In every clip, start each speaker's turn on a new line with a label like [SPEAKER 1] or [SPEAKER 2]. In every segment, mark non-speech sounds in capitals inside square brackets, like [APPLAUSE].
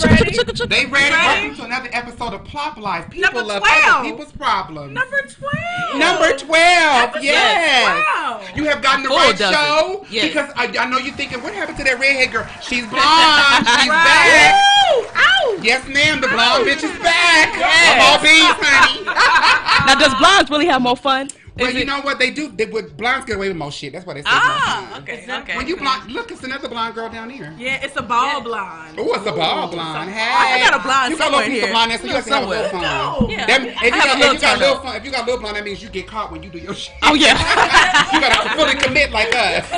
[SPEAKER 1] They ran it
[SPEAKER 2] Right.
[SPEAKER 1] over to another episode of Plop Life. People
[SPEAKER 2] Number
[SPEAKER 1] love
[SPEAKER 2] 12.
[SPEAKER 1] other people's problems.
[SPEAKER 2] Number 12.
[SPEAKER 1] Number 12,
[SPEAKER 2] Episode
[SPEAKER 1] yes.
[SPEAKER 2] 12.
[SPEAKER 1] You have gotten the
[SPEAKER 3] Full
[SPEAKER 1] right
[SPEAKER 3] dozen.
[SPEAKER 1] show.
[SPEAKER 3] Yes.
[SPEAKER 1] Because I, I know you're thinking, what happened to that redhead girl? She's blonde. She's
[SPEAKER 2] Right.
[SPEAKER 1] back.
[SPEAKER 2] Woo! Ow!
[SPEAKER 1] Yes, ma'am. The blonde bitch is back.
[SPEAKER 3] Yes.
[SPEAKER 1] I'm all beans, honey.
[SPEAKER 3] Now, does blondes really have more fun?
[SPEAKER 1] well,
[SPEAKER 3] [LAUGHS] Is
[SPEAKER 1] you
[SPEAKER 3] it-
[SPEAKER 1] know what they do? They, with blondes get away with most shit. That's what they say.
[SPEAKER 2] Ah,
[SPEAKER 1] most times.
[SPEAKER 2] okay,
[SPEAKER 4] that-
[SPEAKER 2] okay.
[SPEAKER 1] When you blonde, look, it's another blonde girl down here.
[SPEAKER 2] yeah, it's a ball
[SPEAKER 4] Yeah.
[SPEAKER 2] blonde.
[SPEAKER 1] Oh, it's a ball blonde. Hey,
[SPEAKER 2] I got a blonde
[SPEAKER 1] You got a little
[SPEAKER 2] somewhere
[SPEAKER 1] piece of
[SPEAKER 2] here.
[SPEAKER 1] blonde, so you got to have a little fun.
[SPEAKER 2] No.
[SPEAKER 3] Somewhere.
[SPEAKER 4] Yeah.
[SPEAKER 1] That- if, you
[SPEAKER 3] I
[SPEAKER 1] got,
[SPEAKER 3] have a little
[SPEAKER 1] if you got
[SPEAKER 3] turn up.
[SPEAKER 1] little fun, if you got little blonde, that means you get caught when you do your shit.
[SPEAKER 3] oh yeah,
[SPEAKER 1] [LAUGHS] you gotta fully commit like us.
[SPEAKER 3] [LAUGHS]
[SPEAKER 1] [LAUGHS]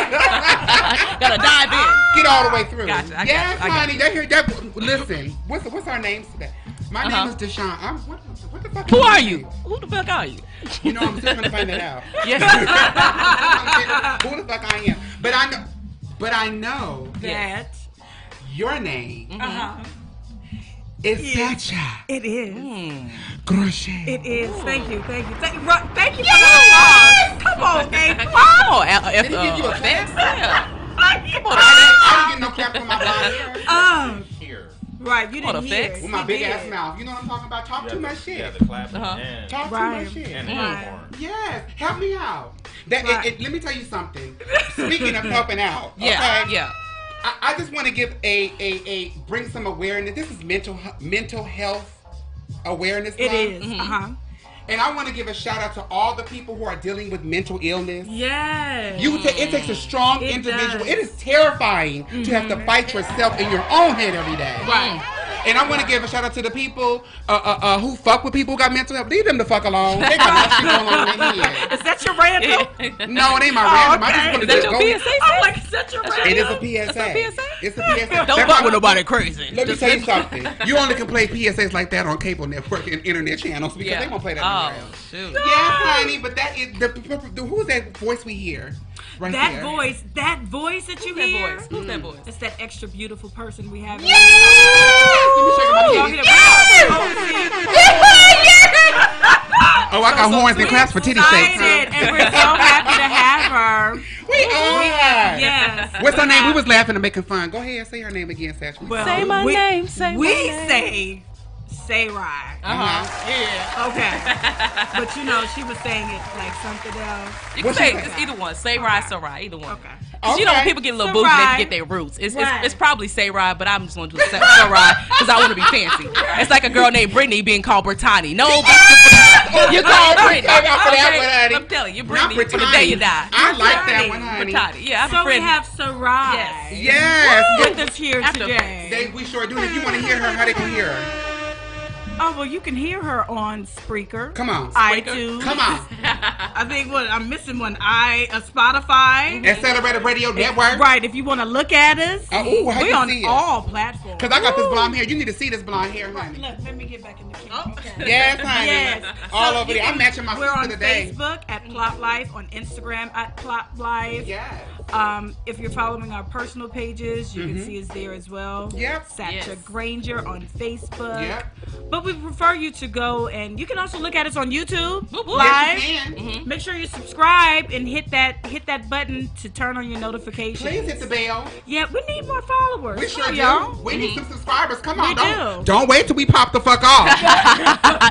[SPEAKER 3] gotta dive in.
[SPEAKER 1] Get all the way through.
[SPEAKER 2] Gotcha, I
[SPEAKER 1] yes,
[SPEAKER 2] gotcha, I
[SPEAKER 1] honey. That here. That listen. What's what's our names today? My
[SPEAKER 3] Uh-huh.
[SPEAKER 1] name is Deshawn. I'm, what, what the fuck?
[SPEAKER 3] Who
[SPEAKER 1] is my
[SPEAKER 3] are
[SPEAKER 1] name?
[SPEAKER 3] you? Who the fuck are you?
[SPEAKER 1] You know, I'm still gonna find that out.
[SPEAKER 3] [LAUGHS] Yes.
[SPEAKER 1] I'm figuring [LAUGHS] who the fuck I am? But I know. But I know
[SPEAKER 2] That.
[SPEAKER 1] your name
[SPEAKER 2] Uh-huh.
[SPEAKER 3] Mm-hmm.
[SPEAKER 1] is
[SPEAKER 2] Yeah.
[SPEAKER 1] Sacha
[SPEAKER 2] It is.
[SPEAKER 3] Mm.
[SPEAKER 1] Grosje.
[SPEAKER 2] It is. Thank you. Thank you. Thank you, Ro- thank you for the applause. Come
[SPEAKER 3] [LAUGHS]
[SPEAKER 2] on, gang.
[SPEAKER 3] Come on, Al- Oh, F-
[SPEAKER 1] Did he give you a
[SPEAKER 2] [LAUGHS]
[SPEAKER 3] uh,
[SPEAKER 1] clap? [LAUGHS]
[SPEAKER 3] yeah.
[SPEAKER 2] Come on,
[SPEAKER 1] I don't get no clap [LAUGHS] for my blonde hair.
[SPEAKER 2] Um,
[SPEAKER 5] Here.
[SPEAKER 2] right, you
[SPEAKER 3] What
[SPEAKER 2] didn't
[SPEAKER 3] a
[SPEAKER 2] hear.
[SPEAKER 3] fix.
[SPEAKER 2] it.
[SPEAKER 1] With my
[SPEAKER 2] You
[SPEAKER 1] big
[SPEAKER 2] did.
[SPEAKER 1] ass mouth. You know what I'm talking about? Talk
[SPEAKER 5] Yeah,
[SPEAKER 1] too
[SPEAKER 5] the-
[SPEAKER 1] much shit.
[SPEAKER 5] Yeah, the clapping
[SPEAKER 3] Uh-huh.
[SPEAKER 5] and,
[SPEAKER 1] Talk too
[SPEAKER 2] Right.
[SPEAKER 1] much shit.
[SPEAKER 5] and the
[SPEAKER 2] Right.
[SPEAKER 5] uniform.
[SPEAKER 1] Yes, help me out. That,
[SPEAKER 2] Right.
[SPEAKER 1] it, it- let me tell you something. Speaking of helping [LAUGHS] out,
[SPEAKER 3] Yeah,
[SPEAKER 1] okay?
[SPEAKER 3] yeah.
[SPEAKER 1] I, I just want to give a, a a bring some awareness. This is mental he- mental health awareness.
[SPEAKER 2] It
[SPEAKER 1] Month.
[SPEAKER 2] is.
[SPEAKER 3] Mm-hmm.
[SPEAKER 2] Uh huh.
[SPEAKER 1] and I want to give a shout out to all the people who are dealing with mental illness.
[SPEAKER 2] Yes.
[SPEAKER 1] You ta- it takes a strong
[SPEAKER 2] It
[SPEAKER 1] individual.
[SPEAKER 2] does.
[SPEAKER 1] It is terrifying to have to fight yourself in your own head every day.
[SPEAKER 3] Mm-hmm. Right.
[SPEAKER 1] And I want to give a shout out to the people uh, uh, uh, who fuck with people who got mental health. Leave them to fuck alone. They got that shit going on in their head.
[SPEAKER 2] is that your
[SPEAKER 3] [LAUGHS]
[SPEAKER 2] random?
[SPEAKER 1] No, it ain't my
[SPEAKER 2] Oh,
[SPEAKER 1] random.
[SPEAKER 2] okay.
[SPEAKER 1] I just want
[SPEAKER 3] Is
[SPEAKER 1] to
[SPEAKER 3] that
[SPEAKER 1] just
[SPEAKER 3] your
[SPEAKER 1] go.
[SPEAKER 3] PSA?
[SPEAKER 2] I'm like, is that your random?
[SPEAKER 1] It is a PSA.
[SPEAKER 3] That's a PSA?
[SPEAKER 1] It's a PSA.
[SPEAKER 3] Don't
[SPEAKER 1] That's
[SPEAKER 3] fuck
[SPEAKER 1] why-
[SPEAKER 3] with nobody crazy.
[SPEAKER 1] Let me
[SPEAKER 3] Just
[SPEAKER 1] tell you something. You only can play PSAs like that on cable network and internet channels because they won't play that
[SPEAKER 3] Oh
[SPEAKER 1] anywhere else.
[SPEAKER 3] shoot.
[SPEAKER 1] Yeah, honey, but that is the, the who's that voice we hear? Right
[SPEAKER 2] That
[SPEAKER 1] there?
[SPEAKER 2] voice, that voice that you
[SPEAKER 3] Who's that
[SPEAKER 2] hear,
[SPEAKER 3] voice? Who's that voice?
[SPEAKER 2] it's that extra beautiful person we have. in
[SPEAKER 1] Yeah! Let me shake my
[SPEAKER 2] Y'all
[SPEAKER 1] titties.
[SPEAKER 2] hear
[SPEAKER 1] Yeah! Oh, I got horns and claps for titty shakes.
[SPEAKER 2] Excited, and we're so happy to have her.
[SPEAKER 1] We are.
[SPEAKER 2] Yes.
[SPEAKER 1] What's her name? We was laughing and making fun. Go ahead, say her name again, Sash.
[SPEAKER 2] Well,
[SPEAKER 3] Say my
[SPEAKER 2] we-
[SPEAKER 3] name, say my
[SPEAKER 2] we
[SPEAKER 3] name.
[SPEAKER 2] say say Rye.
[SPEAKER 1] uh-huh.
[SPEAKER 3] Yeah.
[SPEAKER 2] Okay. but you know, she was saying it like something else.
[SPEAKER 3] You can
[SPEAKER 1] What's
[SPEAKER 3] say
[SPEAKER 1] your-
[SPEAKER 3] it's either one. Say ride, so ride, either one.
[SPEAKER 2] Okay.
[SPEAKER 3] 'Cause You know, when
[SPEAKER 1] Okay.
[SPEAKER 3] people get a little
[SPEAKER 2] So
[SPEAKER 3] bougie, they
[SPEAKER 2] ride.
[SPEAKER 3] get their roots. It's,
[SPEAKER 2] Right.
[SPEAKER 3] it's, it's probably say ride, but I'm just going to do say, so ride because I want to be fancy. It's like a girl named Brittany being called Brittany. No, but you call
[SPEAKER 1] Oh,
[SPEAKER 3] Brittany.
[SPEAKER 1] I'm for that
[SPEAKER 3] Okay?
[SPEAKER 1] one, honey.
[SPEAKER 3] I'm telling you,
[SPEAKER 1] Not
[SPEAKER 3] Brittany, for the day
[SPEAKER 1] Brittany.
[SPEAKER 3] you die.
[SPEAKER 1] I like that
[SPEAKER 2] Brittany.
[SPEAKER 1] one, honey.
[SPEAKER 3] Brittany. Yeah, I'm
[SPEAKER 2] So we
[SPEAKER 3] a friend. [LAUGHS]
[SPEAKER 2] have Sarai
[SPEAKER 3] Yes.
[SPEAKER 1] Yes.
[SPEAKER 2] with us here
[SPEAKER 3] After-
[SPEAKER 2] today.
[SPEAKER 1] They, we sure do. And If you want to hear her, how they can hear her?
[SPEAKER 2] oh well, you can hear her on Spreaker.
[SPEAKER 1] Come on.
[SPEAKER 2] iTunes.
[SPEAKER 1] Come on.
[SPEAKER 2] I think what I'm missing one. I uh, Spotify.
[SPEAKER 1] Accelerated Radio Network.
[SPEAKER 2] Right. If you want to look at us,
[SPEAKER 1] Uh, ooh, how
[SPEAKER 2] we
[SPEAKER 1] you
[SPEAKER 2] on
[SPEAKER 1] see it?
[SPEAKER 2] all platforms.
[SPEAKER 1] Because I got this blonde hair. You need to see this blonde hair,
[SPEAKER 2] Right,
[SPEAKER 1] honey.
[SPEAKER 2] Look, let me get back in the camera. Okay.
[SPEAKER 1] Yes, honey.
[SPEAKER 2] Oh. [LAUGHS] Yes.
[SPEAKER 1] All
[SPEAKER 2] So
[SPEAKER 1] over
[SPEAKER 2] you
[SPEAKER 1] there. I'm
[SPEAKER 2] can-
[SPEAKER 1] matching my
[SPEAKER 2] We're on
[SPEAKER 1] sister today.
[SPEAKER 2] Facebook at Plot Life, on Instagram at Plot Life.
[SPEAKER 1] Yes.
[SPEAKER 2] Um, if you're following our personal pages, you can see us there as well.
[SPEAKER 1] Mm-hmm. Yep.
[SPEAKER 2] Satcha
[SPEAKER 3] Yes.
[SPEAKER 2] Granger on Facebook.
[SPEAKER 1] Yep.
[SPEAKER 2] But we prefer you to go and you can also look at us on YouTube
[SPEAKER 3] Boop, boop.
[SPEAKER 2] live.
[SPEAKER 1] Yes, you can.
[SPEAKER 2] Make sure you subscribe and hit that hit that button to turn on your notifications.
[SPEAKER 1] Please hit the bell.
[SPEAKER 2] Yeah, we need more followers.
[SPEAKER 1] We
[SPEAKER 2] Come
[SPEAKER 1] sure
[SPEAKER 2] on,
[SPEAKER 1] do.
[SPEAKER 2] y'all.
[SPEAKER 1] We need some subscribers. Come on.
[SPEAKER 2] We
[SPEAKER 1] don't,
[SPEAKER 2] do.
[SPEAKER 1] don't wait till we pop the fuck off.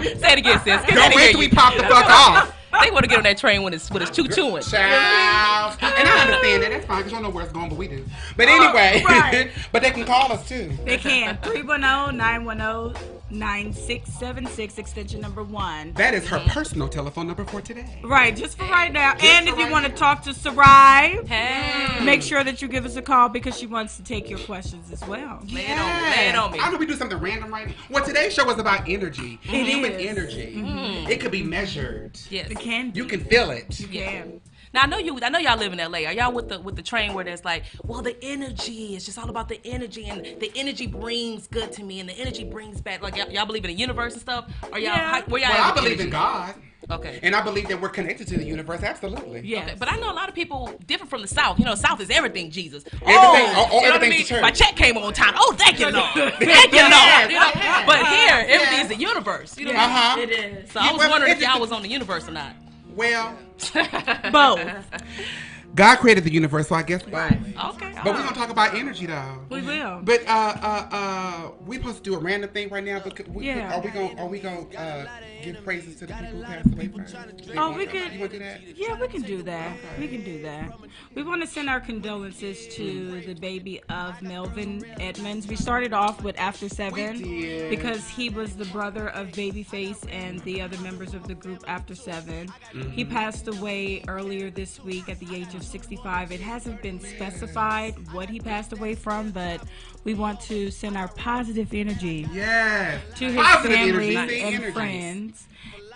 [SPEAKER 3] say it again, sis. 'cause they
[SPEAKER 1] don't
[SPEAKER 3] hear
[SPEAKER 1] wait till we
[SPEAKER 3] you.
[SPEAKER 1] pop the fuck off.
[SPEAKER 3] They want to get on that train when it's when it's choo chooing.
[SPEAKER 1] Child. And I understand that. That's fine because you don't know where it's going, but we do. But anyway,
[SPEAKER 2] right.
[SPEAKER 1] [LAUGHS] but they can call us too.
[SPEAKER 2] They can. [LAUGHS] oh, 310-910-9676, extension number one.
[SPEAKER 1] That is her personal telephone number for today.
[SPEAKER 2] Right, just for right now.
[SPEAKER 1] Just
[SPEAKER 2] and
[SPEAKER 1] for
[SPEAKER 2] if you
[SPEAKER 1] right
[SPEAKER 2] want to
[SPEAKER 1] now.
[SPEAKER 2] talk to Sarai,
[SPEAKER 3] Hey.
[SPEAKER 2] make sure that you give us a call because she wants to take your questions as well.
[SPEAKER 3] Lay it on me. Lay it on me.
[SPEAKER 1] I know we do something random right now. Well, today's show is about energy,
[SPEAKER 2] It
[SPEAKER 1] human
[SPEAKER 2] is.
[SPEAKER 1] energy. It could be measured.
[SPEAKER 3] Yes.
[SPEAKER 2] It can be.
[SPEAKER 1] You can feel it.
[SPEAKER 3] Yeah.
[SPEAKER 2] Yeah.
[SPEAKER 3] Now I know you. I know y'all live in LA. Are y'all with the with the train where there's like, well, the energy. It's just all about the energy, and the energy brings good to me, and the energy brings back. Like y'all, y'all believe in the universe and stuff. Are y'all?
[SPEAKER 2] Yeah.
[SPEAKER 3] How, where y'all?
[SPEAKER 1] Well,
[SPEAKER 3] at
[SPEAKER 1] I
[SPEAKER 3] with
[SPEAKER 1] believe in
[SPEAKER 3] energy?
[SPEAKER 1] God,
[SPEAKER 3] Okay.
[SPEAKER 1] and I believe that we're connected to the universe. Absolutely.
[SPEAKER 2] Yes.
[SPEAKER 3] Okay, But I know a lot of people different from the South. You know, South is everything Jesus. Everything,
[SPEAKER 1] oh, oh, everything's the church.
[SPEAKER 3] My check came on time. Oh, thank you,
[SPEAKER 1] [LAUGHS]
[SPEAKER 3] Lord. Thank you, Lord. You know?
[SPEAKER 1] Yes.
[SPEAKER 3] But here,
[SPEAKER 1] Yes.
[SPEAKER 3] everything's the universe. You know?
[SPEAKER 1] Uh huh.
[SPEAKER 2] It is.
[SPEAKER 3] So I
[SPEAKER 1] You-
[SPEAKER 3] was
[SPEAKER 1] well,
[SPEAKER 3] wondering if
[SPEAKER 1] it's- [LAUGHS]
[SPEAKER 3] y'all was on the universe or not.
[SPEAKER 1] Well,
[SPEAKER 2] Both.
[SPEAKER 1] God created the universe, so I guess.
[SPEAKER 6] Right.
[SPEAKER 3] Okay.
[SPEAKER 1] But we're gonna talk about energy though.
[SPEAKER 2] We will.
[SPEAKER 1] But uh, uh, uh, we supposed to do a random thing right now. But could- we,
[SPEAKER 2] Yeah.
[SPEAKER 1] are we gonna are we gonna uh, give praises to the people who passed away first?
[SPEAKER 2] Oh, we
[SPEAKER 1] You wanna do
[SPEAKER 2] could.
[SPEAKER 1] that?
[SPEAKER 2] Yeah, we can do that. We can do that. We want to send our condolences to the baby of Melvin Edmonds. We started off with After Seven
[SPEAKER 1] We did.
[SPEAKER 2] because he was the brother of Babyface and the other members of the group After 7 He
[SPEAKER 1] Mm-hmm.
[SPEAKER 2] passed away earlier this week at the age of 65. It hasn't been specified what he passed away from, but we want to send our positive energy
[SPEAKER 1] Yes.
[SPEAKER 2] to his
[SPEAKER 1] Positive
[SPEAKER 2] family
[SPEAKER 1] energy. See,
[SPEAKER 2] and
[SPEAKER 1] energy.
[SPEAKER 2] friends.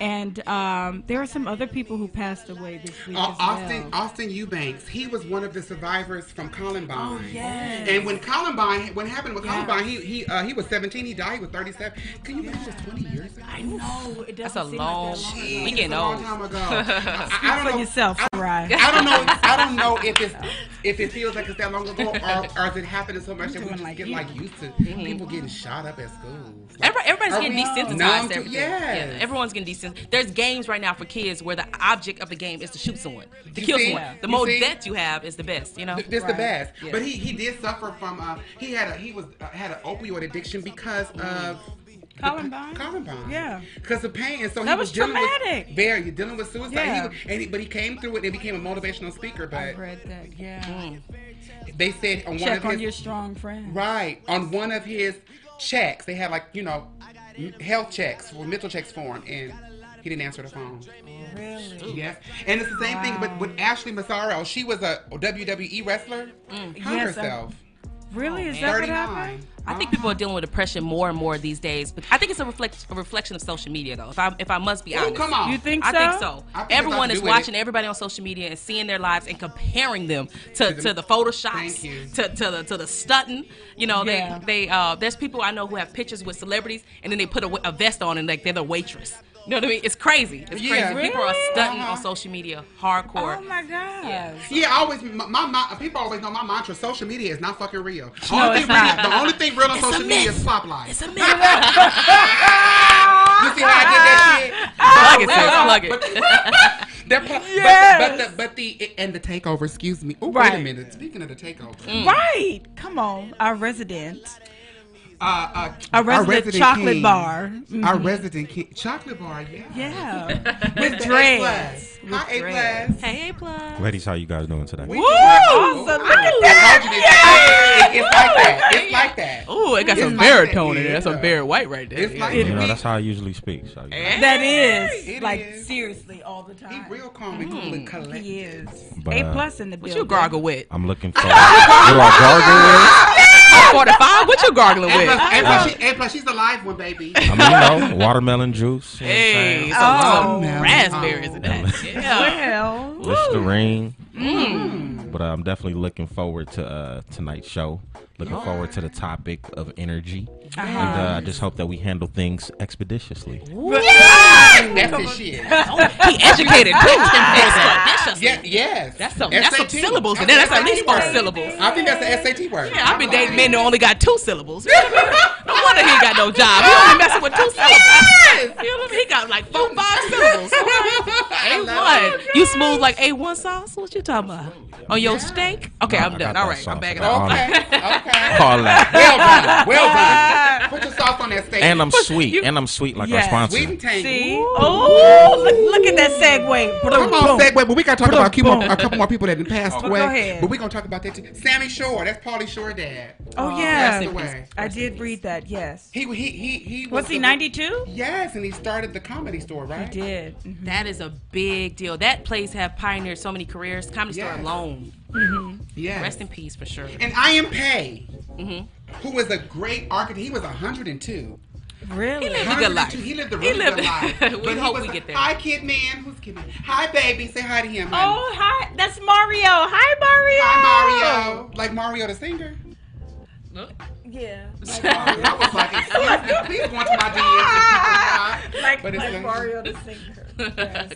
[SPEAKER 2] And um, there are some other people who passed away this week.
[SPEAKER 1] Uh,
[SPEAKER 2] as
[SPEAKER 1] Austin
[SPEAKER 2] well.
[SPEAKER 1] Austin Eubanks. He was one of the survivors from Columbine.
[SPEAKER 3] Oh, yes.
[SPEAKER 1] And when Columbine, what happened with
[SPEAKER 2] Yeah.
[SPEAKER 1] Columbine? He he uh, he was 17. He died. He was 37. Can you believe it was 20 years ago?
[SPEAKER 2] I know it doesn't
[SPEAKER 3] That's a
[SPEAKER 2] seem
[SPEAKER 3] long-
[SPEAKER 2] like that long.
[SPEAKER 3] We
[SPEAKER 1] Jeez,
[SPEAKER 3] getting
[SPEAKER 1] a long
[SPEAKER 3] old.
[SPEAKER 1] time ago.
[SPEAKER 2] [LAUGHS]
[SPEAKER 1] I, I
[SPEAKER 2] Speak
[SPEAKER 1] don't
[SPEAKER 2] for
[SPEAKER 1] know.
[SPEAKER 2] yourself, right? [LAUGHS]
[SPEAKER 1] I don't know. I don't know if it's if it feels like it's that long ago,
[SPEAKER 2] [LAUGHS]
[SPEAKER 1] or, or is it happening so much that we
[SPEAKER 2] doing
[SPEAKER 1] just
[SPEAKER 2] like
[SPEAKER 1] get
[SPEAKER 2] you. Mm-hmm.
[SPEAKER 1] like used to people getting shot up at schools. Like,
[SPEAKER 3] Everybody, everybody's
[SPEAKER 1] are
[SPEAKER 3] getting
[SPEAKER 1] we
[SPEAKER 3] desensitized.
[SPEAKER 1] numb
[SPEAKER 3] To
[SPEAKER 1] to-
[SPEAKER 3] everything.
[SPEAKER 1] yes.
[SPEAKER 3] Yeah, everyone's getting desensitized. There's games right now for kids where the object of the game is to shoot someone, to
[SPEAKER 1] You
[SPEAKER 3] kill
[SPEAKER 1] see?
[SPEAKER 3] someone. The
[SPEAKER 1] You
[SPEAKER 3] more
[SPEAKER 1] see?
[SPEAKER 3] death you have is the best, you know.
[SPEAKER 1] Th- This the
[SPEAKER 2] Right.
[SPEAKER 1] best.
[SPEAKER 3] Yeah.
[SPEAKER 1] But he he did suffer from uh, he had a he was uh, had an opioid addiction because of.
[SPEAKER 2] Columbine?
[SPEAKER 1] Columbine.
[SPEAKER 2] Yeah.
[SPEAKER 1] Because of pain, and so he
[SPEAKER 2] That
[SPEAKER 1] was,
[SPEAKER 2] was
[SPEAKER 1] dealing
[SPEAKER 2] traumatic.
[SPEAKER 1] With, very, you're dealing with suicide. He
[SPEAKER 2] Yeah.
[SPEAKER 1] was- and he, but he came through it and became a motivational speaker.
[SPEAKER 2] I
[SPEAKER 1] But
[SPEAKER 2] read that. Yeah.
[SPEAKER 3] Mm.
[SPEAKER 1] they said on one
[SPEAKER 2] Check
[SPEAKER 1] of
[SPEAKER 2] on
[SPEAKER 1] his
[SPEAKER 2] your strong friend.
[SPEAKER 1] Right. On one of his checks, they had like, you know, m- health checks or mental checks for him and he didn't answer the phone.
[SPEAKER 2] Really?
[SPEAKER 1] Yes. And it's the same thing but with Ashley Massaro. She was a WWE wrestler. Hung
[SPEAKER 2] Mm. Yes, I-
[SPEAKER 1] herself.
[SPEAKER 2] Really? Is that what
[SPEAKER 1] 39.
[SPEAKER 2] happened?
[SPEAKER 3] I think people are dealing with depression more and more these days. But I think it's a reflect a reflection of social media, though. If I if I must be
[SPEAKER 1] Oh,
[SPEAKER 3] honest,
[SPEAKER 1] come on.
[SPEAKER 2] You think
[SPEAKER 3] I
[SPEAKER 2] so?
[SPEAKER 3] think so.
[SPEAKER 1] I think it's got
[SPEAKER 3] everyone
[SPEAKER 1] to
[SPEAKER 3] is
[SPEAKER 1] do with
[SPEAKER 3] watching
[SPEAKER 1] it.
[SPEAKER 3] everybody on social media and seeing their lives and comparing them
[SPEAKER 1] To
[SPEAKER 3] to,
[SPEAKER 1] the-
[SPEAKER 3] to the photoshops,
[SPEAKER 1] Thank you.
[SPEAKER 3] to, to the to the stunting. You know,
[SPEAKER 2] Yeah.
[SPEAKER 3] they they uh, there's people I know who have pictures with celebrities and then they put a, a vest on and like they're the waitress. You know what I mean? It's crazy. It's
[SPEAKER 1] Yeah.
[SPEAKER 3] crazy. People are
[SPEAKER 2] Really?
[SPEAKER 3] stunting on
[SPEAKER 1] Uh-huh.
[SPEAKER 3] social media hardcore.
[SPEAKER 2] Oh my gosh.
[SPEAKER 1] Yeah, I always my, my, my people always know my mantra, social media is not fucking real.
[SPEAKER 2] No,
[SPEAKER 1] only
[SPEAKER 2] it's
[SPEAKER 1] thing real-
[SPEAKER 2] not.
[SPEAKER 1] the only thing real on
[SPEAKER 3] It's a
[SPEAKER 1] social media
[SPEAKER 3] myth.
[SPEAKER 1] is swap life.
[SPEAKER 3] It's a myth.
[SPEAKER 1] You see how I did that shit?
[SPEAKER 2] Oh,
[SPEAKER 3] plug it, sis, plug it.
[SPEAKER 1] [LAUGHS] They're pro-
[SPEAKER 2] Yes.
[SPEAKER 1] but, the, but, the, but the and the takeover. Excuse me. Oh wait
[SPEAKER 2] Right.
[SPEAKER 1] a minute. Speaking of the takeover,
[SPEAKER 2] Right. Come on, our resident.
[SPEAKER 1] uh, uh,
[SPEAKER 2] Our resident chocolate bar.
[SPEAKER 1] Our resident king, chocolate bar. Yeah. [LAUGHS]
[SPEAKER 2] Yeah.
[SPEAKER 1] With
[SPEAKER 2] dreads.
[SPEAKER 1] plus.
[SPEAKER 2] With
[SPEAKER 1] Hi, A
[SPEAKER 2] dreads.
[SPEAKER 1] plus.
[SPEAKER 3] Hey, plus.
[SPEAKER 7] Ladies, how you guys doing today?
[SPEAKER 1] We
[SPEAKER 2] Woo!
[SPEAKER 1] just
[SPEAKER 2] So
[SPEAKER 1] like-
[SPEAKER 2] look
[SPEAKER 1] Ooh,
[SPEAKER 2] at
[SPEAKER 1] I
[SPEAKER 2] that.
[SPEAKER 1] told you that. It's like that. It's like that.
[SPEAKER 3] Oh, it got
[SPEAKER 1] It's
[SPEAKER 3] some
[SPEAKER 1] like that,
[SPEAKER 3] baritone in it. That's
[SPEAKER 1] yeah.
[SPEAKER 3] some Barrett White right there.
[SPEAKER 1] It's like
[SPEAKER 7] you
[SPEAKER 1] that.
[SPEAKER 7] know, that's how I usually speak. So, you know.
[SPEAKER 3] Eh?
[SPEAKER 2] That is
[SPEAKER 1] It
[SPEAKER 2] like
[SPEAKER 1] is.
[SPEAKER 2] seriously all the time.
[SPEAKER 1] He real calm and cool and collected.
[SPEAKER 2] He is.
[SPEAKER 7] But,
[SPEAKER 2] a
[SPEAKER 7] uh,
[SPEAKER 2] plus in the
[SPEAKER 3] What
[SPEAKER 2] building.
[SPEAKER 3] you gargle with?
[SPEAKER 7] I'm
[SPEAKER 3] [LAUGHS]
[SPEAKER 7] looking for. you are gargling.
[SPEAKER 3] Forty-five. What you gargling
[SPEAKER 1] A
[SPEAKER 3] with?
[SPEAKER 1] plus, A plus, she, A plus, she's the live one, baby.
[SPEAKER 7] I mean, you know, watermelon juice. You know what I'm
[SPEAKER 3] Hey,
[SPEAKER 7] saying?
[SPEAKER 3] some,
[SPEAKER 2] Oh.
[SPEAKER 3] some raspberries in
[SPEAKER 1] Oh.
[SPEAKER 3] that. Yeah.
[SPEAKER 2] Well,
[SPEAKER 7] Listerine.
[SPEAKER 3] Mm.
[SPEAKER 7] But uh, I'm definitely looking forward to uh, tonight's show. Looking forward to the topic of energy.
[SPEAKER 3] Uh-huh.
[SPEAKER 7] And uh, I just hope that we handle things expeditiously.
[SPEAKER 1] That's his shit.
[SPEAKER 3] he [LAUGHS] educated too. Expeditiously.
[SPEAKER 1] Yeah, yes.
[SPEAKER 3] That's some. That's some syllables in there. That's at least four syllables.
[SPEAKER 1] I think that's an SAT word.
[SPEAKER 3] Yeah, I've been dating men that only got two [LAUGHS] syllables. No wonder he ain't got no job. He only messing with two syllables. You know what I mean? He got like four, five
[SPEAKER 1] [LAUGHS]
[SPEAKER 3] syllables. [LAUGHS]
[SPEAKER 1] I love
[SPEAKER 3] A1. You smooth like A1 sauce? What you talking about? On your steak? Okay,
[SPEAKER 7] Nah,
[SPEAKER 3] I'm
[SPEAKER 7] I
[SPEAKER 3] done.
[SPEAKER 7] got
[SPEAKER 3] All
[SPEAKER 7] that
[SPEAKER 3] right, I'm
[SPEAKER 7] sauce.
[SPEAKER 3] backing
[SPEAKER 7] I
[SPEAKER 3] up.
[SPEAKER 7] got
[SPEAKER 3] [LAUGHS]
[SPEAKER 1] Okay.
[SPEAKER 7] [LAUGHS]
[SPEAKER 1] Okay.
[SPEAKER 7] Call that.
[SPEAKER 1] Well done. Well done. Put your sauce on that steak.
[SPEAKER 7] And uh, I'm sweet.
[SPEAKER 2] you-
[SPEAKER 7] and I'm sweet like our
[SPEAKER 2] Yes.
[SPEAKER 7] sponsor.
[SPEAKER 1] sweet and tangy.
[SPEAKER 2] see? Oh, look, look at that segue.
[SPEAKER 1] Come on, segue, but we gotta talk about a couple,
[SPEAKER 2] boom.
[SPEAKER 1] more, a couple more people that have passed
[SPEAKER 2] Go
[SPEAKER 1] away.
[SPEAKER 2] ahead.
[SPEAKER 1] But we gonna talk about that too. Sammy Shore, that's Paulie Shore dad.
[SPEAKER 2] Oh,
[SPEAKER 1] Passed
[SPEAKER 2] yeah.
[SPEAKER 1] away.
[SPEAKER 2] I did read that, yes.
[SPEAKER 1] He he he he
[SPEAKER 2] Was he
[SPEAKER 1] the-
[SPEAKER 2] 92?
[SPEAKER 1] Yes, and he started the comedy store, right?
[SPEAKER 2] He did.
[SPEAKER 1] Mm-hmm.
[SPEAKER 3] That is a big deal. That place have pioneered so many careers. Comedy
[SPEAKER 1] Yes.
[SPEAKER 3] Store alone.
[SPEAKER 1] Yes.
[SPEAKER 3] Rest in peace for sure.
[SPEAKER 1] and I am Pay, who was a great architect. He was 102.
[SPEAKER 2] Really?
[SPEAKER 3] lived a good life.
[SPEAKER 1] 102. He lived a
[SPEAKER 3] He
[SPEAKER 1] really
[SPEAKER 3] lived-
[SPEAKER 1] good life.
[SPEAKER 3] [LAUGHS] We
[SPEAKER 1] But he
[SPEAKER 3] hope
[SPEAKER 1] was
[SPEAKER 3] we
[SPEAKER 1] a-
[SPEAKER 3] get there.
[SPEAKER 1] Hi, kid man. Who's kid man? Hi, baby. Say hi to him. honey.
[SPEAKER 2] Oh, hi. That's Mario. Hi, Mario.
[SPEAKER 1] Hi, Mario. Like Mario the singer. [LAUGHS]
[SPEAKER 2] Yeah.
[SPEAKER 1] I was
[SPEAKER 3] [LAUGHS]
[SPEAKER 1] like, excuse me, please go into my DMs. and keep it alive.
[SPEAKER 2] Like,
[SPEAKER 1] But it's
[SPEAKER 2] like
[SPEAKER 1] like-
[SPEAKER 2] Mario
[SPEAKER 1] [LAUGHS]
[SPEAKER 2] the singer. Yes.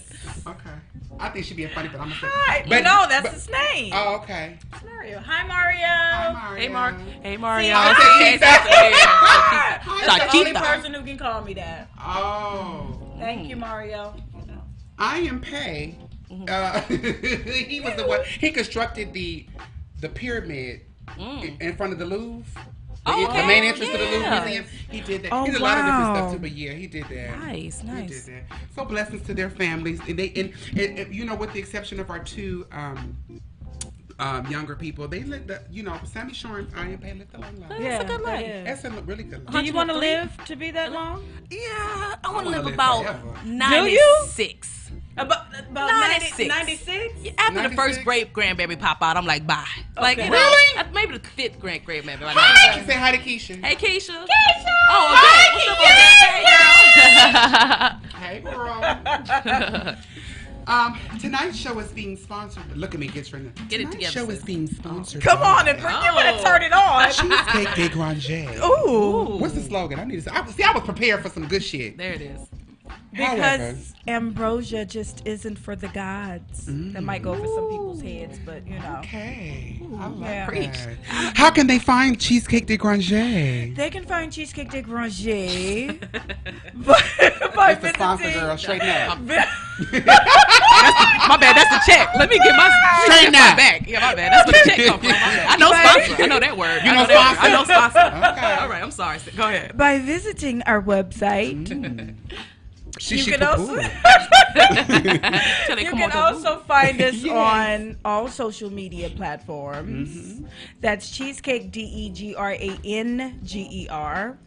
[SPEAKER 1] Okay. I think she'd be funny, but I'm gonna say.
[SPEAKER 2] Hi.
[SPEAKER 1] But-
[SPEAKER 2] no, that's
[SPEAKER 1] but-
[SPEAKER 2] his name.
[SPEAKER 1] Oh, okay.
[SPEAKER 2] It's Mario. Hi, Mario.
[SPEAKER 1] Mario.
[SPEAKER 3] Hey Mark. Hey Mario.
[SPEAKER 2] I
[SPEAKER 3] [LAUGHS]
[SPEAKER 1] said he's out there.
[SPEAKER 2] Ah, That's the only
[SPEAKER 3] Shakita.
[SPEAKER 2] person who can call me that.
[SPEAKER 1] Oh.
[SPEAKER 2] Thank you, Mario.
[SPEAKER 1] I am Pay
[SPEAKER 3] Mm-hmm.
[SPEAKER 1] Uh, [LAUGHS] he was the one. He constructed the the pyramid i-
[SPEAKER 3] Mm.
[SPEAKER 1] in front of the Louvre. The,
[SPEAKER 3] Oh,
[SPEAKER 1] the main
[SPEAKER 3] okay.
[SPEAKER 1] entrance to the Louvre
[SPEAKER 3] Yeah.
[SPEAKER 1] Museum. He did that.
[SPEAKER 2] Oh,
[SPEAKER 1] he did a lot of different
[SPEAKER 2] wow.
[SPEAKER 1] stuff too, but yeah, he did that.
[SPEAKER 3] Nice,
[SPEAKER 1] He
[SPEAKER 3] nice.
[SPEAKER 1] did that. So blessings to their families, and they and, and, and, you know, with the exception of our two. Um, um, younger people, they lit the, you know, Sammy Shore and Iron Pay lit the long life.
[SPEAKER 3] That's a good
[SPEAKER 2] that
[SPEAKER 3] life.
[SPEAKER 2] is.
[SPEAKER 1] That's a really good life.
[SPEAKER 2] Do you want to
[SPEAKER 3] 103?
[SPEAKER 2] live to be that long?
[SPEAKER 3] Yeah, I want
[SPEAKER 1] wanna
[SPEAKER 3] to live
[SPEAKER 1] live
[SPEAKER 3] about
[SPEAKER 1] forever.
[SPEAKER 2] Do you?
[SPEAKER 3] 96.
[SPEAKER 2] About, about
[SPEAKER 3] 96.
[SPEAKER 2] 96?
[SPEAKER 3] Yeah, After the first
[SPEAKER 1] 96?
[SPEAKER 3] great grandbaby pop out, I'm like, bye. Like,
[SPEAKER 2] Okay.
[SPEAKER 3] you know,
[SPEAKER 1] Really?
[SPEAKER 3] uh, maybe the fifth grand grandbaby. Like,
[SPEAKER 1] Hi. Say hi to Keisha.
[SPEAKER 3] Hey, Keisha. Keisha.
[SPEAKER 2] Oh,
[SPEAKER 3] Oh, okay. What's up, Odette? [LAUGHS]
[SPEAKER 1] Hey, girl.
[SPEAKER 3] Hey, girl.
[SPEAKER 1] Um, tonight's show is being sponsored. Look at me, get trying to
[SPEAKER 3] Get it
[SPEAKER 1] tonight's
[SPEAKER 3] together,
[SPEAKER 1] show
[SPEAKER 3] sis. Oh.
[SPEAKER 1] is being sponsored.
[SPEAKER 2] Come
[SPEAKER 1] by
[SPEAKER 2] on and bring you
[SPEAKER 1] Oh.
[SPEAKER 2] want to turn it on. [LAUGHS]
[SPEAKER 1] Cheesecake de
[SPEAKER 3] [LAUGHS]
[SPEAKER 1] Granger.
[SPEAKER 2] Ooh.
[SPEAKER 1] What's the slogan? I need to say. I was, see, I was prepared for some good shit.
[SPEAKER 3] there it is.
[SPEAKER 1] However,
[SPEAKER 2] Because ambrosia just isn't for the gods. That might go over some people's heads, but you know.
[SPEAKER 1] okay, I like
[SPEAKER 2] Yeah.
[SPEAKER 1] that. How can they find Cheesecake de Granger?
[SPEAKER 2] They can find Cheesecake de Granger
[SPEAKER 1] [LAUGHS]
[SPEAKER 2] by, by
[SPEAKER 1] It's a sponsor, girl.
[SPEAKER 2] visiting.
[SPEAKER 1] Straighten up.
[SPEAKER 3] My bad, that's the check. Let me get my
[SPEAKER 1] Straighten
[SPEAKER 3] straighten my
[SPEAKER 1] up.
[SPEAKER 3] back. Yeah, my bad. That's where the check
[SPEAKER 1] [LAUGHS]
[SPEAKER 3] come from. I know
[SPEAKER 2] Right.
[SPEAKER 3] sponsor. I know that word.
[SPEAKER 1] You
[SPEAKER 3] I
[SPEAKER 1] know
[SPEAKER 3] that
[SPEAKER 1] sponsor?
[SPEAKER 3] word. I know sponsor.
[SPEAKER 1] [LAUGHS] Okay.
[SPEAKER 3] [LAUGHS] All right, I'm sorry. sis.
[SPEAKER 2] [LAUGHS]
[SPEAKER 3] Go ahead.
[SPEAKER 2] By visiting our website,
[SPEAKER 1] Mm. She
[SPEAKER 2] you
[SPEAKER 1] she
[SPEAKER 2] can also
[SPEAKER 1] kaboo.
[SPEAKER 3] Till they
[SPEAKER 2] you
[SPEAKER 3] come
[SPEAKER 2] can
[SPEAKER 3] on to the [LAUGHS]
[SPEAKER 2] also find us
[SPEAKER 1] Yes.
[SPEAKER 2] on all social media platforms.
[SPEAKER 3] Mm-hmm.
[SPEAKER 2] That's Cheesecake D E G R A N G E R,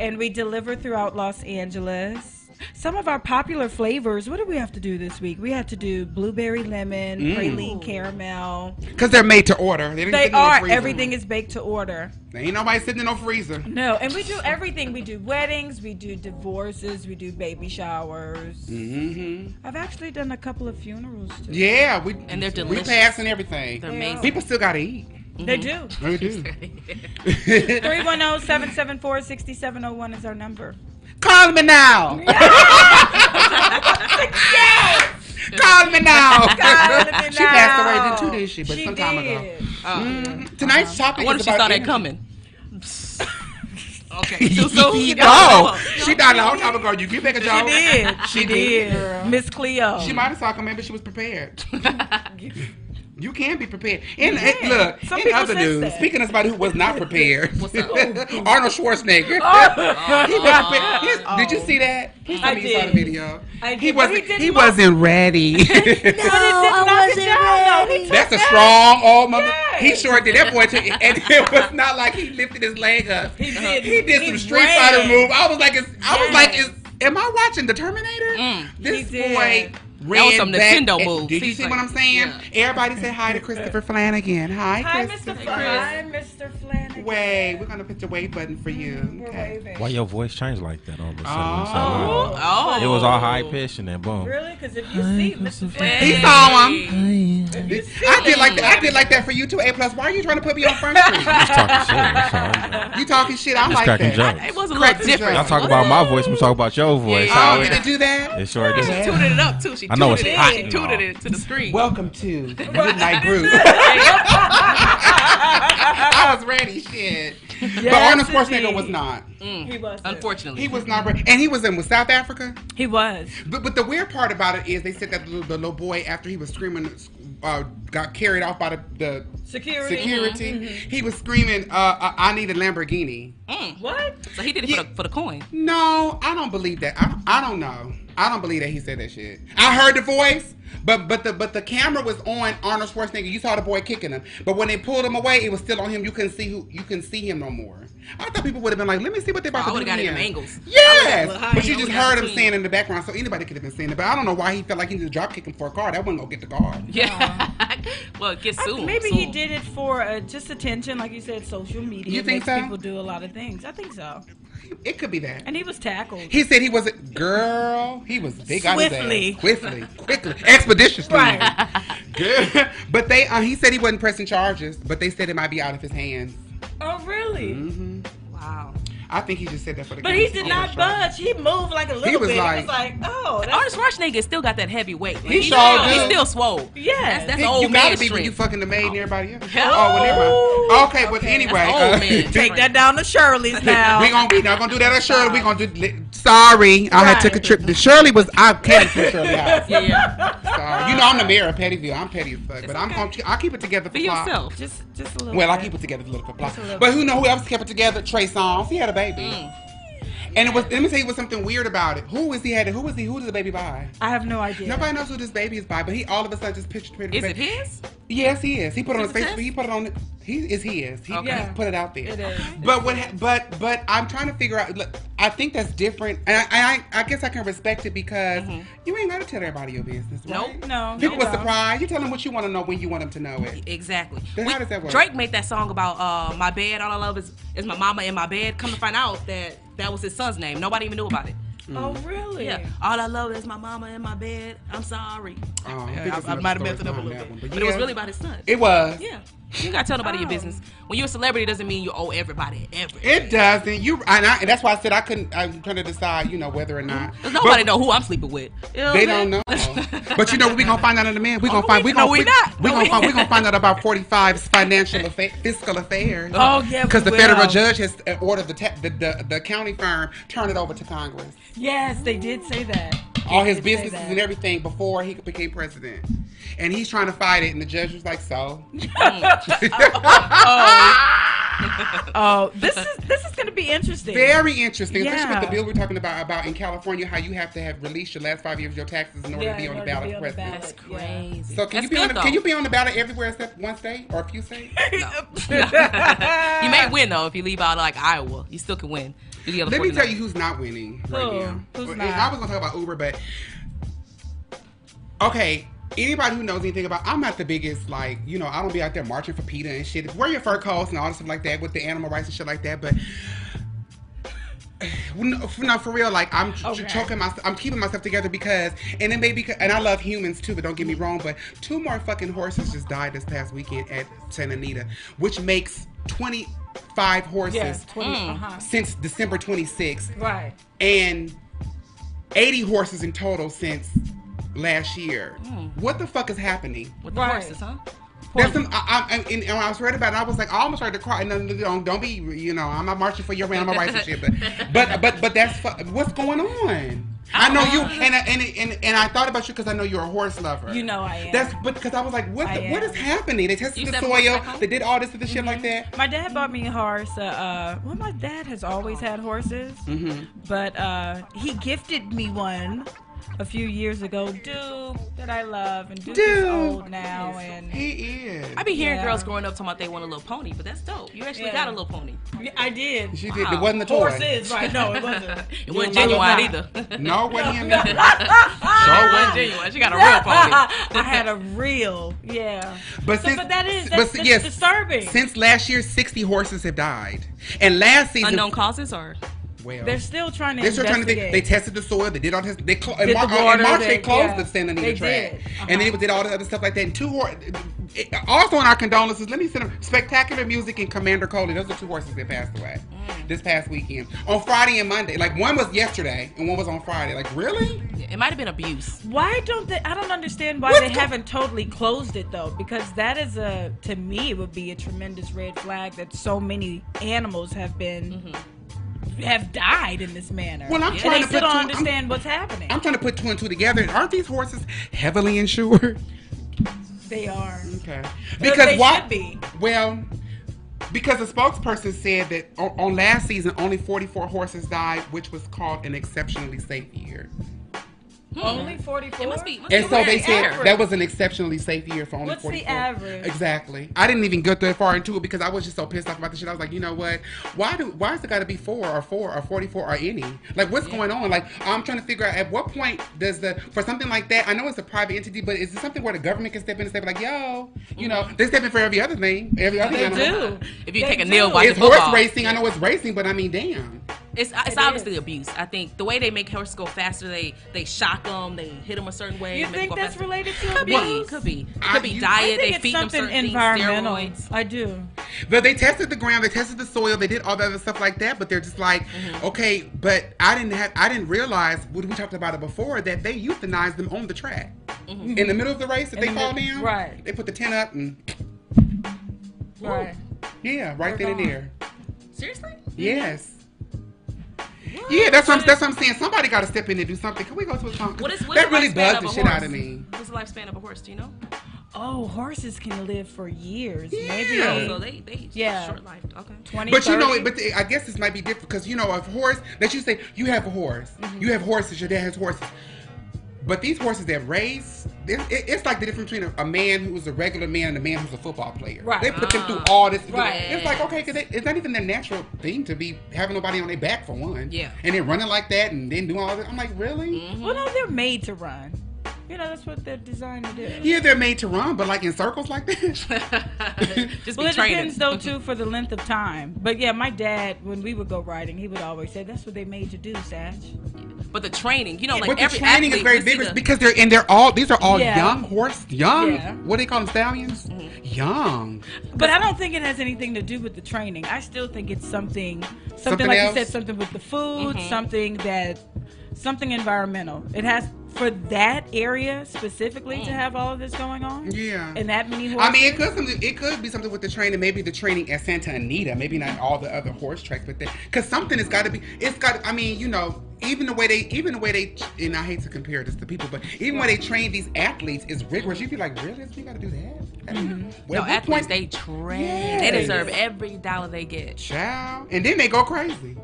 [SPEAKER 2] and we deliver throughout Los Angeles. Some of our popular flavors. What do we have to do this week? We have to do blueberry lemon,
[SPEAKER 3] Mm.
[SPEAKER 2] praline caramel.
[SPEAKER 1] Because they're made to order. They, didn't
[SPEAKER 2] They
[SPEAKER 1] sit in no
[SPEAKER 2] are.
[SPEAKER 1] freezer.
[SPEAKER 2] Everything is baked to order.
[SPEAKER 1] There ain't nobody sitting in no freezer.
[SPEAKER 2] No, and we do everything. We do weddings, we do divorces, we do baby showers.
[SPEAKER 3] Mm.
[SPEAKER 1] Mm-hmm.
[SPEAKER 2] I've actually done a couple of funerals too.
[SPEAKER 1] Yeah, we
[SPEAKER 3] And they're
[SPEAKER 1] we
[SPEAKER 3] delicious.
[SPEAKER 1] passing everything.
[SPEAKER 3] They're amazing.
[SPEAKER 1] People still gotta eat.
[SPEAKER 3] Mm-hmm.
[SPEAKER 2] They do.
[SPEAKER 1] They do.
[SPEAKER 2] Three one zero seven seven four sixty seven zero one is our number.
[SPEAKER 1] Call me now. Call me now.
[SPEAKER 2] [LAUGHS] Call me
[SPEAKER 1] [LAUGHS] She passed
[SPEAKER 2] now.
[SPEAKER 1] away, did too, didn't she? But
[SPEAKER 2] She
[SPEAKER 1] some time ago.
[SPEAKER 2] did.
[SPEAKER 1] Mm, tonight's topic
[SPEAKER 3] I wonder if
[SPEAKER 1] is
[SPEAKER 3] she
[SPEAKER 1] about
[SPEAKER 3] saw that
[SPEAKER 1] energy. [LAUGHS]
[SPEAKER 3] coming. [LAUGHS] okay. Too soon? You
[SPEAKER 1] [LAUGHS]
[SPEAKER 3] know,
[SPEAKER 1] no, she died a long time ago. You get back a job.
[SPEAKER 2] She
[SPEAKER 1] [LAUGHS]
[SPEAKER 2] did. She,
[SPEAKER 1] did.
[SPEAKER 2] did. Miss Cleo.
[SPEAKER 1] She might have saw it coming, but she was
[SPEAKER 2] [LAUGHS]
[SPEAKER 1] prepared. You can be prepared. And and look,
[SPEAKER 2] Some
[SPEAKER 1] in
[SPEAKER 2] people
[SPEAKER 1] other
[SPEAKER 2] said
[SPEAKER 1] news,
[SPEAKER 2] that.
[SPEAKER 1] speaking of somebody who was not
[SPEAKER 2] [LAUGHS]
[SPEAKER 1] prepared,
[SPEAKER 3] What's up?
[SPEAKER 1] [LAUGHS] Arnold Schwarzenegger. [LAUGHS] He was prepared. He's- Did you see that? Please tell
[SPEAKER 2] Oh, I
[SPEAKER 1] me you saw the
[SPEAKER 2] did.
[SPEAKER 1] video.
[SPEAKER 2] I did,
[SPEAKER 1] He
[SPEAKER 2] but
[SPEAKER 1] wasn't.
[SPEAKER 2] he
[SPEAKER 1] He,
[SPEAKER 2] didn't mo-
[SPEAKER 1] wasn't ready.
[SPEAKER 2] [LAUGHS] But it did
[SPEAKER 8] I
[SPEAKER 2] knock it
[SPEAKER 8] wasn't
[SPEAKER 2] down, though.
[SPEAKER 8] ready.
[SPEAKER 2] He took
[SPEAKER 1] That's a
[SPEAKER 2] that.
[SPEAKER 1] strong old mother.
[SPEAKER 2] Yes.
[SPEAKER 1] He sure did that boy. Took, and it was not like he lifted his leg up.
[SPEAKER 2] He did.
[SPEAKER 1] He did
[SPEAKER 2] He
[SPEAKER 1] some Street
[SPEAKER 2] ran.
[SPEAKER 1] Fighter move. I was like, it's, I was
[SPEAKER 2] Yes.
[SPEAKER 1] like, it's, am I watching the Terminator? this
[SPEAKER 2] He did.
[SPEAKER 1] boy.
[SPEAKER 3] Mm. was
[SPEAKER 1] ran
[SPEAKER 3] some
[SPEAKER 1] back
[SPEAKER 3] Nintendo
[SPEAKER 1] and-
[SPEAKER 3] moves.
[SPEAKER 1] Did you
[SPEAKER 3] He's
[SPEAKER 1] see
[SPEAKER 3] like-
[SPEAKER 1] what I'm saying? Everybody say hi to Christopher Flanagan. Hi,
[SPEAKER 2] Hi, Mr.
[SPEAKER 1] Christopher.
[SPEAKER 2] Flanagan. Hi, Mr. Flanagan.
[SPEAKER 1] Wave. We're gonna put the wave button for you.
[SPEAKER 2] Mm, We're
[SPEAKER 1] Okay.
[SPEAKER 2] waving.
[SPEAKER 7] Why your voice changed like that all of a sudden?
[SPEAKER 1] Oh.
[SPEAKER 7] So,
[SPEAKER 3] Oh.
[SPEAKER 7] uh, it was all high pitched and then boom.
[SPEAKER 2] Really? Because if you see Mr. Flanagan,
[SPEAKER 1] He saw him.
[SPEAKER 7] Hey.
[SPEAKER 1] I did like that. I did like that for you too. A plus. Why are you trying to put me on front street?
[SPEAKER 2] [LAUGHS]
[SPEAKER 7] Just talking shit.
[SPEAKER 1] you talking shit. I am
[SPEAKER 3] [LAUGHS]
[SPEAKER 7] I'm sorry. Just
[SPEAKER 1] like
[SPEAKER 7] cracking
[SPEAKER 1] that.
[SPEAKER 7] jokes.
[SPEAKER 3] It was a
[SPEAKER 1] Crack
[SPEAKER 3] little
[SPEAKER 1] the
[SPEAKER 3] different.
[SPEAKER 1] joke.
[SPEAKER 7] I talk about my voice. We talk about your voice.
[SPEAKER 3] Yeah.
[SPEAKER 7] How
[SPEAKER 1] Oh,
[SPEAKER 7] it-
[SPEAKER 1] did it do that?
[SPEAKER 7] It sure did.
[SPEAKER 3] She tuned it up too. She
[SPEAKER 7] I know
[SPEAKER 3] tuned
[SPEAKER 7] it's
[SPEAKER 3] it
[SPEAKER 7] hot
[SPEAKER 3] in. She
[SPEAKER 7] and
[SPEAKER 3] tuned
[SPEAKER 7] all.
[SPEAKER 3] it to the screen.
[SPEAKER 1] Welcome to Midnight
[SPEAKER 2] [LAUGHS]
[SPEAKER 1] Groove. I was ready, shit. but Arnold Schwarzenegger
[SPEAKER 2] indeed.
[SPEAKER 1] was not.
[SPEAKER 2] he was.
[SPEAKER 3] Unfortunately,
[SPEAKER 1] He was not ready. And he was in with South Africa.
[SPEAKER 2] He was.
[SPEAKER 1] But, but the weird part about it is they said that the, little- the little boy, after he was screaming, uh, got carried off by the, the
[SPEAKER 2] Security. Mm-hmm.
[SPEAKER 1] security. He was screaming, uh, uh, I need a Lamborghini.
[SPEAKER 2] What?
[SPEAKER 3] Mm. so he did it for the, for the coin.
[SPEAKER 1] No, I don't believe that. I, I don't know. I don't believe that he said that shit. I heard the voice, but but the but the camera was on Arnold Schwarzenegger. You saw the boy kicking him, but when they pulled him away, it was still on him. You couldn't see who you couldn't see him no more. I thought people would have been like, "Let me see what they about
[SPEAKER 3] Oh,
[SPEAKER 1] to
[SPEAKER 3] I would've
[SPEAKER 1] do."
[SPEAKER 3] got
[SPEAKER 1] to
[SPEAKER 3] him angles. I would've
[SPEAKER 1] Yes,
[SPEAKER 3] looked high
[SPEAKER 1] but
[SPEAKER 3] and
[SPEAKER 1] you
[SPEAKER 3] I
[SPEAKER 1] just
[SPEAKER 3] would've got
[SPEAKER 1] heard him
[SPEAKER 3] seen.
[SPEAKER 1] saying in the background, so anybody could have been saying it. But I don't know why he felt like he needed to drop kick him for a car. That wouldn't go get the car.
[SPEAKER 3] Yeah. [LAUGHS] well, get
[SPEAKER 2] I-
[SPEAKER 3] sued.
[SPEAKER 2] maybe he
[SPEAKER 3] Sued.
[SPEAKER 2] did it for uh, just attention, like you said, social media
[SPEAKER 1] You think
[SPEAKER 2] makes
[SPEAKER 1] so?
[SPEAKER 2] people do a lot of things. I think so.
[SPEAKER 1] It could be that.
[SPEAKER 2] And he was tackled.
[SPEAKER 1] He said he wasn't. Girl, he was. They got
[SPEAKER 2] Swiftly.
[SPEAKER 1] his ass. quickly, quickly, expeditiously.
[SPEAKER 2] Right.
[SPEAKER 1] Good. [LAUGHS] But they, uh, he said he wasn't pressing charges, but they said it might be out of his hands.
[SPEAKER 2] Oh, really?
[SPEAKER 3] Wow.
[SPEAKER 1] I think Mm-hmm. he just said that for the.
[SPEAKER 2] But he
[SPEAKER 1] cameras.
[SPEAKER 2] did
[SPEAKER 1] Oh,
[SPEAKER 2] not
[SPEAKER 1] that's right.
[SPEAKER 2] budge. He moved like a little
[SPEAKER 1] was
[SPEAKER 2] bit.
[SPEAKER 1] like-
[SPEAKER 2] he was like, oh,
[SPEAKER 3] Arnold
[SPEAKER 2] that's
[SPEAKER 3] Schwarzenegger still got that heavy weight. Like,
[SPEAKER 1] He
[SPEAKER 3] he's,
[SPEAKER 1] sure
[SPEAKER 3] still,
[SPEAKER 1] do.
[SPEAKER 3] he's still swole.
[SPEAKER 1] [LAUGHS]
[SPEAKER 2] yeah.
[SPEAKER 3] That's, that's
[SPEAKER 1] You-
[SPEAKER 3] old
[SPEAKER 1] you
[SPEAKER 3] man
[SPEAKER 1] gotta be when you
[SPEAKER 3] strength.
[SPEAKER 1] fucking the maid and everybody else.
[SPEAKER 3] Yeah.
[SPEAKER 1] Oh, well, never mind. Okay, but anyway,
[SPEAKER 3] That's old man
[SPEAKER 1] uh, [LAUGHS]
[SPEAKER 2] [LAUGHS]
[SPEAKER 3] strength.
[SPEAKER 2] Take that down to Shirley's now.
[SPEAKER 1] we gonna we not gonna do that at Shirley. We gonna do li- Sorry, I had
[SPEAKER 2] Right.
[SPEAKER 1] took a trip. to Shirley was I petty for Shirley House. [LAUGHS]
[SPEAKER 3] Yeah, yeah.
[SPEAKER 1] Sorry. You know I'm the mayor of Pettyville. I'm petty as fuck, but I'm gonna, I keep it together for
[SPEAKER 3] Be
[SPEAKER 1] Ply.
[SPEAKER 3] yourself.
[SPEAKER 2] Just, just a little.
[SPEAKER 1] Well, I
[SPEAKER 2] bit.
[SPEAKER 1] keep it together for little for Ply.
[SPEAKER 2] Just a little
[SPEAKER 1] But who know who else kept it together? Trey Songz. He had a baby. And it was let me tell you was something weird about it. Who is he had? Who is he? Who is the baby by?
[SPEAKER 2] I have no idea.
[SPEAKER 1] Nobody knows who this baby is by, but he all of a sudden just pictured pictured-
[SPEAKER 3] Is it his?
[SPEAKER 1] Yes, he is. He put it on
[SPEAKER 3] Is
[SPEAKER 1] his
[SPEAKER 3] it
[SPEAKER 1] Facebook.
[SPEAKER 3] his?
[SPEAKER 1] He put it on. He is his. He
[SPEAKER 3] Okay.
[SPEAKER 1] just put it out there.
[SPEAKER 2] It is.
[SPEAKER 1] But what? ha- But but I'm trying to figure out. Look, I think that's different, and I I, I guess I can respect it because you ain't gotta tell everybody your business. Right?
[SPEAKER 3] Nope.
[SPEAKER 2] No,
[SPEAKER 1] People
[SPEAKER 2] you
[SPEAKER 1] are
[SPEAKER 2] don't.
[SPEAKER 1] surprised. You tell them what you want to know when you want them to know it.
[SPEAKER 3] Exactly.
[SPEAKER 1] Then how does that work?
[SPEAKER 3] Drake made that song about uh, my bed. All I love is is my mama in my bed. Come to find out that that was his son's name. Nobody even knew about it.
[SPEAKER 2] Oh,
[SPEAKER 1] Mm.
[SPEAKER 2] really?
[SPEAKER 3] Yeah. All I love is my mama in my bed. I'm sorry.
[SPEAKER 1] Um,
[SPEAKER 3] Yeah,
[SPEAKER 1] think
[SPEAKER 3] I-
[SPEAKER 1] it's
[SPEAKER 3] I
[SPEAKER 1] another
[SPEAKER 3] might have
[SPEAKER 1] story
[SPEAKER 3] messed it up a
[SPEAKER 1] behind
[SPEAKER 3] little
[SPEAKER 1] that
[SPEAKER 3] bit.
[SPEAKER 1] one,
[SPEAKER 3] But it was
[SPEAKER 1] yeah.
[SPEAKER 3] really about his son.
[SPEAKER 1] It was.
[SPEAKER 3] Yeah. You gotta tell nobody your
[SPEAKER 2] Oh.
[SPEAKER 3] business. When you're a celebrity, doesn't mean you owe everybody everything.
[SPEAKER 1] It doesn't. You and, I, and that's why I said I couldn't. I'm trying to decide, you know, whether or not.
[SPEAKER 3] Does nobody
[SPEAKER 1] But
[SPEAKER 3] know who I'm sleeping with. You know
[SPEAKER 1] They
[SPEAKER 3] what I'm
[SPEAKER 1] don't know.
[SPEAKER 3] saying?
[SPEAKER 2] [LAUGHS]
[SPEAKER 1] but you know, we gonna find out in a minute. We gonna
[SPEAKER 3] Oh,
[SPEAKER 1] find.
[SPEAKER 3] we-
[SPEAKER 1] We gonna.
[SPEAKER 3] no,
[SPEAKER 1] fi-
[SPEAKER 3] we not.
[SPEAKER 1] We
[SPEAKER 3] No,
[SPEAKER 1] gonna
[SPEAKER 3] we-
[SPEAKER 1] find. We gonna find out about 45's financial affa- fiscal affairs.
[SPEAKER 2] Oh, yeah.
[SPEAKER 1] Because
[SPEAKER 2] we
[SPEAKER 1] the federal
[SPEAKER 2] will.
[SPEAKER 1] judge has uh, ordered the, ta- the, the the county firm turn it over to Congress.
[SPEAKER 2] Yes, they did say that.
[SPEAKER 1] All his
[SPEAKER 2] They did say
[SPEAKER 1] businesses
[SPEAKER 2] that.
[SPEAKER 1] and everything before he became president, and he's trying to fight it. And the judge was like, "So,
[SPEAKER 2] Oh, this is this is going to be interesting. [LAUGHS]
[SPEAKER 1] very interesting, especially
[SPEAKER 2] Yeah.
[SPEAKER 1] with the bill we're talking about about in California, how you have to have released your last five years of your taxes in order
[SPEAKER 2] Yeah,
[SPEAKER 1] to be
[SPEAKER 2] in
[SPEAKER 1] on the
[SPEAKER 2] order to
[SPEAKER 1] ballot
[SPEAKER 2] be
[SPEAKER 1] for
[SPEAKER 2] on the
[SPEAKER 1] president."
[SPEAKER 2] ballot.
[SPEAKER 3] [LAUGHS] That's crazy.
[SPEAKER 1] So can
[SPEAKER 3] That's
[SPEAKER 1] you be on
[SPEAKER 3] good,
[SPEAKER 1] the,
[SPEAKER 3] though.
[SPEAKER 1] can you be on the ballot everywhere except one state or a few states?
[SPEAKER 3] You may win though if you leave out like Iowa. You still can win. You get a
[SPEAKER 1] Ah. Let me
[SPEAKER 3] 49.
[SPEAKER 1] tell you who's not winning right
[SPEAKER 2] Who?
[SPEAKER 1] now.
[SPEAKER 2] Who's
[SPEAKER 1] Well,
[SPEAKER 2] not?
[SPEAKER 1] I was gonna talk about Uber, but okay. Anybody who knows anything about, I'm not the biggest like you know. I don't be out there marching for PETA and shit. Wear your fur coats and all this stuff like that with the animal rights and shit like that. But [SIGHS] no, for, no, for real, like I'm ch- ch-
[SPEAKER 2] Okay.
[SPEAKER 1] choking myself. I'm keeping myself together because, and it may be, and I love humans too. But don't get me wrong. But two more fucking horses just died this past weekend at Santa Anita, which makes 25 horses
[SPEAKER 2] Yes, 20, uh-huh.
[SPEAKER 1] since December 26th
[SPEAKER 2] Right.
[SPEAKER 1] and 80 horses in total since last year.
[SPEAKER 2] Hmm.
[SPEAKER 1] What the fuck is happening?
[SPEAKER 3] with the
[SPEAKER 2] Right.
[SPEAKER 3] horses, huh?
[SPEAKER 1] That's some, I, I, and, and when I was read about it, I was like, I almost started to cry. No, no, no, don't, don't be, you know, I'm not marching for your animal rights and shit. But,
[SPEAKER 2] [LAUGHS]
[SPEAKER 1] but, but, but that's fu- what's going on. I know you, and I, and, and and I thought about you because I know you're a horse lover.
[SPEAKER 2] Uh-uh. You know I am.
[SPEAKER 1] That's but because I was like, what
[SPEAKER 2] I
[SPEAKER 1] the, what
[SPEAKER 2] am.
[SPEAKER 1] is happening? They tested
[SPEAKER 3] You
[SPEAKER 1] the
[SPEAKER 3] said horse
[SPEAKER 1] soil,
[SPEAKER 3] back home?
[SPEAKER 1] they did all this and the shit
[SPEAKER 2] Mm-hmm.
[SPEAKER 1] like that.
[SPEAKER 2] My dad bought me a horse. Uh, uh, well, my dad has always had horses,
[SPEAKER 1] Mm-hmm.
[SPEAKER 2] but uh, he gifted me one a few years ago. Duke that I love, and Duke, is
[SPEAKER 1] Duke.
[SPEAKER 2] old now, and
[SPEAKER 1] He is.
[SPEAKER 3] I be hearing
[SPEAKER 2] Yeah.
[SPEAKER 3] girls growing up talking about they want a little pony, but that's dope. You actually
[SPEAKER 2] Yeah.
[SPEAKER 3] got a little pony.
[SPEAKER 2] I did.
[SPEAKER 1] she did.
[SPEAKER 3] Wow.
[SPEAKER 1] It wasn't the toy.
[SPEAKER 2] Horses, right? No,
[SPEAKER 1] [LAUGHS]
[SPEAKER 2] it wasn't.
[SPEAKER 3] It wasn't
[SPEAKER 1] Yeah,
[SPEAKER 3] genuine
[SPEAKER 2] mine was
[SPEAKER 3] [LAUGHS] either.
[SPEAKER 1] No, it wasn't
[SPEAKER 2] [LAUGHS]
[SPEAKER 1] him. either.
[SPEAKER 3] it [LAUGHS] wasn't genuine. She got a real pony.
[SPEAKER 2] I had a real, yeah.
[SPEAKER 1] But
[SPEAKER 2] So,
[SPEAKER 1] since,
[SPEAKER 2] but that is
[SPEAKER 1] but
[SPEAKER 2] that's,
[SPEAKER 1] si-
[SPEAKER 2] that's
[SPEAKER 1] yes,
[SPEAKER 2] disturbing.
[SPEAKER 1] Since last year, sixty horses have died, and last season,
[SPEAKER 3] [LAUGHS] Unknown causes or
[SPEAKER 1] well,
[SPEAKER 2] They're still trying to
[SPEAKER 1] they're still trying to
[SPEAKER 2] investigate.
[SPEAKER 1] think. They tested the soil. They did all this. They clo- in,
[SPEAKER 2] Did
[SPEAKER 1] Mar-
[SPEAKER 2] the
[SPEAKER 1] uh, in
[SPEAKER 2] water,
[SPEAKER 1] March they
[SPEAKER 2] they-
[SPEAKER 1] closed
[SPEAKER 2] yeah,
[SPEAKER 1] the Santa Anita
[SPEAKER 2] they
[SPEAKER 1] track,
[SPEAKER 2] did.
[SPEAKER 1] and then
[SPEAKER 2] Uh-huh.
[SPEAKER 1] it did all the other stuff like that. And two horses. Also, in our condolences, let me send them spectacular music and Commander Coley. Those are two horses that passed away
[SPEAKER 2] Mm.
[SPEAKER 1] this past weekend on Friday and Monday. Like one was yesterday and one was on Friday. Like really?
[SPEAKER 3] it might have been abuse.
[SPEAKER 2] Why don't they? I don't understand why
[SPEAKER 1] What's
[SPEAKER 2] they
[SPEAKER 1] go-
[SPEAKER 2] haven't totally closed it though, because that is a to me would be a tremendous red flag that so many animals have been have died in this manner.
[SPEAKER 1] Mm-hmm. Well, I'm
[SPEAKER 2] and
[SPEAKER 1] trying
[SPEAKER 2] they
[SPEAKER 1] to
[SPEAKER 2] still
[SPEAKER 1] put
[SPEAKER 2] don't
[SPEAKER 1] two- I'm-
[SPEAKER 2] understand what's happening.
[SPEAKER 1] I'm trying to put two and two together. Aren't these horses heavily insured?
[SPEAKER 2] they are.
[SPEAKER 1] Okay.
[SPEAKER 2] They-
[SPEAKER 1] Because
[SPEAKER 2] they
[SPEAKER 1] why?
[SPEAKER 2] should be.
[SPEAKER 1] Well, because the spokesperson said that on, on last season only 44 horses died, which was called an exceptionally safe year.
[SPEAKER 2] Only forty four.
[SPEAKER 3] Hmm. It must be. Must
[SPEAKER 1] And
[SPEAKER 3] be
[SPEAKER 1] so they
[SPEAKER 3] very
[SPEAKER 1] said
[SPEAKER 3] average.
[SPEAKER 1] that was an exceptionally safe year for only
[SPEAKER 2] What's the
[SPEAKER 1] 44.
[SPEAKER 2] average?
[SPEAKER 1] Exactly. I didn't even get that far into it because I was just so pissed off about the shit. I was like, you know what? Why do why is it got to be four or four or 44 or any? Like, what's going on? Like, I'm trying to figure out at what point does the for something like that? I know it's a private entity, but is it something where the government can step in and say like, yo, you know, they step in for every other thing, every other
[SPEAKER 2] Mm-hmm. They
[SPEAKER 1] animal.
[SPEAKER 2] do.
[SPEAKER 3] If you
[SPEAKER 2] They
[SPEAKER 3] take a
[SPEAKER 2] do.
[SPEAKER 3] nail, watch
[SPEAKER 2] Like
[SPEAKER 1] it's
[SPEAKER 3] the football.
[SPEAKER 1] horse racing. I know it's racing, but I mean, damn.
[SPEAKER 3] It's uh, it's
[SPEAKER 2] It
[SPEAKER 3] obviously
[SPEAKER 2] is.
[SPEAKER 3] abuse. I think the way they make horses go faster, they they shock them, they hit them a certain way.
[SPEAKER 2] You
[SPEAKER 3] make 'em
[SPEAKER 2] think
[SPEAKER 3] go
[SPEAKER 2] that's
[SPEAKER 3] faster.
[SPEAKER 2] related to
[SPEAKER 3] Could be,
[SPEAKER 2] abuse?
[SPEAKER 3] could be,
[SPEAKER 1] I-
[SPEAKER 3] could be
[SPEAKER 1] you-
[SPEAKER 2] I
[SPEAKER 3] diet.
[SPEAKER 2] think
[SPEAKER 3] They
[SPEAKER 2] it's
[SPEAKER 3] feed them
[SPEAKER 2] something
[SPEAKER 3] certain things,
[SPEAKER 2] environmental.
[SPEAKER 3] steroids.
[SPEAKER 2] I do.
[SPEAKER 1] But they tested the ground, they tested the soil, they did all that other stuff like that. But they're just like,
[SPEAKER 3] Mm-hmm.
[SPEAKER 1] okay, but I didn't have, I didn't realize when we talked about it before that they euthanized them on the track
[SPEAKER 3] Mm-hmm.
[SPEAKER 1] in the middle of the race. If
[SPEAKER 2] In
[SPEAKER 1] they
[SPEAKER 2] the
[SPEAKER 1] fall
[SPEAKER 2] mid-
[SPEAKER 1] down,
[SPEAKER 2] right.
[SPEAKER 1] They put the tent up and
[SPEAKER 2] Right.
[SPEAKER 1] yeah, right
[SPEAKER 2] They're
[SPEAKER 1] then and
[SPEAKER 3] Mm-hmm.
[SPEAKER 2] gone.
[SPEAKER 1] there.
[SPEAKER 3] Seriously?
[SPEAKER 1] Yes. Yeah, that's what I'm, that's what I'm saying. Somebody got to step in and do something. Can we go to a song?
[SPEAKER 3] What is what is
[SPEAKER 1] that
[SPEAKER 3] the
[SPEAKER 1] really
[SPEAKER 3] lifespan
[SPEAKER 1] bugged
[SPEAKER 3] of
[SPEAKER 1] the
[SPEAKER 3] a
[SPEAKER 1] shit out
[SPEAKER 3] horse?
[SPEAKER 1] of me.
[SPEAKER 3] What's the lifespan of a horse? Do you know?
[SPEAKER 2] Oh, horses can live for years.
[SPEAKER 1] Yeah.
[SPEAKER 3] Oh, so
[SPEAKER 2] Maybe
[SPEAKER 3] they they
[SPEAKER 2] Yeah.
[SPEAKER 3] short life. Okay.
[SPEAKER 2] 20,
[SPEAKER 1] But you know,
[SPEAKER 2] 30.
[SPEAKER 1] it- but the, I guess this might be different because you know, a horse. That you say you have a horse, you have horses. Your dad has horses, but these horses that race, it, it- it's like the difference between a, a man who's a regular man and a man who's a football player.
[SPEAKER 2] Right.
[SPEAKER 1] They put them through
[SPEAKER 3] Ah.
[SPEAKER 1] all this.
[SPEAKER 2] Right.
[SPEAKER 1] It's like okay, because it's not even their natural thing to be having nobody on their back for one.
[SPEAKER 3] Yeah.
[SPEAKER 1] And then running like that and then doing all that. I'm like, really?
[SPEAKER 2] well, no, they're made to run. You know, that's what they're designed to do.
[SPEAKER 1] Yeah, they're made to run, but like in circles like that.
[SPEAKER 3] Just
[SPEAKER 2] Well,
[SPEAKER 3] be
[SPEAKER 2] it
[SPEAKER 3] training.
[SPEAKER 2] depends though too for the length of time. But yeah, my dad, when we would go riding, he would always say, "That's what they made you do, Satch."
[SPEAKER 3] But the training, you know, like
[SPEAKER 1] but the
[SPEAKER 3] every
[SPEAKER 1] training
[SPEAKER 3] athlete,
[SPEAKER 1] is very
[SPEAKER 3] we see
[SPEAKER 1] vigorous
[SPEAKER 3] the-
[SPEAKER 1] because they're and they're all these are all
[SPEAKER 2] Yeah.
[SPEAKER 1] young horse young
[SPEAKER 2] Yeah.
[SPEAKER 1] what do they call them stallions
[SPEAKER 3] Mm-hmm.
[SPEAKER 1] young
[SPEAKER 2] But I don't think it has anything to do with the training. I still think it's something, something,
[SPEAKER 1] Something
[SPEAKER 2] like
[SPEAKER 1] else?
[SPEAKER 2] you said, something with the food, something that, something environmental. It has for that area specifically to have all of this going on.
[SPEAKER 1] Yeah.
[SPEAKER 2] and that many horses.
[SPEAKER 1] I mean, it could something, it could be something with the training. Maybe the training at Santa Anita. Maybe not all the other horse tracks, but because something has got to be. It's got. I mean, you know, even the way they, even the way they, and I hate to compare this to people, but even when they train these athletes, is rigorous. You'd be like, really? We got to do that? I mean,
[SPEAKER 3] Mm-hmm. no
[SPEAKER 1] what
[SPEAKER 3] athletes,
[SPEAKER 1] point-
[SPEAKER 3] they train.
[SPEAKER 1] Yes.
[SPEAKER 3] They deserve every dollar they get.
[SPEAKER 1] Child, and then they go
[SPEAKER 3] [LAUGHS]
[SPEAKER 1] crazy.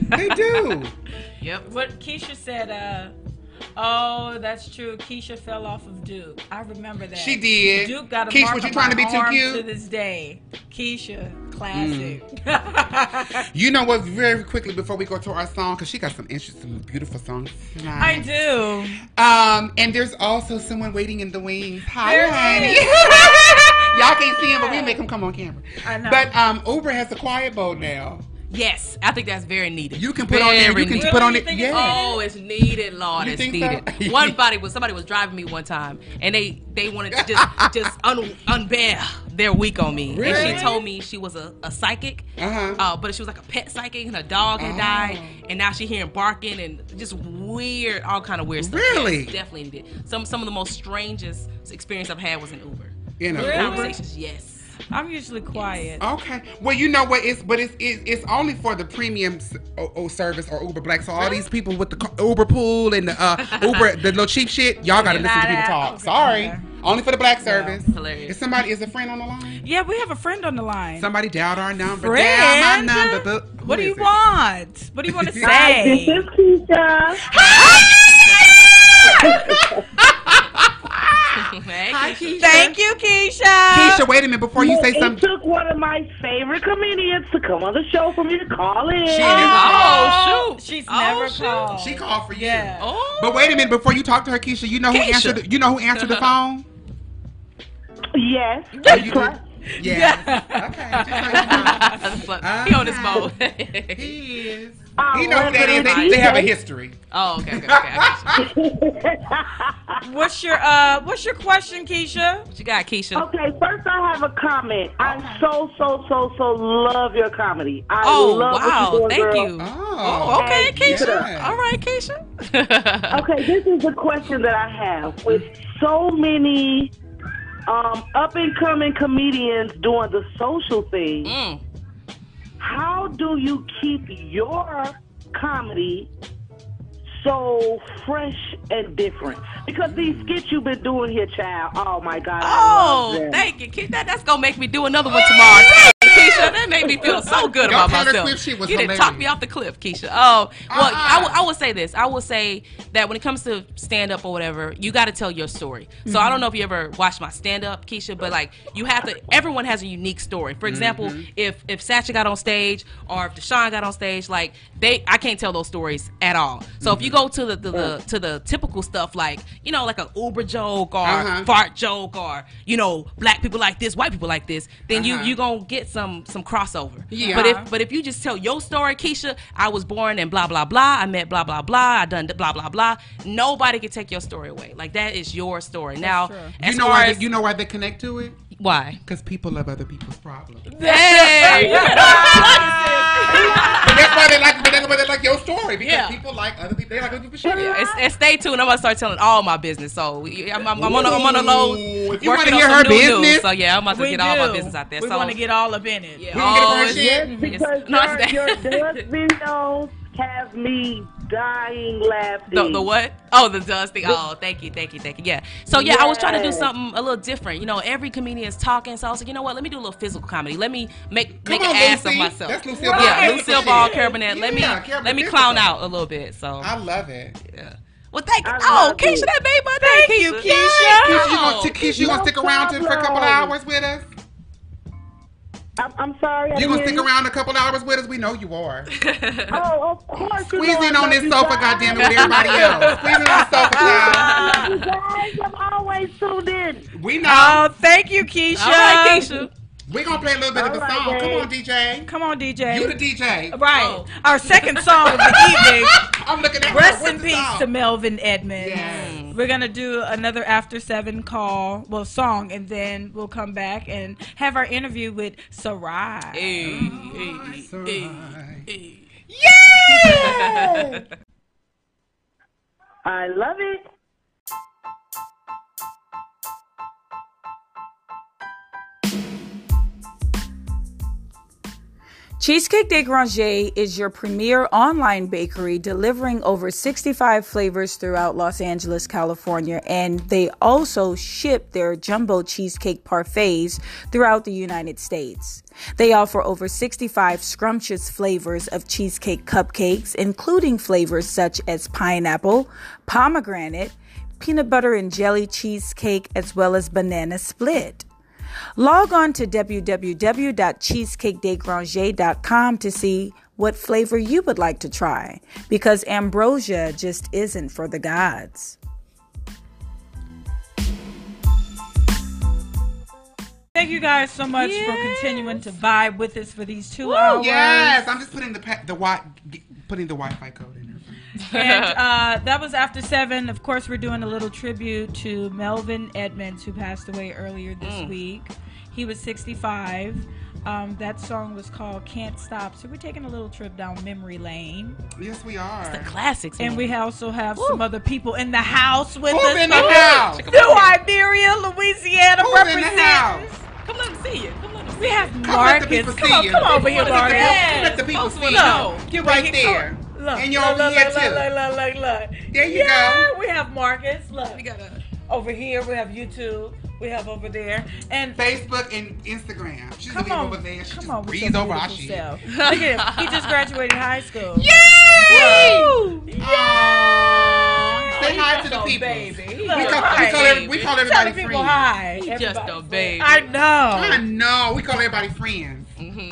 [SPEAKER 1] they do.
[SPEAKER 3] Yep.
[SPEAKER 2] what Keisha said. uh Oh, that's true. Keisha fell off of Duke. I remember that.
[SPEAKER 1] She did.
[SPEAKER 2] Duke got a
[SPEAKER 1] Keisha,
[SPEAKER 2] mark
[SPEAKER 1] was you
[SPEAKER 2] on
[SPEAKER 1] trying to
[SPEAKER 2] my
[SPEAKER 1] be too
[SPEAKER 2] arm
[SPEAKER 1] cute? Mm.
[SPEAKER 2] To this day, Keisha, classic. [LAUGHS]
[SPEAKER 1] You know what? Very quickly before we go to our song, because she got some interesting, beautiful songs. tonight.
[SPEAKER 2] I do.
[SPEAKER 1] Um, and there's also someone waiting in the wings. Hi,
[SPEAKER 2] There
[SPEAKER 1] honey.
[SPEAKER 2] is.
[SPEAKER 1] [LAUGHS] Y'all can't see him, but we make him come on camera.
[SPEAKER 2] I know.
[SPEAKER 1] But um, Uber has a quiet mode now.
[SPEAKER 3] Yes, I think that's very needed.
[SPEAKER 1] You can put on there.
[SPEAKER 3] Very
[SPEAKER 1] You can
[SPEAKER 3] needed.
[SPEAKER 1] put on
[SPEAKER 2] Really?
[SPEAKER 1] it.
[SPEAKER 2] You think it's
[SPEAKER 1] Yeah.
[SPEAKER 2] on?
[SPEAKER 3] Oh, it's needed, Lord.
[SPEAKER 1] You
[SPEAKER 3] it's
[SPEAKER 1] think
[SPEAKER 3] needed.
[SPEAKER 1] so? [LAUGHS]
[SPEAKER 3] One body was somebody was driving me one time, and they they wanted to
[SPEAKER 1] [LAUGHS]
[SPEAKER 3] just just un, unbear their week on me. And
[SPEAKER 1] Really?
[SPEAKER 3] she told me she was a, a psychic,
[SPEAKER 1] Uh-huh.
[SPEAKER 3] uh, but she was like a pet psychic, and her dog had
[SPEAKER 1] Oh.
[SPEAKER 3] died, and now she hearing barking and just weird, all kind of weird stuff.
[SPEAKER 1] Really?
[SPEAKER 3] Yes, definitely needed. Some some of the most strangest experience I've had was in Uber
[SPEAKER 1] You know.
[SPEAKER 2] Really?
[SPEAKER 3] conversations. Yes. [LAUGHS]
[SPEAKER 2] I'm usually quiet.
[SPEAKER 1] Okay. Well, you know what? It's but it's it's, it's only for the premium s- o- o- service or Uber Black. So all these people with the ca- Uber pool and the uh,
[SPEAKER 2] [LAUGHS]
[SPEAKER 1] Uber the little cheap shit, y'all gotta listen to people talk.
[SPEAKER 2] Okay.
[SPEAKER 1] Sorry.
[SPEAKER 2] Okay.
[SPEAKER 1] Only for the black service.
[SPEAKER 3] Hilarious.
[SPEAKER 1] Is somebody is a friend on the line?
[SPEAKER 2] Yeah, we have a friend on the line.
[SPEAKER 1] Somebody dialed our number. Dial
[SPEAKER 2] friend.
[SPEAKER 1] my number. but who
[SPEAKER 2] what do
[SPEAKER 1] is
[SPEAKER 2] you
[SPEAKER 1] it?
[SPEAKER 2] want? What do you want
[SPEAKER 1] [LAUGHS]
[SPEAKER 2] to
[SPEAKER 9] This
[SPEAKER 2] say?
[SPEAKER 9] is Keisha.
[SPEAKER 3] Hi, Keisha.
[SPEAKER 2] Thank you, Keisha.
[SPEAKER 1] Keisha, wait a minute before you say
[SPEAKER 9] it
[SPEAKER 1] something.
[SPEAKER 9] took one of my favorite comedians to come on the show for me to call in.
[SPEAKER 3] Oh, shoot.
[SPEAKER 2] She's
[SPEAKER 3] Oh,
[SPEAKER 2] never
[SPEAKER 3] shoot.
[SPEAKER 2] called.
[SPEAKER 1] She called for you.
[SPEAKER 2] Yeah.
[SPEAKER 3] Oh.
[SPEAKER 1] But wait a minute before you talk to her, Keisha. You know who
[SPEAKER 3] Keisha.
[SPEAKER 1] answered? You know who answered the phone?
[SPEAKER 9] Yes.
[SPEAKER 1] Oh, you do? Yeah. okay. just so
[SPEAKER 3] [LAUGHS]
[SPEAKER 1] you know.
[SPEAKER 3] But he on his phone. [LAUGHS]
[SPEAKER 1] He is.
[SPEAKER 9] Oh,
[SPEAKER 1] He know who that is. They,
[SPEAKER 9] Keisha.
[SPEAKER 1] they have a history.
[SPEAKER 3] oh, okay, okay, okay. I got you.
[SPEAKER 2] What's your uh? What's your question, Keisha?
[SPEAKER 3] What you got, Keisha?
[SPEAKER 9] okay, first I have a comment. I so, so, so, so love your comedy. I
[SPEAKER 3] Oh,
[SPEAKER 9] love
[SPEAKER 3] wow.
[SPEAKER 9] what you're
[SPEAKER 3] Thank
[SPEAKER 9] doing,
[SPEAKER 3] you.
[SPEAKER 9] girl.
[SPEAKER 1] Oh.
[SPEAKER 3] Oh, okay,
[SPEAKER 1] Yes.
[SPEAKER 3] Keisha. All right, Keisha. [LAUGHS]
[SPEAKER 9] Okay, this is the question that I have. With so many um, up and coming comedians doing the social thing,
[SPEAKER 3] Mm.
[SPEAKER 9] how do you keep your comedy so fresh and different? Because these
[SPEAKER 1] Mm.
[SPEAKER 9] skits you've been doing here, child. Oh my God! I love
[SPEAKER 3] Oh,
[SPEAKER 9] them.
[SPEAKER 3] thank you, Keisha. That, that's gonna make me do another one tomorrow. Thank you, Keisha. That made me feel so good
[SPEAKER 1] Y'all
[SPEAKER 3] about
[SPEAKER 1] Taylor
[SPEAKER 3] myself.
[SPEAKER 1] Swift shit was
[SPEAKER 3] you didn't talk
[SPEAKER 1] hilarious.
[SPEAKER 3] me off the cliff, Keisha. Oh, well,
[SPEAKER 1] Uh-uh.
[SPEAKER 3] I, w- I will say this. I will say that when it comes to stand up or whatever, you got to tell your story. So I don't know if you ever watched my stand up, Keisha, but like you have to. Everyone has a unique story. For example,
[SPEAKER 1] Mm-hmm.
[SPEAKER 3] if if Satcha got on stage or if Deshaun got on stage, like they, I can't tell those stories at all. So if you
[SPEAKER 1] Mm-hmm.
[SPEAKER 3] go to the, the,
[SPEAKER 1] Uh.
[SPEAKER 3] the to the typical stuff, like you know, like a Uber joke or
[SPEAKER 1] Uh-huh.
[SPEAKER 3] fart joke or you know, black people like this, white people like this, then
[SPEAKER 1] Uh-huh.
[SPEAKER 3] you you gonna get some some crossover.
[SPEAKER 1] Yeah.
[SPEAKER 3] But if but if you just tell your story, Keisha, I was born in blah blah blah. I met blah blah blah. I done blah blah blah. Nobody can take your story away. Like that is your story. Now,
[SPEAKER 2] true.
[SPEAKER 3] as
[SPEAKER 1] You know
[SPEAKER 3] far
[SPEAKER 1] why?
[SPEAKER 3] as-
[SPEAKER 1] They, you know why they connect to it?
[SPEAKER 3] [LAUGHS] why? [LAUGHS]
[SPEAKER 1] Because people love other people's problems.
[SPEAKER 3] Hey,
[SPEAKER 1] But that's why they like. But that's why they like your story because
[SPEAKER 3] Yeah.
[SPEAKER 1] people like other people. They like other people's shit.
[SPEAKER 3] And, and stay tuned. I'm gonna start telling all my business. So I'm, I'm, I'm on, a, I'm on a low.
[SPEAKER 1] Ooh, if you wanna
[SPEAKER 3] working on
[SPEAKER 1] hear
[SPEAKER 3] some
[SPEAKER 1] her
[SPEAKER 3] new news.
[SPEAKER 1] business,
[SPEAKER 3] so yeah, I'm about to
[SPEAKER 2] we
[SPEAKER 3] get
[SPEAKER 2] do.
[SPEAKER 3] all my business out there.
[SPEAKER 2] We
[SPEAKER 3] so oh,
[SPEAKER 2] want to get all up in it.
[SPEAKER 3] yeah,
[SPEAKER 1] We gonna get up in her
[SPEAKER 3] all-
[SPEAKER 1] shit?
[SPEAKER 3] it's-
[SPEAKER 9] Because
[SPEAKER 3] no,
[SPEAKER 1] [LAUGHS]
[SPEAKER 3] it's
[SPEAKER 9] your, your
[SPEAKER 3] that.
[SPEAKER 9] dust videos have me dying laughing.
[SPEAKER 3] The, the what? Oh, the dusting. Oh, thank you, thank you, thank you. Yeah. So yeah, I was trying to do
[SPEAKER 9] Yes.
[SPEAKER 3] something a little different. You know, every comedian is talking, so I was like, you know what? Let me do a little physical comedy. Let me make
[SPEAKER 1] Come
[SPEAKER 3] make
[SPEAKER 1] on,
[SPEAKER 3] an ass of
[SPEAKER 1] Lucy.
[SPEAKER 3] myself.
[SPEAKER 1] That's Lucille
[SPEAKER 3] Yeah,
[SPEAKER 1] Ball. That's
[SPEAKER 3] Lucille
[SPEAKER 1] what
[SPEAKER 3] Ball,
[SPEAKER 1] she is.
[SPEAKER 3] Carbonet. Let me
[SPEAKER 1] Yeah, Carol
[SPEAKER 3] let me
[SPEAKER 1] Burnett.
[SPEAKER 3] clown out a little bit. So
[SPEAKER 1] I love it.
[SPEAKER 3] yeah. Well, thank you.
[SPEAKER 9] I
[SPEAKER 3] Oh,
[SPEAKER 9] love
[SPEAKER 3] Keisha,
[SPEAKER 9] it.
[SPEAKER 3] that made my day. Thank you,
[SPEAKER 1] Keisha, you
[SPEAKER 3] Oh,
[SPEAKER 1] gonna, Keisha, you gonna
[SPEAKER 9] No
[SPEAKER 1] stick around to, for a couple of
[SPEAKER 9] problem.
[SPEAKER 1] hours with us?
[SPEAKER 9] I'm, I'm sorry. I
[SPEAKER 1] You gonna
[SPEAKER 9] didn't-
[SPEAKER 1] stick around a couple of hours with us? We know you are.
[SPEAKER 9] Oh, of course. you
[SPEAKER 1] Squeeze
[SPEAKER 9] know
[SPEAKER 1] in
[SPEAKER 9] I
[SPEAKER 1] on
[SPEAKER 9] love
[SPEAKER 1] this
[SPEAKER 9] you
[SPEAKER 1] sofa,
[SPEAKER 9] guys.
[SPEAKER 1] goddamn it, with everybody else. Squeeze in on this sofa, child.
[SPEAKER 9] I love [LAUGHS] you guys. I'm always tuned in.
[SPEAKER 1] We know.
[SPEAKER 2] [LAUGHS] Oh, thank you, Keisha.
[SPEAKER 3] All right, Keisha.
[SPEAKER 1] We gonna play a little bit of a
[SPEAKER 9] All right,
[SPEAKER 1] song. Come
[SPEAKER 9] babe.
[SPEAKER 1] on, DJ.
[SPEAKER 2] Come on, DJ.
[SPEAKER 1] You the DJ.
[SPEAKER 2] right.
[SPEAKER 3] Oh.
[SPEAKER 2] Our second song of the
[SPEAKER 3] [LAUGHS]
[SPEAKER 2] evening.
[SPEAKER 1] I'm looking at her.
[SPEAKER 2] Rest
[SPEAKER 1] What's
[SPEAKER 2] in
[SPEAKER 1] the
[SPEAKER 2] peace
[SPEAKER 1] song?
[SPEAKER 2] to Melvin Edmonds.
[SPEAKER 1] Yes.
[SPEAKER 2] We're gonna do another after seven call, well, song, and then we'll come back and have our interview with Sarai.
[SPEAKER 3] Hey, hey, hey, hey.
[SPEAKER 9] I love it.
[SPEAKER 10] Cheesecake de Granger is your premier online bakery delivering over 65 flavors throughout Los Angeles, California, and they also ship their jumbo cheesecake parfaits throughout the United States. They offer over 65 scrumptious flavors of cheesecake cupcakes, including flavors such as pineapple, pomegranate, peanut butter and jelly cheesecake, as well as banana split. Log on to www.cheesecakedegranger.com to see what flavor you would like to try because ambrosia just isn't for the gods.
[SPEAKER 2] Thank you guys so much for continuing to vibe with us for these two hours.
[SPEAKER 1] Yes, I'm just putting the pa- the wi- g- putting the Wi-Fi code in. her. [LAUGHS]
[SPEAKER 2] And uh, that was after seven. Of course, we're doing a little tribute to Melvin Edmonds, who passed away earlier this
[SPEAKER 1] Mm.
[SPEAKER 2] week. He was 65. Um, that song was called Can't Stop. So we're taking a little trip down memory lane.
[SPEAKER 1] Yes, we are.
[SPEAKER 3] Classics.
[SPEAKER 2] And
[SPEAKER 3] man.
[SPEAKER 2] we also have some other people in the house with
[SPEAKER 1] Who's
[SPEAKER 2] us.
[SPEAKER 1] Mm. in the
[SPEAKER 2] from
[SPEAKER 1] house?
[SPEAKER 2] New Iberia, Louisiana
[SPEAKER 1] Who's in the
[SPEAKER 2] representing.
[SPEAKER 1] house?
[SPEAKER 3] come let them see you. Come let them see
[SPEAKER 2] We
[SPEAKER 3] you.
[SPEAKER 2] have
[SPEAKER 1] Come let the people see
[SPEAKER 2] Marcus. Come on,
[SPEAKER 1] you.
[SPEAKER 2] come over here,
[SPEAKER 1] Come let the
[SPEAKER 2] Marcus.
[SPEAKER 1] people- Come let the people
[SPEAKER 3] Folks
[SPEAKER 1] see
[SPEAKER 3] wanna
[SPEAKER 1] you.
[SPEAKER 3] know.
[SPEAKER 1] Get right
[SPEAKER 2] Look,
[SPEAKER 1] there.
[SPEAKER 2] Look,
[SPEAKER 1] And you're
[SPEAKER 2] look,
[SPEAKER 1] over
[SPEAKER 2] look,
[SPEAKER 1] here
[SPEAKER 2] look, Look,
[SPEAKER 1] too.
[SPEAKER 2] look, look, look.
[SPEAKER 1] There you
[SPEAKER 2] yeah,
[SPEAKER 1] go.
[SPEAKER 2] we have Marcus. Look,
[SPEAKER 3] We got a-
[SPEAKER 2] over here we have YouTube. We have over there, and
[SPEAKER 1] Facebook and Instagram. She's
[SPEAKER 2] come
[SPEAKER 1] gonna
[SPEAKER 2] on,
[SPEAKER 1] over there. She
[SPEAKER 2] come
[SPEAKER 1] just
[SPEAKER 2] on, with
[SPEAKER 1] breathes
[SPEAKER 2] your
[SPEAKER 1] over our
[SPEAKER 2] beautiful
[SPEAKER 1] shit.
[SPEAKER 2] self. Look at him. He just graduated
[SPEAKER 1] [LAUGHS]
[SPEAKER 2] high school.
[SPEAKER 1] Yay! Say hi to the
[SPEAKER 2] Oh,
[SPEAKER 1] people.
[SPEAKER 2] baby. He
[SPEAKER 1] We
[SPEAKER 2] look
[SPEAKER 1] call, we
[SPEAKER 2] right.
[SPEAKER 1] call, every, we
[SPEAKER 3] baby.
[SPEAKER 1] call
[SPEAKER 2] Tell the
[SPEAKER 1] everybody
[SPEAKER 2] people
[SPEAKER 1] friends.
[SPEAKER 2] hi.
[SPEAKER 3] He just
[SPEAKER 2] Everybody
[SPEAKER 3] a
[SPEAKER 2] say-
[SPEAKER 3] baby.
[SPEAKER 2] I know.
[SPEAKER 1] I know. We call everybody friends.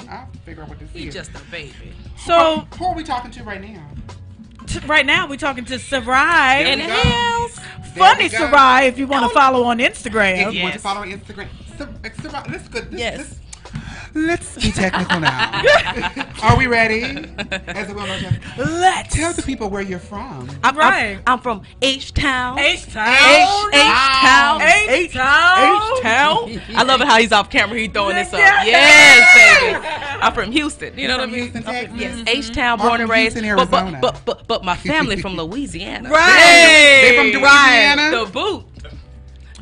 [SPEAKER 1] I'll figure out what this
[SPEAKER 3] Mm-hmm. He
[SPEAKER 1] is.
[SPEAKER 3] just a baby.
[SPEAKER 2] So
[SPEAKER 1] Who are we talking to right now?
[SPEAKER 2] t- right now we're talking to Sarai.
[SPEAKER 1] There
[SPEAKER 3] In
[SPEAKER 1] we
[SPEAKER 3] the
[SPEAKER 1] go.
[SPEAKER 3] house.
[SPEAKER 2] Funny
[SPEAKER 1] There we go.
[SPEAKER 2] Sarai, if you want
[SPEAKER 3] Oh.
[SPEAKER 2] to follow on
[SPEAKER 1] If
[SPEAKER 2] Instagram.
[SPEAKER 1] you want to follow on Instagram, Sar- Sar- let's go. Let's,
[SPEAKER 3] Yes.
[SPEAKER 1] let's, let's be technical now.
[SPEAKER 3] [LAUGHS]
[SPEAKER 1] Are we ready? As a well-known chef,
[SPEAKER 2] Let's.
[SPEAKER 1] tell the people where you're from.
[SPEAKER 3] I'm,
[SPEAKER 2] Right.
[SPEAKER 3] I'm, I'm from H Town.
[SPEAKER 2] H
[SPEAKER 1] H-
[SPEAKER 2] Town.
[SPEAKER 1] H- Town.
[SPEAKER 2] H Town.
[SPEAKER 1] Oh.
[SPEAKER 3] H Town. I love it how he's off camera. He throwing this up.
[SPEAKER 1] [LAUGHS]
[SPEAKER 2] Yeah.
[SPEAKER 3] Yes, baby. I'm from Houston. You know what I
[SPEAKER 1] from
[SPEAKER 3] mean?
[SPEAKER 1] Houston,
[SPEAKER 3] I'm from-
[SPEAKER 1] Texas.
[SPEAKER 3] yes, H Town,
[SPEAKER 1] I'm
[SPEAKER 3] born and
[SPEAKER 1] from
[SPEAKER 3] raised.
[SPEAKER 1] Houston,
[SPEAKER 3] but,
[SPEAKER 1] Arizona.
[SPEAKER 3] but but but but my family
[SPEAKER 1] [LAUGHS]
[SPEAKER 3] from Louisiana.
[SPEAKER 2] Right.
[SPEAKER 1] They
[SPEAKER 3] Hey.
[SPEAKER 1] from Louisiana?
[SPEAKER 3] The boot.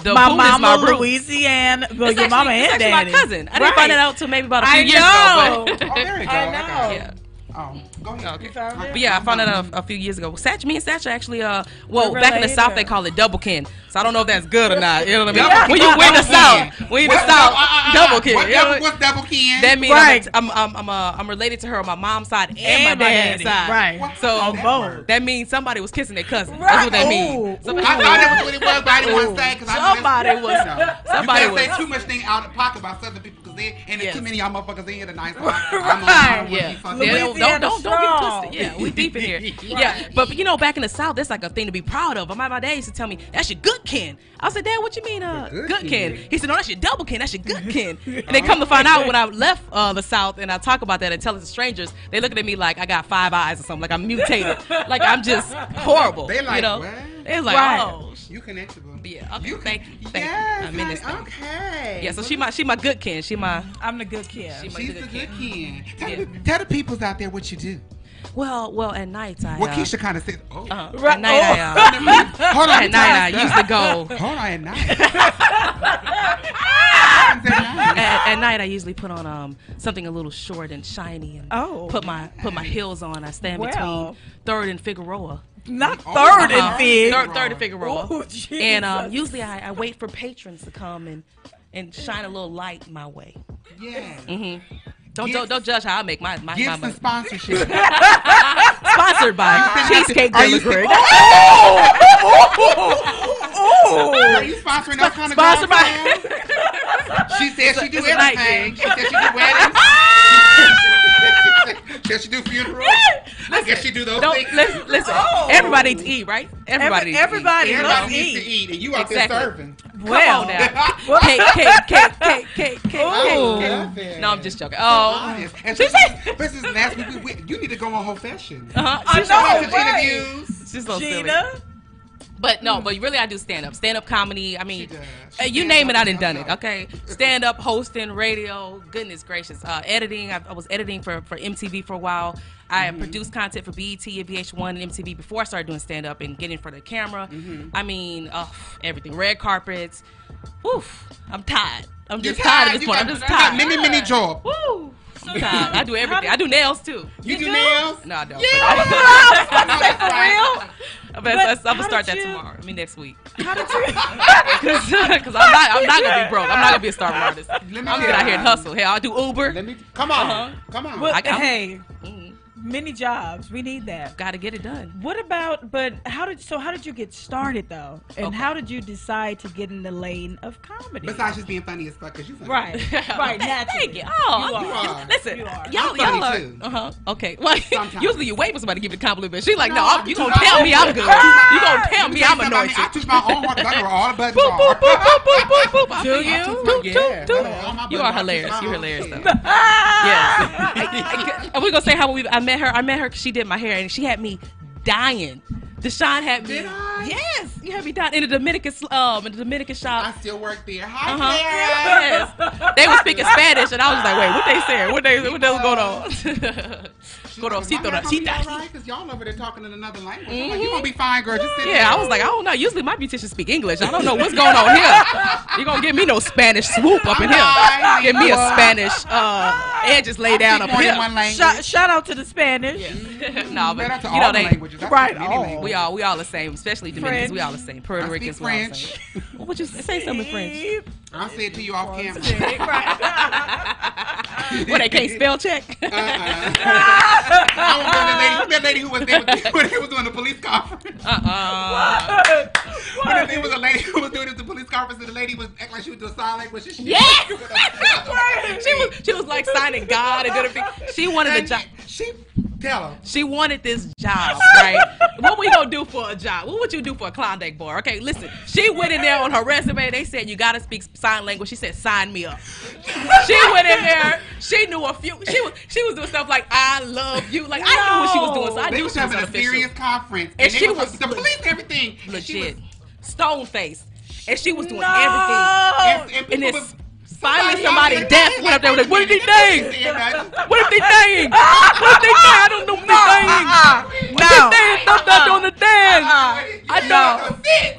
[SPEAKER 3] The
[SPEAKER 2] My
[SPEAKER 3] boot is
[SPEAKER 2] mama,
[SPEAKER 3] my root.
[SPEAKER 2] Louisiana. Well,
[SPEAKER 3] It's
[SPEAKER 2] your
[SPEAKER 3] actually-
[SPEAKER 2] mama and
[SPEAKER 3] it's actually
[SPEAKER 2] daddy.
[SPEAKER 3] my cousin. I didn't
[SPEAKER 2] Right.
[SPEAKER 3] find that out till maybe about a few
[SPEAKER 2] I
[SPEAKER 3] years
[SPEAKER 2] know.
[SPEAKER 3] [LAUGHS] ago. But,
[SPEAKER 1] Oh, there you go.
[SPEAKER 2] I
[SPEAKER 1] got
[SPEAKER 2] know.
[SPEAKER 1] it.
[SPEAKER 3] yeah.
[SPEAKER 1] Oh, go ahead.
[SPEAKER 3] Okay.
[SPEAKER 2] found it?
[SPEAKER 3] But yeah, I found that out a, a few years ago. Satch, me and Satch are actually, uh, well,
[SPEAKER 2] We're
[SPEAKER 3] back in the
[SPEAKER 2] related.
[SPEAKER 3] South they call it double kin. So I don't know if that's good or not. You know what I mean?
[SPEAKER 1] Double
[SPEAKER 3] When you
[SPEAKER 1] kin.
[SPEAKER 3] win the
[SPEAKER 1] Double
[SPEAKER 3] South,
[SPEAKER 1] kin.
[SPEAKER 3] when you the
[SPEAKER 1] What-
[SPEAKER 3] South,
[SPEAKER 1] uh, uh, uh,
[SPEAKER 3] double kin.
[SPEAKER 1] What
[SPEAKER 3] You know
[SPEAKER 1] double,
[SPEAKER 3] what-
[SPEAKER 1] what's double kin?
[SPEAKER 3] That means
[SPEAKER 2] Right.
[SPEAKER 3] I'm, I'm, I'm, uh, I'm related to her on my mom's side and,
[SPEAKER 2] And
[SPEAKER 3] my
[SPEAKER 2] my
[SPEAKER 3] dad's
[SPEAKER 2] daddy.
[SPEAKER 3] side.
[SPEAKER 2] Right.
[SPEAKER 1] What's
[SPEAKER 3] So Oh,
[SPEAKER 1] that
[SPEAKER 2] On both.
[SPEAKER 1] word?
[SPEAKER 3] That means somebody was kissing their cousin.
[SPEAKER 2] Right.
[SPEAKER 3] That's what that
[SPEAKER 2] Ooh.
[SPEAKER 3] means. Somebody,
[SPEAKER 1] I thought that was what it was, but I didn't want to say because
[SPEAKER 3] Somebody
[SPEAKER 1] I knew
[SPEAKER 3] was-
[SPEAKER 1] that's-
[SPEAKER 3] [LAUGHS] somebody
[SPEAKER 1] you can't
[SPEAKER 3] was-
[SPEAKER 1] say too much thing out of pocket about southern people because they and there's
[SPEAKER 3] Yes.
[SPEAKER 1] too many of y'all motherfuckers in here tonight.
[SPEAKER 3] [LAUGHS]
[SPEAKER 1] So I, I don't, I
[SPEAKER 2] Right.
[SPEAKER 1] don't
[SPEAKER 3] Yeah,
[SPEAKER 1] want to be
[SPEAKER 3] Yeah, don't,
[SPEAKER 1] fucking.
[SPEAKER 3] don't,
[SPEAKER 2] Louisiana
[SPEAKER 3] don't, don't get
[SPEAKER 2] strong.
[SPEAKER 3] twisted. Yeah, we deep in here. Yeah, but you know, back in the South, that's like a thing to be proud of. My, my dad used to tell me, "That's your good kin." I said, "Dad, what you mean, uh,
[SPEAKER 1] Your
[SPEAKER 3] good,
[SPEAKER 1] good
[SPEAKER 3] kin?"
[SPEAKER 1] kin.
[SPEAKER 3] He said, "No, that's your double kin. That's your good
[SPEAKER 1] [LAUGHS]
[SPEAKER 3] kin." And they come to find out when I left uh, the South and I talk about that and tell it to strangers,
[SPEAKER 1] [LAUGHS]
[SPEAKER 3] they looking at me like I got five eyes or something, like I'm mutated, like I'm just horrible.
[SPEAKER 1] They like,
[SPEAKER 3] you know?
[SPEAKER 1] "What?"
[SPEAKER 3] It's like,
[SPEAKER 2] Right.
[SPEAKER 3] oh, sh-
[SPEAKER 1] You connectable.
[SPEAKER 3] yeah. Okay,
[SPEAKER 1] You can-
[SPEAKER 3] thank you. Thank
[SPEAKER 1] yes,
[SPEAKER 3] you. I'm in this
[SPEAKER 1] honey,
[SPEAKER 3] thing.
[SPEAKER 1] okay.
[SPEAKER 3] Yeah, so she my she my good kin. She my
[SPEAKER 2] I'm the good kid.
[SPEAKER 3] she my
[SPEAKER 1] She's
[SPEAKER 3] good
[SPEAKER 1] a
[SPEAKER 3] kin.
[SPEAKER 1] good kid. Tell,
[SPEAKER 3] Yeah.
[SPEAKER 1] the, tell the peoples out there what you do.
[SPEAKER 3] Well, well, at night I.
[SPEAKER 1] What
[SPEAKER 3] uh,
[SPEAKER 1] Keisha kind of said. Oh,
[SPEAKER 3] Uh,
[SPEAKER 2] Right.
[SPEAKER 3] At night I. [LAUGHS] Uh,
[SPEAKER 1] hold on.
[SPEAKER 3] at night
[SPEAKER 1] [LAUGHS]
[SPEAKER 3] I
[SPEAKER 1] time's
[SPEAKER 3] used
[SPEAKER 1] up.
[SPEAKER 3] to go.
[SPEAKER 1] Hold on at
[SPEAKER 3] [LAUGHS]
[SPEAKER 1] night. Time's at night.
[SPEAKER 3] At, at night I usually put on um something a little short and shiny and
[SPEAKER 2] Oh.
[SPEAKER 3] put my put my heels on. I stand
[SPEAKER 2] Well.
[SPEAKER 3] between Third and Figueroa.
[SPEAKER 2] Not
[SPEAKER 1] Oh,
[SPEAKER 2] third
[SPEAKER 1] uh-huh.
[SPEAKER 2] and fifth.
[SPEAKER 3] Third, third and Figueroa.
[SPEAKER 2] Oh, Jesus.
[SPEAKER 3] and um, usually I, I wait for patrons to come and and shine a little light my way.
[SPEAKER 1] Yeah.
[SPEAKER 3] Don't
[SPEAKER 1] Gifts.
[SPEAKER 3] don't, don't judge how I make my my, my
[SPEAKER 1] Gifts and
[SPEAKER 2] [LAUGHS]
[SPEAKER 3] money.
[SPEAKER 1] sponsorship.
[SPEAKER 3] [LAUGHS] Sponsored by Cheesecake
[SPEAKER 1] Are you
[SPEAKER 3] Delivery.
[SPEAKER 1] Are you sponsoring those kind of girls?
[SPEAKER 3] Sponsored by-
[SPEAKER 1] ma'am? She said she do
[SPEAKER 3] It's a night
[SPEAKER 1] everything.
[SPEAKER 3] game.
[SPEAKER 1] She said she do
[SPEAKER 3] [LAUGHS]
[SPEAKER 1] weddings. she said she do funerals. I guess she do those
[SPEAKER 3] Don't
[SPEAKER 1] things.
[SPEAKER 3] listen. listen. Everybody needs to eat, right? Everybody.
[SPEAKER 2] Oh. Every-
[SPEAKER 3] needs to
[SPEAKER 2] everybody
[SPEAKER 3] eat.
[SPEAKER 2] loves
[SPEAKER 1] Everybody
[SPEAKER 2] eat.
[SPEAKER 1] needs to eat, and you out
[SPEAKER 3] Exactly.
[SPEAKER 1] there serving.
[SPEAKER 3] Come on
[SPEAKER 2] Well,
[SPEAKER 3] now.
[SPEAKER 2] [LAUGHS]
[SPEAKER 3] Cake, cake, cake, cake, cake, cake, cake.
[SPEAKER 1] love it.
[SPEAKER 3] No, I'm just joking. Oh,
[SPEAKER 1] Oh, Honest. And
[SPEAKER 3] She
[SPEAKER 1] she said, "This is last week. We, we, you need to go on whole fashion.
[SPEAKER 3] uh-huh.
[SPEAKER 2] I
[SPEAKER 3] She's so-
[SPEAKER 2] know,
[SPEAKER 1] Sausage
[SPEAKER 2] right.
[SPEAKER 1] interviews.
[SPEAKER 3] She's so silly.
[SPEAKER 2] Gina.
[SPEAKER 3] But no, but really, I do stand up, stand up comedy. I
[SPEAKER 1] She
[SPEAKER 3] mean,
[SPEAKER 1] does.
[SPEAKER 3] uh,
[SPEAKER 1] She
[SPEAKER 3] you
[SPEAKER 1] stands
[SPEAKER 3] name it,
[SPEAKER 1] up
[SPEAKER 3] I done
[SPEAKER 1] and
[SPEAKER 3] done it.
[SPEAKER 1] comes out.
[SPEAKER 3] Okay, stand up, hosting, radio. Goodness gracious, uh, editing. I, I was editing for for MTV for a while. I
[SPEAKER 1] Mm-hmm.
[SPEAKER 3] produced content for BET and VH1 and MTV before I started doing stand up and getting in front of the camera.
[SPEAKER 1] Mm-hmm.
[SPEAKER 3] I mean, uh, everything, red carpets. Oof, I'm tired. I'm
[SPEAKER 1] You're
[SPEAKER 3] just tired, at
[SPEAKER 1] You
[SPEAKER 3] this point.
[SPEAKER 1] got-
[SPEAKER 3] I'm just
[SPEAKER 1] you got
[SPEAKER 3] tired.
[SPEAKER 1] Many, many job.
[SPEAKER 3] Woo! Sometimes I do everything. I do nails too.
[SPEAKER 1] You, do nails?
[SPEAKER 3] No, I don't.
[SPEAKER 1] for
[SPEAKER 3] But, that's- I'm
[SPEAKER 2] how
[SPEAKER 3] gonna start
[SPEAKER 2] did
[SPEAKER 3] that
[SPEAKER 2] you-
[SPEAKER 3] tomorrow. I mean next week.
[SPEAKER 2] How did
[SPEAKER 3] [LAUGHS]
[SPEAKER 2] you?
[SPEAKER 3] Because I'm not, I'm not gonna be broke. I'm not gonna be a starving artist. I'm
[SPEAKER 1] me
[SPEAKER 3] gonna
[SPEAKER 1] tell
[SPEAKER 3] get out
[SPEAKER 1] you.
[SPEAKER 3] here and hustle. Hell, I'll do Uber.
[SPEAKER 1] Let me. Come on.
[SPEAKER 3] Uh-huh.
[SPEAKER 1] Come on.
[SPEAKER 2] Well,
[SPEAKER 3] I got-
[SPEAKER 2] hey,
[SPEAKER 3] Mm,
[SPEAKER 2] many jobs. We need that.
[SPEAKER 3] gotta get it done.
[SPEAKER 2] What about? But how did? So how did you get started though? And
[SPEAKER 3] Okay.
[SPEAKER 2] how did you decide to get in the lane of comedy?
[SPEAKER 1] Besides just being funny as fuck, cause you funny.
[SPEAKER 2] right, right. naturally.
[SPEAKER 3] [LAUGHS] Thank you. Oh,
[SPEAKER 2] You
[SPEAKER 3] I'm-
[SPEAKER 1] are.
[SPEAKER 3] [LAUGHS] listen,
[SPEAKER 2] You are.
[SPEAKER 3] y'all,
[SPEAKER 1] I'm
[SPEAKER 3] y'all
[SPEAKER 1] funny,
[SPEAKER 3] are.
[SPEAKER 1] too.
[SPEAKER 3] Uh huh. Okay. [LAUGHS] Well,
[SPEAKER 1] Sometimes.
[SPEAKER 3] usually you wait for somebody to give you a compliment. but She like, no,
[SPEAKER 1] No,
[SPEAKER 3] I'm- you
[SPEAKER 1] no.
[SPEAKER 3] gonna tell me I'm good. You gonna tell
[SPEAKER 1] Let
[SPEAKER 3] me
[SPEAKER 1] tell
[SPEAKER 3] I'm
[SPEAKER 1] you something, I mean,
[SPEAKER 3] anointed.
[SPEAKER 1] I took my own heart. I know where all the buttons
[SPEAKER 3] Boop,
[SPEAKER 1] are.
[SPEAKER 3] boop, boop, boop, boop, boop, boop. I
[SPEAKER 2] Do
[SPEAKER 3] think I
[SPEAKER 2] you?
[SPEAKER 3] took-
[SPEAKER 1] Toot,
[SPEAKER 3] yeah.
[SPEAKER 1] toot, toot.
[SPEAKER 3] You are hilarious. You're hilarious, though.
[SPEAKER 2] Ah!
[SPEAKER 3] Yes. and we're gonna say how we I met her. I met her 'cause she did my hair and she had me dying. Deshaun had me.
[SPEAKER 1] Did I?
[SPEAKER 3] Yes, you had me dying in the Dominican sl- um in the Dominican
[SPEAKER 1] I
[SPEAKER 3] shop.
[SPEAKER 1] still work there. Hi,
[SPEAKER 3] Uh-huh.
[SPEAKER 1] Clara.
[SPEAKER 3] Yes. They were speaking Spanish and I was like, wait, what they saying? What they what they was going
[SPEAKER 1] [LAUGHS]
[SPEAKER 3] on?
[SPEAKER 1] She's like, "Is
[SPEAKER 3] Corocito,
[SPEAKER 1] my hair gonna be all
[SPEAKER 3] rachita.
[SPEAKER 1] right? Cause y'all over there talking in another language. I'm like, you gonna be fine, girl. Just sit
[SPEAKER 3] Mm-hmm. Yeah, I was like, I don't know. Usually my beauticians speak English. I don't know what's going on here. You gonna give me no Spanish swoop up in
[SPEAKER 1] Alright,
[SPEAKER 3] here? [LAUGHS] Give me a
[SPEAKER 1] well.
[SPEAKER 3] Spanish uh, edges lay down up in
[SPEAKER 1] more than
[SPEAKER 3] here.
[SPEAKER 1] one language.
[SPEAKER 2] Shout, shout out to the Spanish.
[SPEAKER 3] [LAUGHS] no, but
[SPEAKER 1] Shout out to
[SPEAKER 3] you
[SPEAKER 1] all
[SPEAKER 3] know
[SPEAKER 1] the
[SPEAKER 3] they oh,
[SPEAKER 1] languages. I
[SPEAKER 2] Right,
[SPEAKER 1] speak many
[SPEAKER 2] all.
[SPEAKER 1] languages.
[SPEAKER 3] We all we all the same, especially Dominicans. We all the same. Puerto
[SPEAKER 1] I speak
[SPEAKER 3] Ricans. we all the
[SPEAKER 1] French.
[SPEAKER 3] same. What you say, say something
[SPEAKER 1] [LAUGHS]
[SPEAKER 3] in French?
[SPEAKER 1] I'll say it to you off camera.
[SPEAKER 3] [LAUGHS] What they can't spell check?
[SPEAKER 1] [LAUGHS] Uh-uh. I remember that lady, that lady who was there with, when they was doing the police conference.
[SPEAKER 3] Uh-uh.
[SPEAKER 1] When there was a lady who was doing this, the police conference, and the lady was acting like she was doing sign language. She,
[SPEAKER 3] Yes! [LAUGHS]
[SPEAKER 1] she was-
[SPEAKER 3] she was she was like signing God and everything. She wanted a
[SPEAKER 1] And
[SPEAKER 3] job.
[SPEAKER 1] She tell her.
[SPEAKER 3] She
[SPEAKER 1] [LAUGHS]
[SPEAKER 3] wanted this job, right? what we gonna do for a job? What would you do for a Klondike bar? Okay, listen. She went in there on her resume. They said you gotta speak sign language. She said sign me up. she went in there. She knew a few. She was she was doing stuff like I love you. Like I knew what she was doing. So I
[SPEAKER 1] They
[SPEAKER 3] knew
[SPEAKER 1] was
[SPEAKER 3] she was
[SPEAKER 1] having a
[SPEAKER 3] unofficial.
[SPEAKER 1] serious conference, and,
[SPEAKER 3] she
[SPEAKER 1] she was,
[SPEAKER 3] was
[SPEAKER 1] the police, everything. And she
[SPEAKER 3] legit
[SPEAKER 1] was-
[SPEAKER 3] stone face, and she was doing
[SPEAKER 1] and,
[SPEAKER 3] everything. And
[SPEAKER 1] people
[SPEAKER 3] then
[SPEAKER 1] was-
[SPEAKER 3] finally, somebody
[SPEAKER 1] out there
[SPEAKER 3] deaf
[SPEAKER 1] like,
[SPEAKER 3] went up there. Was like, what did
[SPEAKER 1] wait
[SPEAKER 3] he
[SPEAKER 1] a minute, that bitch
[SPEAKER 3] think?
[SPEAKER 1] ain't saying nothing.
[SPEAKER 3] What if they dang? What if they dang? I don't know what they
[SPEAKER 1] uh-uh.
[SPEAKER 3] dang. What if
[SPEAKER 2] No.
[SPEAKER 3] they dang? Stop that doing the dang. I know.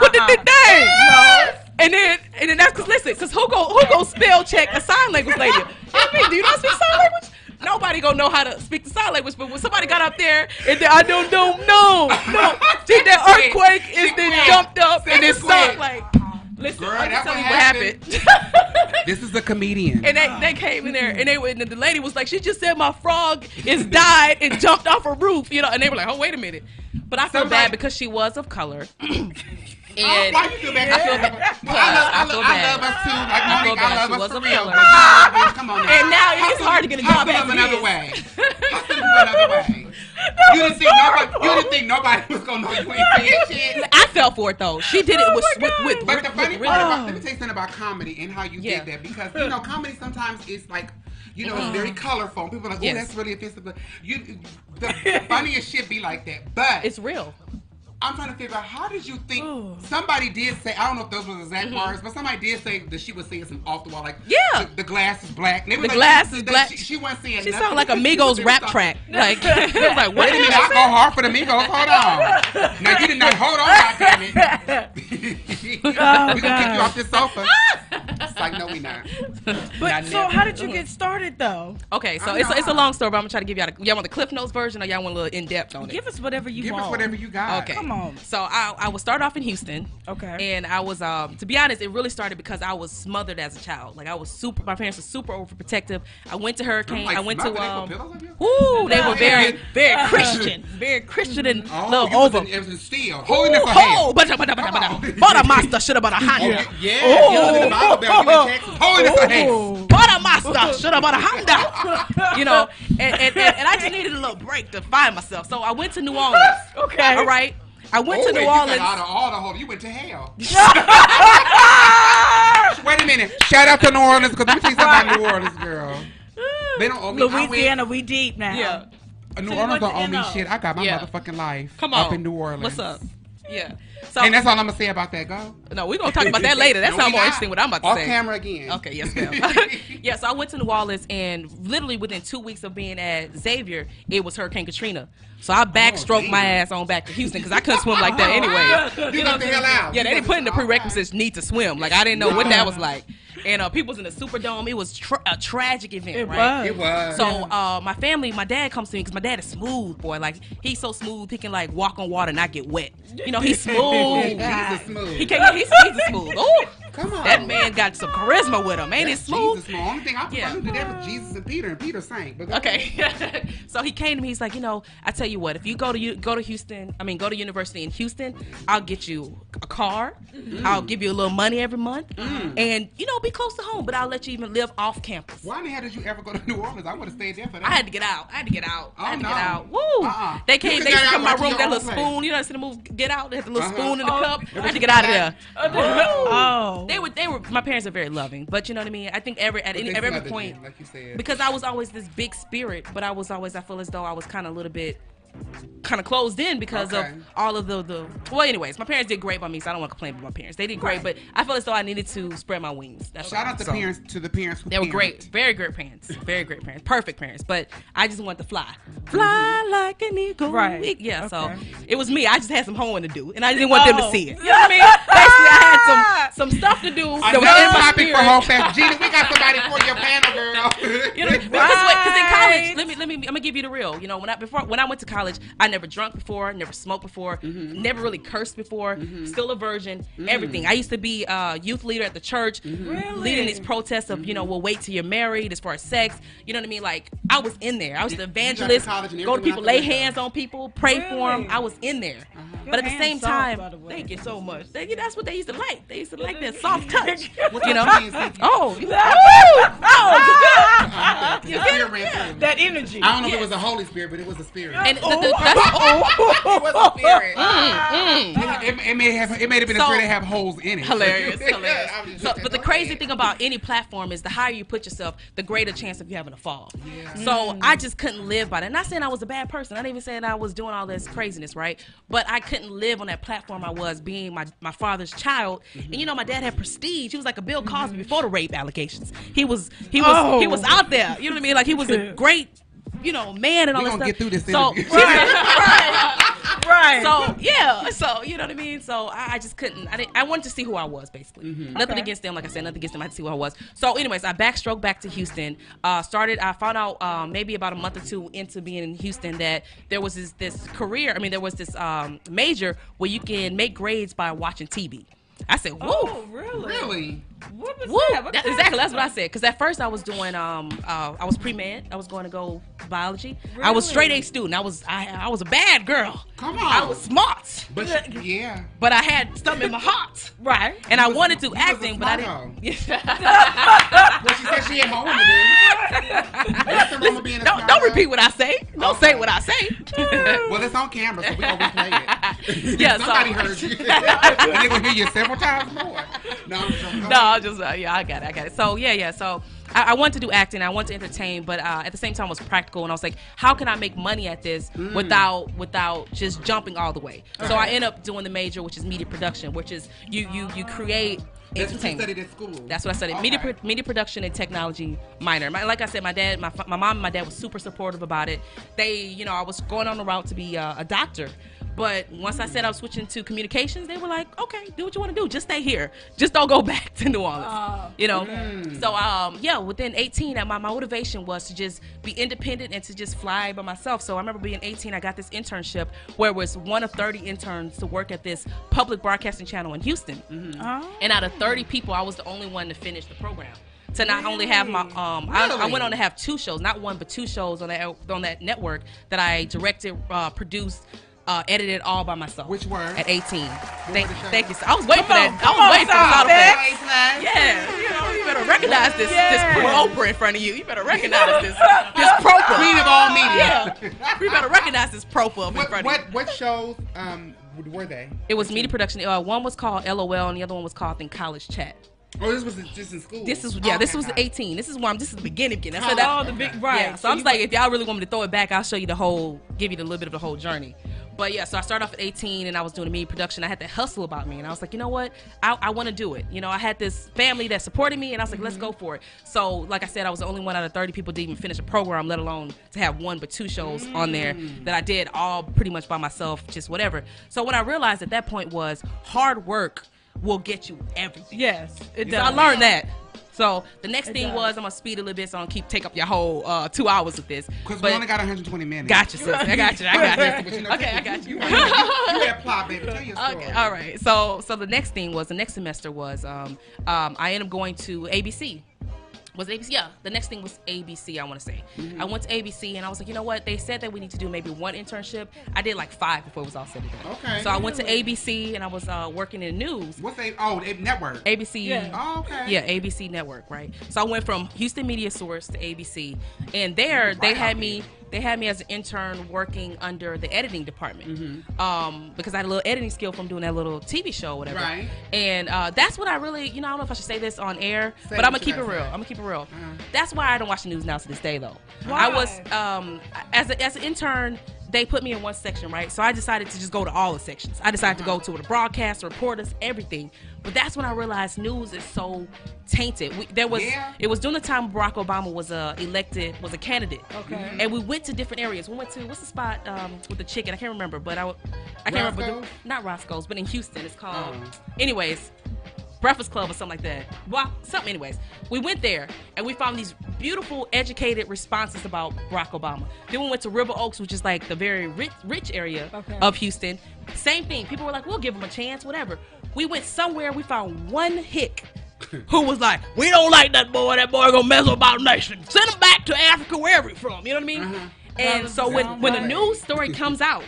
[SPEAKER 3] What did they
[SPEAKER 1] Uh-uh.
[SPEAKER 3] dang? And then, and then that's because listen, because who go who go spell check a sign language lady?
[SPEAKER 1] [LAUGHS]
[SPEAKER 3] I mean, do you not speak sign language? Nobody gonna know how to speak the sign language, but when somebody got up there and then I don't know, no, no,
[SPEAKER 1] [LAUGHS]
[SPEAKER 3] did that earthquake is then jumped up and it sunk like. Listen,
[SPEAKER 1] Girl,
[SPEAKER 3] I can
[SPEAKER 1] that
[SPEAKER 3] tell
[SPEAKER 1] what
[SPEAKER 3] you what happened. [LAUGHS]
[SPEAKER 1] This is a comedian.
[SPEAKER 3] And they, they came in there, and they were, and the lady was like, she just said my frog is died and jumped off a roof, you know. And they were like, oh wait a minute, but I feel
[SPEAKER 1] Somebody-
[SPEAKER 3] bad because she was of [COUGHS] color. and
[SPEAKER 1] Oh, why you feel bad?
[SPEAKER 3] I feel
[SPEAKER 1] I,
[SPEAKER 3] bad.
[SPEAKER 1] well, I, love, I,
[SPEAKER 3] I feel
[SPEAKER 1] love, I
[SPEAKER 3] bad.
[SPEAKER 1] love us too. Like
[SPEAKER 3] I feel
[SPEAKER 1] Monique, I,
[SPEAKER 3] bad. She
[SPEAKER 1] love us
[SPEAKER 3] was
[SPEAKER 1] for
[SPEAKER 3] a
[SPEAKER 1] real.
[SPEAKER 3] killer.
[SPEAKER 1] but
[SPEAKER 3] [LAUGHS]
[SPEAKER 1] bitch, Come on.
[SPEAKER 3] And now it is hard to get a job
[SPEAKER 1] Hustle
[SPEAKER 3] back.
[SPEAKER 1] them another
[SPEAKER 3] [LAUGHS]
[SPEAKER 1] way. Hustle them another way. You didn't think nobody. You didn't think nobody was gonna know you ain't saying shit.
[SPEAKER 3] I fell for it though. She did it with with, with, with,
[SPEAKER 1] But the funny
[SPEAKER 3] with-
[SPEAKER 1] part about let me tell you something about comedy and how you
[SPEAKER 3] Yeah.
[SPEAKER 1] did that because you know comedy sometimes is like you know it's very colorful. People are like, oh,
[SPEAKER 3] Mm-hmm. Yes.
[SPEAKER 1] that's really offensive. But you, the funniest shit be like that. But
[SPEAKER 3] it's real.
[SPEAKER 1] I'm trying to figure out how did you think somebody did say I don't know if those were the exact words, but somebody did say that she was saying some off the wall like
[SPEAKER 3] Mm-hmm. Yeah.
[SPEAKER 1] the, the glass is black. And they were
[SPEAKER 3] The
[SPEAKER 1] like,
[SPEAKER 3] glass
[SPEAKER 1] she-
[SPEAKER 3] is
[SPEAKER 1] they-
[SPEAKER 3] black.
[SPEAKER 1] She, she wasn't saying
[SPEAKER 3] She
[SPEAKER 1] nothing.
[SPEAKER 3] sounded like
[SPEAKER 1] She was
[SPEAKER 3] Amigos
[SPEAKER 1] just
[SPEAKER 3] rap
[SPEAKER 1] talking.
[SPEAKER 3] [LAUGHS] track. Like, I was like, what
[SPEAKER 1] Wait a
[SPEAKER 3] did
[SPEAKER 1] minute, I
[SPEAKER 3] [LAUGHS]
[SPEAKER 1] go hard for the Migos. Hold on. Now you did not hold on,
[SPEAKER 3] [LAUGHS]
[SPEAKER 1] goddammit. it. [LAUGHS] we gonna kick
[SPEAKER 3] Oh,
[SPEAKER 1] you off this sofa. It's like no, we
[SPEAKER 3] [LAUGHS]
[SPEAKER 1] not.
[SPEAKER 2] But
[SPEAKER 1] Not
[SPEAKER 2] so,
[SPEAKER 1] never.
[SPEAKER 2] how did you get started though?
[SPEAKER 3] Okay, so it's a, it's a long story, but I'm gonna try to give y'all. The, y'all want the Cliff Notes version, or y'all want a little in depth on it?
[SPEAKER 2] Give us whatever you
[SPEAKER 1] Give
[SPEAKER 2] want.
[SPEAKER 1] us whatever you got.
[SPEAKER 3] Okay.
[SPEAKER 2] Come on.
[SPEAKER 3] So I, I would start off in Houston.
[SPEAKER 2] Okay.
[SPEAKER 3] And I was, um, to be honest, it really started because I was smothered as a child. Like I was super. My parents were super overprotective. I went to hurricane.
[SPEAKER 1] like,
[SPEAKER 3] I went
[SPEAKER 1] smothered?
[SPEAKER 3] to.
[SPEAKER 1] They put
[SPEAKER 3] Um,
[SPEAKER 1] pillows on you?
[SPEAKER 3] Ooh, they were very,
[SPEAKER 1] Yeah.
[SPEAKER 3] very Christian, very Christian and
[SPEAKER 1] Oh,
[SPEAKER 3] little
[SPEAKER 1] you was
[SPEAKER 3] over.
[SPEAKER 1] in- it was in steel. Holiness for Oh. hell.
[SPEAKER 3] but but
[SPEAKER 1] Come on.
[SPEAKER 3] but master should have bought a
[SPEAKER 1] Oh,
[SPEAKER 3] Honda.
[SPEAKER 1] yeah. yeah. You was in the Bible Belt. Oh, You in
[SPEAKER 3] [LAUGHS]
[SPEAKER 1] Texas. Holiness for hell.
[SPEAKER 3] Butter master should have bought a Honda. You know, and, and, and, and I just needed a little break to find myself. So I went to New
[SPEAKER 1] [LAUGHS]
[SPEAKER 3] Orleans.
[SPEAKER 2] Okay.
[SPEAKER 3] All right. I went to
[SPEAKER 1] Oh,
[SPEAKER 3] New
[SPEAKER 1] wait, you got
[SPEAKER 3] Orleans.
[SPEAKER 1] Out of all the holy, you went to
[SPEAKER 3] [LAUGHS]
[SPEAKER 1] hell. Wait a minute. Shout out to New Orleans because let me tell you something about New Orleans, girl. They don't owe me. I went- uh,
[SPEAKER 2] Louisiana, we deep now.
[SPEAKER 3] Yeah.
[SPEAKER 1] New
[SPEAKER 2] you
[SPEAKER 1] Orleans
[SPEAKER 2] went to
[SPEAKER 1] don't owe me
[SPEAKER 2] NO.
[SPEAKER 1] shit. I got my
[SPEAKER 3] Yeah.
[SPEAKER 1] motherfucking life.
[SPEAKER 3] Come on.
[SPEAKER 1] Up in New Orleans.
[SPEAKER 3] What's up? Yeah. So
[SPEAKER 1] And that's all I'm gonna say about that. Go.
[SPEAKER 3] no, we're gonna talk about that later. That
[SPEAKER 1] No,
[SPEAKER 3] sounds
[SPEAKER 1] we
[SPEAKER 3] more
[SPEAKER 1] not.
[SPEAKER 3] interesting. What I'm about to
[SPEAKER 1] Off
[SPEAKER 3] say.
[SPEAKER 1] camera again.
[SPEAKER 3] Okay, yes,
[SPEAKER 1] [LAUGHS]
[SPEAKER 3] ma'am. [LAUGHS] yeah, so I went to New Orleans, and literally within two weeks of being at Xavier, it was Hurricane Katrina. So
[SPEAKER 1] Oh,
[SPEAKER 3] I backstroke
[SPEAKER 1] damn.
[SPEAKER 3] my ass on back to Houston because I couldn't swim like
[SPEAKER 1] [LAUGHS]
[SPEAKER 3] that anyway.
[SPEAKER 1] You
[SPEAKER 3] know
[SPEAKER 1] got the
[SPEAKER 3] what I'm
[SPEAKER 1] hell
[SPEAKER 3] saying?
[SPEAKER 1] out.
[SPEAKER 3] Yeah, they
[SPEAKER 1] You got
[SPEAKER 3] didn't put in the
[SPEAKER 1] the-
[SPEAKER 3] prerequisites need to swim. Like I didn't know what that was like. And uh, people was in the Superdome. It was tra- a tragic event,
[SPEAKER 2] It
[SPEAKER 3] right?
[SPEAKER 2] was.
[SPEAKER 1] It was.
[SPEAKER 3] So uh, my family, my dad comes to me because my dad is smooth, boy. Like he's so smooth, he can like walk on water and not get wet. You
[SPEAKER 1] [LAUGHS]
[SPEAKER 3] know, he's smooth.
[SPEAKER 1] Jesus smooth.
[SPEAKER 3] oh, he can. He's, he's smooth. Oh,
[SPEAKER 1] Come on.
[SPEAKER 3] that man got some charisma with him. Ain't he smooth?
[SPEAKER 1] Jesus smooth. Only thing I could
[SPEAKER 3] Yeah.
[SPEAKER 1] do that was Jesus and Peter, and Peter sank. But go ahead.
[SPEAKER 3] Okay. [LAUGHS] so he came to me. He's like, you know, I tell you what, if you go to you go to Houston, I mean, go to university in Houston, I'll get you a car.
[SPEAKER 1] Mm-hmm.
[SPEAKER 3] I'll give you a little money every month,
[SPEAKER 1] Mm.
[SPEAKER 3] and you know, be close to home. But I'll let you even live off campus.
[SPEAKER 1] Why in the hell did you ever go to New Orleans? I would have stayed there for that.
[SPEAKER 3] I had to get out. I had to get out. I
[SPEAKER 1] Oh,
[SPEAKER 3] had to
[SPEAKER 1] no.
[SPEAKER 3] get out. Woo!
[SPEAKER 1] Uh-uh.
[SPEAKER 3] They
[SPEAKER 1] You
[SPEAKER 3] came.
[SPEAKER 1] could
[SPEAKER 3] They
[SPEAKER 1] get
[SPEAKER 3] used to
[SPEAKER 1] out
[SPEAKER 3] come to
[SPEAKER 1] and
[SPEAKER 3] my
[SPEAKER 1] watch
[SPEAKER 3] room.
[SPEAKER 1] your
[SPEAKER 3] That
[SPEAKER 1] own
[SPEAKER 3] little
[SPEAKER 1] play.
[SPEAKER 3] spoon. You know, see the movie Get Out. They had the little
[SPEAKER 1] Uh-huh.
[SPEAKER 3] spoon in the
[SPEAKER 1] Oh.
[SPEAKER 3] cup. I had to get out of there. [LAUGHS]
[SPEAKER 2] Oh.
[SPEAKER 3] They were. They were. My parents are very loving, but you know what I mean. I think every at any
[SPEAKER 1] they
[SPEAKER 3] at every
[SPEAKER 1] smothered you,
[SPEAKER 3] point,
[SPEAKER 1] like you said.
[SPEAKER 3] because I was always this big spirit, but I was always I feel as though I was kind of a little bit kind of closed in because
[SPEAKER 1] Okay.
[SPEAKER 3] of all of the the well anyways my parents did great by me so i don't want to complain about my parents they did great but i felt as though i needed to spread my wings that's
[SPEAKER 1] Shout
[SPEAKER 3] all.
[SPEAKER 1] out to
[SPEAKER 3] So-
[SPEAKER 1] parents to the parents who
[SPEAKER 3] they were
[SPEAKER 1] parent.
[SPEAKER 3] great, very great parents, very great parents, perfect parents. But I just wanted to fly,
[SPEAKER 1] Mm-hmm.
[SPEAKER 3] fly like an eagle.
[SPEAKER 2] Right.
[SPEAKER 3] Yeah.
[SPEAKER 2] Okay.
[SPEAKER 3] So it was me. I just had some homework to do, and I didn't want them to
[SPEAKER 2] Oh.
[SPEAKER 3] see it. You know what I [LAUGHS] mean? Basically, I had [LAUGHS] some some stuff to do that was in
[SPEAKER 1] Another
[SPEAKER 3] my
[SPEAKER 1] topic
[SPEAKER 3] spirit.
[SPEAKER 1] for Home Fest. Gina, we got somebody for your
[SPEAKER 3] [LAUGHS]
[SPEAKER 1] panel, girl.
[SPEAKER 3] You know,
[SPEAKER 1] [LAUGHS]
[SPEAKER 3] because because in college,
[SPEAKER 2] Right.
[SPEAKER 3] let me let me I'm gonna give you the real. You know, when I before when I went to college, I never drunk before, never smoked before,
[SPEAKER 2] Mm-hmm.
[SPEAKER 3] never really cursed before. Still a virgin. Everything. I used to be uh, youth leader at the church,
[SPEAKER 2] Mm-hmm.
[SPEAKER 3] leading these protests of you know, well, wait till you're married as far as sex. You know what I mean? Like I was in there. I was the evangelist.
[SPEAKER 1] college and
[SPEAKER 3] Go to
[SPEAKER 1] everything
[SPEAKER 3] people,
[SPEAKER 1] out the
[SPEAKER 3] lay
[SPEAKER 1] window.
[SPEAKER 3] hands on people, pray for them.
[SPEAKER 2] Really? Uh-huh.
[SPEAKER 3] I was in there.
[SPEAKER 2] Your
[SPEAKER 3] But at the
[SPEAKER 2] hands
[SPEAKER 3] same
[SPEAKER 2] soft,
[SPEAKER 3] time,
[SPEAKER 2] by the way.
[SPEAKER 3] thank you so much. Thank you. That's what they used to like. They used to like that soft touch.
[SPEAKER 2] [LAUGHS]
[SPEAKER 3] you know?
[SPEAKER 1] touch means, Cynthia?
[SPEAKER 3] Oh, you- [LAUGHS] Oh,
[SPEAKER 1] The spirit ran through me.
[SPEAKER 2] that energy.
[SPEAKER 1] I don't know if it was the Holy Spirit, but it was a spirit.
[SPEAKER 3] and the, the,
[SPEAKER 1] Oh. [LAUGHS]
[SPEAKER 3] that's
[SPEAKER 1] It was a spirit. It, it- it may have it may have been a
[SPEAKER 3] So-
[SPEAKER 1] spirit that have holes in it. [LAUGHS]
[SPEAKER 3] hilarious, hilarious.
[SPEAKER 1] I'm just
[SPEAKER 3] So,
[SPEAKER 1] joking.
[SPEAKER 3] but the
[SPEAKER 1] Go
[SPEAKER 3] crazy
[SPEAKER 1] ahead.
[SPEAKER 3] thing about any platform is the higher you put yourself, the greater chance of you having a fall. So
[SPEAKER 1] Mm.
[SPEAKER 3] I just couldn't live by that. Not saying I was a bad person. Not even saying I was doing all this craziness, right? But I couldn't live on that platform I was, being my, my father's child.
[SPEAKER 1] Mm-hmm.
[SPEAKER 3] And you know, my dad had prestige. He was like a Bill Cosby before the rape allegations. He was he was he was
[SPEAKER 1] Oh.
[SPEAKER 3] out there. You know what I mean? Like he was
[SPEAKER 1] [LAUGHS]
[SPEAKER 3] a great. You know, man, and all
[SPEAKER 1] We
[SPEAKER 3] this
[SPEAKER 1] gonna get
[SPEAKER 3] stuff.
[SPEAKER 1] through this
[SPEAKER 3] So, [LAUGHS]
[SPEAKER 1] interview. [LAUGHS]
[SPEAKER 2] right. [LAUGHS]
[SPEAKER 3] so yeah, so you know what I mean. So I, I just couldn't. I didn't, I wanted to see who I was basically. Nothing
[SPEAKER 2] Mm-hmm. Okay.
[SPEAKER 3] against them, like I said, nothing against them. I had to see who I was. So, anyways, I backstroke back to Houston. Uh, started. I found out uh, maybe about a month or two into being in Houston that there was this this career. I mean, there was this um, major where you can make grades by watching TV. I said, whoa.
[SPEAKER 2] oh, really?
[SPEAKER 1] Really?
[SPEAKER 2] What was
[SPEAKER 3] Woo!
[SPEAKER 2] that? What
[SPEAKER 3] That-
[SPEAKER 2] kind
[SPEAKER 3] exactly, that's what I said. Because at first I was doing, um, uh, I was pre med. I was going to go biology. I was
[SPEAKER 2] Really?
[SPEAKER 3] straight A student. I was, I, I was a bad girl.
[SPEAKER 1] Come
[SPEAKER 3] I
[SPEAKER 1] on.
[SPEAKER 3] was smart,
[SPEAKER 1] But she- yeah.
[SPEAKER 3] but I had something in my heart,
[SPEAKER 2] Right.
[SPEAKER 3] and I wanted to
[SPEAKER 1] you was a
[SPEAKER 3] acting, but I
[SPEAKER 1] smart
[SPEAKER 3] didn't.
[SPEAKER 1] Well, she said she had my woman. Dude. Nothing wrong with being a
[SPEAKER 3] don't
[SPEAKER 1] smart
[SPEAKER 3] don't
[SPEAKER 1] girl.
[SPEAKER 3] repeat what I say. [LAUGHS] Don't
[SPEAKER 1] [LAUGHS] Okay.
[SPEAKER 3] say what I say.
[SPEAKER 1] Well, it's on camera, so we gonna replay it.
[SPEAKER 3] yeah, so-
[SPEAKER 1] Somebody heard you. and they gonna hear you several times more. No, I'm joking.
[SPEAKER 3] [LAUGHS] no, I just uh, yeah, I got it, I got it. So yeah, yeah. So I, I wanted to do acting, I wanted to entertain, but uh, at the same time I was practical, and I was like, how can I make money at this
[SPEAKER 1] Mm.
[SPEAKER 3] without without just jumping all the way? So I end up doing the major, which is media production, which is you you you create.
[SPEAKER 1] That's what you
[SPEAKER 3] entertainment.
[SPEAKER 1] studied at school.
[SPEAKER 3] That's what I studied.
[SPEAKER 1] Okay.
[SPEAKER 3] Media, pro- media production and technology minor. My, like I said, my dad, my, fa- my mom, and my dad was super supportive about it. They, you know, I was going on the route to be uh, a doctor. But once I said I was switching to communications, they were like, okay, do what you want to do. Just stay here. Just don't go [LAUGHS] back to New Orleans. you know? So, um, yeah, within 18, I- my, my motivation was to just be independent and to just fly by myself. So I remember being 18, I got this internship where it was one of 30 interns to work at this public broadcasting channel in Houston. And out of 30 people, I was the only one to finish the program. To not only have my, um, I, I
[SPEAKER 1] Really?
[SPEAKER 3] went on to have two shows, not one, but two shows on that on that network that I directed, uh, produced, uh, edited all by myself.
[SPEAKER 1] Which were?
[SPEAKER 3] At 18. Thank,
[SPEAKER 1] were the shows?
[SPEAKER 3] thank you. sir. I was waiting for that.
[SPEAKER 2] on,
[SPEAKER 3] I
[SPEAKER 2] come on,
[SPEAKER 3] was waiting for
[SPEAKER 2] Sal,
[SPEAKER 3] the title
[SPEAKER 2] man.
[SPEAKER 3] thing.
[SPEAKER 1] Always nice.
[SPEAKER 3] Yeah, you know, you better recognize this
[SPEAKER 2] Yeah.
[SPEAKER 3] this pro Oprah in front of you. You better
[SPEAKER 1] [LAUGHS]
[SPEAKER 3] recognize this this pro
[SPEAKER 1] Queen of all media.
[SPEAKER 3] Yeah, you better recognize this pro in front
[SPEAKER 1] What,
[SPEAKER 3] of
[SPEAKER 1] what
[SPEAKER 3] you.
[SPEAKER 1] what shows um were they?
[SPEAKER 3] It was media production. Uh, one was called LOL, and the other one was called I think College Chat.
[SPEAKER 1] Oh, this was just in school.
[SPEAKER 3] This is yeah, this
[SPEAKER 1] Okay,
[SPEAKER 3] was
[SPEAKER 1] got it.
[SPEAKER 3] 18. This is where I'm. This is the beginning. beginning.
[SPEAKER 1] Oh,
[SPEAKER 3] I said that.
[SPEAKER 1] the big-
[SPEAKER 2] right.
[SPEAKER 3] Yeah, so, I'm just like, if y'all really want me to throw it back, I'll show you the whole, give you the little bit of the whole journey. But yeah, so I started off at 18 and I was doing a media production. I had that hustle about me, and I was like, you know what? I, I want to do it. You know, I had this family that supported me, and I was like, let's go for it. So, like I said, I was the only one out of 30 people to even finish a program, let alone to have one but two shows on there that I did all pretty much by myself, just whatever. So, what I realized at that point was hard work will get you everything.
[SPEAKER 2] Yes, it
[SPEAKER 3] So
[SPEAKER 2] does.
[SPEAKER 3] I learned that. So the next thing
[SPEAKER 2] does.
[SPEAKER 3] was I'm gonna speed a little bit so I don't keep take up your whole uh, two hours with this.
[SPEAKER 1] Cause
[SPEAKER 3] But-
[SPEAKER 1] we only got 120 minutes.
[SPEAKER 3] Gotcha, sis. I got you. I got
[SPEAKER 1] [LAUGHS] But you
[SPEAKER 3] you.
[SPEAKER 1] know,
[SPEAKER 3] Okay, I got you.
[SPEAKER 1] You had plot, baby. Tell your story.
[SPEAKER 3] Okay, all right. So, so the next thing was the next semester was um, um, I ended up going to ABC. Was it ABC? Yeah. The next thing was ABC. I want to say
[SPEAKER 1] Mm-hmm.
[SPEAKER 3] I went to ABC and I was like, you know what? They said that we need to do maybe one internship. I did like five before it was all said and done.
[SPEAKER 1] Okay.
[SPEAKER 3] So I went to ABC and I was uh, working in news.
[SPEAKER 1] What's they? Oh, they network.
[SPEAKER 3] ABC.
[SPEAKER 2] Yeah.
[SPEAKER 1] Oh, okay.
[SPEAKER 3] Yeah, ABC Network, right? So I went from Houston Media Source to ABC, and there they
[SPEAKER 1] Right
[SPEAKER 3] had
[SPEAKER 1] out
[SPEAKER 3] me. They had me as an intern working under the editing department
[SPEAKER 1] Mm-hmm.
[SPEAKER 3] um, because I had a little editing skill from doing that little TV show, or whatever.
[SPEAKER 1] Right.
[SPEAKER 3] And uh, that's what I really, you know, I don't know if I should say this on air,
[SPEAKER 1] Say
[SPEAKER 3] but I'm
[SPEAKER 1] what you
[SPEAKER 3] gonna keep it
[SPEAKER 1] gotta
[SPEAKER 3] real.
[SPEAKER 1] say.
[SPEAKER 3] I'm gonna keep it real.
[SPEAKER 1] Uh-huh.
[SPEAKER 3] That's why I don't watch the news now to this day, though.
[SPEAKER 2] Why?
[SPEAKER 3] I was um, as a, as an intern. They put me in one section, right? So I decided to just go to all the sections. I decided to
[SPEAKER 1] Uh-huh.
[SPEAKER 3] go to the broadcast, reporters, everything. But that's when I realized news is so tainted. We, there was
[SPEAKER 1] Yeah.
[SPEAKER 3] it was during the time Barack Obama was uh, elected, was a candidate.
[SPEAKER 2] Okay.
[SPEAKER 3] And we went to different areas. We went to what's the spot um, with the chicken? I can't remember, but I, w- I can't remember.
[SPEAKER 1] Roscoe's?
[SPEAKER 3] the- Not Roscoe's, but in Houston, it's called.
[SPEAKER 1] Oh.
[SPEAKER 3] Anyways, Breakfast Club or something like that. Well, something, anyways. We went there and we found these beautiful, educated responses about Barack Obama. Then we went to River Oaks, which is like the very rich, rich area
[SPEAKER 2] Okay.
[SPEAKER 3] of Houston. Same thing. People were like, we'll give him a chance, whatever. We went somewhere, we found one hick who was like, we don't like that boy. That boy gonna mess up our nation. Send him back to Africa, wherever he from. You know what I mean? And so when, when the news story comes out,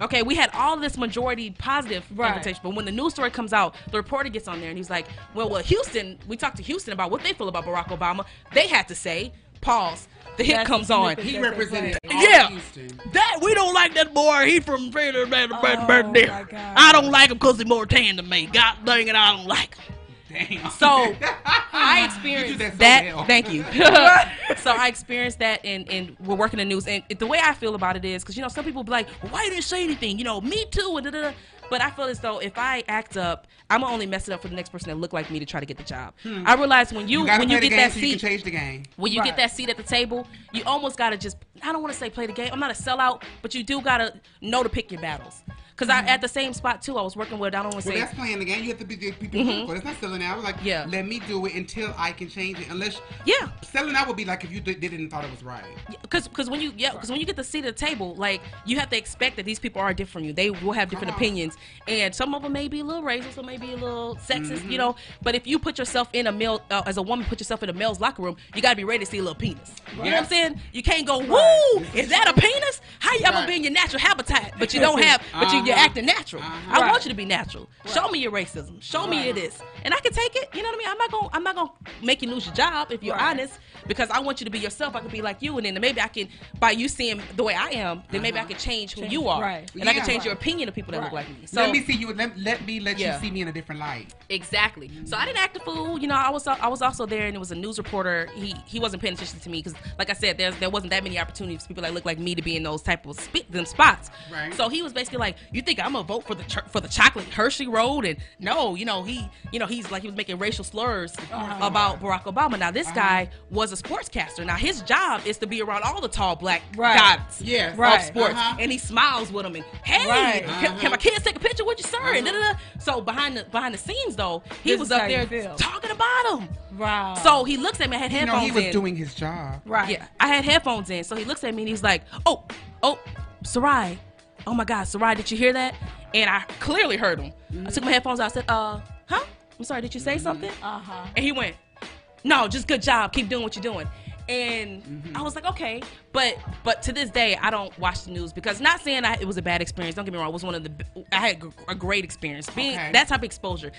[SPEAKER 3] Okay, we had all this majority positive
[SPEAKER 2] Right.
[SPEAKER 3] interpretation, but when the news story comes out, the reporter gets on there and he's like, "Well, well, Houston. We talked to Houston about what they feel about Barack Obama. They had to say, pause. The hit
[SPEAKER 2] That's
[SPEAKER 3] comes
[SPEAKER 2] the
[SPEAKER 3] on.
[SPEAKER 2] snippet.
[SPEAKER 1] He represented all
[SPEAKER 3] yeah,
[SPEAKER 1] Houston.
[SPEAKER 3] that we don't like that boy. He from back
[SPEAKER 2] Oh, my
[SPEAKER 3] there.
[SPEAKER 2] God.
[SPEAKER 3] I don't like him because he's more tan than me. God dang it, I don't like him.
[SPEAKER 1] [LAUGHS] Damn.
[SPEAKER 3] So I
[SPEAKER 1] Ah, You
[SPEAKER 3] experienced
[SPEAKER 1] do that so
[SPEAKER 3] that.
[SPEAKER 1] well. [LAUGHS]
[SPEAKER 3] Thank you. [LAUGHS] so I experienced that, and and we're working the news. And the way I feel about it is, because you know, some people be like, "Why you didn't say anything?" You know, me too, and da da. da." But I feel as though if I act up, I'm gonna only mess it up for the next person that look like me to try to get the job. I realize when you,
[SPEAKER 1] Hmm. You gotta
[SPEAKER 3] when
[SPEAKER 1] play
[SPEAKER 3] you
[SPEAKER 1] the
[SPEAKER 3] get
[SPEAKER 1] game
[SPEAKER 3] that
[SPEAKER 1] so you can
[SPEAKER 3] seat,
[SPEAKER 1] change the game.
[SPEAKER 3] when you
[SPEAKER 2] Right.
[SPEAKER 3] get that seat at the table, you almost gotta just I don't wanna say play the game. I'm not a sellout, but you do gotta know to pick your battles. Cause I at the same spot too, I was working with I don't wanna
[SPEAKER 1] Hmm. Well,
[SPEAKER 3] say
[SPEAKER 1] that's playing the game. You have to be the people. That's not selling out. Like,
[SPEAKER 3] Mm-hmm. Yeah.
[SPEAKER 1] let me do it until I can change it. Unless
[SPEAKER 3] Yeah.
[SPEAKER 1] selling out would be like if you did, didn't thought it was right.
[SPEAKER 3] because because when you yeah because when you get the seat at the table like you have to expect that these people are different from you they will have different
[SPEAKER 1] Come on.
[SPEAKER 3] opinions and some of them may be a little racist some may be a little sexist
[SPEAKER 1] Mm-hmm.
[SPEAKER 3] you know but if you put yourself in a male uh, as a woman put yourself in a male's locker room you gotta be ready to see a little penis you know what i'm
[SPEAKER 1] Yes.
[SPEAKER 3] saying you can't go woo is that a penis how y'all all gonna
[SPEAKER 1] Right.
[SPEAKER 3] be in your natural habitat but you don't have but you,
[SPEAKER 1] uh-huh.
[SPEAKER 3] you're acting natural. I
[SPEAKER 2] Right.
[SPEAKER 3] want you to be natural. Show me your racism. Show me your this, and I can take it. You know what I mean? I'm not gonna I'm not gonna make you lose your job if you're
[SPEAKER 2] Right.
[SPEAKER 3] honest, because I want you to be yourself. I can be like you, and then maybe I can by you seeing the way I am, then maybe I can change who you are,
[SPEAKER 2] Right.
[SPEAKER 3] and I
[SPEAKER 1] Yeah.
[SPEAKER 3] can change your opinion of people that look like me. So
[SPEAKER 1] let me see you. Let, let me let
[SPEAKER 3] Yeah.
[SPEAKER 1] you see me in a different light.
[SPEAKER 3] Exactly. So I didn't act a fool. You know, I was I was also there, and it was a news reporter. He he wasn't paying attention to me because, like I said, there there wasn't that many opportunities for people that look like me to be in those type of sp- them spots.
[SPEAKER 1] Right.
[SPEAKER 3] So he was basically like, "You think I'm gonna vote for the ch- for the chocolate Hershey Road?" And no, you know he you know he's like he was making racial slurs
[SPEAKER 2] Uh-huh.
[SPEAKER 3] about Barack Obama. Now this guy was a sportscaster. Now his job is to be around all the tall black
[SPEAKER 2] Right.
[SPEAKER 3] guys
[SPEAKER 1] Yes.
[SPEAKER 2] Right.
[SPEAKER 3] of sports,
[SPEAKER 1] Uh-huh.
[SPEAKER 3] and he smiles with them and hey,
[SPEAKER 2] Right.
[SPEAKER 3] can, can my kids take a picture with you, sir? And
[SPEAKER 1] Uh-huh.
[SPEAKER 3] da-da-da. so behind the behind the scenes though, he
[SPEAKER 2] This
[SPEAKER 3] was
[SPEAKER 2] is how
[SPEAKER 3] up
[SPEAKER 2] you
[SPEAKER 3] there
[SPEAKER 2] feel.
[SPEAKER 3] talking about him.
[SPEAKER 2] Wow.
[SPEAKER 3] So he looks at me. I had
[SPEAKER 1] You know,
[SPEAKER 3] headphones
[SPEAKER 1] he was
[SPEAKER 3] in.
[SPEAKER 1] doing his job.
[SPEAKER 2] right.
[SPEAKER 3] Yeah, I had headphones in. So he looks at me and he's like, "Oh, oh, Sarai, oh my God, Sarai, did you hear that?" And I clearly heard him. I took my headphones out. I said, "Uh, huh? I'm sorry. Did you say something?" Uh huh. And he went, "No, just good job. Keep doing what you're doing." And I was like, okay, but but to this day, I don't watch the news because not saying I, it was a bad experience. Don't get me wrong, it was one of the b- I had gr- a great experience. Being
[SPEAKER 1] Okay.
[SPEAKER 3] that type of exposure,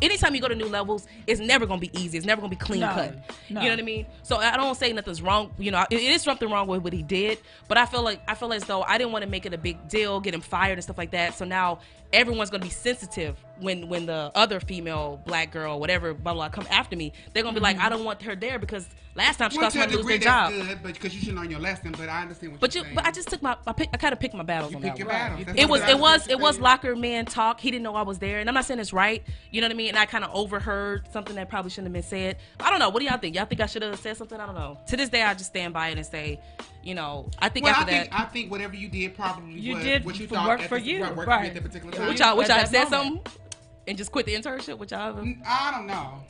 [SPEAKER 3] anytime you go to new levels, it's never gonna be easy. It's never gonna be clean
[SPEAKER 2] No,
[SPEAKER 3] cut.
[SPEAKER 2] no.
[SPEAKER 3] You know what I mean? So I don't say nothing's wrong. You know, it- it is something wrong with what he did, but I feel like I feel as though I didn't want to make it a big deal, get him fired and stuff like that. So now everyone's gonna be sensitive when when the other female black girl, whatever, blah blah, come after me. They're
[SPEAKER 2] Mm-hmm.
[SPEAKER 3] gonna be like, I don't want her there because last time she
[SPEAKER 1] Well,
[SPEAKER 3] caused
[SPEAKER 1] to a
[SPEAKER 3] somebody to lose
[SPEAKER 1] degree,
[SPEAKER 3] their
[SPEAKER 1] that's
[SPEAKER 3] job.
[SPEAKER 1] good, but because you should learn your lesson. But I understand what
[SPEAKER 3] But you,
[SPEAKER 1] you're saying.
[SPEAKER 3] but I just took my, I, pick, I kind of picked my battles
[SPEAKER 1] You
[SPEAKER 3] on
[SPEAKER 1] pick
[SPEAKER 3] that
[SPEAKER 1] your
[SPEAKER 3] one.
[SPEAKER 1] battles. That's
[SPEAKER 3] It
[SPEAKER 1] what
[SPEAKER 3] was,
[SPEAKER 1] I
[SPEAKER 3] it was,
[SPEAKER 1] understand.
[SPEAKER 3] it was locker man talk. He didn't know I was there, and I'm not saying it's right. You know what I mean? And I kind of overheard something that probably shouldn't have been said. I don't know. What do y'all think? Y'all think I should have said something? I don't know. To this day, I just stand by it and say, you know, I think
[SPEAKER 1] Well, I
[SPEAKER 3] after
[SPEAKER 1] think
[SPEAKER 3] that,
[SPEAKER 1] I think whatever you did probably
[SPEAKER 2] You
[SPEAKER 1] was
[SPEAKER 2] did
[SPEAKER 1] what you
[SPEAKER 2] for
[SPEAKER 1] thought
[SPEAKER 2] work
[SPEAKER 1] at
[SPEAKER 2] for
[SPEAKER 1] the-
[SPEAKER 2] you,
[SPEAKER 1] what worked
[SPEAKER 2] right.
[SPEAKER 1] at the particular
[SPEAKER 2] Yeah,
[SPEAKER 1] time.
[SPEAKER 3] which y'all,
[SPEAKER 2] at
[SPEAKER 3] which y'all
[SPEAKER 2] that
[SPEAKER 3] said
[SPEAKER 2] moment.
[SPEAKER 3] something and just quit the internship. Which y'all,
[SPEAKER 1] Mm, I don't know.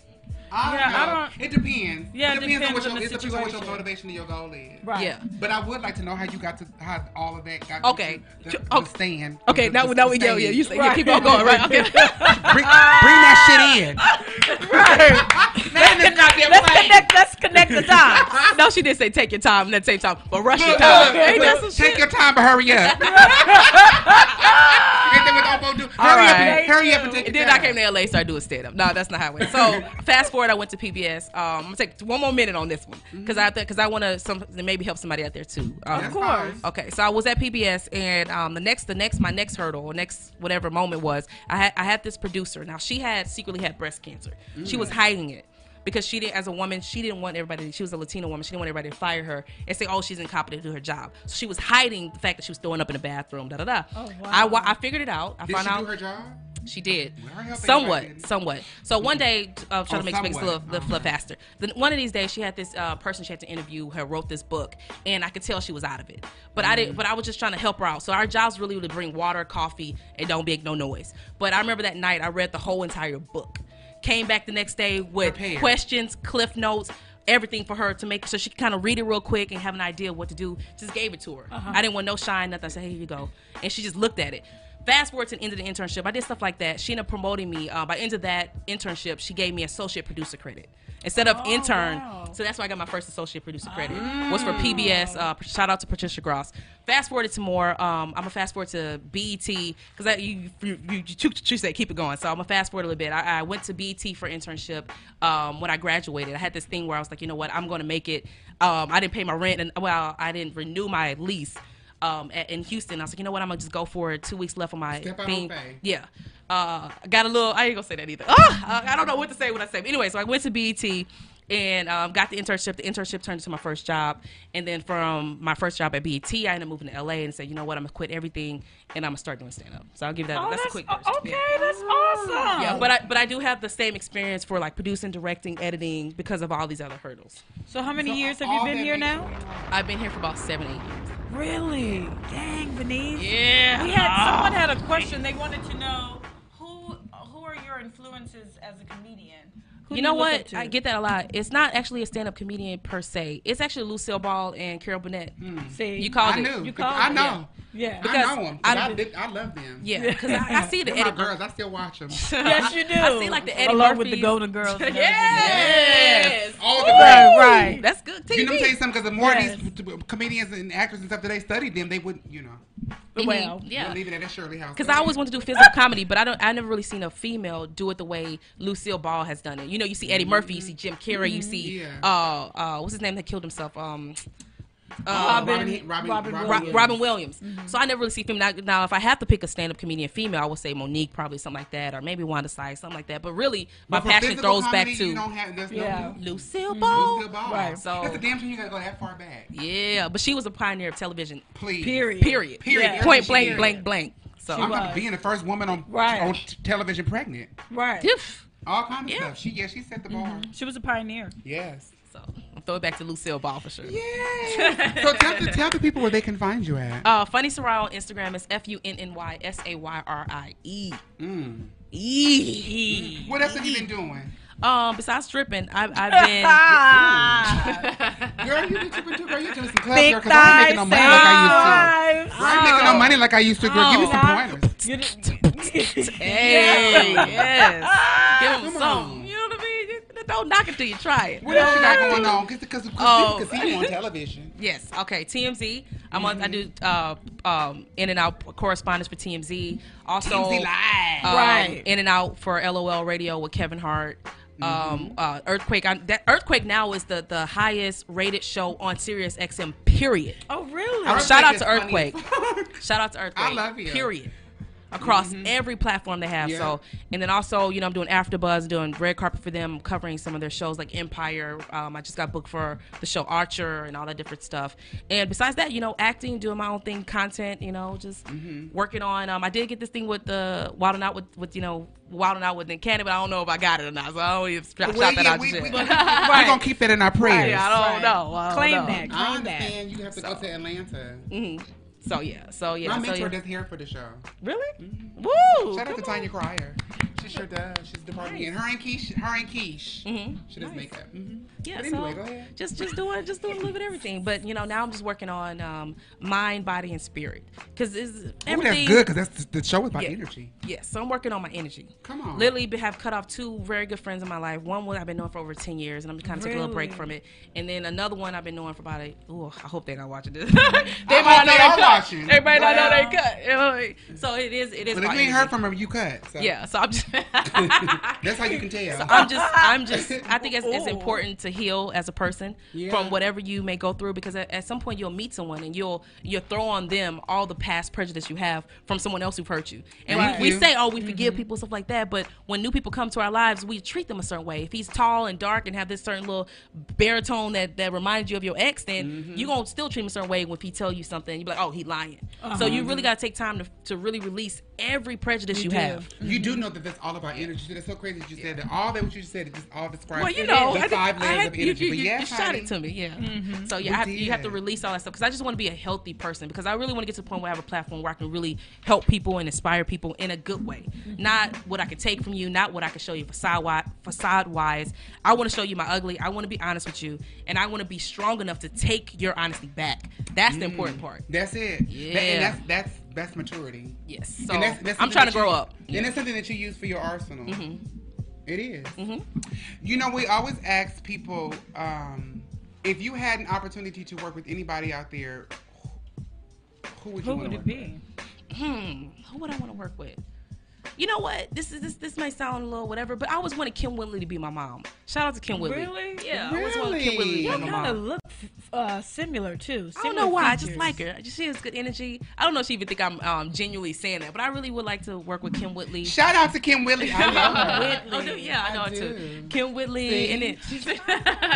[SPEAKER 1] I don't
[SPEAKER 2] Yeah,
[SPEAKER 1] know.
[SPEAKER 2] I don't-
[SPEAKER 1] It depends.
[SPEAKER 2] Yeah,
[SPEAKER 1] it depends, on
[SPEAKER 2] it
[SPEAKER 1] what
[SPEAKER 2] depends on
[SPEAKER 1] your it
[SPEAKER 2] the
[SPEAKER 1] depends on what your
[SPEAKER 2] situation.
[SPEAKER 1] motivation and your goal is.
[SPEAKER 2] Right.
[SPEAKER 3] yeah.
[SPEAKER 1] But I would like to know how you got to how all of that got
[SPEAKER 3] Okay.
[SPEAKER 1] you to, to,
[SPEAKER 3] Oh.
[SPEAKER 1] to stand.
[SPEAKER 3] Okay,
[SPEAKER 1] to-
[SPEAKER 3] now
[SPEAKER 1] to
[SPEAKER 3] now we yeah
[SPEAKER 1] sustain.
[SPEAKER 3] yeah you say "Ah."
[SPEAKER 2] Right.
[SPEAKER 3] yeah, keep on going right okay
[SPEAKER 1] bring, bring that shit in. [LAUGHS] Man, this goddamn
[SPEAKER 3] let's
[SPEAKER 1] thing.
[SPEAKER 3] connect let's connect the [LAUGHS] time no she did say take your time not take time
[SPEAKER 1] [LAUGHS]
[SPEAKER 3] but rush your
[SPEAKER 1] Look,
[SPEAKER 3] time
[SPEAKER 1] look,
[SPEAKER 3] Ain't that
[SPEAKER 1] look,
[SPEAKER 3] some
[SPEAKER 1] take
[SPEAKER 3] shit?
[SPEAKER 1] your time, but hurry
[SPEAKER 3] [LAUGHS]
[SPEAKER 1] up. Ain't that what Oppo do? Hurry up,
[SPEAKER 3] right.
[SPEAKER 1] and, hurry up and take
[SPEAKER 3] And
[SPEAKER 1] your
[SPEAKER 3] then
[SPEAKER 1] time.
[SPEAKER 3] I came to LA, started doing stand up. No, that's not how it went.
[SPEAKER 1] [LAUGHS]
[SPEAKER 3] So fast forward, I went to PBS. Um, I'm gonna take one more minute on this one because I have to because I want to some maybe help somebody out there too. Um,
[SPEAKER 1] Mm-hmm. That's fine.
[SPEAKER 3] Okay, so I was at PBS, and um, the next, the next, my next hurdle, or next whatever moment was, I had, I had this producer. Now she had secretly had breast cancer. She
[SPEAKER 1] Mm.
[SPEAKER 3] was hiding it because she didn't, as a woman, she didn't want everybody. She was a Latina woman. She didn't want everybody to fire her and say, "Oh, she's incompetent to do her job." So she was hiding the fact that she was throwing up in the bathroom. Da da da. Oh
[SPEAKER 2] wow.
[SPEAKER 3] I, wa- I figured it out. I
[SPEAKER 1] Did
[SPEAKER 3] found
[SPEAKER 1] she
[SPEAKER 3] out.
[SPEAKER 1] do her job?
[SPEAKER 3] She did.
[SPEAKER 1] Well, her
[SPEAKER 3] Somewhat,
[SPEAKER 1] baby did.
[SPEAKER 3] somewhat. So one day, uh, trying
[SPEAKER 1] Oh,
[SPEAKER 3] to make space a
[SPEAKER 1] somewhat. Uh-huh.
[SPEAKER 3] little, little
[SPEAKER 1] Okay.
[SPEAKER 3] faster. Then one of these days, she had this uh, person she had to interview. Her wrote this book, and I could tell she was out of it. But I
[SPEAKER 1] Mm-hmm.
[SPEAKER 3] didn't. But I was just trying to help her out. So our jobs really were to bring water, coffee, and don't make no noise. But I remember that night, I read the whole entire book. Came back the next day with
[SPEAKER 1] Prepared.
[SPEAKER 3] questions, cliff notes. Everything for her to make so she could kind of read it real quick and have an idea of what to do. Just gave it to her. I didn't want no shine, nothing. I said, here you go. And she just looked at it. Fast forward to the end of the internship, I did stuff like that. She ended up promoting me. Uh, by the end of that internship, she gave me associate producer credit instead of intern.
[SPEAKER 2] wow.
[SPEAKER 3] So that's where I got my first associate producer credit. Was for PBS. Uh, shout out to Patricia Gross. Fast forward to more. Um, I'm gonna fast forward to E BET because you you, you, you, you said keep it going. So I'm gonna fast forward a little bit. I, I went to BET for internship um, when I graduated. I had this thing where I was like, you know what, I'm gonna make it. Um, I didn't pay my rent and well, I didn't renew my lease um, at, in Houston. I was like, you know what, I'm gonna just go for it. Two weeks left on my
[SPEAKER 1] Step out on
[SPEAKER 3] thing.
[SPEAKER 1] faith.
[SPEAKER 3] Yeah. Uh, I got a little. I ain't gonna say that either. Ah, I, I don't know what to say when I say. But anyway, so I went to BET and um, got the internship. The internship turned into my first job, and then from my first job at BET, I ended up moving to LA and said, you know what, I'm gonna quit everything and I'm gonna start doing stand up. So I'll give that.
[SPEAKER 2] Oh,
[SPEAKER 3] that's,
[SPEAKER 2] that's,
[SPEAKER 3] a quick. version.
[SPEAKER 2] o- okay.
[SPEAKER 3] Yeah.
[SPEAKER 2] That's awesome.
[SPEAKER 3] Yeah, but I but I do have the same experience for like producing, directing, editing because of all these other hurdles.
[SPEAKER 2] so how many
[SPEAKER 1] So
[SPEAKER 2] years have
[SPEAKER 1] all
[SPEAKER 2] you been
[SPEAKER 1] that
[SPEAKER 2] here
[SPEAKER 1] makes-
[SPEAKER 2] now?
[SPEAKER 3] I've been here for about seven, eight years.
[SPEAKER 2] Really? Dang, Venice.
[SPEAKER 3] Yeah.
[SPEAKER 2] We had someone had a question. They wanted to know who who are your influences as a comedian? Who do
[SPEAKER 3] you know
[SPEAKER 2] look up
[SPEAKER 3] what?
[SPEAKER 2] to?
[SPEAKER 3] I get that a lot. It's not actually a stand-up comedian per se. It's actually Lucille Ball and Carol Burnett.
[SPEAKER 2] See,
[SPEAKER 3] You called
[SPEAKER 1] I
[SPEAKER 3] it.
[SPEAKER 1] knew.
[SPEAKER 2] called
[SPEAKER 1] I
[SPEAKER 2] it,
[SPEAKER 1] know.
[SPEAKER 2] Yeah.
[SPEAKER 3] Because
[SPEAKER 1] I know them.
[SPEAKER 3] I-
[SPEAKER 1] I, did- I love them.
[SPEAKER 3] Yeah, [LAUGHS] because I, I see the
[SPEAKER 1] They're my
[SPEAKER 3] Eddie
[SPEAKER 1] girls. I still watch
[SPEAKER 3] [LAUGHS]
[SPEAKER 1] them.
[SPEAKER 2] yes, you do.
[SPEAKER 3] I see like the Eddie
[SPEAKER 2] Along with the
[SPEAKER 3] Murphys.
[SPEAKER 2] Golden
[SPEAKER 3] [LAUGHS]
[SPEAKER 2] Girls. and
[SPEAKER 3] Yes.
[SPEAKER 1] All the girls.
[SPEAKER 2] Right, right.
[SPEAKER 3] That's good TV.
[SPEAKER 1] You know, I'm tell you something because the more
[SPEAKER 2] Yes.
[SPEAKER 1] these t- t- comedians and actors and stuff that they studied them, they wouldn't, you know,
[SPEAKER 3] Mhm.
[SPEAKER 2] Well,
[SPEAKER 3] yeah.
[SPEAKER 1] leave it at that Shirley House.
[SPEAKER 3] Because I always wanted to do physical comedy, but I don't. I never really seen a female do it the way Lucille Ball has done it. You know, you see Eddie Murphy,
[SPEAKER 2] Mm-hmm.
[SPEAKER 3] you see Jim Carrey, you see
[SPEAKER 1] Yeah.
[SPEAKER 3] uh, uh, what's his name that killed himself? Um, uh,
[SPEAKER 1] Robin, Robin, Robin,
[SPEAKER 2] Robin
[SPEAKER 1] Robin
[SPEAKER 3] Ro-
[SPEAKER 1] Williams.
[SPEAKER 3] Robin Williams.
[SPEAKER 2] Mm-hmm.
[SPEAKER 3] So I never really see female. Now, now if I have to pick a stand-up comedian female, I would say Monique, probably something like that, or maybe Wanda Sykes, something like that. But really, my
[SPEAKER 1] But for
[SPEAKER 3] passion
[SPEAKER 1] physical
[SPEAKER 3] throws
[SPEAKER 1] comedy,
[SPEAKER 3] back to
[SPEAKER 1] You don't have, there's yeah.
[SPEAKER 2] Yeah.
[SPEAKER 3] Lucille
[SPEAKER 2] Mm-hmm.
[SPEAKER 1] no,
[SPEAKER 3] Ball.
[SPEAKER 1] Lucille Ball.
[SPEAKER 2] Right.
[SPEAKER 3] So-
[SPEAKER 1] That's a damn shame you gotta go that far back.
[SPEAKER 3] Yeah, but she was a pioneer of television.
[SPEAKER 1] Please.
[SPEAKER 2] Period.
[SPEAKER 3] Period.
[SPEAKER 1] Period.
[SPEAKER 2] Yeah.
[SPEAKER 1] Everything
[SPEAKER 3] Point blank,
[SPEAKER 1] she did.
[SPEAKER 3] blank, blank. So [LAUGHS]
[SPEAKER 1] I'm
[SPEAKER 2] was.
[SPEAKER 1] about being the first woman on,
[SPEAKER 2] Right.
[SPEAKER 1] on t- television pregnant.
[SPEAKER 2] Right.
[SPEAKER 3] Phew.
[SPEAKER 1] All kind of
[SPEAKER 3] Yeah. Mm-hmm.
[SPEAKER 1] stuff. She yeah, she set the bar.
[SPEAKER 2] She was a pioneer.
[SPEAKER 1] Yes.
[SPEAKER 3] So I'll throw it back to Lucille Ball for sure.
[SPEAKER 1] Yeah. so tell the, tell the people where they can find you at.
[SPEAKER 3] Uh, Funny Sorrel on Instagram is F U N N Y S A Y R I E.
[SPEAKER 1] Mm.
[SPEAKER 3] E.
[SPEAKER 1] What else have you been doing?
[SPEAKER 3] Um, besides stripping, I've, I've [LAUGHS]
[SPEAKER 1] Girl, you need to put girl, you doing some clubs,
[SPEAKER 2] Big
[SPEAKER 1] girl, because I ain't making no money
[SPEAKER 2] thighs,
[SPEAKER 1] like I used to. I
[SPEAKER 2] thighs.
[SPEAKER 1] ain't making
[SPEAKER 3] Oh.
[SPEAKER 1] no money like I used to, girl. Give me
[SPEAKER 2] Oh.
[SPEAKER 1] some pointers.
[SPEAKER 2] You didn't-
[SPEAKER 3] been. hey, [LAUGHS] yes. Give them
[SPEAKER 1] Come
[SPEAKER 3] some.
[SPEAKER 1] on.
[SPEAKER 3] You know what I mean? You- Don't knock it till you try it.
[SPEAKER 1] What else you got going on? Because people
[SPEAKER 3] Oh.
[SPEAKER 1] can see you on television.
[SPEAKER 3] Yes. Okay. TMZ. I'm on. I do uh, um, in and out correspondence for TMZ. Also,
[SPEAKER 1] TMZ Live.
[SPEAKER 3] um,
[SPEAKER 2] Right.
[SPEAKER 3] In and out for LOL Radio with Kevin Hart. Um, uh, earthquake. I'm, that earthquake now is the the highest rated show on Sirius XM. Period.
[SPEAKER 2] Oh, really?
[SPEAKER 3] Shout out
[SPEAKER 1] is
[SPEAKER 3] to
[SPEAKER 1] funny
[SPEAKER 3] Earthquake.
[SPEAKER 1] as fuck. [LAUGHS]
[SPEAKER 3] Shout out to Earthquake.
[SPEAKER 1] I love you. Mm-hmm.
[SPEAKER 3] Period. Across every platform they have.
[SPEAKER 1] Yeah.
[SPEAKER 3] So, and then also, you know, I'm doing AfterBuzz, doing red carpet for them, covering some of their shows like Empire. Um, I just got booked for the show Archer and all that different stuff. And besides that, you know, acting, doing my own thing, content, you know, just
[SPEAKER 1] Mm-hmm.
[SPEAKER 3] working on. Um, I did get this thing with the Wild and Out with, with you know Wild and Out with Canada, but I don't know if I got it or not. So I don't even shout
[SPEAKER 1] Well,
[SPEAKER 3] that
[SPEAKER 1] yeah,
[SPEAKER 3] out
[SPEAKER 1] we,
[SPEAKER 3] just
[SPEAKER 1] we,
[SPEAKER 3] yet. [LAUGHS]
[SPEAKER 1] gonna, keep- we gonna keep that in our prayers.
[SPEAKER 3] Yeah, I don't know. I don't
[SPEAKER 2] Claim
[SPEAKER 3] know.
[SPEAKER 2] that.
[SPEAKER 1] I
[SPEAKER 2] Claim that.
[SPEAKER 1] understand you have to go to Atlanta.
[SPEAKER 3] So yeah, so yeah,
[SPEAKER 1] My
[SPEAKER 3] so,
[SPEAKER 1] mentor
[SPEAKER 3] yeah.
[SPEAKER 1] does hair for the show.
[SPEAKER 3] really. Woo!
[SPEAKER 1] Shout out to
[SPEAKER 3] come on.
[SPEAKER 1] Tanya Cryer. She sure does. She's the party. And her and Keish, her and Keish.
[SPEAKER 3] Mm-hmm.
[SPEAKER 1] She does makeup. hmm
[SPEAKER 3] Yeah,
[SPEAKER 1] But anyway,
[SPEAKER 3] so
[SPEAKER 1] go ahead.
[SPEAKER 3] just just doing just doing a little bit of everything. But you know, now I'm just working on um, mind, body, and spirit because it's
[SPEAKER 1] Ooh,
[SPEAKER 3] everything.
[SPEAKER 1] that's good because that's the show is about
[SPEAKER 3] Yeah.
[SPEAKER 1] energy.
[SPEAKER 3] Yes, so I'm working on my energy.
[SPEAKER 1] Come on.
[SPEAKER 3] Literally, be- have cut off two very good friends in my life. One one I've been knowing for over ten years, and I'm kind of taking a little break
[SPEAKER 2] Really?
[SPEAKER 3] from it. And then another one I've been knowing for about. A, ooh, I hope they're not watching this. [LAUGHS] they
[SPEAKER 1] hope
[SPEAKER 3] might
[SPEAKER 1] they
[SPEAKER 3] not
[SPEAKER 1] are
[SPEAKER 3] know they cut.
[SPEAKER 1] watching.
[SPEAKER 3] They might not know
[SPEAKER 2] Wow.
[SPEAKER 3] they cut. You know what I mean? So it is. It is.
[SPEAKER 1] But if
[SPEAKER 3] about
[SPEAKER 1] you ain't
[SPEAKER 3] energy.
[SPEAKER 1] heard from her, you cut. So.
[SPEAKER 3] yeah, so I'm just.
[SPEAKER 1] [LAUGHS] That's how you can tell.
[SPEAKER 3] I'm just, I'm just. I think it's, it's
[SPEAKER 2] Ooh.
[SPEAKER 3] important to heal as a person
[SPEAKER 1] Yeah.
[SPEAKER 3] from whatever you may go through, because at, at some point you'll meet someone and you'll you'll throw on them all the past prejudice you have from someone else who hurt you. And
[SPEAKER 1] Right.
[SPEAKER 3] we, we
[SPEAKER 1] You-
[SPEAKER 3] say, oh, we forgive people, stuff like that, but when new people come to our lives, we treat them a certain way. If he's tall and dark and have this certain little baritone that that reminds you of your ex, then you're gonna still treat him a certain way. If he tell you something, you be like, oh, he lying. So you really gotta take time to to really release every prejudice you,
[SPEAKER 2] do.
[SPEAKER 3] have.
[SPEAKER 1] You do know that that's all about energy. too. That's so crazy that you said that. All that what you just said, it just all describes [LAUGHS]
[SPEAKER 3] Well, you know,
[SPEAKER 1] the
[SPEAKER 3] I think-
[SPEAKER 1] five
[SPEAKER 3] I
[SPEAKER 1] layers
[SPEAKER 3] had-
[SPEAKER 1] of
[SPEAKER 3] you-
[SPEAKER 1] energy.
[SPEAKER 3] You,
[SPEAKER 1] but
[SPEAKER 3] you-
[SPEAKER 1] yeah,
[SPEAKER 3] you shot it
[SPEAKER 1] honey.
[SPEAKER 3] to me, yeah. So yeah, I
[SPEAKER 1] We
[SPEAKER 3] have, you have to
[SPEAKER 1] did.
[SPEAKER 3] release all that stuff because I just want to be a healthy person because I really want to get to the point where I have a platform where I can really help people and inspire people in a good way,
[SPEAKER 1] Mm-hmm.
[SPEAKER 3] not what I can take from you, not what I can show you facade wise. Facade wise, I want to show you my ugly. I want to be honest with you, and I want to be strong enough to take your honesty back. That's the
[SPEAKER 1] Mm.
[SPEAKER 3] important part.
[SPEAKER 1] That's it. Yeah.
[SPEAKER 3] Yeah.
[SPEAKER 1] and that's that's that's maturity.
[SPEAKER 3] Yes. So
[SPEAKER 1] And that's- that's something
[SPEAKER 3] I'm trying to
[SPEAKER 1] that
[SPEAKER 3] grow
[SPEAKER 1] you-
[SPEAKER 3] up. Mm-hmm.
[SPEAKER 1] And it's something that you use for your arsenal. It is. You know, we always ask people um, if you had an opportunity to work with anybody out there, wh- who would you
[SPEAKER 2] Who
[SPEAKER 1] want
[SPEAKER 2] would
[SPEAKER 1] to
[SPEAKER 2] it
[SPEAKER 1] work with?
[SPEAKER 2] be?
[SPEAKER 3] hmm, who would I want to work with? You know what? This is this this may sound a little whatever, but I always wanted Kim Whitley to be my mom. Shout out to Kim Whitley.
[SPEAKER 2] Really?
[SPEAKER 3] Yeah. I always wanted Kim Whitley to be my
[SPEAKER 1] Really? Yeah,
[SPEAKER 2] Y'all
[SPEAKER 3] mom.
[SPEAKER 2] kind of look uh, similar too.
[SPEAKER 3] I don't know why. I just like her. She has good energy. I don't know if she even think I'm um, genuinely saying that, but I really would like to work with Kim Whitley.
[SPEAKER 1] Shout out to Kim Willie.
[SPEAKER 3] [LAUGHS]
[SPEAKER 1] I love her.
[SPEAKER 3] Oh, no, yeah, I know
[SPEAKER 1] I
[SPEAKER 3] her too.
[SPEAKER 1] do.
[SPEAKER 3] Kim Whitley
[SPEAKER 1] See?
[SPEAKER 3] and then [LAUGHS]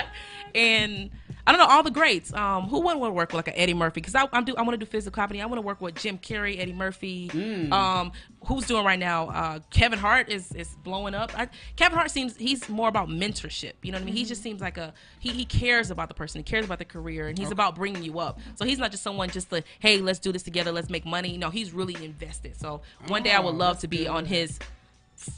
[SPEAKER 3] and I don't know all the greats. Um, who wouldn't want to work with like an Eddie Murphy? Because I I'm do I want to do physical comedy. I want to work with Jim Carrey, Eddie Murphy.
[SPEAKER 1] Mm.
[SPEAKER 3] Um, who's doing right now? Uh, Kevin Hart is is blowing up. I, Kevin Hart seems he's more about mentorship. You know what I mean? He
[SPEAKER 1] Mm-hmm.
[SPEAKER 3] just seems like a he he cares about the person. He cares about the career, and he's about bringing you up. So he's not just someone just to hey let's do this together, let's make money. No, he's really invested. So one day I
[SPEAKER 1] Oh,
[SPEAKER 3] would love
[SPEAKER 1] that's
[SPEAKER 3] to be
[SPEAKER 1] good.
[SPEAKER 3] on his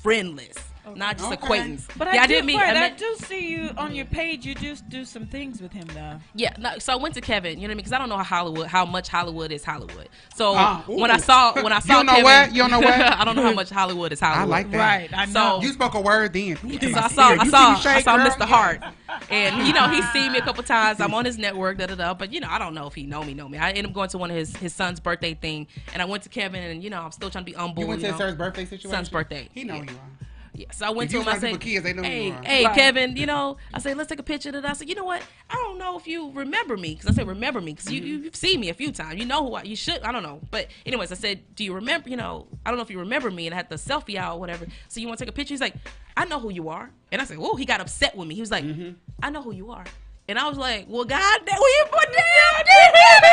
[SPEAKER 3] friend list. not just
[SPEAKER 1] Okay.
[SPEAKER 3] acquaintance.
[SPEAKER 2] Oh, But I,
[SPEAKER 3] yeah, I
[SPEAKER 2] do,
[SPEAKER 3] did meet.
[SPEAKER 2] Fred,
[SPEAKER 3] I
[SPEAKER 2] I,
[SPEAKER 3] met,
[SPEAKER 2] do see you on your page. You do do some things with him though.
[SPEAKER 3] yeah, no, so I went to Kevin. You know what I mean? Because I don't know how Hollywood, how much Hollywood is Hollywood. So
[SPEAKER 1] Ah, ooh.
[SPEAKER 3] when I
[SPEAKER 1] [LAUGHS]
[SPEAKER 3] saw, when I
[SPEAKER 1] You
[SPEAKER 3] saw,
[SPEAKER 1] know
[SPEAKER 3] Kevin,
[SPEAKER 1] what? You know what?
[SPEAKER 3] [LAUGHS] I don't know how much Hollywood is Hollywood.
[SPEAKER 1] I like that.
[SPEAKER 2] I
[SPEAKER 3] [LAUGHS] So-
[SPEAKER 1] You spoke a word then.
[SPEAKER 3] So I saw, I
[SPEAKER 1] You
[SPEAKER 3] saw,
[SPEAKER 1] see me
[SPEAKER 3] I
[SPEAKER 1] shake,
[SPEAKER 3] saw
[SPEAKER 1] girl?
[SPEAKER 3] Mr. Hart, and you know he's seen me
[SPEAKER 1] [LAUGHS]
[SPEAKER 3] a couple times. I'm on his network, da da da. But you know I don't know if he know me, know me. I ended up going to one of his his son's birthday thing, and I went to Kevin, and you know I'm still trying to be humble.
[SPEAKER 1] You went to
[SPEAKER 3] you
[SPEAKER 1] his
[SPEAKER 3] know.
[SPEAKER 1] son's birthday situation.
[SPEAKER 3] Son's birthday.
[SPEAKER 1] He know
[SPEAKER 3] Yeah.
[SPEAKER 1] you are.
[SPEAKER 3] Yeah, so I went
[SPEAKER 1] If
[SPEAKER 3] to
[SPEAKER 1] you
[SPEAKER 3] him. I
[SPEAKER 1] around people
[SPEAKER 3] said,
[SPEAKER 1] kids, they know who
[SPEAKER 3] "Hey,
[SPEAKER 1] you are."
[SPEAKER 3] hey,
[SPEAKER 2] Right.
[SPEAKER 3] Kevin, you know." I said, "Let's take a picture." And I said, "You know what? I don't know if you remember me because I said remember me because you, you you've seen me a few times. You know who I you should. I don't know, but anyways, I said, "Do you remember? You know, I don't know if you remember me." And I had the selfie out, or whatever. So you want to take a picture? He's like, "I know who you are." And I said, "Whoa!" He got upset with me. He was like, "I know who you are." And I was like, well, God damn, well, you put down,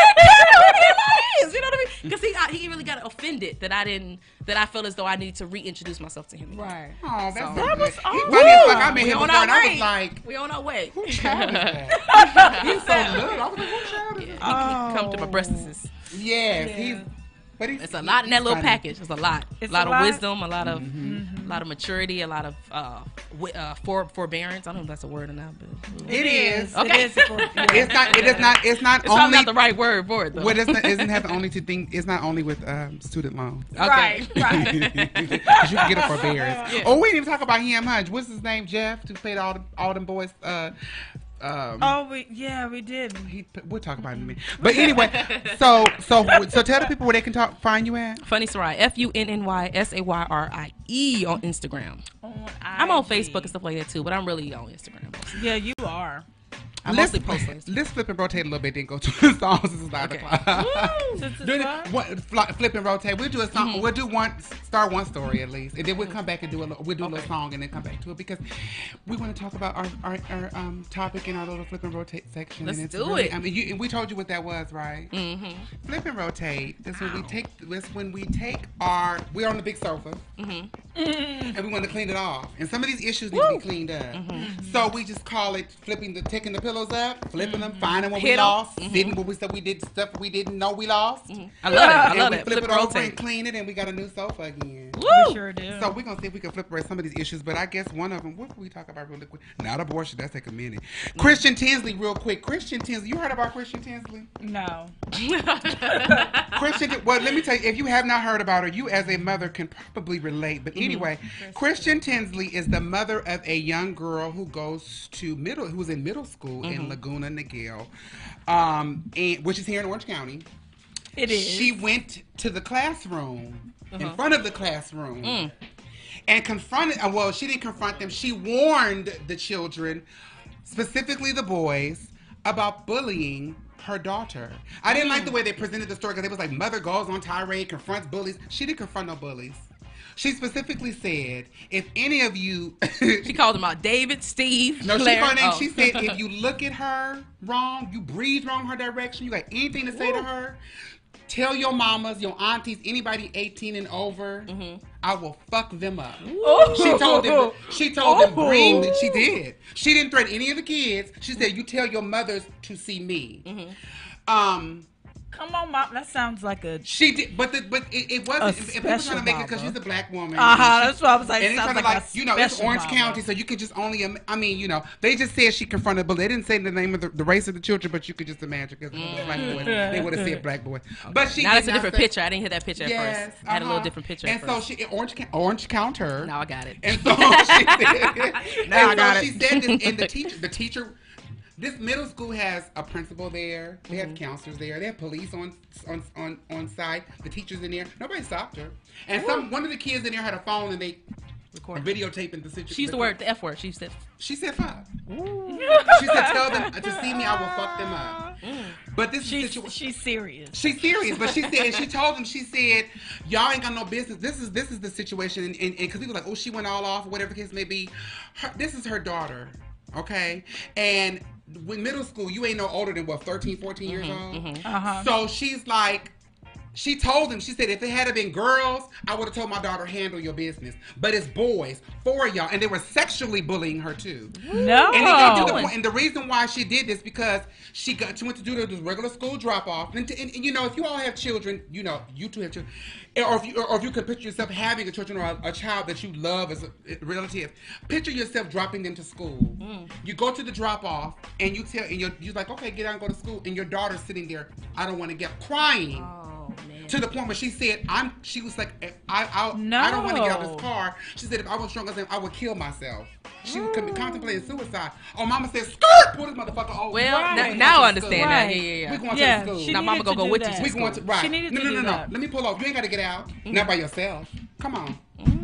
[SPEAKER 3] it is. You know what I mean? Because he, I- he really got offended that I didn't, that I felt as though I needed to reintroduce myself to him.
[SPEAKER 2] Right.
[SPEAKER 1] Oh, that's
[SPEAKER 3] So-
[SPEAKER 1] so
[SPEAKER 3] That
[SPEAKER 1] good.
[SPEAKER 2] was
[SPEAKER 1] He
[SPEAKER 2] all-
[SPEAKER 1] funny as fuck. I met
[SPEAKER 3] We
[SPEAKER 1] him
[SPEAKER 3] on
[SPEAKER 1] before,
[SPEAKER 3] our
[SPEAKER 1] and I
[SPEAKER 3] way.
[SPEAKER 1] was like,
[SPEAKER 3] We on our way.
[SPEAKER 1] who child is that? [LAUGHS]
[SPEAKER 3] He
[SPEAKER 1] so
[SPEAKER 3] said,
[SPEAKER 1] little. I was like, who child is that?
[SPEAKER 3] "Oh, come to my breast assist."
[SPEAKER 1] Yes, he's. But he's,
[SPEAKER 3] It's a lot in that little
[SPEAKER 1] funny.
[SPEAKER 3] package. It's a lot.
[SPEAKER 2] It's
[SPEAKER 3] a lot
[SPEAKER 2] a lot.
[SPEAKER 3] of wisdom, a lot of,
[SPEAKER 1] Mm-hmm.
[SPEAKER 3] a lot of maturity, a lot of uh, wi- uh, for, forbearance. I don't know if that's a word or not, but
[SPEAKER 1] It is. [LAUGHS]
[SPEAKER 3] Okay.
[SPEAKER 2] It is important. Yeah.
[SPEAKER 1] It's not. It is not. It's not
[SPEAKER 3] it's probably
[SPEAKER 1] only.
[SPEAKER 3] not the right word for it though.
[SPEAKER 1] Well, it's not,
[SPEAKER 3] [LAUGHS]
[SPEAKER 1] isn't that the only two things? It's not only with um, student loans.
[SPEAKER 3] Okay.
[SPEAKER 2] Right. Right.
[SPEAKER 1] 'Cause you can get a [LAUGHS] forbearance. Oh, we didn't even talk about him, Hunch. What's his name? Jeff, who played all the, all them boys. Uh, um,
[SPEAKER 2] Oh, we yeah, we did.
[SPEAKER 1] he, we'll talk about him in a minute.
[SPEAKER 3] Mm-hmm.
[SPEAKER 1] But anyway,
[SPEAKER 3] [LAUGHS]
[SPEAKER 1] so so so tell the people where they can talk, find you at.
[SPEAKER 3] Funny Sarai, F U N N Y S A Y R I E on Instagram.
[SPEAKER 2] On
[SPEAKER 3] I'm on
[SPEAKER 2] IG.
[SPEAKER 3] Facebook and stuff like that too, but I'm really on Instagram.
[SPEAKER 2] Yeah, you are.
[SPEAKER 3] I
[SPEAKER 1] Let's-
[SPEAKER 3] mostly post on Instagram.
[SPEAKER 1] Let's flip and rotate a little bit, then go to the songs. This is nine
[SPEAKER 3] Okay.
[SPEAKER 1] o'clock.
[SPEAKER 2] Since it's
[SPEAKER 1] Do the-
[SPEAKER 2] live?
[SPEAKER 1] what- fli- flip and rotate. We'll do a song.
[SPEAKER 3] Mm-hmm.
[SPEAKER 1] We'll do one, start one story at least, and then we'll come back and do a little, we'll do a little song and then come back to it because we want to talk about our our, our um, topic in our little flip and rotate section.
[SPEAKER 3] Let's
[SPEAKER 1] and it's
[SPEAKER 3] do
[SPEAKER 1] really-
[SPEAKER 3] it.
[SPEAKER 1] I mean, you, and we told you what that was, right?
[SPEAKER 3] Mhm.
[SPEAKER 1] Flip and rotate. That's when we take. That's when we take our. We're on the big sofa,
[SPEAKER 3] Mm-hmm.
[SPEAKER 1] Mm-hmm. and we want to clean it off. And some of these issues need to be cleaned up.
[SPEAKER 3] Mm-hmm.
[SPEAKER 1] So we just call it flipping the, taking the pillows up, flipping them, finding what we
[SPEAKER 3] Mm-hmm. Hit 'em. Mm-hmm.
[SPEAKER 1] lost, sitting what we said we did stuff we didn't know we lost.
[SPEAKER 3] I love it. Mm-hmm. I
[SPEAKER 1] And
[SPEAKER 3] love
[SPEAKER 1] we
[SPEAKER 3] it.
[SPEAKER 1] flip
[SPEAKER 3] Flip
[SPEAKER 1] it over and
[SPEAKER 3] rotate.
[SPEAKER 1] clean it, and we got a new sofa again.
[SPEAKER 2] We
[SPEAKER 3] Woo!
[SPEAKER 2] sure do.
[SPEAKER 1] So we're gonna see if we can flip around some of these issues, but I guess one of them. What can we talk about really quick? Not abortion. That's take a minute. Christian Tinsley, real quick. Christian Tinsley. You heard about Christian Tinsley?
[SPEAKER 2] no.
[SPEAKER 1] Christian, well, let me tell you, if you have not heard about her, you as a mother can probably relate.
[SPEAKER 2] Mm-hmm.
[SPEAKER 1] But anyway, Christian Tinsley is the mother of a young girl who goes to middle, who's in middle school in
[SPEAKER 2] Mm-hmm.
[SPEAKER 1] Laguna Niguel, um, and which is here in Orange County.
[SPEAKER 2] It is. Uh-huh.
[SPEAKER 1] She went to the classroom, in front of the classroom,
[SPEAKER 2] Mm.
[SPEAKER 1] and confronted, uh, well, she didn't confront them. She warned the children, specifically the boys, about bullying her daughter. I didn't like the way they presented the story because it was like mother goes on tirade, confronts bullies. She didn't confront no bullies. She specifically said, if any of you. [LAUGHS]
[SPEAKER 3] She called him out. David, Steve,
[SPEAKER 1] No, she
[SPEAKER 3] Larry.
[SPEAKER 1] called in.
[SPEAKER 3] Oh.
[SPEAKER 1] She
[SPEAKER 3] [LAUGHS]
[SPEAKER 1] said,
[SPEAKER 2] [LAUGHS]
[SPEAKER 1] if you look at her wrong, you breathe wrong her direction, you got anything to say to her, tell your mamas, your aunties, anybody 18 and over,
[SPEAKER 2] Mm-hmm.
[SPEAKER 1] I will fuck them up.
[SPEAKER 2] Oh.
[SPEAKER 1] She told them. She told them. Bring. She did. She didn't threaten any of the kids. She said, you tell your mothers to see me.
[SPEAKER 2] Mm-hmm.
[SPEAKER 1] Um.
[SPEAKER 2] Come on, mom. That sounds like a.
[SPEAKER 1] She did, but the, but it, it wasn't. If people trying to
[SPEAKER 2] special
[SPEAKER 1] make it because
[SPEAKER 2] mama.
[SPEAKER 1] she's a black woman.
[SPEAKER 2] Uh huh.
[SPEAKER 1] and
[SPEAKER 3] Uh-huh,
[SPEAKER 1] she-
[SPEAKER 2] That's what I was like.
[SPEAKER 1] and it's
[SPEAKER 2] sounds
[SPEAKER 1] kind of
[SPEAKER 2] like,
[SPEAKER 1] like,
[SPEAKER 2] a
[SPEAKER 1] you know, it's
[SPEAKER 2] special
[SPEAKER 1] Orange
[SPEAKER 2] mama.
[SPEAKER 1] County, so you could just only, im- I mean, you know, they just said she confronted, but they didn't say the name of the, the race of the children, but you could just imagine because black boy,
[SPEAKER 2] Mm.
[SPEAKER 1] they would have
[SPEAKER 2] [LAUGHS]
[SPEAKER 1] said black boy. But she
[SPEAKER 3] now
[SPEAKER 1] did
[SPEAKER 3] that's a
[SPEAKER 1] not
[SPEAKER 3] different
[SPEAKER 1] say-
[SPEAKER 3] picture. I didn't hit that picture at first. I had a little
[SPEAKER 1] uh-huh.
[SPEAKER 3] different picture
[SPEAKER 1] And
[SPEAKER 3] at
[SPEAKER 1] so
[SPEAKER 3] first.
[SPEAKER 1] she Orange Ca- Orange counter.
[SPEAKER 3] now I got it.
[SPEAKER 1] And so
[SPEAKER 3] [LAUGHS]
[SPEAKER 1] she said, and
[SPEAKER 3] Now I got
[SPEAKER 1] so
[SPEAKER 3] it.
[SPEAKER 1] she said this,
[SPEAKER 3] [LAUGHS]
[SPEAKER 1] and the teacher, the teacher, this middle school has a principal there. They
[SPEAKER 3] Mm-hmm.
[SPEAKER 1] have counselors there. They have police on on on on site. The teachers in there. Nobody stopped her. And some one of the kids in there had a phone, and they
[SPEAKER 3] Record.
[SPEAKER 1] videotaping the situation.
[SPEAKER 3] She used the word, the F word. She used it.
[SPEAKER 1] She said fuck. she said tell them to see me. I will fuck them up.
[SPEAKER 3] Mm.
[SPEAKER 1] But this
[SPEAKER 2] She's,
[SPEAKER 1] situation.
[SPEAKER 2] she's serious.
[SPEAKER 1] She's serious, but she said she told him she said y'all ain't got no business. This is this is the situation, and and because he was like, oh, she went all off, whatever the case may be. Her, this is her daughter, okay, and when middle school, you ain't no older than what 13, 14 years old.
[SPEAKER 2] Uh huh.
[SPEAKER 1] So she's like, She told them, she said, if it had been girls, I would have told my daughter, handle your business. But it's boys, four of y'all. And they were sexually bullying her too.
[SPEAKER 2] No.
[SPEAKER 1] And, it got to the point- and the reason why she did this because she got she went to do the, the regular school drop off, and, and, and, you know if you all have children, you know you two have children, or if you or if you can picture yourself having a children or a, a child that you love as a a relative, picture yourself dropping them to school. You go to the drop off, and you tell and you're, you're like, okay, get out and go to school, and your daughter's sitting there, I don't want to get crying. To the point where she said, "I'm." She was like, "I, I, I don't want to get out of this
[SPEAKER 2] No.
[SPEAKER 1] car." car. She said, if I was drunk, I said, I would kill myself. She was com- contemplating suicide. Oh, mama said, skirt! Pull this motherfucker over.
[SPEAKER 3] Well,
[SPEAKER 2] Right.
[SPEAKER 3] now, now I understand.
[SPEAKER 2] Right.
[SPEAKER 3] Now, yeah, yeah,
[SPEAKER 1] We
[SPEAKER 3] yeah.
[SPEAKER 1] going
[SPEAKER 2] yeah,
[SPEAKER 1] to the
[SPEAKER 2] she
[SPEAKER 1] school.
[SPEAKER 3] Now mama
[SPEAKER 2] needed
[SPEAKER 3] gonna
[SPEAKER 2] to
[SPEAKER 3] go
[SPEAKER 2] do
[SPEAKER 3] with you.
[SPEAKER 2] that.
[SPEAKER 1] we going to, right.
[SPEAKER 2] She needed
[SPEAKER 1] no,
[SPEAKER 2] to
[SPEAKER 1] no,
[SPEAKER 2] do
[SPEAKER 1] no, no.
[SPEAKER 2] that. Mm-hmm.
[SPEAKER 1] Let me pull off. You ain't got to get out. Not by yourself. Come on.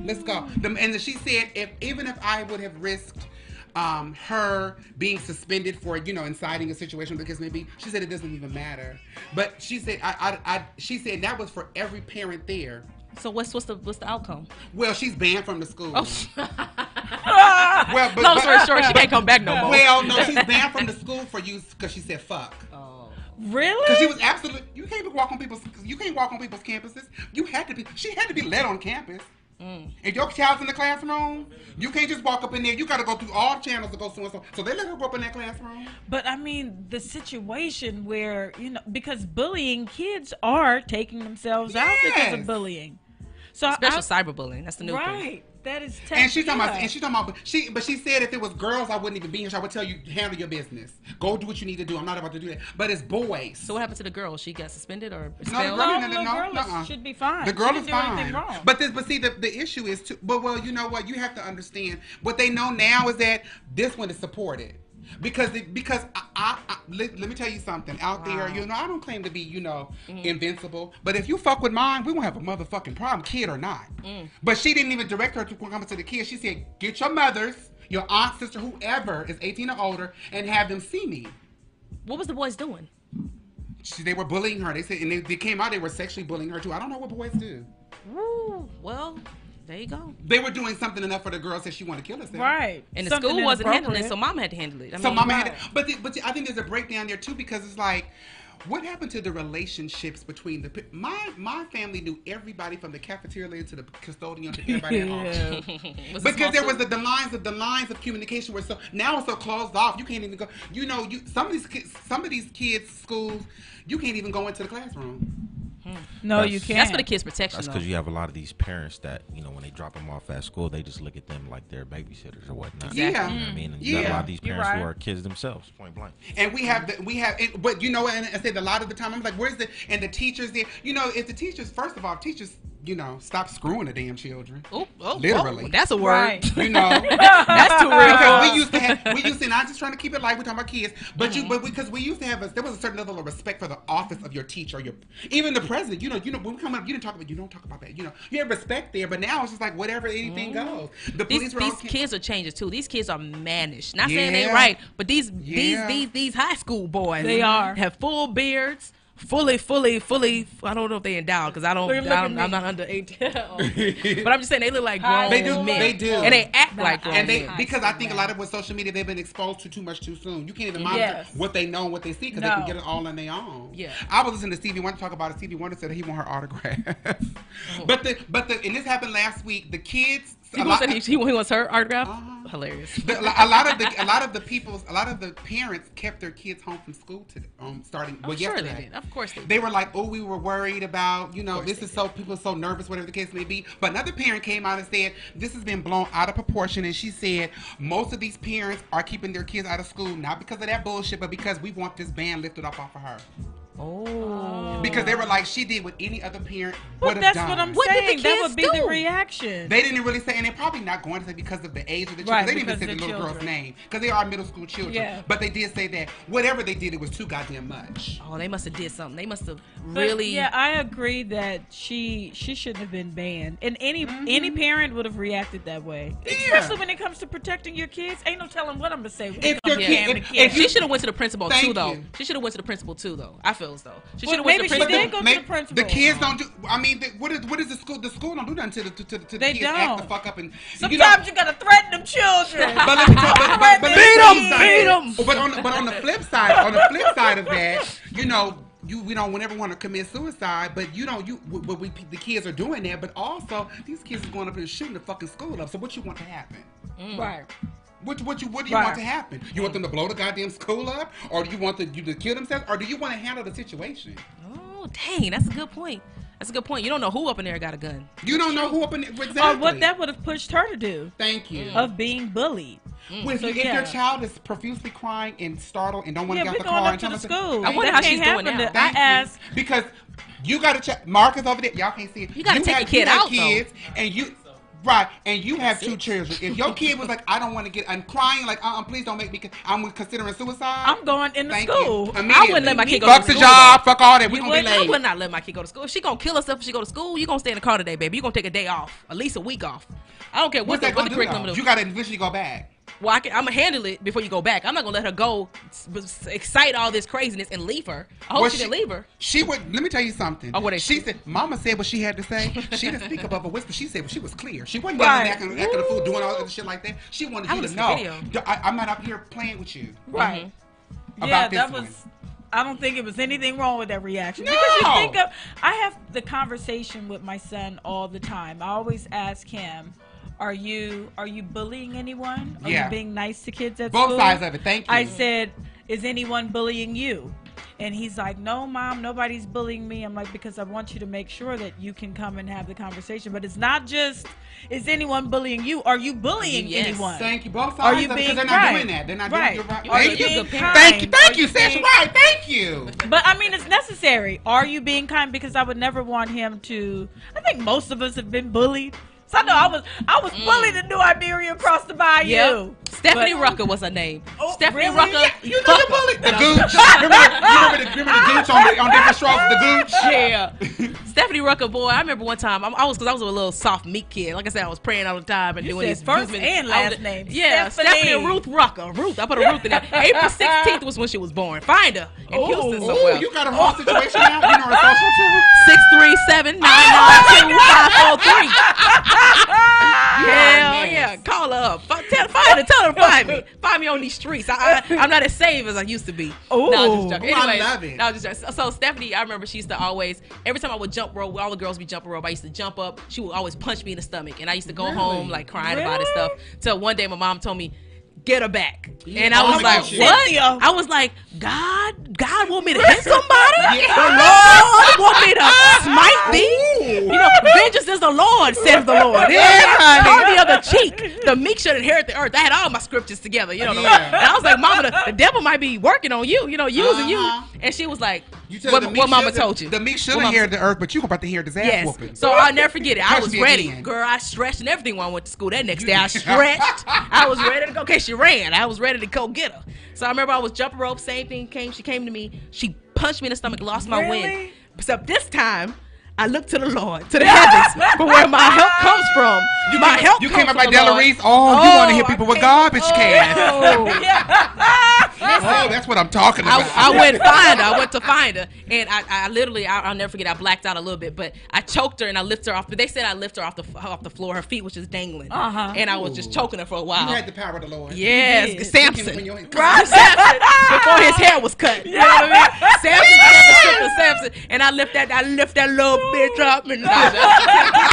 [SPEAKER 1] Let's go. The, and she said, if even if I would have risked um, her being suspended for, you know, inciting a situation because maybe she said it doesn't even matter. But she said, I, I, I she said that was for every parent there.
[SPEAKER 3] So what's what's the what's
[SPEAKER 1] [LAUGHS]
[SPEAKER 3] the outcome?
[SPEAKER 1] Well, she's banned from the school.
[SPEAKER 3] Oh,
[SPEAKER 1] [LAUGHS] well, but,
[SPEAKER 3] long
[SPEAKER 1] but-
[SPEAKER 3] story short, she can't come back no more.
[SPEAKER 1] Well,
[SPEAKER 2] [LAUGHS]
[SPEAKER 1] no, she's banned from the school for you because she said fuck. Because
[SPEAKER 2] Really?
[SPEAKER 1] she was absolutely. You can't walk on people's. You can't walk on people's campuses. You had to be. She had to be let on campus. If your child's in the classroom, you can't just walk up in there. You got to go through all channels to go so and so. So they let her go up in that classroom.
[SPEAKER 2] But I mean, the situation where, you know, because bullying, kids are taking themselves out because
[SPEAKER 1] Yes.
[SPEAKER 2] of bullying. So I-
[SPEAKER 3] Special cyberbullying. That's the
[SPEAKER 2] I,
[SPEAKER 3] new thing.
[SPEAKER 2] right. That is tough.
[SPEAKER 1] And she talking about,
[SPEAKER 2] yeah.
[SPEAKER 1] and she talking about, she but she said if it was girls, I wouldn't even be here. So I would tell you, handle your business. Go do what you need to do. I'm not about to do that. But it's boys.
[SPEAKER 3] So what happened to the girl? She got suspended or
[SPEAKER 1] No,
[SPEAKER 3] expelled?
[SPEAKER 1] no, no,
[SPEAKER 2] No,
[SPEAKER 1] no,
[SPEAKER 2] the
[SPEAKER 1] no,
[SPEAKER 2] girl is-
[SPEAKER 1] nuh-uh.
[SPEAKER 2] should be fine.
[SPEAKER 1] The
[SPEAKER 2] She
[SPEAKER 1] girl
[SPEAKER 2] didn't
[SPEAKER 1] is
[SPEAKER 2] do
[SPEAKER 1] fine.
[SPEAKER 2] anything wrong.
[SPEAKER 1] But this, but see, the, the issue is too. But well, you know what? You have to understand. What they know now is that this one is supported. Because the, because I, I, I let, let me tell you something out there. You know, I don't claim to be you know
[SPEAKER 2] Mm-hmm.
[SPEAKER 1] invincible, but if you fuck with mine, we won't have a motherfucking problem, kid or not.
[SPEAKER 2] Mm.
[SPEAKER 1] But she didn't even direct her to come to the kid. She said, "Get your mothers." Your aunt, sister, whoever is 18 or older, and have them see me.
[SPEAKER 3] What was the boys doing?
[SPEAKER 1] She, they were bullying her. They said, and they, they came out, they were sexually bullying her too. I don't know what boys do.
[SPEAKER 3] Woo. Well, there you go.
[SPEAKER 1] they were doing something enough for the girls that she wanted to kill herself.
[SPEAKER 2] right.
[SPEAKER 3] And the
[SPEAKER 2] Something
[SPEAKER 3] school wasn't handling it,
[SPEAKER 2] inappropriate.
[SPEAKER 3] so mom had to handle it. I
[SPEAKER 1] So
[SPEAKER 3] mean,
[SPEAKER 1] mama had to, but the, but the- I think there's a breakdown there too because it's like, what happened to the relationships between the pe- my my family knew everybody from the cafeteria to the custodian to everybody at
[SPEAKER 3] [LAUGHS]
[SPEAKER 1] home.
[SPEAKER 3] was a small
[SPEAKER 1] because there was
[SPEAKER 3] school.
[SPEAKER 1] the, the lines of the lines of communication were so now it's so closed off. You can't even go. You know, you some of these kids, some of these kids' schools, you can't even go into the classroom.
[SPEAKER 2] [LAUGHS] No,
[SPEAKER 7] That's-
[SPEAKER 2] you can't.
[SPEAKER 3] that's for the kids' protection.
[SPEAKER 7] That's
[SPEAKER 3] though.
[SPEAKER 7] because you have a lot of these parents that you know when they drop them off at school, they just look at them like they're babysitters or whatnot.
[SPEAKER 1] Yeah.
[SPEAKER 7] You know what I mean, and you got a
[SPEAKER 1] Yeah.
[SPEAKER 7] lot of these
[SPEAKER 2] You're
[SPEAKER 7] parents who
[SPEAKER 2] right.
[SPEAKER 7] are kids themselves, point blank.
[SPEAKER 1] And we have
[SPEAKER 3] Mm-hmm.
[SPEAKER 1] the we have, it, but you know, and I said a lot of the time I'm like, where's the and the teachers there? You know, if the teachers, first of all, teachers, you know, stop screwing the damn children.
[SPEAKER 3] Oh, oh,
[SPEAKER 1] Literally.
[SPEAKER 3] oh, that's a word. [LAUGHS]
[SPEAKER 2] Right.
[SPEAKER 1] You know,
[SPEAKER 3] That's too real.
[SPEAKER 1] because we used to have we used to. And I'm just trying to keep it light. We're talking about kids, but
[SPEAKER 3] Mm-hmm.
[SPEAKER 1] you, but because we, used to have a there was a certain level of respect for the office of your teacher, your even the president. You know, you know when we come up, you didn't talk about you don't talk about that. You know, you have respect there, but now it's just like whatever anything goes. The police
[SPEAKER 3] Mm-hmm. These,
[SPEAKER 1] were on
[SPEAKER 3] these
[SPEAKER 1] cam-
[SPEAKER 3] kids are changing too. These kids are mannish. Not saying they
[SPEAKER 1] Yeah.
[SPEAKER 3] right, but these
[SPEAKER 1] Yeah.
[SPEAKER 3] these these these high school boys
[SPEAKER 2] They are.
[SPEAKER 3] have full beards, fully fully fully. I don't know if they endowed because I don't.
[SPEAKER 2] Look- look at
[SPEAKER 3] I don't
[SPEAKER 2] me.
[SPEAKER 3] I'm not under
[SPEAKER 2] [LAUGHS]
[SPEAKER 3] eighteen, [LAUGHS] but I'm just saying they look like grown
[SPEAKER 1] They do-
[SPEAKER 3] men.
[SPEAKER 1] they do.
[SPEAKER 3] and they act like grown
[SPEAKER 1] And they
[SPEAKER 3] men.
[SPEAKER 1] because I think a lot of with social media they've been exposed to too much too soon. You can't even monitor
[SPEAKER 2] Yes.
[SPEAKER 1] what they know and what they see because they
[SPEAKER 2] No.
[SPEAKER 1] can get it all on their own.
[SPEAKER 3] Yeah.
[SPEAKER 1] I was listening to Stevie Wonder talk about it. Stevie Wonder said he want her
[SPEAKER 3] [LAUGHS]
[SPEAKER 1] autograph, but the but the and this happened last week. The kids. a
[SPEAKER 3] People
[SPEAKER 1] lot-
[SPEAKER 3] said he, he wants her autograph.
[SPEAKER 1] Uh-huh. [LAUGHS]
[SPEAKER 3] Hilarious.
[SPEAKER 1] the, a lot of the a lot of the people's a lot of the parents kept their kids home from school to um starting well
[SPEAKER 3] I'm sure
[SPEAKER 1] yesterday.
[SPEAKER 3] they did. Of course they did.
[SPEAKER 1] They were like, "Oh, we were worried about you know this is so people are so nervous, whatever the case may be." But another parent came out and said, "This has been blown out of proportion," and she said, "Most of these parents are keeping their kids out of school not because of that bullshit, but because we want this ban lifted off off of her."
[SPEAKER 3] Oh.
[SPEAKER 1] Because they were like, "She did what any other parent
[SPEAKER 2] Well,
[SPEAKER 1] would have
[SPEAKER 2] that's
[SPEAKER 1] done."
[SPEAKER 2] what I'm
[SPEAKER 3] What did the
[SPEAKER 2] saying. That
[SPEAKER 3] kids
[SPEAKER 2] would be the
[SPEAKER 3] do?
[SPEAKER 2] reaction.
[SPEAKER 1] They didn't really say, and they're probably not going to say because of the age of the children.
[SPEAKER 2] Right,
[SPEAKER 1] they didn't even
[SPEAKER 2] because
[SPEAKER 1] say the
[SPEAKER 2] they're
[SPEAKER 1] little girl's
[SPEAKER 2] children.
[SPEAKER 1] name because they are middle school children.
[SPEAKER 2] Yeah.
[SPEAKER 1] But they did say that whatever they did, it was too goddamn much.
[SPEAKER 3] Oh, they must have did something. They must have
[SPEAKER 2] But,
[SPEAKER 3] really.
[SPEAKER 2] yeah i agree that she she shouldn't have been banned and any any parent would have reacted that way
[SPEAKER 1] Mm-hmm. Yeah.
[SPEAKER 2] especially when it comes to protecting your kids ain't no telling what i'm gonna say when
[SPEAKER 1] If
[SPEAKER 2] it comes
[SPEAKER 1] your
[SPEAKER 2] to
[SPEAKER 1] kid-
[SPEAKER 2] damn the
[SPEAKER 1] if-
[SPEAKER 2] kids.
[SPEAKER 1] if you-
[SPEAKER 3] she should have went to the principal
[SPEAKER 1] Thank
[SPEAKER 3] too, though.
[SPEAKER 1] you.
[SPEAKER 3] She should have went to the principal too, though. I feel as though she
[SPEAKER 2] Well,
[SPEAKER 3] should have went
[SPEAKER 2] maybe
[SPEAKER 3] to the
[SPEAKER 2] she
[SPEAKER 3] principal.
[SPEAKER 2] did go to
[SPEAKER 1] may-
[SPEAKER 2] the principal.
[SPEAKER 1] kids don't do. I mean, the, what is what is the school? The school don't do nothing to the to, the- to the
[SPEAKER 2] They
[SPEAKER 1] kids. Act the
[SPEAKER 2] don't.
[SPEAKER 1] fuck up and you know-
[SPEAKER 2] sometimes you, gotta threaten them children
[SPEAKER 1] [LAUGHS] but let me tell, but, but, but
[SPEAKER 2] Beat 'em,
[SPEAKER 1] but-
[SPEAKER 3] beat 'em.
[SPEAKER 1] But on the, but on the flip side, on the flip side of that, you know, you we don't ever want to commit suicide, but you don't you what what we the kids are doing that, but also these kids is going up and shooting the fucking school up. So what you want to happen?
[SPEAKER 2] Right.
[SPEAKER 1] What what you what do you want to happen? You want them to blow the goddamn school up, or do you want them you to kill themselves, or do you want to handle the situation?
[SPEAKER 3] Oh, dang, that's a good point. That's a good point. You don't know who up in there got a gun.
[SPEAKER 1] You don't know who up in the, exactly.
[SPEAKER 2] Or what that would have pushed her to do
[SPEAKER 1] Thank you.
[SPEAKER 3] Mm-hmm.
[SPEAKER 2] of being bullied.
[SPEAKER 1] Well, if,
[SPEAKER 2] So,
[SPEAKER 1] you, if
[SPEAKER 2] yeah.
[SPEAKER 1] your child is profusely crying and startled and don't want
[SPEAKER 2] Yeah,
[SPEAKER 1] to
[SPEAKER 2] we're
[SPEAKER 1] get out the
[SPEAKER 2] going
[SPEAKER 1] car
[SPEAKER 2] up
[SPEAKER 1] and
[SPEAKER 2] to
[SPEAKER 1] tell
[SPEAKER 2] the
[SPEAKER 1] them to- Oh,
[SPEAKER 2] school.
[SPEAKER 3] I wonder
[SPEAKER 2] That
[SPEAKER 3] how she's
[SPEAKER 2] can't
[SPEAKER 3] doing
[SPEAKER 2] happen
[SPEAKER 3] now.
[SPEAKER 2] to- I
[SPEAKER 1] Thank you.
[SPEAKER 2] asked
[SPEAKER 1] because you got to check. Mark is over there. Y'all can't see it.
[SPEAKER 3] You gotta take
[SPEAKER 1] have-
[SPEAKER 3] your kid
[SPEAKER 1] have
[SPEAKER 3] out, though.
[SPEAKER 1] kids, and you right, and you have two children. If your kid was like, "I don't want to get," I'm crying like, "Uh, uh please don't make me," con- I'm considering suicide.
[SPEAKER 2] I'm going in the
[SPEAKER 1] Thank
[SPEAKER 2] school.
[SPEAKER 1] You.
[SPEAKER 3] I wouldn't let my kid go
[SPEAKER 1] Fuck
[SPEAKER 3] to
[SPEAKER 1] the
[SPEAKER 3] school,
[SPEAKER 1] job.
[SPEAKER 3] though.
[SPEAKER 1] Fuck all that. We
[SPEAKER 3] You
[SPEAKER 1] gonna
[SPEAKER 3] would,
[SPEAKER 1] be
[SPEAKER 3] I
[SPEAKER 1] late.
[SPEAKER 3] would not let my kid go to school. If she gonna kill herself if she go to school, you gonna stay in the car today, baby. You gonna take a day off, at least a week off. I don't care what
[SPEAKER 1] What's
[SPEAKER 3] the,
[SPEAKER 1] that
[SPEAKER 3] what
[SPEAKER 1] gonna
[SPEAKER 3] the
[SPEAKER 1] do?
[SPEAKER 3] curriculum
[SPEAKER 1] though?
[SPEAKER 3] is.
[SPEAKER 1] You got to eventually go back.
[SPEAKER 3] well, I can, I'm gonna handle it before you go back. I'm not gonna let her go, s- s- excite all this craziness and leave her. I hope
[SPEAKER 1] Well,
[SPEAKER 3] Oh, she, didn't leave her.
[SPEAKER 1] She would. Let me tell you something.
[SPEAKER 3] Oh, what is
[SPEAKER 1] she
[SPEAKER 3] she?
[SPEAKER 1] said? Mama said what she had to say. She didn't speak above a whisper. She said what she was clear. She wasn't
[SPEAKER 2] Right.
[SPEAKER 1] yelling back and acting a fool, doing all that other shit like that. She wanted
[SPEAKER 3] I
[SPEAKER 1] you to
[SPEAKER 3] wanna see
[SPEAKER 1] know.
[SPEAKER 3] the video.
[SPEAKER 1] D- I, am not up here playing with you.
[SPEAKER 2] Right.
[SPEAKER 1] About
[SPEAKER 2] yeah,
[SPEAKER 1] this
[SPEAKER 2] that
[SPEAKER 1] one.
[SPEAKER 2] was. I don't think it was anything wrong with that reaction.
[SPEAKER 1] No!
[SPEAKER 2] Because you think of, I have the conversation with my son all the time. I always ask him, "Are you are you bullying anyone? Are
[SPEAKER 1] Yeah.
[SPEAKER 2] you being nice to kids at
[SPEAKER 1] Both
[SPEAKER 2] school?"
[SPEAKER 1] sides of it. Thank you.
[SPEAKER 2] I said, "Is anyone bullying you?" And he's like, "No, mom, nobody's bullying me." I'm like, "Because I want you to make sure that you can come and have the conversation." But it's not just, "Is anyone bullying you? Are you bullying
[SPEAKER 3] Yes.
[SPEAKER 2] anyone?"
[SPEAKER 1] Thank you. Both sides
[SPEAKER 2] Are
[SPEAKER 1] of
[SPEAKER 2] you
[SPEAKER 1] it, 'cause
[SPEAKER 2] being
[SPEAKER 1] they're not
[SPEAKER 2] right?
[SPEAKER 1] doing that. They're not
[SPEAKER 2] Right.
[SPEAKER 1] doing it
[SPEAKER 3] Are
[SPEAKER 1] right.
[SPEAKER 3] you
[SPEAKER 1] Thank you.
[SPEAKER 3] being kind?
[SPEAKER 1] Thank you. Thank
[SPEAKER 2] Are
[SPEAKER 1] you,
[SPEAKER 2] you
[SPEAKER 1] sis.
[SPEAKER 2] being-
[SPEAKER 1] Right. Thank you.
[SPEAKER 2] But I mean, it's necessary. Are you being kind? Because I would never want him to. I think most of us have been bullied. So I know I was I was
[SPEAKER 3] Mm.
[SPEAKER 2] bullied in New Iberia across the bayou.
[SPEAKER 3] Stephanie
[SPEAKER 2] But-
[SPEAKER 3] Rucker was her name.
[SPEAKER 2] Oh,
[SPEAKER 3] Stephanie
[SPEAKER 2] really?
[SPEAKER 3] Rucker.
[SPEAKER 1] Yeah, you know the bully, the gooch. remember, you remember the, remember the gooch on, the- on different strokes, the gooch.
[SPEAKER 3] Yeah. Stephanie Rucker, boy, I remember one time, I'm, I was, because I was a little soft meat kid. Like I said, I was praying all the time and
[SPEAKER 2] You
[SPEAKER 3] doing
[SPEAKER 2] said
[SPEAKER 3] these
[SPEAKER 2] first
[SPEAKER 3] movements.
[SPEAKER 2] and
[SPEAKER 3] I was-
[SPEAKER 2] last name.
[SPEAKER 3] Yeah, Stephanie.
[SPEAKER 2] Stephanie.
[SPEAKER 3] Ruth Rucker. Ruth, I put a Ruth
[SPEAKER 2] [LAUGHS]
[SPEAKER 3] in there. April 16th was when she was born. Find her in Houston somewhere.
[SPEAKER 1] Ooh, you got a whole situation now. You know her social too.
[SPEAKER 3] 637 992 Hell yeah. Call her up. F- Tell, find her. Tell her to find me. Find me on these streets. I, I, I'm not as safe as I used to be.
[SPEAKER 2] Ooh.
[SPEAKER 3] No, I'm just joking.
[SPEAKER 1] Ooh, I
[SPEAKER 3] Anyways,
[SPEAKER 1] love it.
[SPEAKER 3] no, I'm just joking. So, so Stephanie, I remember she used to always, every time I would jump rope, all the girls be jumping rope, I used to jump up. She would always punch me in the stomach. And I used to go home like crying about it stuff. Till one day my mom told me, Get her back, and I
[SPEAKER 1] Oh,
[SPEAKER 3] was
[SPEAKER 1] my
[SPEAKER 3] like,
[SPEAKER 1] God.
[SPEAKER 3] "What?"
[SPEAKER 2] Cynthia.
[SPEAKER 3] I was like, "God, God want me to
[SPEAKER 1] [LAUGHS]
[SPEAKER 3] hit somebody? The Lord want me to smite thee?
[SPEAKER 1] Ooh.
[SPEAKER 3] You know, vengeance is the Lord, says the Lord.
[SPEAKER 1] Yeah, honey.
[SPEAKER 3] On the other cheek, the meek should inherit the earth. I had all my scriptures together, you know. what I mean?
[SPEAKER 1] Yeah.
[SPEAKER 3] And I was like, Mama, the, the devil might be working on you, you know, using
[SPEAKER 1] Uh-huh.
[SPEAKER 3] you. And she was like,
[SPEAKER 1] You tell
[SPEAKER 3] what,
[SPEAKER 1] the meek
[SPEAKER 3] what Mama
[SPEAKER 1] shoulda-
[SPEAKER 3] told you?
[SPEAKER 1] The meek should
[SPEAKER 3] What
[SPEAKER 1] have
[SPEAKER 3] Mama
[SPEAKER 1] heard the earth, but you about to hear this ass
[SPEAKER 3] Yes.
[SPEAKER 1] whooping.
[SPEAKER 3] So I'll never forget it. I
[SPEAKER 1] Touch
[SPEAKER 3] was
[SPEAKER 1] me
[SPEAKER 3] ready.
[SPEAKER 1] again.
[SPEAKER 3] Girl, I stretched and everything when I went to school that next
[SPEAKER 1] You
[SPEAKER 3] day. I
[SPEAKER 1] did.
[SPEAKER 3] stretched. I was ready to go. Okay, she ran. I was ready to go get her. So I remember I was jumping rope. Same thing came. She came to me. She punched me in the stomach, lost my wind.
[SPEAKER 2] Really?
[SPEAKER 3] Except this time, I looked to the Lord, to the heavens, for where my help comes from. my help
[SPEAKER 1] you
[SPEAKER 3] comes
[SPEAKER 1] came up
[SPEAKER 3] from
[SPEAKER 1] like
[SPEAKER 3] the
[SPEAKER 1] Della
[SPEAKER 3] Lord.
[SPEAKER 1] Reese. Oh, you want to hit
[SPEAKER 3] I
[SPEAKER 1] people with
[SPEAKER 3] came-
[SPEAKER 1] garbage cans.
[SPEAKER 3] Oh.
[SPEAKER 1] Oh, that's what I'm talking about.
[SPEAKER 3] I, I went find her. I went to find her, and I, I literally, I, will never forget. I blacked out a little bit, but I choked her and I lifted her off. But they said I lifted her off the off the floor. Her feet was just dangling,
[SPEAKER 2] Uh-huh.
[SPEAKER 3] and I was just choking her for a while.
[SPEAKER 1] You had the power of the Lord.
[SPEAKER 2] You
[SPEAKER 3] yes,
[SPEAKER 2] did.
[SPEAKER 3] Samson.
[SPEAKER 1] When you ain't-
[SPEAKER 3] Samson before his hair was cut. You know what I mean? Samson got the strip of Samson, and I lift that, I lift that little bitch up, and, [LAUGHS]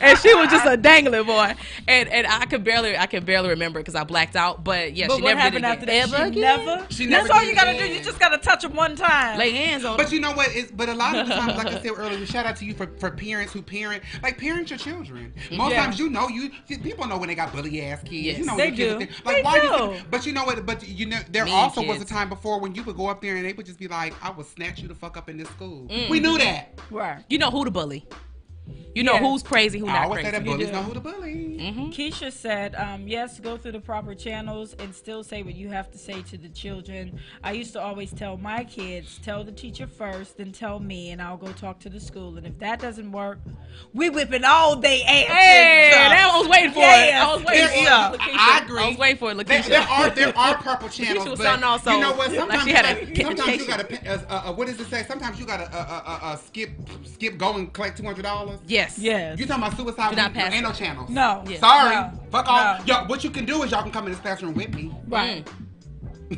[SPEAKER 3] and she was just a dangling boy, and and I could barely, I could barely remember because I blacked out. But yeah,
[SPEAKER 2] But
[SPEAKER 3] she
[SPEAKER 2] what
[SPEAKER 3] never
[SPEAKER 2] happened
[SPEAKER 3] did
[SPEAKER 2] after
[SPEAKER 3] it again.
[SPEAKER 2] that?
[SPEAKER 3] Ever
[SPEAKER 2] she
[SPEAKER 3] again?
[SPEAKER 2] never.
[SPEAKER 1] She
[SPEAKER 2] That's
[SPEAKER 1] never
[SPEAKER 2] all
[SPEAKER 1] did
[SPEAKER 2] you gotta
[SPEAKER 1] again.
[SPEAKER 2] do. You just gotta touch him one time.
[SPEAKER 3] Lay hands on. her.
[SPEAKER 1] But you know what? It's, but a lot of the times, like [LAUGHS] I said earlier, shout out to you for, for parents who parent, like parent your children. Most
[SPEAKER 2] Yeah.
[SPEAKER 1] times, you know, you see, people know when they got bully ass kids. You
[SPEAKER 3] Yes.
[SPEAKER 1] know,
[SPEAKER 2] They
[SPEAKER 1] when your kids
[SPEAKER 2] do.
[SPEAKER 1] are- Like
[SPEAKER 2] They
[SPEAKER 1] why?
[SPEAKER 2] do.
[SPEAKER 1] You, but you know what? But you know, there
[SPEAKER 3] Mean
[SPEAKER 1] also was
[SPEAKER 3] kids.
[SPEAKER 1] a time before when you would go up there and they would just be like, "I will snatch you the fuck up in this school." We knew that.
[SPEAKER 2] Right.
[SPEAKER 3] You know who to bully. You know
[SPEAKER 2] Yeah.
[SPEAKER 3] who's crazy, who
[SPEAKER 1] I
[SPEAKER 3] not
[SPEAKER 1] always say that
[SPEAKER 3] crazy.
[SPEAKER 1] bullies
[SPEAKER 2] do.
[SPEAKER 1] know who to bully.
[SPEAKER 2] Keisha said, um, yes, go through the proper channels and still say what you have to say to the children. I used to always tell my kids, tell the teacher first, then tell me, and I'll go talk to the school. And if that doesn't work, we whipping all day asses.
[SPEAKER 3] Hey,
[SPEAKER 2] up.
[SPEAKER 3] that I was waiting for it.
[SPEAKER 2] Yeah.
[SPEAKER 3] I was waiting for it.
[SPEAKER 2] Yeah.
[SPEAKER 3] Lakeisha.
[SPEAKER 1] I agree.
[SPEAKER 3] I was waiting for it,
[SPEAKER 1] There,
[SPEAKER 3] Lakeisha.
[SPEAKER 1] there are there are purple channels.
[SPEAKER 3] was
[SPEAKER 1] but
[SPEAKER 3] sounding all
[SPEAKER 1] you know what?
[SPEAKER 3] soulful, like
[SPEAKER 1] Sometimes
[SPEAKER 3] she
[SPEAKER 1] you
[SPEAKER 3] had
[SPEAKER 1] gotta-
[SPEAKER 3] a kitten
[SPEAKER 1] sometimes you
[SPEAKER 3] case.
[SPEAKER 1] gotta pay- uh, uh, uh, what does it say? Sometimes you gotta uh, uh, uh, uh, skip skip go and collect two hundred dollars.
[SPEAKER 3] [LAUGHS] yes.
[SPEAKER 2] Yes.
[SPEAKER 1] You talking about suicide?
[SPEAKER 3] Do not
[SPEAKER 1] when you-
[SPEAKER 3] pass
[SPEAKER 1] ain't no
[SPEAKER 3] it.
[SPEAKER 1] channels.
[SPEAKER 2] No.
[SPEAKER 3] Yeah.
[SPEAKER 1] Sorry.
[SPEAKER 2] No.
[SPEAKER 1] Fuck off.
[SPEAKER 2] No.
[SPEAKER 1] Y'all, what you can do is y'all can come in this classroom with me.
[SPEAKER 3] Right.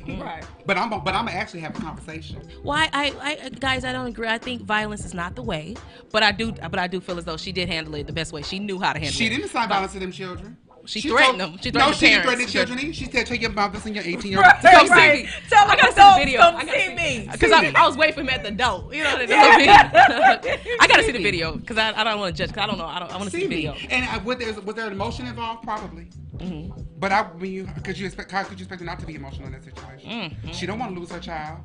[SPEAKER 2] Right.
[SPEAKER 1] But I'm but I'm gonna actually have a conversation.
[SPEAKER 3] Why I, I guys I don't agree. I think violence is not the way, but I do but I do feel as though she did handle it the best way. She knew how to handle
[SPEAKER 1] She
[SPEAKER 3] it.
[SPEAKER 1] didn't sign violence to them children.
[SPEAKER 3] She threatened them. She threatened
[SPEAKER 1] no, she didn't
[SPEAKER 3] the
[SPEAKER 1] threaten the
[SPEAKER 3] parents.
[SPEAKER 1] children. either. She said, "Take your mouth and your 18 year old."
[SPEAKER 2] Right,
[SPEAKER 3] Come see
[SPEAKER 2] right.
[SPEAKER 3] me.
[SPEAKER 2] Tell
[SPEAKER 3] I
[SPEAKER 2] them
[SPEAKER 3] gotta
[SPEAKER 2] to
[SPEAKER 3] see the
[SPEAKER 2] come-
[SPEAKER 3] video.
[SPEAKER 2] come
[SPEAKER 3] I gotta
[SPEAKER 2] see me.
[SPEAKER 3] because I, I was waiting for him at the door.
[SPEAKER 1] [LAUGHS]
[SPEAKER 3] You know, the video. [LAUGHS] I gotta see the video because I, I don't want to judge. 'cause I don't know. I don't. I want to see,
[SPEAKER 1] See
[SPEAKER 3] the
[SPEAKER 1] me.
[SPEAKER 3] video.
[SPEAKER 1] And I, was, there, was there an emotion involved? Probably. But I, when you, because you expect, how could you expect her not to be emotional in that situation? She don't want to lose her child.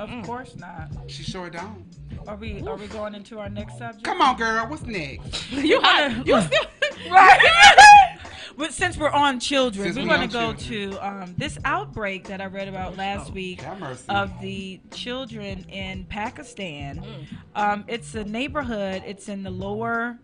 [SPEAKER 2] Of course not.
[SPEAKER 1] She sure don't.
[SPEAKER 2] Are we are we going into our next subject?
[SPEAKER 1] Come on, girl. What's next?
[SPEAKER 3] You hot. You still.
[SPEAKER 2] Right. but since we're on children,
[SPEAKER 1] Since
[SPEAKER 2] we're
[SPEAKER 1] we
[SPEAKER 2] going
[SPEAKER 1] on
[SPEAKER 2] to go
[SPEAKER 1] children. Oh,
[SPEAKER 2] to um, this outbreak that I read about last week
[SPEAKER 1] have mercy.
[SPEAKER 2] of the children in Pakistan. Um, it's a neighborhood. It's in the lower,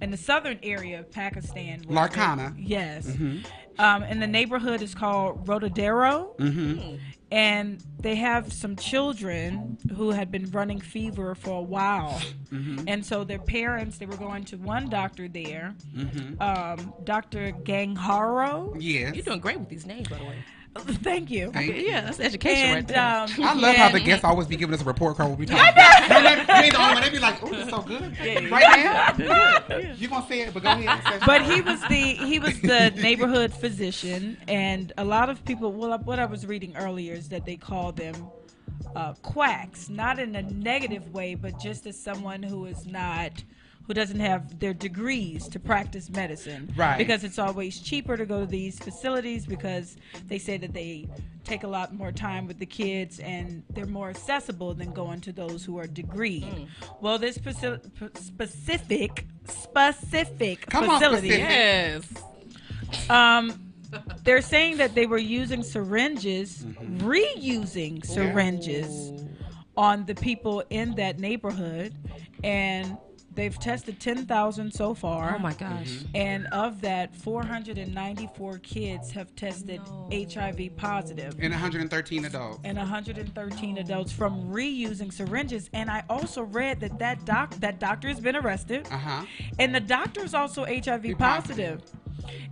[SPEAKER 2] in the southern area of Pakistan. where they-
[SPEAKER 1] Larkana.
[SPEAKER 2] Yes.
[SPEAKER 1] Mm-hmm.
[SPEAKER 2] Um, and the neighborhood is called Rotodero. And they have some children who had been running fever for a while.
[SPEAKER 1] Mm-hmm.
[SPEAKER 2] And so their parents, they were going to one doctor there,
[SPEAKER 1] Mm-hmm.
[SPEAKER 2] um, Dr. Gangharo.
[SPEAKER 1] Yes.
[SPEAKER 3] You're doing great with these names, by the way.
[SPEAKER 2] [LAUGHS] Thank you.
[SPEAKER 1] Thank you.
[SPEAKER 3] Yeah, that's education right
[SPEAKER 2] And
[SPEAKER 3] there.
[SPEAKER 2] um,
[SPEAKER 1] I love how the
[SPEAKER 2] and-
[SPEAKER 1] guests always be giving us a report card when we talk. [LAUGHS] no, no, you ain't the only one. They be like, "Oh, this is so good right now." You gonna say it, but go ahead. Sasha.
[SPEAKER 2] [LAUGHS] but he was the he was the neighborhood physician, and a lot of people. Well, what I was reading earlier is that they call them uh, quacks, not in a negative way, but just as someone who is not who doesn't have their degrees to practice medicine.
[SPEAKER 1] Right.
[SPEAKER 2] Because it's always cheaper to go to these facilities because they say that they take a lot more time with the kids and they're more accessible than going to those who are degreed. Well, this faci- p- specific specific
[SPEAKER 1] Come on,
[SPEAKER 2] facility
[SPEAKER 1] specific.
[SPEAKER 3] yes.
[SPEAKER 2] um, they're saying that they were using syringes,
[SPEAKER 1] Mm-hmm. Oh,
[SPEAKER 2] reusing syringes on the people in that neighborhood, and they've tested 10,000 so far.
[SPEAKER 3] Oh my gosh.
[SPEAKER 1] Mm-hmm.
[SPEAKER 2] And of that, 494 kids have tested HIV positive
[SPEAKER 1] and 113 adults.
[SPEAKER 2] and 113 adults from reusing syringes. And I also read that that doc that doctor has been arrested,
[SPEAKER 1] Uh-huh.
[SPEAKER 2] and the doctor is also
[SPEAKER 1] positive.
[SPEAKER 2] HIV positive.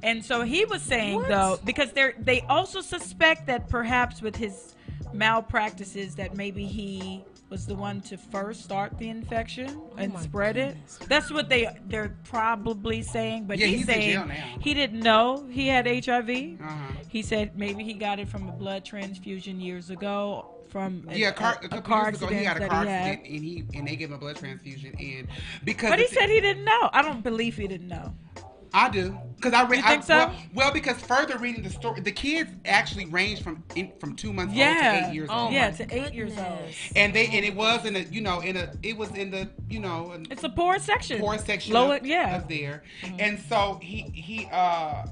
[SPEAKER 2] And so he was saying though, because they they also suspect that perhaps with his malpractices that maybe he was the one to first start the infection
[SPEAKER 1] Oh
[SPEAKER 2] and spread it. That's what they they're probably saying. But
[SPEAKER 1] Yeah,
[SPEAKER 2] he's,
[SPEAKER 1] he's in
[SPEAKER 2] saying
[SPEAKER 1] jail now.
[SPEAKER 2] he didn't know he had HIV.
[SPEAKER 1] Uh-huh.
[SPEAKER 2] He said maybe he got it from a blood transfusion years ago from
[SPEAKER 1] Yeah, a car, a couple years ago, he had a
[SPEAKER 2] accident
[SPEAKER 1] car
[SPEAKER 2] that he had.
[SPEAKER 1] accident, and he and they gave him a blood transfusion, and because
[SPEAKER 2] But he
[SPEAKER 1] it's-
[SPEAKER 2] said he didn't know. I don't believe he didn't know.
[SPEAKER 1] I do because I read.
[SPEAKER 2] You think
[SPEAKER 1] I,
[SPEAKER 2] so?
[SPEAKER 1] Well, well, because further reading the story, the kids actually range from in, from two months old
[SPEAKER 2] Yeah.
[SPEAKER 1] to eight years
[SPEAKER 3] Oh
[SPEAKER 1] old.
[SPEAKER 3] my
[SPEAKER 2] yeah, to eight years old.
[SPEAKER 1] And they and it was in a you know in a it was in the you know an
[SPEAKER 2] It's a poor [LAUGHS] section.
[SPEAKER 1] poor section
[SPEAKER 2] Low,
[SPEAKER 1] of,
[SPEAKER 2] yeah. Mm-hmm.
[SPEAKER 1] of there, and so he he uh.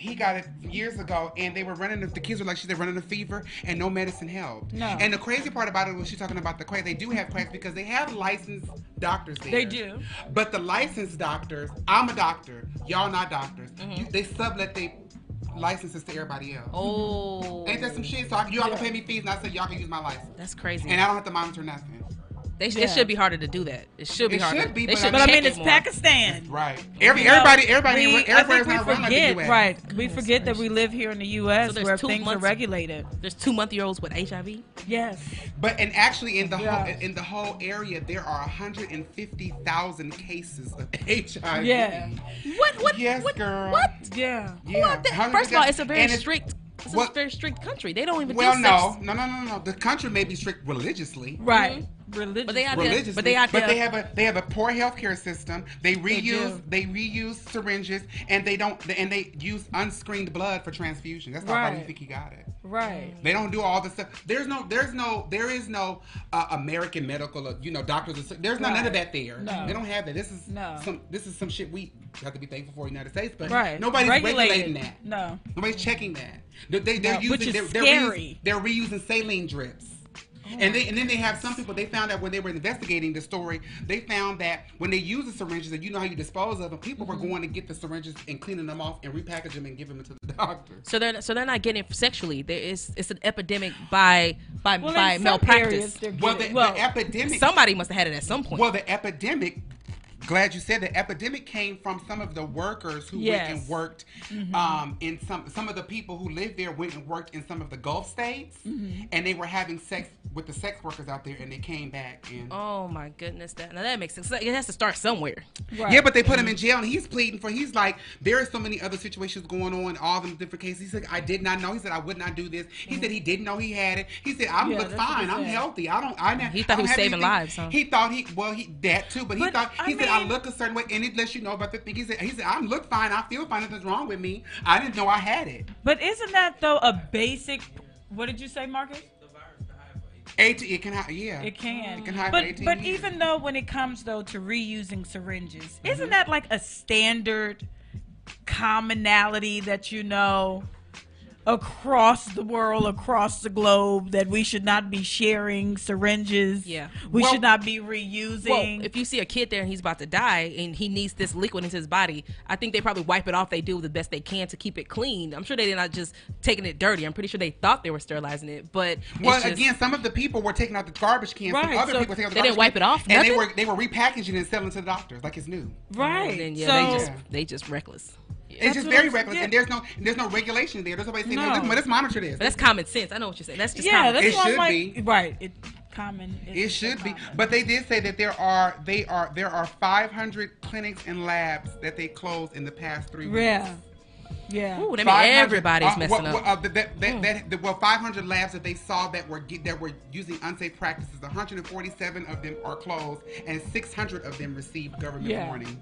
[SPEAKER 1] He got it years ago, and they were running. The kids were like, she said, running a fever, and no medicine helped.
[SPEAKER 2] No.
[SPEAKER 1] And the crazy part about it was, she's talking about the quack. They do have quacks because they have licensed doctors there.
[SPEAKER 2] They do.
[SPEAKER 1] But the licensed doctors, I'm a doctor. Y'all not doctors.
[SPEAKER 2] Mm-hmm.
[SPEAKER 1] You, they sublet they licenses to everybody else.
[SPEAKER 3] Oh.
[SPEAKER 1] Ain't that some shit? So I, y'all can pay me fees, and I said y'all can use my license,
[SPEAKER 3] That's crazy.
[SPEAKER 1] and I don't have to monitor nothing.
[SPEAKER 3] They sh-
[SPEAKER 2] Yeah.
[SPEAKER 3] It should be harder to do that. It should be
[SPEAKER 1] It
[SPEAKER 3] harder.
[SPEAKER 1] should be,
[SPEAKER 3] They
[SPEAKER 1] but
[SPEAKER 3] should
[SPEAKER 2] But I
[SPEAKER 3] check
[SPEAKER 2] mean,
[SPEAKER 3] it
[SPEAKER 2] it's
[SPEAKER 3] more.
[SPEAKER 2] Pakistan.
[SPEAKER 1] Right. Every,
[SPEAKER 2] Mm-hmm. You know,
[SPEAKER 1] everybody, everybody,
[SPEAKER 2] we-
[SPEAKER 1] ain't-
[SPEAKER 2] I think
[SPEAKER 1] everybody's
[SPEAKER 2] we
[SPEAKER 1] not around like the
[SPEAKER 2] forget,
[SPEAKER 1] U.S.
[SPEAKER 2] right? we forget that we
[SPEAKER 3] gracious.
[SPEAKER 2] live here in the U.S.
[SPEAKER 3] So there's
[SPEAKER 2] where
[SPEAKER 3] two
[SPEAKER 2] things are
[SPEAKER 3] months-
[SPEAKER 2] regulated.
[SPEAKER 3] There's two month year olds with HIV.
[SPEAKER 2] Yes.
[SPEAKER 1] But and actually in the
[SPEAKER 2] Yeah.
[SPEAKER 1] whole in the whole area there are 150,000 cases of [LAUGHS] HIV.
[SPEAKER 2] Yeah.
[SPEAKER 3] What? What?
[SPEAKER 1] Yes,
[SPEAKER 3] what,
[SPEAKER 1] girl.
[SPEAKER 3] What?
[SPEAKER 2] Yeah.
[SPEAKER 1] Yeah.
[SPEAKER 3] what the- First of all, it's a very
[SPEAKER 1] 150,000 and
[SPEAKER 3] strict. It's
[SPEAKER 1] Well-
[SPEAKER 3] a very strict country. They don't even
[SPEAKER 1] Well,
[SPEAKER 3] do
[SPEAKER 1] no,
[SPEAKER 3] sex.
[SPEAKER 1] no, no, no, no. The country may be strict religiously.
[SPEAKER 2] Right.
[SPEAKER 1] Mm-hmm.
[SPEAKER 2] Religious.
[SPEAKER 3] But they out there.
[SPEAKER 1] Religiously,
[SPEAKER 3] But they out there.
[SPEAKER 1] have a they have a poor healthcare system. They reuse
[SPEAKER 2] do.
[SPEAKER 1] they, reuse syringes and they don't and they use unscreened blood for transfusion. That's not why we
[SPEAKER 2] Right.
[SPEAKER 1] think he got it.
[SPEAKER 2] right.
[SPEAKER 1] They don't do all the stuff. There's no, there's no, there is no uh, American medical, uh, you know, doctors. and s- There's no, none of that there.
[SPEAKER 2] No.
[SPEAKER 1] They don't have that. This is
[SPEAKER 2] No.
[SPEAKER 1] some, this is some shit we have to be thankful for in the United States. But
[SPEAKER 2] Right.
[SPEAKER 1] nobody's
[SPEAKER 2] Regulated.
[SPEAKER 1] regulating that.
[SPEAKER 2] No.
[SPEAKER 1] nobody's checking that. They, they, they're
[SPEAKER 2] No,
[SPEAKER 1] using,
[SPEAKER 2] which is
[SPEAKER 1] they're, they're
[SPEAKER 2] scary. Oh
[SPEAKER 1] reusing- They're reusing, saline drips. And, they, and then they have some people. They found out when they were investigating the story, they found that when they use the syringes, and you know how you dispose of them, people were
[SPEAKER 2] Mm-hmm.
[SPEAKER 1] going to get the syringes and cleaning them off and repackage them and give them to the [LAUGHS] doctor.
[SPEAKER 3] So they're so they're not getting it sexually. There is it's an epidemic by by
[SPEAKER 2] Well,
[SPEAKER 3] by
[SPEAKER 2] in some areas
[SPEAKER 3] malpractice.
[SPEAKER 2] they're
[SPEAKER 1] Well,
[SPEAKER 2] getting-
[SPEAKER 1] the, the epidemic.
[SPEAKER 3] Somebody must have had it at some point.
[SPEAKER 1] Well, the epidemic glad you said the epidemic came from some of the workers who
[SPEAKER 2] Yes.
[SPEAKER 1] went and worked um, in some some of the people who lived there went and worked in some of the Gulf states, and they were having sex with the sex workers out there, and they came back and.
[SPEAKER 3] Oh my goodness, that now that makes sense. It has to start somewhere.
[SPEAKER 2] Right.
[SPEAKER 1] Yeah, but they put him in
[SPEAKER 3] Mm-hmm.
[SPEAKER 1] jail, and he's pleading for. He's like, there are so many other situations going on, all them different cases. He said, I did not know. He said, I would not do this. He
[SPEAKER 3] Mm-hmm.
[SPEAKER 1] said, he didn't know he had it. He said, I am
[SPEAKER 2] Yeah,
[SPEAKER 1] look
[SPEAKER 2] that's what
[SPEAKER 1] fine.
[SPEAKER 2] he
[SPEAKER 1] I'm
[SPEAKER 2] said.
[SPEAKER 1] healthy. I don't. I ne-
[SPEAKER 3] He thought
[SPEAKER 1] I don't
[SPEAKER 3] he was
[SPEAKER 1] have
[SPEAKER 3] saving
[SPEAKER 1] anything."
[SPEAKER 3] lives, huh?
[SPEAKER 1] He thought he well, he that too. But he
[SPEAKER 2] But,
[SPEAKER 1] thought he
[SPEAKER 2] I
[SPEAKER 1] said, I
[SPEAKER 2] mean-
[SPEAKER 1] look a certain way, and it lets you know about the thing. He said, he said, I look fine. I feel fine. Nothing's wrong with me. I didn't know I had it.
[SPEAKER 2] But isn't that though a basic? What did you say, Marcus?
[SPEAKER 1] Eight. It can. ha- Yeah.
[SPEAKER 2] It can.
[SPEAKER 1] It can hide for
[SPEAKER 2] but
[SPEAKER 1] 18
[SPEAKER 2] but
[SPEAKER 1] years.
[SPEAKER 2] even though when it comes though to reusing syringes,
[SPEAKER 3] Mm-hmm.
[SPEAKER 2] isn't that like a standard commonality that you know across the world, across the globe that we should not be sharing syringes?
[SPEAKER 3] Yeah.
[SPEAKER 2] We
[SPEAKER 1] Well-
[SPEAKER 2] should not be
[SPEAKER 3] Well,
[SPEAKER 2] reusing.
[SPEAKER 3] if you see a kid there and he's about to die and he needs this liquid into his body, I think they probably wipe it off. They do the best they can to keep it clean. I'm sure they're not just taking it dirty. I'm pretty sure they thought they were sterilizing it, but it's
[SPEAKER 1] Well,
[SPEAKER 3] just-
[SPEAKER 1] again, some of the people were taking out the garbage cans. Right,
[SPEAKER 3] Right,
[SPEAKER 1] other
[SPEAKER 3] so
[SPEAKER 1] people were taking out the
[SPEAKER 3] they
[SPEAKER 1] garbage
[SPEAKER 3] didn't wipe
[SPEAKER 1] cans,
[SPEAKER 3] it off,
[SPEAKER 1] And they
[SPEAKER 3] nothing?
[SPEAKER 1] were they were repackaging it and selling it to the doctors like it's new.
[SPEAKER 2] right.
[SPEAKER 3] and then, yeah,
[SPEAKER 2] so
[SPEAKER 3] they just they just reckless.
[SPEAKER 1] It's
[SPEAKER 2] That's
[SPEAKER 1] just
[SPEAKER 2] what
[SPEAKER 1] very
[SPEAKER 2] I'm-
[SPEAKER 1] reckless,
[SPEAKER 2] yeah.
[SPEAKER 1] and there's no there's no regulation there. There's nobody saying,
[SPEAKER 2] No.
[SPEAKER 1] no. let's, let's monitor this.
[SPEAKER 3] But that's common sense. I know what you're saying. That's just
[SPEAKER 2] yeah,
[SPEAKER 3] common
[SPEAKER 2] that's
[SPEAKER 1] It
[SPEAKER 2] why I'm
[SPEAKER 1] should
[SPEAKER 2] like
[SPEAKER 1] be.
[SPEAKER 2] right. It common. it's
[SPEAKER 1] it
[SPEAKER 2] so
[SPEAKER 1] should be,
[SPEAKER 2] common.
[SPEAKER 1] but they did say that there are they are there are 500 clinics and labs that they closed in the past three weeks.
[SPEAKER 2] yeah, yeah.
[SPEAKER 3] Ooh, that mean
[SPEAKER 1] 500
[SPEAKER 3] everybody's
[SPEAKER 1] uh,
[SPEAKER 3] messing
[SPEAKER 1] well,
[SPEAKER 3] up. Hmm.
[SPEAKER 1] well, uh, that, that, that, that- that- well, 500 labs that they saw that were ge- that were using unsafe practices. 147 of them are closed, and 600 of them received government
[SPEAKER 2] Yeah.
[SPEAKER 1] warnings.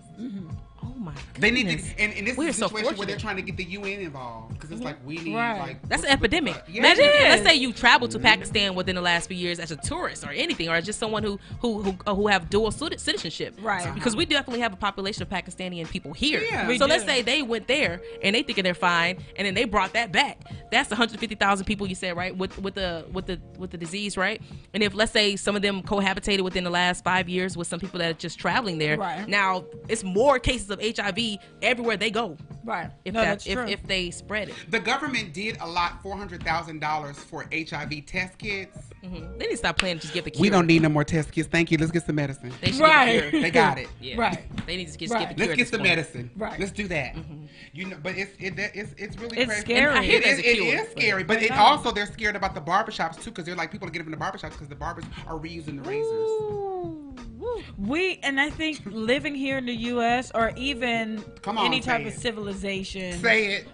[SPEAKER 3] oh my god.
[SPEAKER 1] They need to, and, and this
[SPEAKER 3] We are
[SPEAKER 1] is a
[SPEAKER 3] so
[SPEAKER 1] situation where
[SPEAKER 3] fortunate. Mm-hmm.
[SPEAKER 1] they're trying to get the UN involved because it's like we need
[SPEAKER 2] Right.
[SPEAKER 1] like
[SPEAKER 3] That's an
[SPEAKER 1] what- what the
[SPEAKER 3] epidemic.
[SPEAKER 1] fuck?
[SPEAKER 3] Imagine-
[SPEAKER 2] It
[SPEAKER 3] let's
[SPEAKER 2] is.
[SPEAKER 3] say you traveled to Pakistan within the last few years as a tourist or anything, or just someone who who who, uh, who have dual citi- citizenship.
[SPEAKER 2] Right. Uh-huh.
[SPEAKER 3] Because we definitely have a population of Pakistani and people here.
[SPEAKER 1] Yeah.
[SPEAKER 2] We
[SPEAKER 3] So let's
[SPEAKER 2] do.
[SPEAKER 3] say they went there and they thinking they're fine, and then they brought that back. That's 150,000 people you said right with with the with the with the disease, right? And if let's say some of them cohabitated within the last five years with some people that are just traveling there,
[SPEAKER 2] Right.
[SPEAKER 3] now it's more cases of HIV everywhere they go.
[SPEAKER 2] right.
[SPEAKER 3] If
[SPEAKER 2] no,
[SPEAKER 3] that,
[SPEAKER 2] that's
[SPEAKER 3] if,
[SPEAKER 2] true.
[SPEAKER 3] if they spread it.
[SPEAKER 1] The government did allot four hundred thousand dollars for HIV test kits.
[SPEAKER 3] Mhm. They need to stop playing. and Just give the cure.
[SPEAKER 1] We don't need no more test kits. Thank you. Let's get some medicine.
[SPEAKER 3] They should
[SPEAKER 2] Right.
[SPEAKER 3] Get the
[SPEAKER 1] They
[SPEAKER 3] cure.
[SPEAKER 1] got it.
[SPEAKER 3] Yeah.
[SPEAKER 2] Right.
[SPEAKER 3] They need to just
[SPEAKER 2] Right.
[SPEAKER 3] get the cure.
[SPEAKER 1] Let's
[SPEAKER 3] at
[SPEAKER 1] get
[SPEAKER 3] this
[SPEAKER 1] some
[SPEAKER 3] point.
[SPEAKER 1] medicine.
[SPEAKER 2] Right.
[SPEAKER 1] Let's do that. You know, but it's it, that- it's it's really
[SPEAKER 2] It's
[SPEAKER 1] crazy.
[SPEAKER 2] scary.
[SPEAKER 3] And I hear
[SPEAKER 1] It
[SPEAKER 3] there's
[SPEAKER 1] is,
[SPEAKER 3] a
[SPEAKER 1] it
[SPEAKER 3] cure,
[SPEAKER 1] is scary, but it also they're scared about the barbershops too, because they're like people are getting in the barbershops because the barbers are reusing the razors.
[SPEAKER 2] We and I think living here in the U.S. or even
[SPEAKER 1] Come on,
[SPEAKER 2] any
[SPEAKER 1] say
[SPEAKER 2] type of
[SPEAKER 1] it.
[SPEAKER 2] civilization,
[SPEAKER 1] Say it.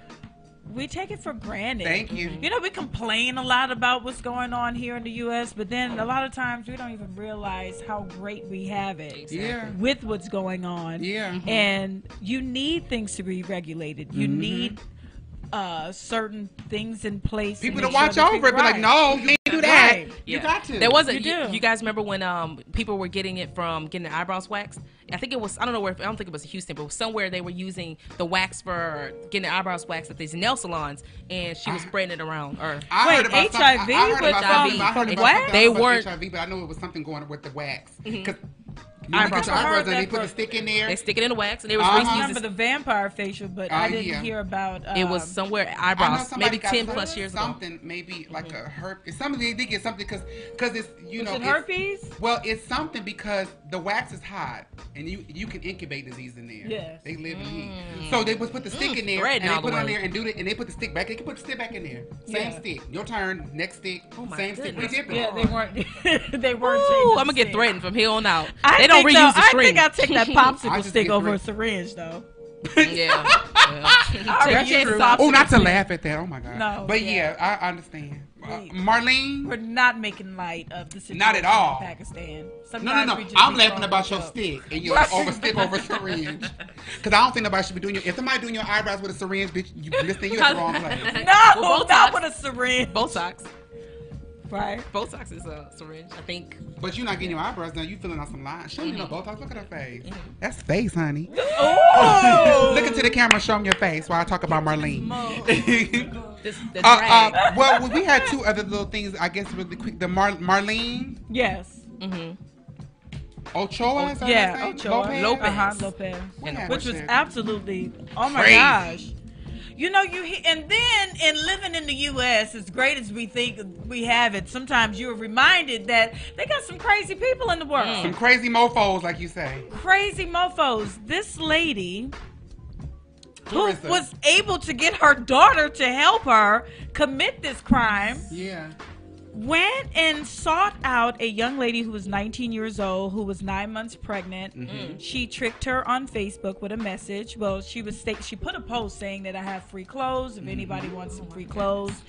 [SPEAKER 2] we take it for granted.
[SPEAKER 1] Thank you.
[SPEAKER 2] You know, we complain a lot about what's going on here in the U.S., but then a lot of times we don't even realize how great we have it
[SPEAKER 1] Yeah.
[SPEAKER 2] with what's going on.
[SPEAKER 1] Yeah.
[SPEAKER 2] And you need things to be regulated.
[SPEAKER 1] Mm-hmm.
[SPEAKER 2] You need uh, certain things in place.
[SPEAKER 1] People to
[SPEAKER 2] make
[SPEAKER 1] watch
[SPEAKER 2] sure that
[SPEAKER 1] over it,
[SPEAKER 2] people-
[SPEAKER 1] be like,
[SPEAKER 2] Right.
[SPEAKER 1] no, you can't do that.
[SPEAKER 2] Right.
[SPEAKER 1] You
[SPEAKER 3] Yeah.
[SPEAKER 1] got to.
[SPEAKER 3] There was a,
[SPEAKER 2] You
[SPEAKER 3] you,
[SPEAKER 2] do.
[SPEAKER 3] you guys remember when um people were getting it from getting their eyebrows waxed? I think it was I don't know where I don't think it was Houston, but somewhere they were using the wax for getting their eyebrows waxed at these nail salons, and she was spreading it around. Or
[SPEAKER 1] Ah. I heard
[SPEAKER 2] Wait,
[SPEAKER 1] about something-
[SPEAKER 2] HIV
[SPEAKER 1] I, I heard
[SPEAKER 2] was
[SPEAKER 1] about something, but
[SPEAKER 3] from-
[SPEAKER 1] I heard
[SPEAKER 3] from
[SPEAKER 1] about
[SPEAKER 3] what?
[SPEAKER 1] something
[SPEAKER 3] They
[SPEAKER 1] else about
[SPEAKER 3] weren't-
[SPEAKER 1] HIV, but I knew it was something going with the wax. Because you
[SPEAKER 3] Eyebrows.
[SPEAKER 1] get your
[SPEAKER 3] I
[SPEAKER 1] eyebrows
[SPEAKER 2] heard
[SPEAKER 1] and they
[SPEAKER 2] that
[SPEAKER 1] put a
[SPEAKER 2] for-
[SPEAKER 1] stick in there.
[SPEAKER 3] they stick it in the wax, and they were
[SPEAKER 1] Uh-huh.
[SPEAKER 3] supposed
[SPEAKER 2] I
[SPEAKER 3] to use
[SPEAKER 2] remember
[SPEAKER 3] this-
[SPEAKER 2] the vampire facial, but
[SPEAKER 1] Oh,
[SPEAKER 2] I didn't
[SPEAKER 1] yeah.
[SPEAKER 2] hear about. Um,
[SPEAKER 3] It was somewhere
[SPEAKER 1] I know
[SPEAKER 3] eyebrows,
[SPEAKER 1] somebody
[SPEAKER 3] maybe
[SPEAKER 1] got
[SPEAKER 3] ten
[SPEAKER 1] put
[SPEAKER 3] plus years ago.
[SPEAKER 1] something, maybe like a herpes. Some of they did get something because it's you
[SPEAKER 2] Was
[SPEAKER 1] know
[SPEAKER 2] it
[SPEAKER 1] it's-
[SPEAKER 2] herpes?
[SPEAKER 1] Well, it's something because the wax is hot and you you can incubate disease in there.
[SPEAKER 2] Yes.
[SPEAKER 1] they live in heat. So they would put the stick in there and
[SPEAKER 3] threading
[SPEAKER 1] they
[SPEAKER 3] all the
[SPEAKER 1] put it in
[SPEAKER 3] way.
[SPEAKER 1] there and do it and they put the stick back. They can put the stick back in there. Same
[SPEAKER 2] Yeah.
[SPEAKER 1] stick. Your turn. Next stick.
[SPEAKER 3] Oh my
[SPEAKER 1] same stick.
[SPEAKER 3] goodness.
[SPEAKER 1] We did that.
[SPEAKER 2] Yeah, they
[SPEAKER 1] [LAUGHS]
[SPEAKER 2] weren't. they weren't.
[SPEAKER 3] Ooh,
[SPEAKER 2] changing
[SPEAKER 3] I'm gonna get
[SPEAKER 2] stick.
[SPEAKER 3] threatened from here on out.
[SPEAKER 2] I
[SPEAKER 3] they don't
[SPEAKER 2] think,
[SPEAKER 3] reuse
[SPEAKER 2] though,
[SPEAKER 3] the
[SPEAKER 2] [LAUGHS] I think
[SPEAKER 3] string. [LAUGHS]
[SPEAKER 2] I'll take that
[SPEAKER 1] I
[SPEAKER 2] popsicle
[SPEAKER 1] just
[SPEAKER 2] stick
[SPEAKER 1] get
[SPEAKER 2] over a
[SPEAKER 1] threatened.
[SPEAKER 2] syringe, though.
[SPEAKER 3] yeah.
[SPEAKER 2] [LAUGHS]
[SPEAKER 3] yeah. Take
[SPEAKER 2] That's
[SPEAKER 3] your
[SPEAKER 2] true.
[SPEAKER 3] soft
[SPEAKER 1] Oh, not to laugh at that. Oh my God.
[SPEAKER 2] No,
[SPEAKER 1] But
[SPEAKER 2] yeah.
[SPEAKER 1] yeah, I understand. Uh,
[SPEAKER 2] We-
[SPEAKER 1] Marlene.
[SPEAKER 2] We're not making light of the situation
[SPEAKER 1] Not at all.
[SPEAKER 2] in Pakistan.
[SPEAKER 1] No, no,
[SPEAKER 2] Sometimes we
[SPEAKER 1] no.
[SPEAKER 2] just
[SPEAKER 1] I'm
[SPEAKER 2] be
[SPEAKER 1] laughing
[SPEAKER 2] throwing
[SPEAKER 1] about
[SPEAKER 2] it
[SPEAKER 1] your
[SPEAKER 2] up.
[SPEAKER 1] stick and your over stick over
[SPEAKER 2] [LAUGHS]
[SPEAKER 1] syringe. Because I don't think nobody should be doing your. If somebody doing your eyebrows with a syringe, bitch, you
[SPEAKER 3] [LAUGHS]
[SPEAKER 1] listening, you at the wrong
[SPEAKER 2] [LAUGHS]
[SPEAKER 1] place.
[SPEAKER 2] No,
[SPEAKER 3] Well,
[SPEAKER 2] not
[SPEAKER 3] Botox.
[SPEAKER 2] with a syringe.
[SPEAKER 3] Botox.
[SPEAKER 2] Right.
[SPEAKER 3] Botox is a syringe, I think.
[SPEAKER 1] But you're not getting your eyebrows done. You feeling out some lines. Show me
[SPEAKER 2] Mm-hmm.
[SPEAKER 1] no Botox. Look at her face. That's face, honey. [LAUGHS] Look into the camera. Show them your face while I talk about Marlene. [LAUGHS]
[SPEAKER 3] This the
[SPEAKER 1] uh,
[SPEAKER 3] drag.
[SPEAKER 1] uh, well, we had two other little things. I guess really quick. The Mar- Marlene
[SPEAKER 2] Yes.
[SPEAKER 1] Ochoa. is her
[SPEAKER 2] Yeah.
[SPEAKER 1] last name?
[SPEAKER 2] Ochoa.
[SPEAKER 1] Lopez?
[SPEAKER 2] Uh-huh, Lopez.
[SPEAKER 1] We had
[SPEAKER 2] Which was
[SPEAKER 1] one.
[SPEAKER 2] absolutely. Oh my
[SPEAKER 1] Crazy.
[SPEAKER 2] gosh. You You know, you he- and then in living in the U.S., as great as we think we have it, sometimes you are reminded that they got some crazy people in the world.
[SPEAKER 1] Some crazy mofos, like you say.
[SPEAKER 2] Crazy mofos. This lady who
[SPEAKER 1] Clarissa.
[SPEAKER 2] was able to get her daughter to help her commit this crime
[SPEAKER 1] Yeah.
[SPEAKER 2] went and sought out a young lady who was 19 years old who was nine months pregnant she tricked her on facebook with a message well she was sta- she put a post saying that i have free clothes if anybody wants some free clothes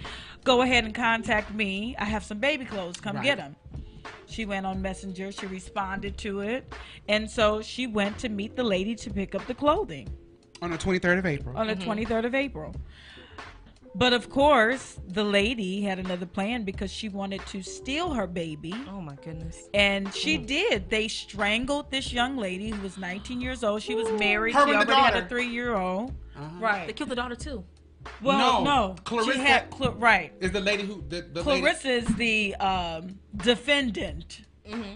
[SPEAKER 2] go ahead and contact me i have some baby clothes come
[SPEAKER 1] Right.
[SPEAKER 2] get 'em. get them she went on messenger she responded to it and so she went to meet the lady to pick up the clothing
[SPEAKER 1] On the 23rd of April.
[SPEAKER 2] on the 23rd of April. But of course, the lady had another plan because she wanted to steal her baby.
[SPEAKER 3] Oh my goodness.
[SPEAKER 2] And she
[SPEAKER 1] Mm.
[SPEAKER 2] did. They strangled this young lady who was 19 years old. She was married.
[SPEAKER 1] Her
[SPEAKER 2] she
[SPEAKER 1] and the
[SPEAKER 2] already had a
[SPEAKER 1] daughter. Uh-huh.
[SPEAKER 2] three year old. Right.
[SPEAKER 3] They killed the daughter too.
[SPEAKER 2] well, no.
[SPEAKER 1] No,
[SPEAKER 2] She
[SPEAKER 1] Clarissa-
[SPEAKER 2] had, Cla- right.
[SPEAKER 1] Is the lady who the, the lady-
[SPEAKER 2] Clarissa is the um, defendant.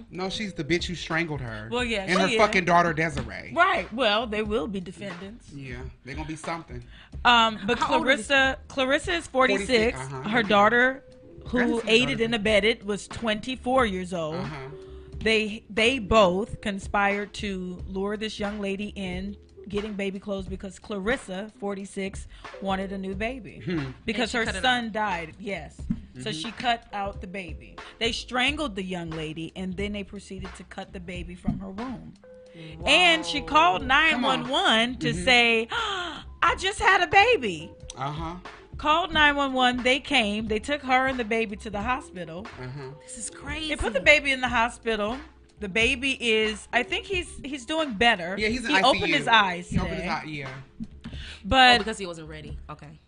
[SPEAKER 1] No, she's the bitch who strangled her.
[SPEAKER 2] Well, yeah,
[SPEAKER 1] And her
[SPEAKER 2] she is.
[SPEAKER 1] fucking daughter Desiree.
[SPEAKER 2] Right. Well, they will be defendants.
[SPEAKER 1] Yeah, they're gonna be something.
[SPEAKER 2] Um, but
[SPEAKER 3] How old is
[SPEAKER 2] Clarissa, Clarissa is 46.
[SPEAKER 1] 46, uh-huh.
[SPEAKER 2] Her daughter, who
[SPEAKER 1] Grandson,
[SPEAKER 2] aided
[SPEAKER 1] daughter.
[SPEAKER 2] and abetted, was 24 years old.
[SPEAKER 3] Uh-huh.
[SPEAKER 1] Uh huh.
[SPEAKER 2] They they both conspired to lure this young lady in, getting baby clothes because Clarissa, 46, wanted a new baby because
[SPEAKER 3] Hmm. And
[SPEAKER 2] her
[SPEAKER 3] she cut it Mm-hmm.
[SPEAKER 2] son died. Yes. So she cut out the baby. They strangled the young lady and then they proceeded to cut the baby from her womb. And she called 911
[SPEAKER 3] Mm-hmm.
[SPEAKER 2] to say, I just had a baby
[SPEAKER 1] Uh huh.
[SPEAKER 2] called 911 they came they took her and the baby to the hospital
[SPEAKER 1] Uh huh.
[SPEAKER 3] This is crazy.
[SPEAKER 2] they put the baby in the hospital the baby is i think he's he's doing better
[SPEAKER 1] Yeah, he's in
[SPEAKER 2] he
[SPEAKER 1] ICU.
[SPEAKER 2] opened his eyes
[SPEAKER 1] He opened his
[SPEAKER 2] today.
[SPEAKER 1] eye. Yeah.
[SPEAKER 3] oh,
[SPEAKER 2] but
[SPEAKER 3] because he wasn't ready. Okay.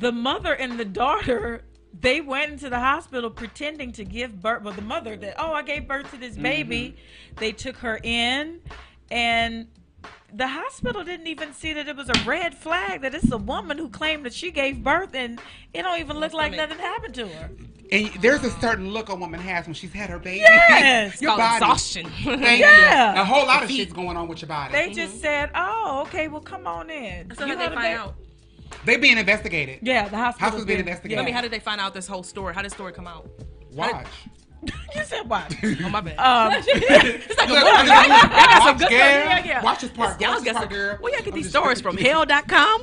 [SPEAKER 2] the mother and the daughter they went into the hospital pretending to give birth well the mother that oh i gave birth to this
[SPEAKER 1] Mm-hmm.
[SPEAKER 2] baby they took her in and the hospital didn't even see that it was a red flag that it's a woman who claimed that she gave birth and it don't even look like
[SPEAKER 3] stomach.
[SPEAKER 2] nothing happened to her
[SPEAKER 1] And there's a certain look a woman has when she's had her baby. [LAUGHS]
[SPEAKER 2] Yes!
[SPEAKER 1] your
[SPEAKER 3] Called
[SPEAKER 1] body.
[SPEAKER 3] exhaustion. [LAUGHS]
[SPEAKER 1] Thank you.
[SPEAKER 2] Yeah.
[SPEAKER 1] A whole lot of shit's going on with your body.
[SPEAKER 2] They
[SPEAKER 1] They,
[SPEAKER 2] just said, "Oh, okay, well, come on in."
[SPEAKER 3] so
[SPEAKER 2] You
[SPEAKER 3] how did
[SPEAKER 2] had a
[SPEAKER 3] they find
[SPEAKER 2] ba-
[SPEAKER 3] out?
[SPEAKER 1] being investigated.
[SPEAKER 2] Yeah, the hospital.
[SPEAKER 1] Hospital's been investigated.
[SPEAKER 3] I mean, how did they find out this whole story? How did the story come out?
[SPEAKER 1] Watch.
[SPEAKER 2] you said what?
[SPEAKER 3] Oh my bad.
[SPEAKER 2] Um,
[SPEAKER 1] Look, look, look, look. Watch, girl.
[SPEAKER 3] yeah, yeah.
[SPEAKER 1] Watch this part.
[SPEAKER 3] Y'all
[SPEAKER 1] Watch this
[SPEAKER 3] got
[SPEAKER 1] part,
[SPEAKER 3] some,
[SPEAKER 1] girl.
[SPEAKER 3] where y'all get
[SPEAKER 1] I'm
[SPEAKER 3] these
[SPEAKER 1] just-
[SPEAKER 3] stories from? Hell.com?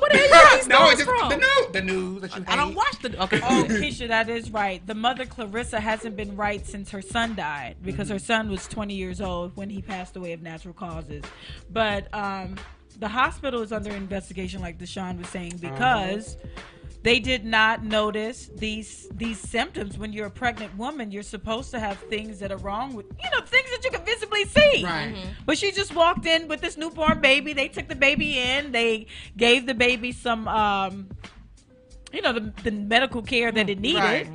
[SPEAKER 1] [LAUGHS]
[SPEAKER 3] Where the hell y'all get these
[SPEAKER 1] no, it's
[SPEAKER 3] stories
[SPEAKER 1] just
[SPEAKER 3] from?
[SPEAKER 1] the news. The news that you hate.
[SPEAKER 3] I don't watch the. Okay. [LAUGHS]
[SPEAKER 2] oh, Keisha, that is right. The mother Clarissa hasn't been right since her son died because her son was 20 years old when he passed away of natural causes. But um, the hospital is under investigation, like Deshaun was saying, because. They did not notice these these symptoms. When you're a pregnant woman, you're supposed to have things that are wrong with you know things that you can visibly see.
[SPEAKER 1] Right.
[SPEAKER 2] But she just walked in with this newborn baby. They took the baby in. They gave the baby some, um, you know, the, the medical care that it needed.
[SPEAKER 1] Mm, right.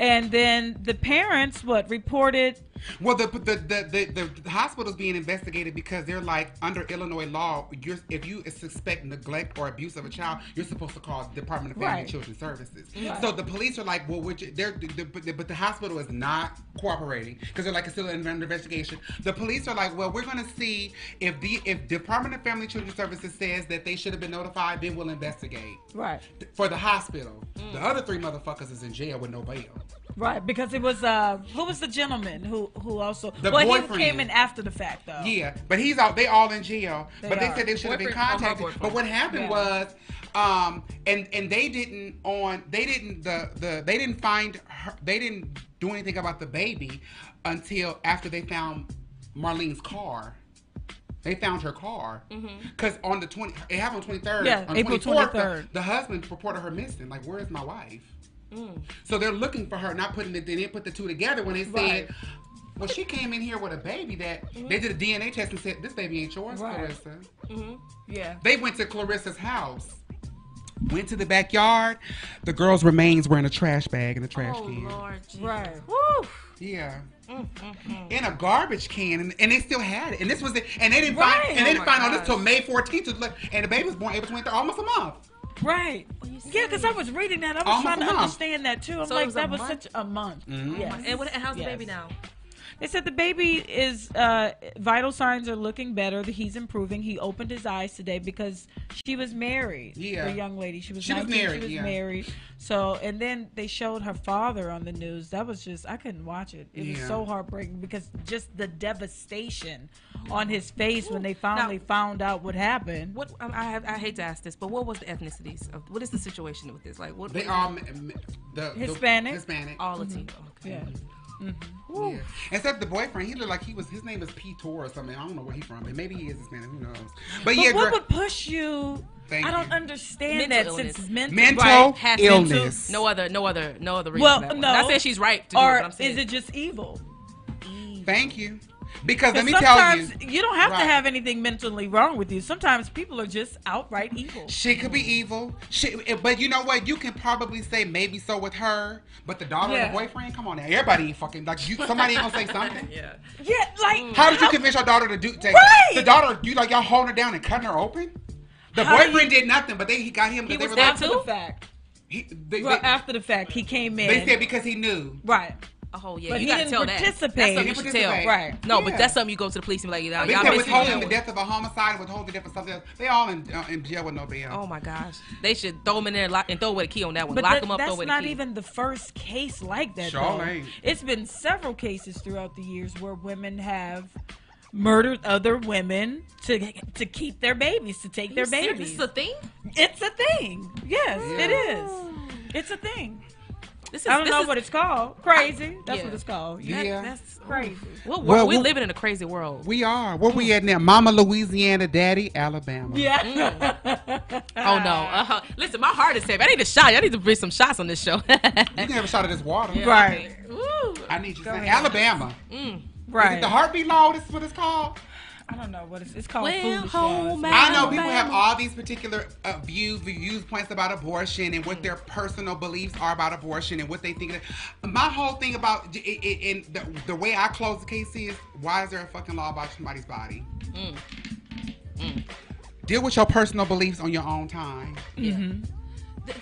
[SPEAKER 2] And then the parents, what, reported
[SPEAKER 1] Well, the the, the the the hospital's being investigated because they're like under Illinois law. You're if you suspect neglect or abuse of a child, you're supposed to call the Department of Family
[SPEAKER 2] Right.
[SPEAKER 1] and Children's Services. So the police are like, well, which they're the, but the, but the hospital is not cooperating because they're like it's still under investigation. The police are like, well, we're gonna see if the if Department of Family and Children's Services says that they should have been notified, then we'll investigate.
[SPEAKER 2] right,
[SPEAKER 1] For the hospital,
[SPEAKER 3] Mm.
[SPEAKER 1] the other three motherfuckers is in jail with no bail.
[SPEAKER 2] right, because it was uh, who was the gentleman who who also
[SPEAKER 1] The
[SPEAKER 2] well he
[SPEAKER 1] boyfriend.
[SPEAKER 2] came in after the fact though.
[SPEAKER 1] Yeah, but he's out. They all in jail.
[SPEAKER 2] They
[SPEAKER 1] but they
[SPEAKER 2] are.
[SPEAKER 1] said they should have been
[SPEAKER 3] Boyfriend- oh, her
[SPEAKER 1] contacted.
[SPEAKER 3] boyfriend.
[SPEAKER 1] But what happened
[SPEAKER 2] Yeah.
[SPEAKER 1] was, um, and and they didn't on they didn't the the they didn't find her, they didn't do anything about the baby until after they found Marlene's car. They found her car because on the twenty it happened twenty third.
[SPEAKER 2] Mm-hmm. Yeah,
[SPEAKER 1] on
[SPEAKER 2] April
[SPEAKER 1] 24th, the-
[SPEAKER 2] 23rd.
[SPEAKER 1] The, husband reported her missing. Like, where is my wife?
[SPEAKER 2] Mm-hmm.
[SPEAKER 1] So they're looking for her, not putting it. They didn't put the two together when they said,
[SPEAKER 2] Right.
[SPEAKER 1] "Well, she came in here with a baby that
[SPEAKER 3] Mm-hmm.
[SPEAKER 1] they did a DNA test and said this baby ain't yours,
[SPEAKER 2] Right.
[SPEAKER 1] Clarissa."
[SPEAKER 2] yeah.
[SPEAKER 1] They went to Clarissa's house, went to the backyard. The girl's remains were in a trash bag in a trash
[SPEAKER 3] Oh,
[SPEAKER 1] can.
[SPEAKER 3] Lord. Jesus.
[SPEAKER 2] Right.
[SPEAKER 1] Yeah.
[SPEAKER 3] Mm-hmm.
[SPEAKER 1] In a garbage can, and, and they still had it. And this was it. And they didn't
[SPEAKER 2] Right.
[SPEAKER 1] find and they
[SPEAKER 3] Oh
[SPEAKER 1] didn't
[SPEAKER 3] my
[SPEAKER 1] find all this
[SPEAKER 3] gosh.
[SPEAKER 1] till May 14th. to look- And the baby was born April 23rd, almost a month.
[SPEAKER 2] Right. Yeah, because I was reading that. I was
[SPEAKER 1] Almost
[SPEAKER 2] trying to
[SPEAKER 1] a month.
[SPEAKER 2] understand that too. I'm
[SPEAKER 3] So it
[SPEAKER 2] like,
[SPEAKER 3] was a
[SPEAKER 2] that was
[SPEAKER 3] month?
[SPEAKER 1] Mm-hmm.
[SPEAKER 2] such a month. Yes.
[SPEAKER 3] And, what, and how's
[SPEAKER 2] Yes.
[SPEAKER 3] the baby now?
[SPEAKER 2] They said the baby is uh, vital signs are looking better. That he's improving. He opened his eyes today because she was married.
[SPEAKER 1] Yeah.
[SPEAKER 2] the young lady. She was
[SPEAKER 1] She was
[SPEAKER 2] 19,
[SPEAKER 1] married,
[SPEAKER 2] She was
[SPEAKER 1] yeah.
[SPEAKER 2] married. So and then they showed her father on the news. That was just I couldn't watch it. It
[SPEAKER 1] Yeah.
[SPEAKER 2] was so heartbreaking because just the devastation on his face when they finally found out what happened.
[SPEAKER 3] What um, I, I, have- I hate to ask this, but what was the ethnicities? Of, what is the situation with this? Like what?
[SPEAKER 1] They
[SPEAKER 3] what-
[SPEAKER 1] all m- m- the the-
[SPEAKER 2] Hispanic?
[SPEAKER 1] Hispanic.
[SPEAKER 3] all Latino. Okay.
[SPEAKER 2] Mm-hmm. Yeah.
[SPEAKER 1] Yeah. Except the boyfriend, he looked like he was. His name is P. Tor or something. I don't know where he's from, but maybe he is Hispanic. Who knows? But,
[SPEAKER 2] But
[SPEAKER 1] yeah,
[SPEAKER 2] what
[SPEAKER 1] girl,
[SPEAKER 2] would push you?
[SPEAKER 1] Thank
[SPEAKER 2] I don't
[SPEAKER 1] you.
[SPEAKER 2] understand
[SPEAKER 3] Mental
[SPEAKER 2] that since
[SPEAKER 3] illness.
[SPEAKER 2] it's mental.
[SPEAKER 1] Mental
[SPEAKER 3] Has
[SPEAKER 1] illness.
[SPEAKER 3] mental- No other, no other, no other reason.
[SPEAKER 2] Well,
[SPEAKER 3] for that one.
[SPEAKER 2] no.
[SPEAKER 3] Not saying she's right. To do it,
[SPEAKER 2] Or
[SPEAKER 3] but I'm saying,
[SPEAKER 2] is it just evil?
[SPEAKER 1] thank you. Because let me tell you,
[SPEAKER 2] sometimes you don't have to
[SPEAKER 1] Right.
[SPEAKER 2] have anything mentally wrong with you. Sometimes people are just outright evil.
[SPEAKER 1] She could be evil. She, eh, but you know what? You can probably say maybe so with her, but the daughter
[SPEAKER 2] Yeah.
[SPEAKER 1] and the boyfriend. Come on now, everybody ain't fucking like you. Somebody ain't
[SPEAKER 2] [LAUGHS]
[SPEAKER 1] gonna say something.
[SPEAKER 3] Yeah.
[SPEAKER 2] Yeah, like
[SPEAKER 1] How did you convince your daughter to do? Take,
[SPEAKER 2] Right.
[SPEAKER 1] The daughter, you like y'all holding her down and cutting her open. The
[SPEAKER 2] How
[SPEAKER 1] boyfriend did nothing, but they he got him. 'cause
[SPEAKER 3] He
[SPEAKER 1] they
[SPEAKER 3] was
[SPEAKER 1] were
[SPEAKER 3] there
[SPEAKER 1] like,
[SPEAKER 2] after
[SPEAKER 3] too?
[SPEAKER 2] the fact?
[SPEAKER 1] he, they,
[SPEAKER 2] Well,
[SPEAKER 1] they-
[SPEAKER 2] after the fact, he came in.
[SPEAKER 1] they said because he knew.
[SPEAKER 2] right.
[SPEAKER 3] A whole yeah.
[SPEAKER 2] But
[SPEAKER 3] you
[SPEAKER 2] he
[SPEAKER 3] gotta
[SPEAKER 2] didn't
[SPEAKER 3] tell that. That's
[SPEAKER 2] participate.
[SPEAKER 3] something
[SPEAKER 2] He
[SPEAKER 3] you should tell.
[SPEAKER 1] participated.
[SPEAKER 2] Right.
[SPEAKER 3] No, but
[SPEAKER 1] Yeah.
[SPEAKER 3] that's something you go to the police and be like, you know,
[SPEAKER 1] They
[SPEAKER 3] y'all
[SPEAKER 1] said
[SPEAKER 3] basically
[SPEAKER 1] withholding the
[SPEAKER 3] doing-
[SPEAKER 1] death of a homicide, withholding the death of something. else. They all in, uh, in jail with no bail.
[SPEAKER 3] Oh my gosh. They should throw him in there and, lock, and throw away the key on that one.
[SPEAKER 2] But
[SPEAKER 3] lock
[SPEAKER 2] that-
[SPEAKER 3] him up.
[SPEAKER 2] that's
[SPEAKER 3] throw away
[SPEAKER 2] not
[SPEAKER 3] the key.
[SPEAKER 2] even the first case like that.
[SPEAKER 1] Sure
[SPEAKER 2] though.
[SPEAKER 1] ain't.
[SPEAKER 2] It's been several cases throughout the years where women have murdered other women to to keep their babies, to take
[SPEAKER 3] Are you
[SPEAKER 2] their
[SPEAKER 3] serious?
[SPEAKER 2] babies.
[SPEAKER 3] This is a thing.
[SPEAKER 2] It's a thing. Yes, it is. It's a thing.
[SPEAKER 3] This is.
[SPEAKER 2] I don't
[SPEAKER 3] this
[SPEAKER 2] know
[SPEAKER 3] is-
[SPEAKER 2] what it's called. Crazy. That's
[SPEAKER 3] Yeah.
[SPEAKER 2] what it's called.
[SPEAKER 1] Yeah.
[SPEAKER 3] that- That's
[SPEAKER 2] Crazy.
[SPEAKER 3] Well,
[SPEAKER 1] Well, we-
[SPEAKER 3] we're living in a crazy world.
[SPEAKER 1] We are. Where we at
[SPEAKER 3] Mm.
[SPEAKER 1] now? Mama Louisiana, Daddy Alabama.
[SPEAKER 2] [LAUGHS] Yeah.
[SPEAKER 3] Oh no!
[SPEAKER 2] Uh.
[SPEAKER 3] Uh-huh. Listen, my heart is heavy. I need a shot. I need to bring some shots on this show. [LAUGHS]
[SPEAKER 1] You can have a shot of this water.
[SPEAKER 2] [LAUGHS] Right.
[SPEAKER 3] Ooh.
[SPEAKER 1] I need you. to say Alabama.
[SPEAKER 2] Right.
[SPEAKER 1] The heartbeat law. This is what it's called.
[SPEAKER 2] I don't know what it's, it's called.
[SPEAKER 3] Well,
[SPEAKER 2] Foolish
[SPEAKER 3] home
[SPEAKER 2] laws.
[SPEAKER 1] I know people
[SPEAKER 3] Alabama.
[SPEAKER 1] have all these particular uh, views, views, points about abortion and what their personal beliefs are about abortion and what they think. Of. My whole thing about it, it, and the, the way I close the case is why is there a fucking law about somebody's body? Deal with your personal beliefs on your own time.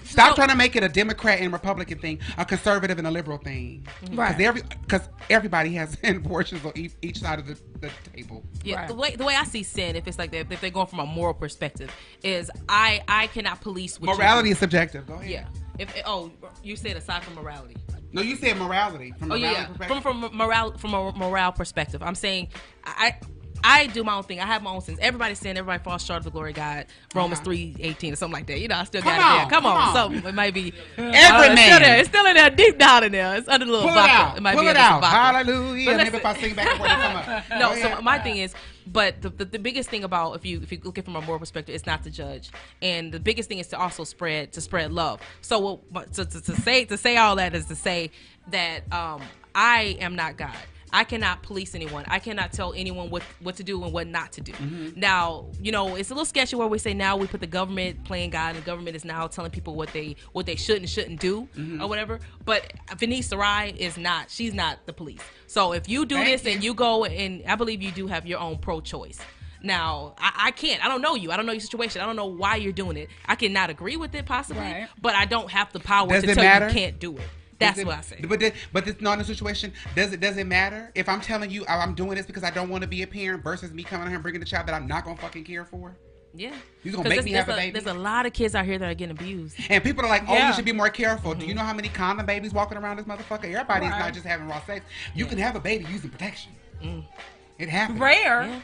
[SPEAKER 1] Stop trying to make it a Democrat and Republican thing, a conservative and a liberal thing. Because every, 'cause everybody has [LAUGHS] abortions on each, each side of the, the table.
[SPEAKER 3] Yeah,
[SPEAKER 2] Right.
[SPEAKER 3] the way the way I see sin, if it's like that, if they're going from a moral perspective, is I I cannot police what you do.
[SPEAKER 1] Morality is subjective. Go ahead.
[SPEAKER 3] Yeah. If oh, you said aside from morality.
[SPEAKER 1] No, you said morality. From
[SPEAKER 3] Oh
[SPEAKER 1] morality
[SPEAKER 3] yeah, yeah.
[SPEAKER 1] perspective.
[SPEAKER 3] From from morale from a morale perspective, I'm saying I. I do my own thing. I have my own sins. Everybody's sin. Everybody falls short of the glory of God. Romans
[SPEAKER 1] Uh-huh.
[SPEAKER 3] three eighteen or something like that. You know, I still
[SPEAKER 1] Come
[SPEAKER 3] got it
[SPEAKER 1] on,
[SPEAKER 3] there. Come,
[SPEAKER 1] come
[SPEAKER 3] on,
[SPEAKER 1] on.
[SPEAKER 3] something. It might be every It's
[SPEAKER 1] man.
[SPEAKER 3] still, there. it's still in there, deep down in there. It's under the little
[SPEAKER 1] Pull it
[SPEAKER 3] vodka.
[SPEAKER 1] out.
[SPEAKER 3] It might
[SPEAKER 1] Pull
[SPEAKER 3] be
[SPEAKER 1] it
[SPEAKER 3] under some
[SPEAKER 1] out.
[SPEAKER 3] vodka.
[SPEAKER 1] Hallelujah.
[SPEAKER 3] But
[SPEAKER 1] And Maybe if I
[SPEAKER 3] listen-
[SPEAKER 1] sing back and forth, it'll come up.
[SPEAKER 3] [LAUGHS] no,
[SPEAKER 1] Go
[SPEAKER 3] so
[SPEAKER 1] ahead.
[SPEAKER 3] my thing is, but the, the, the biggest thing about if you if you look at it from a moral perspective, it's not to judge, and the biggest thing is to also spread to spread love. So what- but to, to, to say to say all that is to say that um, I am not God. I cannot police anyone. I cannot tell anyone what, what to do and what not to do. Now, you know, it's a little sketchy where we say now we put the government playing God and the government is now telling people what they what they should and shouldn't do
[SPEAKER 1] Mm-hmm.
[SPEAKER 3] or whatever. But Venice Sarai is not, she's not the police. So if you do
[SPEAKER 1] Thank
[SPEAKER 3] this and you go and I believe you do have your own pro choice. Now, I, I can't. I don't know you. I don't know your situation. I don't know why you're doing it. I cannot agree with it possibly,
[SPEAKER 2] Right.
[SPEAKER 3] but I don't have the power
[SPEAKER 1] Does
[SPEAKER 3] to
[SPEAKER 1] it
[SPEAKER 3] tell
[SPEAKER 1] matter?
[SPEAKER 3] you can't do it. That's
[SPEAKER 1] Does it-
[SPEAKER 3] what I say.
[SPEAKER 1] But this, but this not in a situation. Does it does it matter if I'm telling you I- I'm doing this because I don't want to be a parent versus me coming out here and bringing a child that I'm not gonna fucking care for?
[SPEAKER 3] Yeah.
[SPEAKER 1] You gonna
[SPEAKER 3] 'Cause
[SPEAKER 1] make
[SPEAKER 3] there's-
[SPEAKER 1] me have
[SPEAKER 3] there's
[SPEAKER 1] a baby?
[SPEAKER 3] There's a lot of kids out here that are getting abused.
[SPEAKER 1] And people are like, oh,
[SPEAKER 2] Yeah.
[SPEAKER 1] you should be more careful. Do you
[SPEAKER 3] Mm-hmm.
[SPEAKER 1] know how many condom babies walking around this motherfucker? Everybody's
[SPEAKER 2] Right.
[SPEAKER 1] not just having raw sex. You can have a baby using protection.
[SPEAKER 3] Mm.
[SPEAKER 1] It happens.
[SPEAKER 2] Rare.
[SPEAKER 3] Yeah.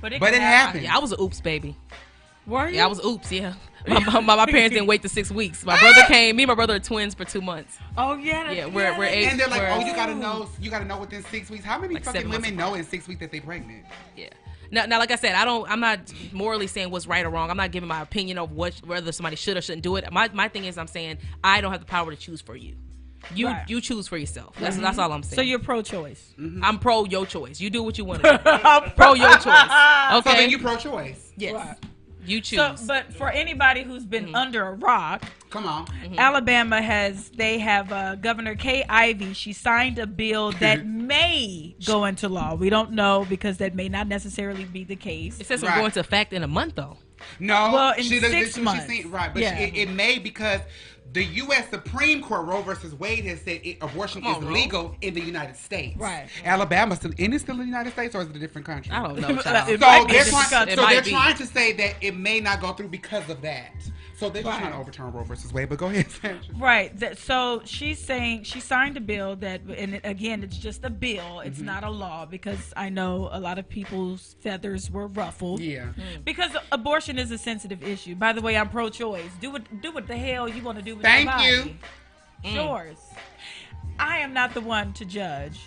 [SPEAKER 2] But it,
[SPEAKER 1] But
[SPEAKER 2] can
[SPEAKER 1] it happened.
[SPEAKER 3] Yeah, I was a oops baby.
[SPEAKER 2] Were you?
[SPEAKER 3] Yeah, I was a oops. Yeah, my, my, my, my parents didn't wait the six weeks. My brother came. Me and my brother are twins for two months.
[SPEAKER 2] oh yeah. that-
[SPEAKER 3] Yeah, we're- we're
[SPEAKER 2] that-
[SPEAKER 3] eight.
[SPEAKER 1] And they're like,
[SPEAKER 3] Where-
[SPEAKER 1] oh, you gotta know, you gotta know within six weeks. How many
[SPEAKER 3] Like
[SPEAKER 1] fucking
[SPEAKER 3] seven months
[SPEAKER 1] women know in six weeks that they're pregnant?
[SPEAKER 3] Yeah. Now, now, like I said, I don't. I'm not morally saying what's right or wrong. I'm not giving my opinion of what whether somebody should or shouldn't do it. My my thing is, I'm saying I don't have the power to choose for you. You
[SPEAKER 2] Right.
[SPEAKER 3] you choose for yourself. That's that's all I'm saying.
[SPEAKER 2] So you're pro-choice.
[SPEAKER 3] I'm pro your choice. You do what you want to do.
[SPEAKER 1] [LAUGHS]
[SPEAKER 3] pro your choice. Okay.
[SPEAKER 1] So then you pro-choice.
[SPEAKER 3] yes.
[SPEAKER 2] Right.
[SPEAKER 3] You choose.
[SPEAKER 2] So, but for anybody who's been
[SPEAKER 3] Mm-hmm.
[SPEAKER 2] under a rock,
[SPEAKER 1] Come on.
[SPEAKER 2] Mm-hmm. Alabama has they have uh, Governor Kay Ivey. She signed a
[SPEAKER 1] [LAUGHS]
[SPEAKER 2] bill that may go into law. We don't know because that may not necessarily be the case.
[SPEAKER 3] it says
[SPEAKER 1] Right.
[SPEAKER 3] we're going to effect in a month though.
[SPEAKER 1] No,
[SPEAKER 2] Well, in
[SPEAKER 1] she, does-
[SPEAKER 2] six
[SPEAKER 1] she, she
[SPEAKER 2] months.
[SPEAKER 1] seen- right, but
[SPEAKER 2] Yeah.
[SPEAKER 1] she, it, it may because The U.S. Supreme Court, Roe versus Wade, has said it, abortion
[SPEAKER 3] Come on,
[SPEAKER 1] is
[SPEAKER 3] Roe.
[SPEAKER 1] legal in the United States.
[SPEAKER 2] Right.
[SPEAKER 1] Alabama, still, and it's still the United States or is it a different country?
[SPEAKER 3] I don't know.
[SPEAKER 2] It
[SPEAKER 3] child.
[SPEAKER 2] might
[SPEAKER 1] [LAUGHS] So
[SPEAKER 2] be
[SPEAKER 1] they're,
[SPEAKER 2] just
[SPEAKER 1] trying,
[SPEAKER 2] discussed.
[SPEAKER 1] so
[SPEAKER 3] It
[SPEAKER 1] they're
[SPEAKER 3] might be.
[SPEAKER 1] trying to say that it may not go through because of that. So they're just
[SPEAKER 2] Right.
[SPEAKER 1] trying to overturn Roe versus Wade. But go ahead, Sandra.
[SPEAKER 2] Right. That, so she's saying she signed a bill that, and it- again, it's just a bill.
[SPEAKER 1] Mm-hmm.
[SPEAKER 2] It's not a law because I know a lot of people's feathers were ruffled.
[SPEAKER 1] Yeah.
[SPEAKER 2] Because abortion is a sensitive issue. By the way, I'm pro-choice. Do what do what the hell you want to do with
[SPEAKER 1] Thank
[SPEAKER 2] your body.
[SPEAKER 1] you. Mm.
[SPEAKER 2] It's yours. I am not the one to judge.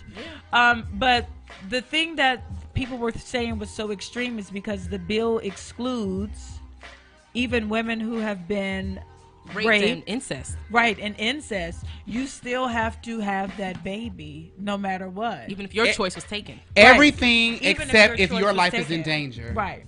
[SPEAKER 2] Um, but the thing that people were saying was so extreme is because the bill excludes even women who have been
[SPEAKER 3] Raped
[SPEAKER 2] raped
[SPEAKER 3] and incest,
[SPEAKER 2] Right, and incest, you still have to have that baby no matter what.
[SPEAKER 3] even if your
[SPEAKER 1] It-
[SPEAKER 3] choice was taken.
[SPEAKER 1] Everything
[SPEAKER 2] Even if
[SPEAKER 1] except
[SPEAKER 2] your
[SPEAKER 1] if
[SPEAKER 2] choice
[SPEAKER 1] your
[SPEAKER 2] was
[SPEAKER 1] life is
[SPEAKER 2] taken.
[SPEAKER 1] in danger.
[SPEAKER 2] Right.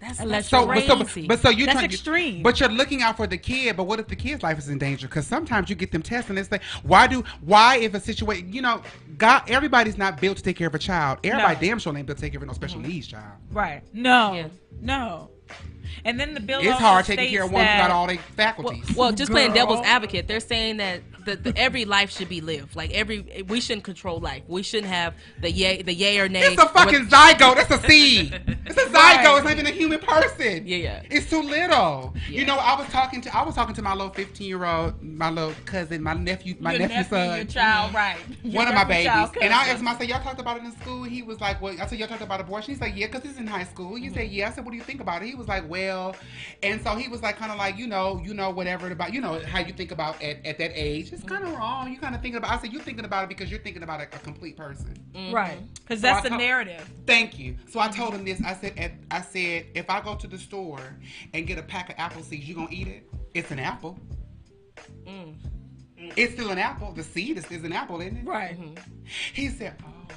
[SPEAKER 3] That's
[SPEAKER 2] Unless
[SPEAKER 3] so
[SPEAKER 1] So, but
[SPEAKER 3] crazy.
[SPEAKER 1] so, but so you
[SPEAKER 2] That's
[SPEAKER 1] trying-
[SPEAKER 2] extreme.
[SPEAKER 1] But you're looking out for the kid. But what if the kid's life is in danger? Because sometimes you get them tests and they say, "Why do? Why if a situation? You know, God, everybody's not built to take care of a child. Everybody damn sure ain't built to take care of no special
[SPEAKER 2] Mm-hmm.
[SPEAKER 1] needs child.
[SPEAKER 2] Right. No.
[SPEAKER 3] Yeah.
[SPEAKER 2] No. And then the bill
[SPEAKER 1] It's
[SPEAKER 2] also
[SPEAKER 1] hard taking
[SPEAKER 2] states
[SPEAKER 1] care of one who got
[SPEAKER 2] that-
[SPEAKER 1] all their
[SPEAKER 3] Well,
[SPEAKER 1] faculties.
[SPEAKER 3] well, just playing devil's
[SPEAKER 2] Girl.
[SPEAKER 3] advocate, they're saying that the, the, every life should be lived. Like every, we shouldn't control life. We shouldn't have the yay, the yay or nay.
[SPEAKER 1] It's a fucking zygote. It's a seed. It's
[SPEAKER 2] [LAUGHS]
[SPEAKER 1] a zygote. It's not even a human person.
[SPEAKER 3] Yeah, yeah.
[SPEAKER 1] It's too little.
[SPEAKER 3] Yeah.
[SPEAKER 1] You know, I was talking to I was talking to my little fifteen year old, my little cousin, my nephew, my
[SPEAKER 2] Your
[SPEAKER 1] nephew's
[SPEAKER 2] nephew,
[SPEAKER 1] son.
[SPEAKER 2] Your child, right. Your
[SPEAKER 1] one of my
[SPEAKER 2] nephew,
[SPEAKER 1] babies.
[SPEAKER 2] child,
[SPEAKER 1] And I
[SPEAKER 2] cousin.
[SPEAKER 1] asked him, I said, Y'all talked about it in school? He was like, Well, I said, Y'all talked about abortion? He's like, Yeah, because he's in high school. You said, Yeah. I said, What do you think about it? He was like, Well, and so he was like, kind of like, you know, you know, whatever about, you know, how you think about at, at that age. It's kind of wrong. You kind of thinking about I said, You're thinking about it because you're thinking about a, a complete person.
[SPEAKER 2] Right. Because
[SPEAKER 1] So I
[SPEAKER 2] that's the
[SPEAKER 1] told-
[SPEAKER 2] narrative.
[SPEAKER 1] Thank you. So I told him this. I said, at, I said, if I go to the store and get a pack of apple seeds, you gonna eat it? It's an apple. It's still an apple. The seed is, is an apple, isn't it?
[SPEAKER 2] Right.
[SPEAKER 1] He said, oh,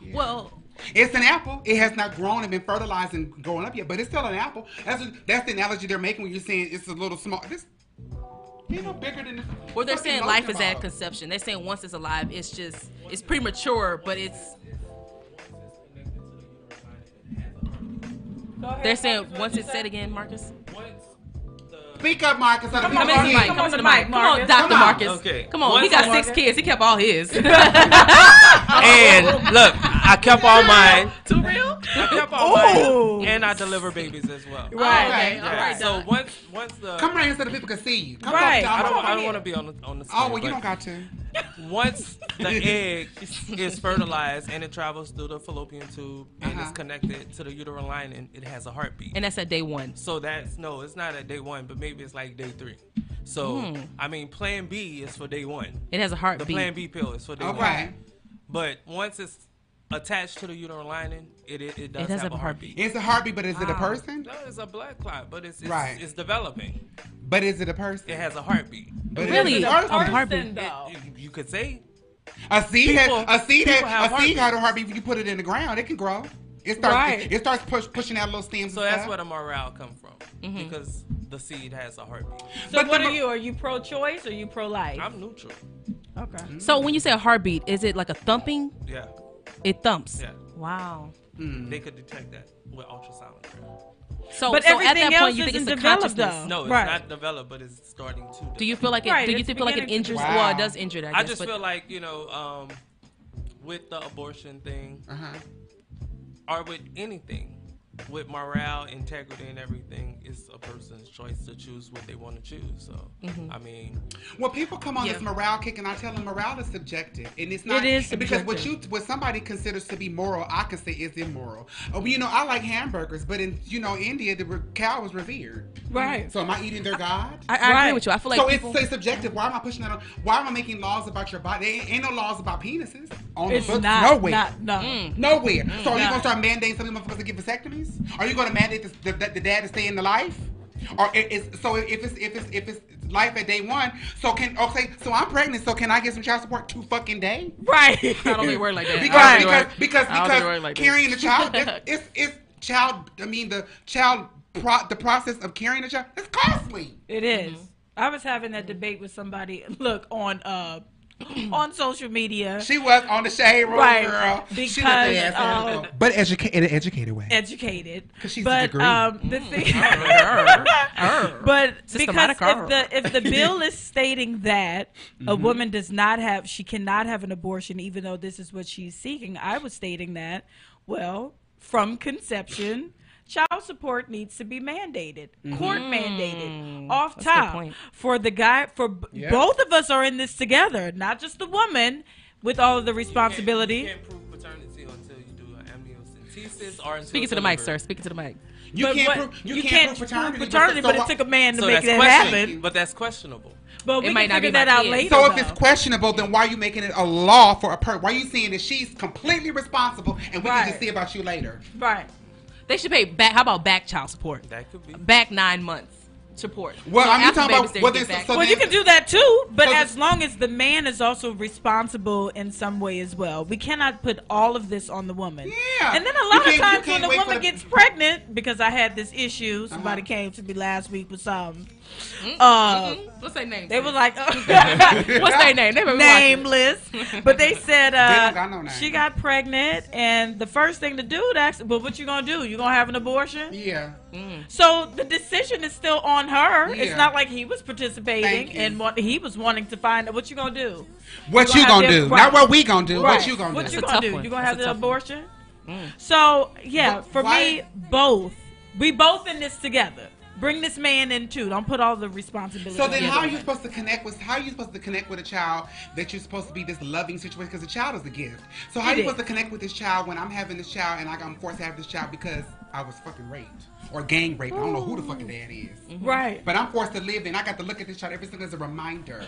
[SPEAKER 1] yeah.
[SPEAKER 3] Well,
[SPEAKER 1] it's an apple. It has not grown and been fertilized and growing up yet, but it's still an apple. That's that's the analogy they're making when you're saying it's a little small. This, you know, bigger than.
[SPEAKER 3] or they're saying life is at
[SPEAKER 1] that.
[SPEAKER 3] conception. They're saying once it's alive, it's just it's premature, but it's they're saying once it's said again, Marcus.
[SPEAKER 1] Speak up, Marcus. Other
[SPEAKER 3] Come
[SPEAKER 1] people
[SPEAKER 3] on,
[SPEAKER 1] can't hear
[SPEAKER 3] Mike.
[SPEAKER 1] you.
[SPEAKER 3] Come on to the mic. Come on,
[SPEAKER 2] Marcus.
[SPEAKER 3] Doctor
[SPEAKER 1] Come on.
[SPEAKER 3] Marcus.
[SPEAKER 11] Okay.
[SPEAKER 3] Come on. He
[SPEAKER 11] Once
[SPEAKER 3] got
[SPEAKER 11] I-
[SPEAKER 3] six kids. He kept all his.
[SPEAKER 11] And look, I
[SPEAKER 1] [LAUGHS]
[SPEAKER 11] kept all mine.
[SPEAKER 3] Too real.
[SPEAKER 11] I kept all
[SPEAKER 1] Oh.
[SPEAKER 11] mine. And I deliver babies as well.
[SPEAKER 3] Right.
[SPEAKER 1] Okay.
[SPEAKER 11] Yeah, so once once the
[SPEAKER 1] Come right here so the people can see you. Come
[SPEAKER 2] Right.
[SPEAKER 1] on,
[SPEAKER 11] I
[SPEAKER 1] y'all.
[SPEAKER 11] don't I don't want to be on the on the
[SPEAKER 1] Oh
[SPEAKER 11] stand,
[SPEAKER 1] well, you
[SPEAKER 11] but
[SPEAKER 1] don't got to.
[SPEAKER 11] once
[SPEAKER 1] [LAUGHS]
[SPEAKER 11] the egg [LAUGHS] is fertilized and it travels through the fallopian tube and is
[SPEAKER 1] Uh-huh.
[SPEAKER 11] connected to the uterine lining, it has a heartbeat.
[SPEAKER 3] And that's at day one.
[SPEAKER 11] So that's no, it's not at day one, but maybe it's like day three. So
[SPEAKER 1] Hmm.
[SPEAKER 11] I mean, Plan B is for day one.
[SPEAKER 3] It has a
[SPEAKER 11] The
[SPEAKER 3] heartbeat.
[SPEAKER 11] Plan B pill is for day one.
[SPEAKER 1] Okay.
[SPEAKER 11] But once it's attached to the uterine lining, it it, it does
[SPEAKER 3] It has
[SPEAKER 11] have
[SPEAKER 3] a
[SPEAKER 11] a heartbeat.
[SPEAKER 1] It's a heartbeat, but is it a person?
[SPEAKER 11] No, it's a blood clot, but it's it's,
[SPEAKER 1] Right.
[SPEAKER 11] it's developing.
[SPEAKER 1] But is it a person?
[SPEAKER 11] It has a heartbeat.
[SPEAKER 1] But is
[SPEAKER 3] Really?
[SPEAKER 1] it a
[SPEAKER 3] A
[SPEAKER 1] person?
[SPEAKER 3] heartbeat.
[SPEAKER 2] though.
[SPEAKER 11] You, you could say
[SPEAKER 1] A seed
[SPEAKER 11] People-
[SPEAKER 1] has a seed
[SPEAKER 11] people
[SPEAKER 1] has
[SPEAKER 11] have
[SPEAKER 1] a seed had a
[SPEAKER 11] heartbeats.
[SPEAKER 1] heartbeat. If you put it in the ground, it can grow. It starts
[SPEAKER 2] Right.
[SPEAKER 1] it starts push, pushing out little stems.
[SPEAKER 11] so.
[SPEAKER 1] and
[SPEAKER 11] That's
[SPEAKER 1] stuff.
[SPEAKER 11] where the morale come from
[SPEAKER 1] Mm-hmm.
[SPEAKER 11] because the seed has a heartbeat.
[SPEAKER 2] So
[SPEAKER 1] But
[SPEAKER 2] what
[SPEAKER 1] the-
[SPEAKER 2] are you? Are you pro-choice or you pro-life?
[SPEAKER 11] I'm neutral.
[SPEAKER 2] okay.
[SPEAKER 1] Hmm?
[SPEAKER 3] So when you say a heartbeat, is it like a thumping?
[SPEAKER 11] Yeah,
[SPEAKER 3] It thumps.
[SPEAKER 11] Yeah.
[SPEAKER 3] Wow.
[SPEAKER 1] Hmm.
[SPEAKER 11] they could detect that with ultrasound.
[SPEAKER 3] So,
[SPEAKER 2] But
[SPEAKER 3] so at
[SPEAKER 2] everything
[SPEAKER 3] that point,
[SPEAKER 2] else
[SPEAKER 3] you think it's
[SPEAKER 2] isn't
[SPEAKER 3] a
[SPEAKER 2] developed,
[SPEAKER 3] consciousness.
[SPEAKER 2] though.
[SPEAKER 11] No, it's
[SPEAKER 2] Right.
[SPEAKER 11] not developed, but it's starting to.
[SPEAKER 3] Do you feel like it?
[SPEAKER 2] Right,
[SPEAKER 3] do you
[SPEAKER 2] it's
[SPEAKER 3] think like it
[SPEAKER 2] beginning to
[SPEAKER 3] injures?
[SPEAKER 1] develop.
[SPEAKER 3] Well, it does injure. I,
[SPEAKER 11] I
[SPEAKER 3] guess,
[SPEAKER 11] just
[SPEAKER 3] but
[SPEAKER 11] feel like you know, um, with the abortion thing,
[SPEAKER 1] Uh-huh.
[SPEAKER 11] or with anything, with morale, integrity, and everything, it's a person's choice to choose what they want to choose. So,
[SPEAKER 3] Mm-hmm.
[SPEAKER 11] I mean,
[SPEAKER 1] Well, people come on
[SPEAKER 3] Yeah.
[SPEAKER 1] this morale kick, and I tell them morale is subjective, and it's not.
[SPEAKER 2] It is
[SPEAKER 1] because what you what somebody considers to be moral, I can say is immoral. Oh, you know, I like hamburgers, but in you know India, the re- cow is revered.
[SPEAKER 2] Right.
[SPEAKER 1] So am I eating their god?
[SPEAKER 3] I, I agree
[SPEAKER 2] Right.
[SPEAKER 3] with you. I feel like
[SPEAKER 1] so
[SPEAKER 3] people,
[SPEAKER 1] it's, it's subjective. Why am I pushing that on? Why am I making laws about your body? There ain't, ain't no laws about penises on
[SPEAKER 2] It's
[SPEAKER 1] the books.
[SPEAKER 2] not.
[SPEAKER 1] nowhere.
[SPEAKER 2] not- no.
[SPEAKER 1] Mm. Nowhere. so are you
[SPEAKER 2] Nah.
[SPEAKER 1] gonna start mandating some of these motherfuckers to get vasectomies? Are you gonna mandate this, the, the, the dad to stay in the life? Or it- it's so if it's if it's if it's life at day one, so can okay, so I'm pregnant, so can I get some child support two fucking day?
[SPEAKER 2] Right.
[SPEAKER 1] [LAUGHS]
[SPEAKER 3] I don't even work like that.
[SPEAKER 1] Because
[SPEAKER 3] I don't
[SPEAKER 1] because,
[SPEAKER 3] even work-
[SPEAKER 1] because
[SPEAKER 3] I don't even
[SPEAKER 1] because
[SPEAKER 3] work like that.
[SPEAKER 1] carrying a child, it's, it's it's child. I mean the child pro, the process of carrying a child. It's costly.
[SPEAKER 2] [LAUGHS] It is. I was having that debate with somebody. Look on uh, on social media.
[SPEAKER 1] She was on the shade room,
[SPEAKER 2] Right,
[SPEAKER 1] girl. she was
[SPEAKER 2] because,
[SPEAKER 1] ass
[SPEAKER 2] um,
[SPEAKER 1] up. but educa- in an educated way.
[SPEAKER 2] educated.
[SPEAKER 1] 'Cause she's a
[SPEAKER 2] but
[SPEAKER 1] degree.
[SPEAKER 2] um, the thing,
[SPEAKER 1] [LAUGHS]
[SPEAKER 2] but because
[SPEAKER 3] Systematic
[SPEAKER 2] if the if
[SPEAKER 3] [LAUGHS]
[SPEAKER 2] the bill is stating that a
[SPEAKER 3] Mm-hmm.
[SPEAKER 2] woman does not have she cannot have an abortion even though this is what she's seeking, I was stating that well from conception. Child support needs to be mandated, court mandated, off
[SPEAKER 3] Mm-hmm. Mm, a good
[SPEAKER 2] top
[SPEAKER 3] point.
[SPEAKER 2] for the guy. For b-
[SPEAKER 1] Yeah.
[SPEAKER 2] both of us are in this together, not just the woman with all of the responsibility.
[SPEAKER 11] You can't prove paternity until you do an amniocentesis or until
[SPEAKER 3] Speaking to the mic, sir. Speaking to the mic.
[SPEAKER 1] you
[SPEAKER 2] but
[SPEAKER 1] can't
[SPEAKER 2] what-
[SPEAKER 1] prove you, can't, prove paternity,
[SPEAKER 2] but
[SPEAKER 1] so
[SPEAKER 2] it
[SPEAKER 1] why-
[SPEAKER 2] took a man to
[SPEAKER 11] So
[SPEAKER 2] make
[SPEAKER 11] that's
[SPEAKER 2] that
[SPEAKER 11] questionable,
[SPEAKER 2] happen.
[SPEAKER 11] But that's questionable.
[SPEAKER 2] But we
[SPEAKER 3] might
[SPEAKER 2] can
[SPEAKER 3] not
[SPEAKER 2] figure
[SPEAKER 3] be my
[SPEAKER 2] that out
[SPEAKER 3] kid.
[SPEAKER 2] later.
[SPEAKER 1] So if it's
[SPEAKER 2] though.
[SPEAKER 1] questionable, then why are you making it a law for a person? Why are you saying that she's completely responsible and we can
[SPEAKER 2] Right.
[SPEAKER 1] just see about you later?
[SPEAKER 2] right,
[SPEAKER 3] They should pay back. How about back child support?
[SPEAKER 11] That could be.
[SPEAKER 3] Back nine months support.
[SPEAKER 1] Well,
[SPEAKER 3] So
[SPEAKER 1] I'm
[SPEAKER 3] after
[SPEAKER 1] talking about
[SPEAKER 3] baby's there,
[SPEAKER 1] what
[SPEAKER 3] get
[SPEAKER 1] they-
[SPEAKER 3] back-
[SPEAKER 1] so
[SPEAKER 2] well,
[SPEAKER 1] then-
[SPEAKER 2] you can do that too, but
[SPEAKER 1] so
[SPEAKER 2] as
[SPEAKER 1] the-
[SPEAKER 2] long as the man is also responsible in some way as well, we cannot put all of this on the woman.
[SPEAKER 1] Yeah.
[SPEAKER 2] And then a
[SPEAKER 1] You
[SPEAKER 2] lot
[SPEAKER 1] can't-
[SPEAKER 2] of
[SPEAKER 1] you
[SPEAKER 2] times when
[SPEAKER 1] can't
[SPEAKER 2] the
[SPEAKER 1] wait for
[SPEAKER 2] woman
[SPEAKER 1] the- Uh-huh.
[SPEAKER 2] gets pregnant, because I had this issue, somebody came to me last week with some.
[SPEAKER 1] Mm-hmm.
[SPEAKER 2] Uh,
[SPEAKER 3] Mm, What's their name?
[SPEAKER 2] They
[SPEAKER 3] sis?
[SPEAKER 2] were like,
[SPEAKER 1] [LAUGHS]
[SPEAKER 2] [LAUGHS] uh,
[SPEAKER 3] What's their name? They were
[SPEAKER 2] nameless, but they said uh,
[SPEAKER 1] don't got no name.
[SPEAKER 2] she got pregnant, and the first thing the dude asked, "Well, what you gonna do? You gonna have an abortion?"
[SPEAKER 1] Yeah.
[SPEAKER 2] So the decision is still on her.
[SPEAKER 1] Yeah.
[SPEAKER 2] It's not like he was participating
[SPEAKER 1] Thank you.
[SPEAKER 2] and what he was wanting to find out what you gonna do.
[SPEAKER 1] What
[SPEAKER 2] You
[SPEAKER 1] you
[SPEAKER 2] gonna
[SPEAKER 1] gonna
[SPEAKER 2] have
[SPEAKER 1] do?
[SPEAKER 2] them-
[SPEAKER 1] Not what we gonna do.
[SPEAKER 2] Right.
[SPEAKER 1] What you gonna
[SPEAKER 2] What
[SPEAKER 1] do? Mm.
[SPEAKER 2] you gonna
[SPEAKER 3] That's a tough
[SPEAKER 2] do?
[SPEAKER 3] one.
[SPEAKER 2] You gonna have
[SPEAKER 3] That's
[SPEAKER 2] the
[SPEAKER 3] a tough one.
[SPEAKER 2] abortion? So yeah,
[SPEAKER 1] But
[SPEAKER 2] for me,
[SPEAKER 1] why-
[SPEAKER 2] both. We both in this together. Bring this man in too. Don't put all the responsibility.
[SPEAKER 1] So then,
[SPEAKER 2] on the
[SPEAKER 1] how are
[SPEAKER 2] other
[SPEAKER 1] you
[SPEAKER 2] one.
[SPEAKER 1] supposed to connect with? How are you supposed to connect with a child that you're supposed to be this loving situation? Because the child is a gift. So how
[SPEAKER 2] It
[SPEAKER 1] are you
[SPEAKER 2] is.
[SPEAKER 1] supposed to connect with this child when I'm having this child and like I'm forced to have this child because I was fucking raped or gang raped? I don't know who the fucking dad is,
[SPEAKER 2] right?
[SPEAKER 1] but I'm forced to live and I got to look at this child every single as a reminder.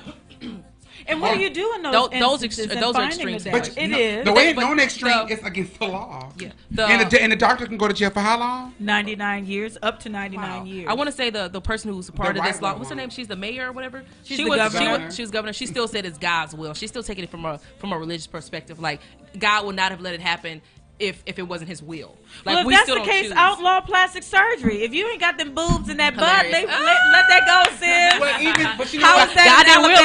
[SPEAKER 2] And what do you do in those
[SPEAKER 3] Those- those
[SPEAKER 2] instances
[SPEAKER 3] ex-
[SPEAKER 2] in
[SPEAKER 3] those are
[SPEAKER 2] finding
[SPEAKER 3] extremes.
[SPEAKER 2] the
[SPEAKER 3] But
[SPEAKER 2] dad? It
[SPEAKER 1] no,
[SPEAKER 2] is
[SPEAKER 1] the way
[SPEAKER 3] But-
[SPEAKER 1] known extreme
[SPEAKER 3] the-
[SPEAKER 1] is against the law.
[SPEAKER 3] Yeah. The-
[SPEAKER 1] and, the, and the doctor can go to jail for how long?
[SPEAKER 2] 99 years up to 99 years.
[SPEAKER 3] I want to say the the person who's a part
[SPEAKER 1] The
[SPEAKER 3] of this
[SPEAKER 1] right
[SPEAKER 3] law.
[SPEAKER 1] one.
[SPEAKER 3] What's her name? She's the mayor or whatever.
[SPEAKER 2] She's
[SPEAKER 3] she
[SPEAKER 2] the
[SPEAKER 3] was she
[SPEAKER 1] governor.
[SPEAKER 3] was she was governor. She still said it's God's will. She's still taking it from a from a religious perspective. Like God would not have let it happen if if it wasn't His will. Like
[SPEAKER 2] well, if
[SPEAKER 3] we
[SPEAKER 2] that's
[SPEAKER 3] still
[SPEAKER 2] the
[SPEAKER 3] don't
[SPEAKER 2] case,
[SPEAKER 3] choose.
[SPEAKER 2] outlaw plastic surgery. If you ain't got them boobs in that butt,
[SPEAKER 3] Hilarious.
[SPEAKER 2] they let, let that
[SPEAKER 1] [LAUGHS]
[SPEAKER 2] go,
[SPEAKER 1] [LAUGHS]
[SPEAKER 2] sis.
[SPEAKER 1] Well, even but you know
[SPEAKER 2] How
[SPEAKER 1] what?
[SPEAKER 2] is that
[SPEAKER 3] God
[SPEAKER 2] in
[SPEAKER 3] didn't will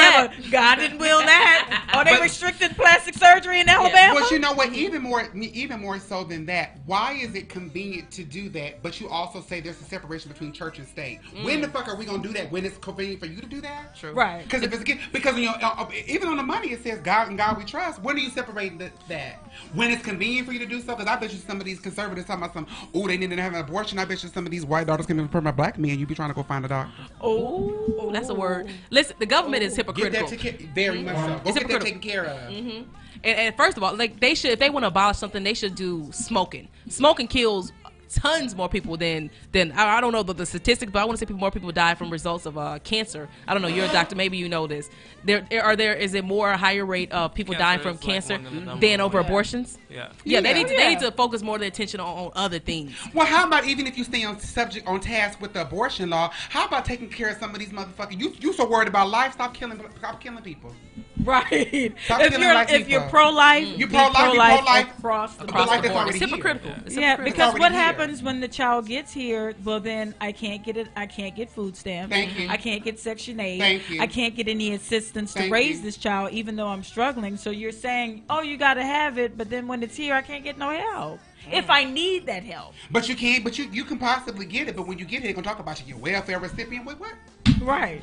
[SPEAKER 2] Alabama? God didn't
[SPEAKER 3] [LAUGHS]
[SPEAKER 2] will that. Are they
[SPEAKER 1] But-
[SPEAKER 2] restricted plastic surgery in Alabama?
[SPEAKER 1] But you know what? Even more, even more so than that, why is it convenient to do that? But you also say there's a separation between church and state. When the fuck are we gonna do that? When it's convenient for you to do that? Mm. True.
[SPEAKER 2] Right.
[SPEAKER 1] Because if it's again- because you know, uh, uh, even on the money it says God and God we trust. When are you separating the, that? When it's convenient for you to do so? Because I bet you some of these conservatives talking about some. Oh, they didn't have an abortion. I bet you some of these white daughters can even my black men. You be trying to go find a doctor.
[SPEAKER 2] oh,
[SPEAKER 3] That's a word. Listen, the government is hypocritical.
[SPEAKER 1] Get that taken very much so. Go get
[SPEAKER 3] It's
[SPEAKER 1] that
[SPEAKER 3] hypocritical.
[SPEAKER 1] taken care of.
[SPEAKER 3] And, and first of all, like they should, if they want to abolish something, they should do smoking. Smoking kills tons more people than than I, I don't know the, the statistics, but I want to say people more people die from results of uh, cancer. I don't know. You're a doctor, maybe you know this. There there- are there is it more a higher rate of people
[SPEAKER 11] Cancer
[SPEAKER 3] dying from
[SPEAKER 11] is, like,
[SPEAKER 3] cancer
[SPEAKER 11] one of the number
[SPEAKER 3] than over
[SPEAKER 11] one.
[SPEAKER 3] abortions?
[SPEAKER 11] Yeah.
[SPEAKER 3] Yeah, they
[SPEAKER 1] Yeah.
[SPEAKER 3] need to, they need to focus more of their attention on, on other things.
[SPEAKER 1] Well, how about even if you stay on subject on task with the abortion law? How about taking care of some of these motherfuckers? You you so worried about life? Stop killing stop killing people.
[SPEAKER 2] [LAUGHS] right. if
[SPEAKER 1] killing
[SPEAKER 2] you're
[SPEAKER 1] black
[SPEAKER 2] if
[SPEAKER 1] people.
[SPEAKER 2] you're pro life,
[SPEAKER 1] You pro-life, you pro-life.
[SPEAKER 2] across the
[SPEAKER 1] But
[SPEAKER 3] Across
[SPEAKER 1] like
[SPEAKER 3] the
[SPEAKER 1] that's
[SPEAKER 3] board.
[SPEAKER 1] already
[SPEAKER 3] It's
[SPEAKER 1] here.
[SPEAKER 3] hypocritical. It's
[SPEAKER 2] yeah,
[SPEAKER 3] hypocritical.
[SPEAKER 2] because
[SPEAKER 1] already
[SPEAKER 2] what
[SPEAKER 1] here.
[SPEAKER 2] happens when the child gets here? Well, then I can't get it. I can't get food stamps.
[SPEAKER 1] Thank you.
[SPEAKER 2] I can't get Section Eight.
[SPEAKER 1] Thank you.
[SPEAKER 2] I can't get any assistance to
[SPEAKER 1] Thank
[SPEAKER 2] raise
[SPEAKER 1] you.
[SPEAKER 2] this child, even though I'm struggling. So you're saying, oh, you got to have it, but then when it's here, I can't get no help.
[SPEAKER 3] Mm.
[SPEAKER 2] If I need that help,
[SPEAKER 1] But you can't. But you you can possibly get it. But when you get it, they're gonna talk about you. Your welfare recipient. Wait, what?
[SPEAKER 2] right?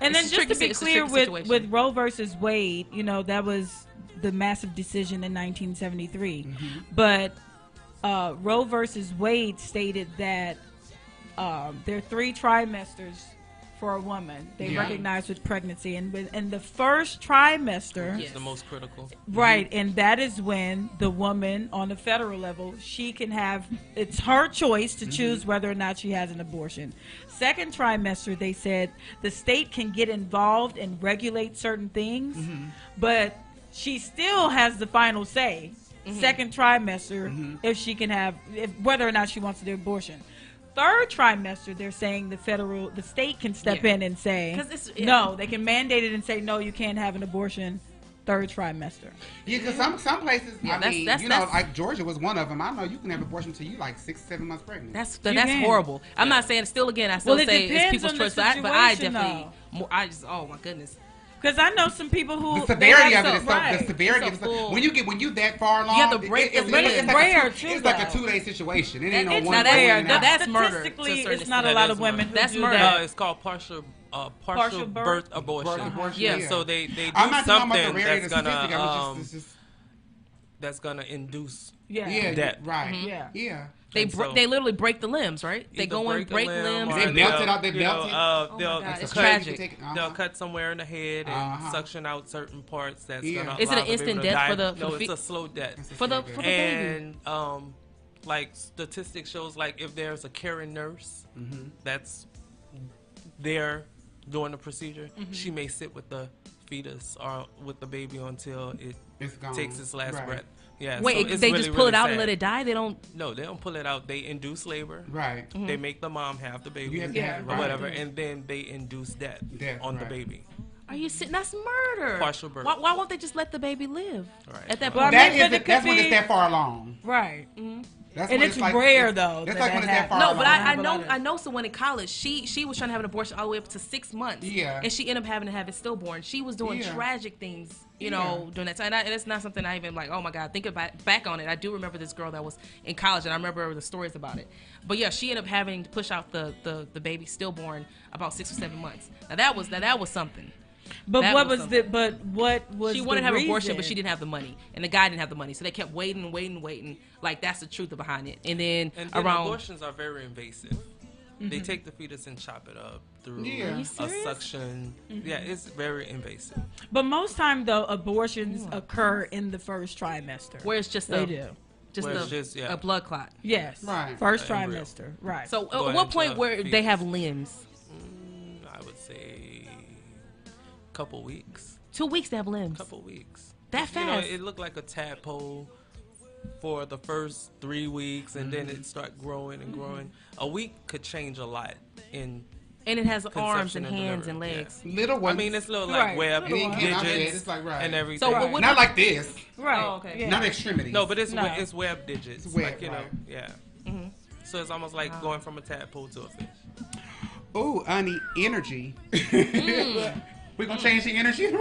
[SPEAKER 2] And
[SPEAKER 3] It's a
[SPEAKER 2] then just
[SPEAKER 3] tricky
[SPEAKER 2] to
[SPEAKER 3] si-
[SPEAKER 2] be
[SPEAKER 3] it's a
[SPEAKER 2] clear
[SPEAKER 3] tricky
[SPEAKER 2] with
[SPEAKER 3] situation.
[SPEAKER 2] with Roe versus Wade, you know that was the massive decision in 1973,
[SPEAKER 3] Mm-hmm.
[SPEAKER 2] but uh, Roe versus Wade stated that um, there are three trimesters for a woman they
[SPEAKER 1] Yeah.
[SPEAKER 2] recognize with pregnancy, and with- and the first trimester,
[SPEAKER 3] Yes.
[SPEAKER 11] It's the most critical.
[SPEAKER 2] right, and that is when the woman on the federal level she can have it's her choice to choose whether or not she has an abortion. Second trimester, they said the state can get involved and regulate certain things, but she still has the final say. Second trimester, if she can have, if whether or not she wants to do abortion. Third trimester, they're saying the federal, the state can step
[SPEAKER 3] Yeah.
[SPEAKER 2] in and say,
[SPEAKER 3] 'Cause it's- yeah.
[SPEAKER 2] Eh? no, they can mandate it and say, no, you can't have an abortion. Third trimester.
[SPEAKER 1] Yeah, because some some places. I
[SPEAKER 3] that's-
[SPEAKER 1] mean,
[SPEAKER 3] that's-
[SPEAKER 1] you know,
[SPEAKER 3] that's-
[SPEAKER 1] like Georgia was one of them. I know you can have abortion till you like six, seven months pregnant.
[SPEAKER 3] That's
[SPEAKER 2] You
[SPEAKER 3] that's
[SPEAKER 2] can.
[SPEAKER 3] horrible. I'm not saying still again. I still
[SPEAKER 2] Well, it
[SPEAKER 3] say it's
[SPEAKER 2] depends
[SPEAKER 3] people's
[SPEAKER 2] on the
[SPEAKER 3] choice, but I, but I
[SPEAKER 2] situation,
[SPEAKER 3] definitely, more, I just oh my goodness.
[SPEAKER 2] Because I know some people who
[SPEAKER 1] The
[SPEAKER 2] they
[SPEAKER 1] severity
[SPEAKER 2] have
[SPEAKER 1] of it
[SPEAKER 2] so-
[SPEAKER 1] is so
[SPEAKER 2] right.
[SPEAKER 1] the severity
[SPEAKER 3] It's
[SPEAKER 1] of
[SPEAKER 3] a
[SPEAKER 1] it.
[SPEAKER 3] full-
[SPEAKER 1] Is, when you get when you that far along,
[SPEAKER 5] have to break
[SPEAKER 1] it-
[SPEAKER 5] the
[SPEAKER 1] it's,
[SPEAKER 5] rate.
[SPEAKER 1] it's
[SPEAKER 5] It's
[SPEAKER 1] like a
[SPEAKER 5] rare,
[SPEAKER 1] two,
[SPEAKER 5] too,
[SPEAKER 1] it's like a
[SPEAKER 5] though.
[SPEAKER 1] two day situation. It ain't no
[SPEAKER 2] It's
[SPEAKER 1] one.
[SPEAKER 2] not
[SPEAKER 3] that's-
[SPEAKER 1] way
[SPEAKER 2] rare.
[SPEAKER 1] in
[SPEAKER 3] now
[SPEAKER 1] and out.
[SPEAKER 3] that's murder to a
[SPEAKER 2] Statistically,
[SPEAKER 3] certain
[SPEAKER 2] it's not a
[SPEAKER 3] extent.
[SPEAKER 2] lot
[SPEAKER 11] That
[SPEAKER 2] of
[SPEAKER 11] is
[SPEAKER 2] women
[SPEAKER 11] murder.
[SPEAKER 2] who
[SPEAKER 3] That's
[SPEAKER 2] do
[SPEAKER 3] murder.
[SPEAKER 11] No,
[SPEAKER 2] that.
[SPEAKER 11] it's called partial uh, partial,
[SPEAKER 2] Partial birth?
[SPEAKER 11] birth, abortion.
[SPEAKER 1] Birth abortion,
[SPEAKER 3] Yeah.
[SPEAKER 1] yeah.
[SPEAKER 11] So they they do
[SPEAKER 1] I'm not talking about
[SPEAKER 11] something
[SPEAKER 1] the rarity
[SPEAKER 11] that's
[SPEAKER 1] of the
[SPEAKER 11] gonna
[SPEAKER 1] statistic. I was
[SPEAKER 11] um,
[SPEAKER 1] just, it's just
[SPEAKER 11] that's gonna induce.
[SPEAKER 2] Yeah. Mm-hmm.
[SPEAKER 1] yeah,
[SPEAKER 11] that.
[SPEAKER 1] right,
[SPEAKER 2] Yeah.
[SPEAKER 1] yeah.
[SPEAKER 3] They
[SPEAKER 11] And
[SPEAKER 3] br-
[SPEAKER 11] so-
[SPEAKER 3] they literally break the limbs, right? They
[SPEAKER 11] either
[SPEAKER 3] go and break
[SPEAKER 11] a
[SPEAKER 3] limbs. Oh
[SPEAKER 11] or
[SPEAKER 1] They melt it out, they
[SPEAKER 11] you
[SPEAKER 1] melt
[SPEAKER 11] know,
[SPEAKER 1] it.
[SPEAKER 11] Uh,
[SPEAKER 3] my
[SPEAKER 11] they'll
[SPEAKER 3] God,
[SPEAKER 11] they'll
[SPEAKER 3] it's
[SPEAKER 11] cut-
[SPEAKER 3] tragic.
[SPEAKER 11] They'll cut somewhere in the head and
[SPEAKER 1] Uh-huh.
[SPEAKER 11] suction out certain parts. That's
[SPEAKER 1] Yeah.
[SPEAKER 11] gonna.
[SPEAKER 3] Is it
[SPEAKER 11] allow
[SPEAKER 3] an
[SPEAKER 11] the
[SPEAKER 3] instant
[SPEAKER 11] baby to
[SPEAKER 3] death for
[SPEAKER 11] die.
[SPEAKER 3] the- for
[SPEAKER 11] No,
[SPEAKER 3] the
[SPEAKER 11] it's
[SPEAKER 3] fe-
[SPEAKER 11] a slow death.
[SPEAKER 3] For the- for the- baby.
[SPEAKER 11] And um, like statistics shows, like if there's a caring nurse
[SPEAKER 1] Mm-hmm.
[SPEAKER 11] that's there doing the procedure,
[SPEAKER 3] Mm-hmm.
[SPEAKER 11] she may sit with the fetus or with the baby until it
[SPEAKER 1] It's gone.
[SPEAKER 11] takes its last
[SPEAKER 1] Right.
[SPEAKER 11] breath. Yeah. so
[SPEAKER 3] Wait,
[SPEAKER 11] it's
[SPEAKER 3] they
[SPEAKER 11] really,
[SPEAKER 3] just pull
[SPEAKER 11] really
[SPEAKER 3] it out
[SPEAKER 11] sad.
[SPEAKER 3] and let it die. Mm-hmm. They don't.
[SPEAKER 11] No, they don't pull it out. They induce labor.
[SPEAKER 1] right.
[SPEAKER 2] Mm-hmm.
[SPEAKER 11] They make the mom have the baby
[SPEAKER 1] You have to
[SPEAKER 2] Yeah.
[SPEAKER 1] have it
[SPEAKER 11] or
[SPEAKER 1] right.
[SPEAKER 11] whatever, and then they induce death,
[SPEAKER 1] Death,
[SPEAKER 11] on
[SPEAKER 1] right.
[SPEAKER 11] the baby.
[SPEAKER 3] Are you sitting? That's murder.
[SPEAKER 11] Partial birth.
[SPEAKER 3] Why, why won't they just let the baby live
[SPEAKER 11] Right.
[SPEAKER 3] at that
[SPEAKER 11] Well,
[SPEAKER 3] point?
[SPEAKER 2] I
[SPEAKER 1] That
[SPEAKER 2] mean, but
[SPEAKER 1] is
[SPEAKER 2] it could
[SPEAKER 1] that's when
[SPEAKER 2] be-
[SPEAKER 1] it's that far along.
[SPEAKER 2] Right.
[SPEAKER 3] Mm.
[SPEAKER 1] That's
[SPEAKER 2] And
[SPEAKER 1] when
[SPEAKER 2] it's
[SPEAKER 1] like,
[SPEAKER 2] rare,
[SPEAKER 1] it's-
[SPEAKER 2] though,
[SPEAKER 1] That's
[SPEAKER 2] that
[SPEAKER 1] like when it's that
[SPEAKER 2] that
[SPEAKER 1] far along.
[SPEAKER 2] happens.
[SPEAKER 3] no, but I, I
[SPEAKER 2] Right.
[SPEAKER 3] know I know someone in college. She she was trying to have an abortion all the way up to six months.
[SPEAKER 1] Yeah.
[SPEAKER 3] And she ended up having to have it stillborn. She was doing
[SPEAKER 1] Yeah.
[SPEAKER 3] tragic things, you
[SPEAKER 1] Yeah.
[SPEAKER 3] know, during that time. And, I, and it's not something I even like. Oh my God, think about back on it. I do remember this girl that was in college, and I remember the stories about it. But yeah, she ended up having to push out the the, the baby stillborn about six or seven months. Now that was now that was something.
[SPEAKER 2] But
[SPEAKER 3] That
[SPEAKER 2] what
[SPEAKER 3] was
[SPEAKER 2] was, the?
[SPEAKER 3] something.
[SPEAKER 2] But what was?
[SPEAKER 3] she wanted to
[SPEAKER 2] the
[SPEAKER 3] have an abortion, but
[SPEAKER 2] reason?
[SPEAKER 3] she didn't have the money, and the guy didn't have the money, so they kept waiting, waiting, waiting. Like that's the truth behind it. And then,
[SPEAKER 11] And then
[SPEAKER 3] around Mm-hmm.
[SPEAKER 11] abortions are very invasive. They take the fetus and chop it up through
[SPEAKER 1] Yeah. Are you
[SPEAKER 11] a suction.
[SPEAKER 3] Mm-hmm.
[SPEAKER 11] Yeah, it's very invasive.
[SPEAKER 2] But most time though, abortions occur in the first trimester.
[SPEAKER 3] where it's just
[SPEAKER 2] they
[SPEAKER 3] a,
[SPEAKER 2] do.
[SPEAKER 3] just,
[SPEAKER 11] Where
[SPEAKER 3] a,
[SPEAKER 11] it's just, yeah.
[SPEAKER 3] a blood clot.
[SPEAKER 2] Yes.
[SPEAKER 1] Right.
[SPEAKER 2] First
[SPEAKER 11] An embryo.
[SPEAKER 2] trimester. Right.
[SPEAKER 3] So
[SPEAKER 11] Go
[SPEAKER 3] at
[SPEAKER 11] ahead,
[SPEAKER 3] what point
[SPEAKER 11] uh,
[SPEAKER 3] where they
[SPEAKER 11] fetus.
[SPEAKER 3] have limbs?
[SPEAKER 11] I would say couple weeks.
[SPEAKER 3] Two weeks they have limbs.
[SPEAKER 11] Couple weeks.
[SPEAKER 3] That
[SPEAKER 11] You know,
[SPEAKER 3] fast.
[SPEAKER 11] it looked like a tadpole for the first three weeks, and then
[SPEAKER 3] Mm-hmm.
[SPEAKER 11] it start growing and growing. A week could change a lot in.
[SPEAKER 3] and it has arms
[SPEAKER 11] Conception
[SPEAKER 3] and
[SPEAKER 11] and
[SPEAKER 3] hands and
[SPEAKER 11] delivery, yeah.
[SPEAKER 3] legs. [LAUGHS]
[SPEAKER 1] Little
[SPEAKER 11] I
[SPEAKER 1] one.
[SPEAKER 11] mean, it's little like
[SPEAKER 2] Right.
[SPEAKER 11] web
[SPEAKER 1] It ain't getting out yet.
[SPEAKER 11] digits
[SPEAKER 1] It's like, right.
[SPEAKER 11] and
[SPEAKER 1] So,
[SPEAKER 11] everything.
[SPEAKER 3] but what-
[SPEAKER 1] not like this.
[SPEAKER 2] right.
[SPEAKER 3] Oh, okay.
[SPEAKER 2] Yeah.
[SPEAKER 1] Not extremities.
[SPEAKER 11] No, but it's we-
[SPEAKER 2] No.
[SPEAKER 11] it's web digits.
[SPEAKER 1] It's web,
[SPEAKER 11] like you
[SPEAKER 1] right.
[SPEAKER 11] know, yeah. So it's almost like going from a tadpole to a fish.
[SPEAKER 1] Ooh, honey, energy.
[SPEAKER 2] Mm.
[SPEAKER 1] [LAUGHS] we gonna change the energy. [LAUGHS]
[SPEAKER 2] [LAUGHS]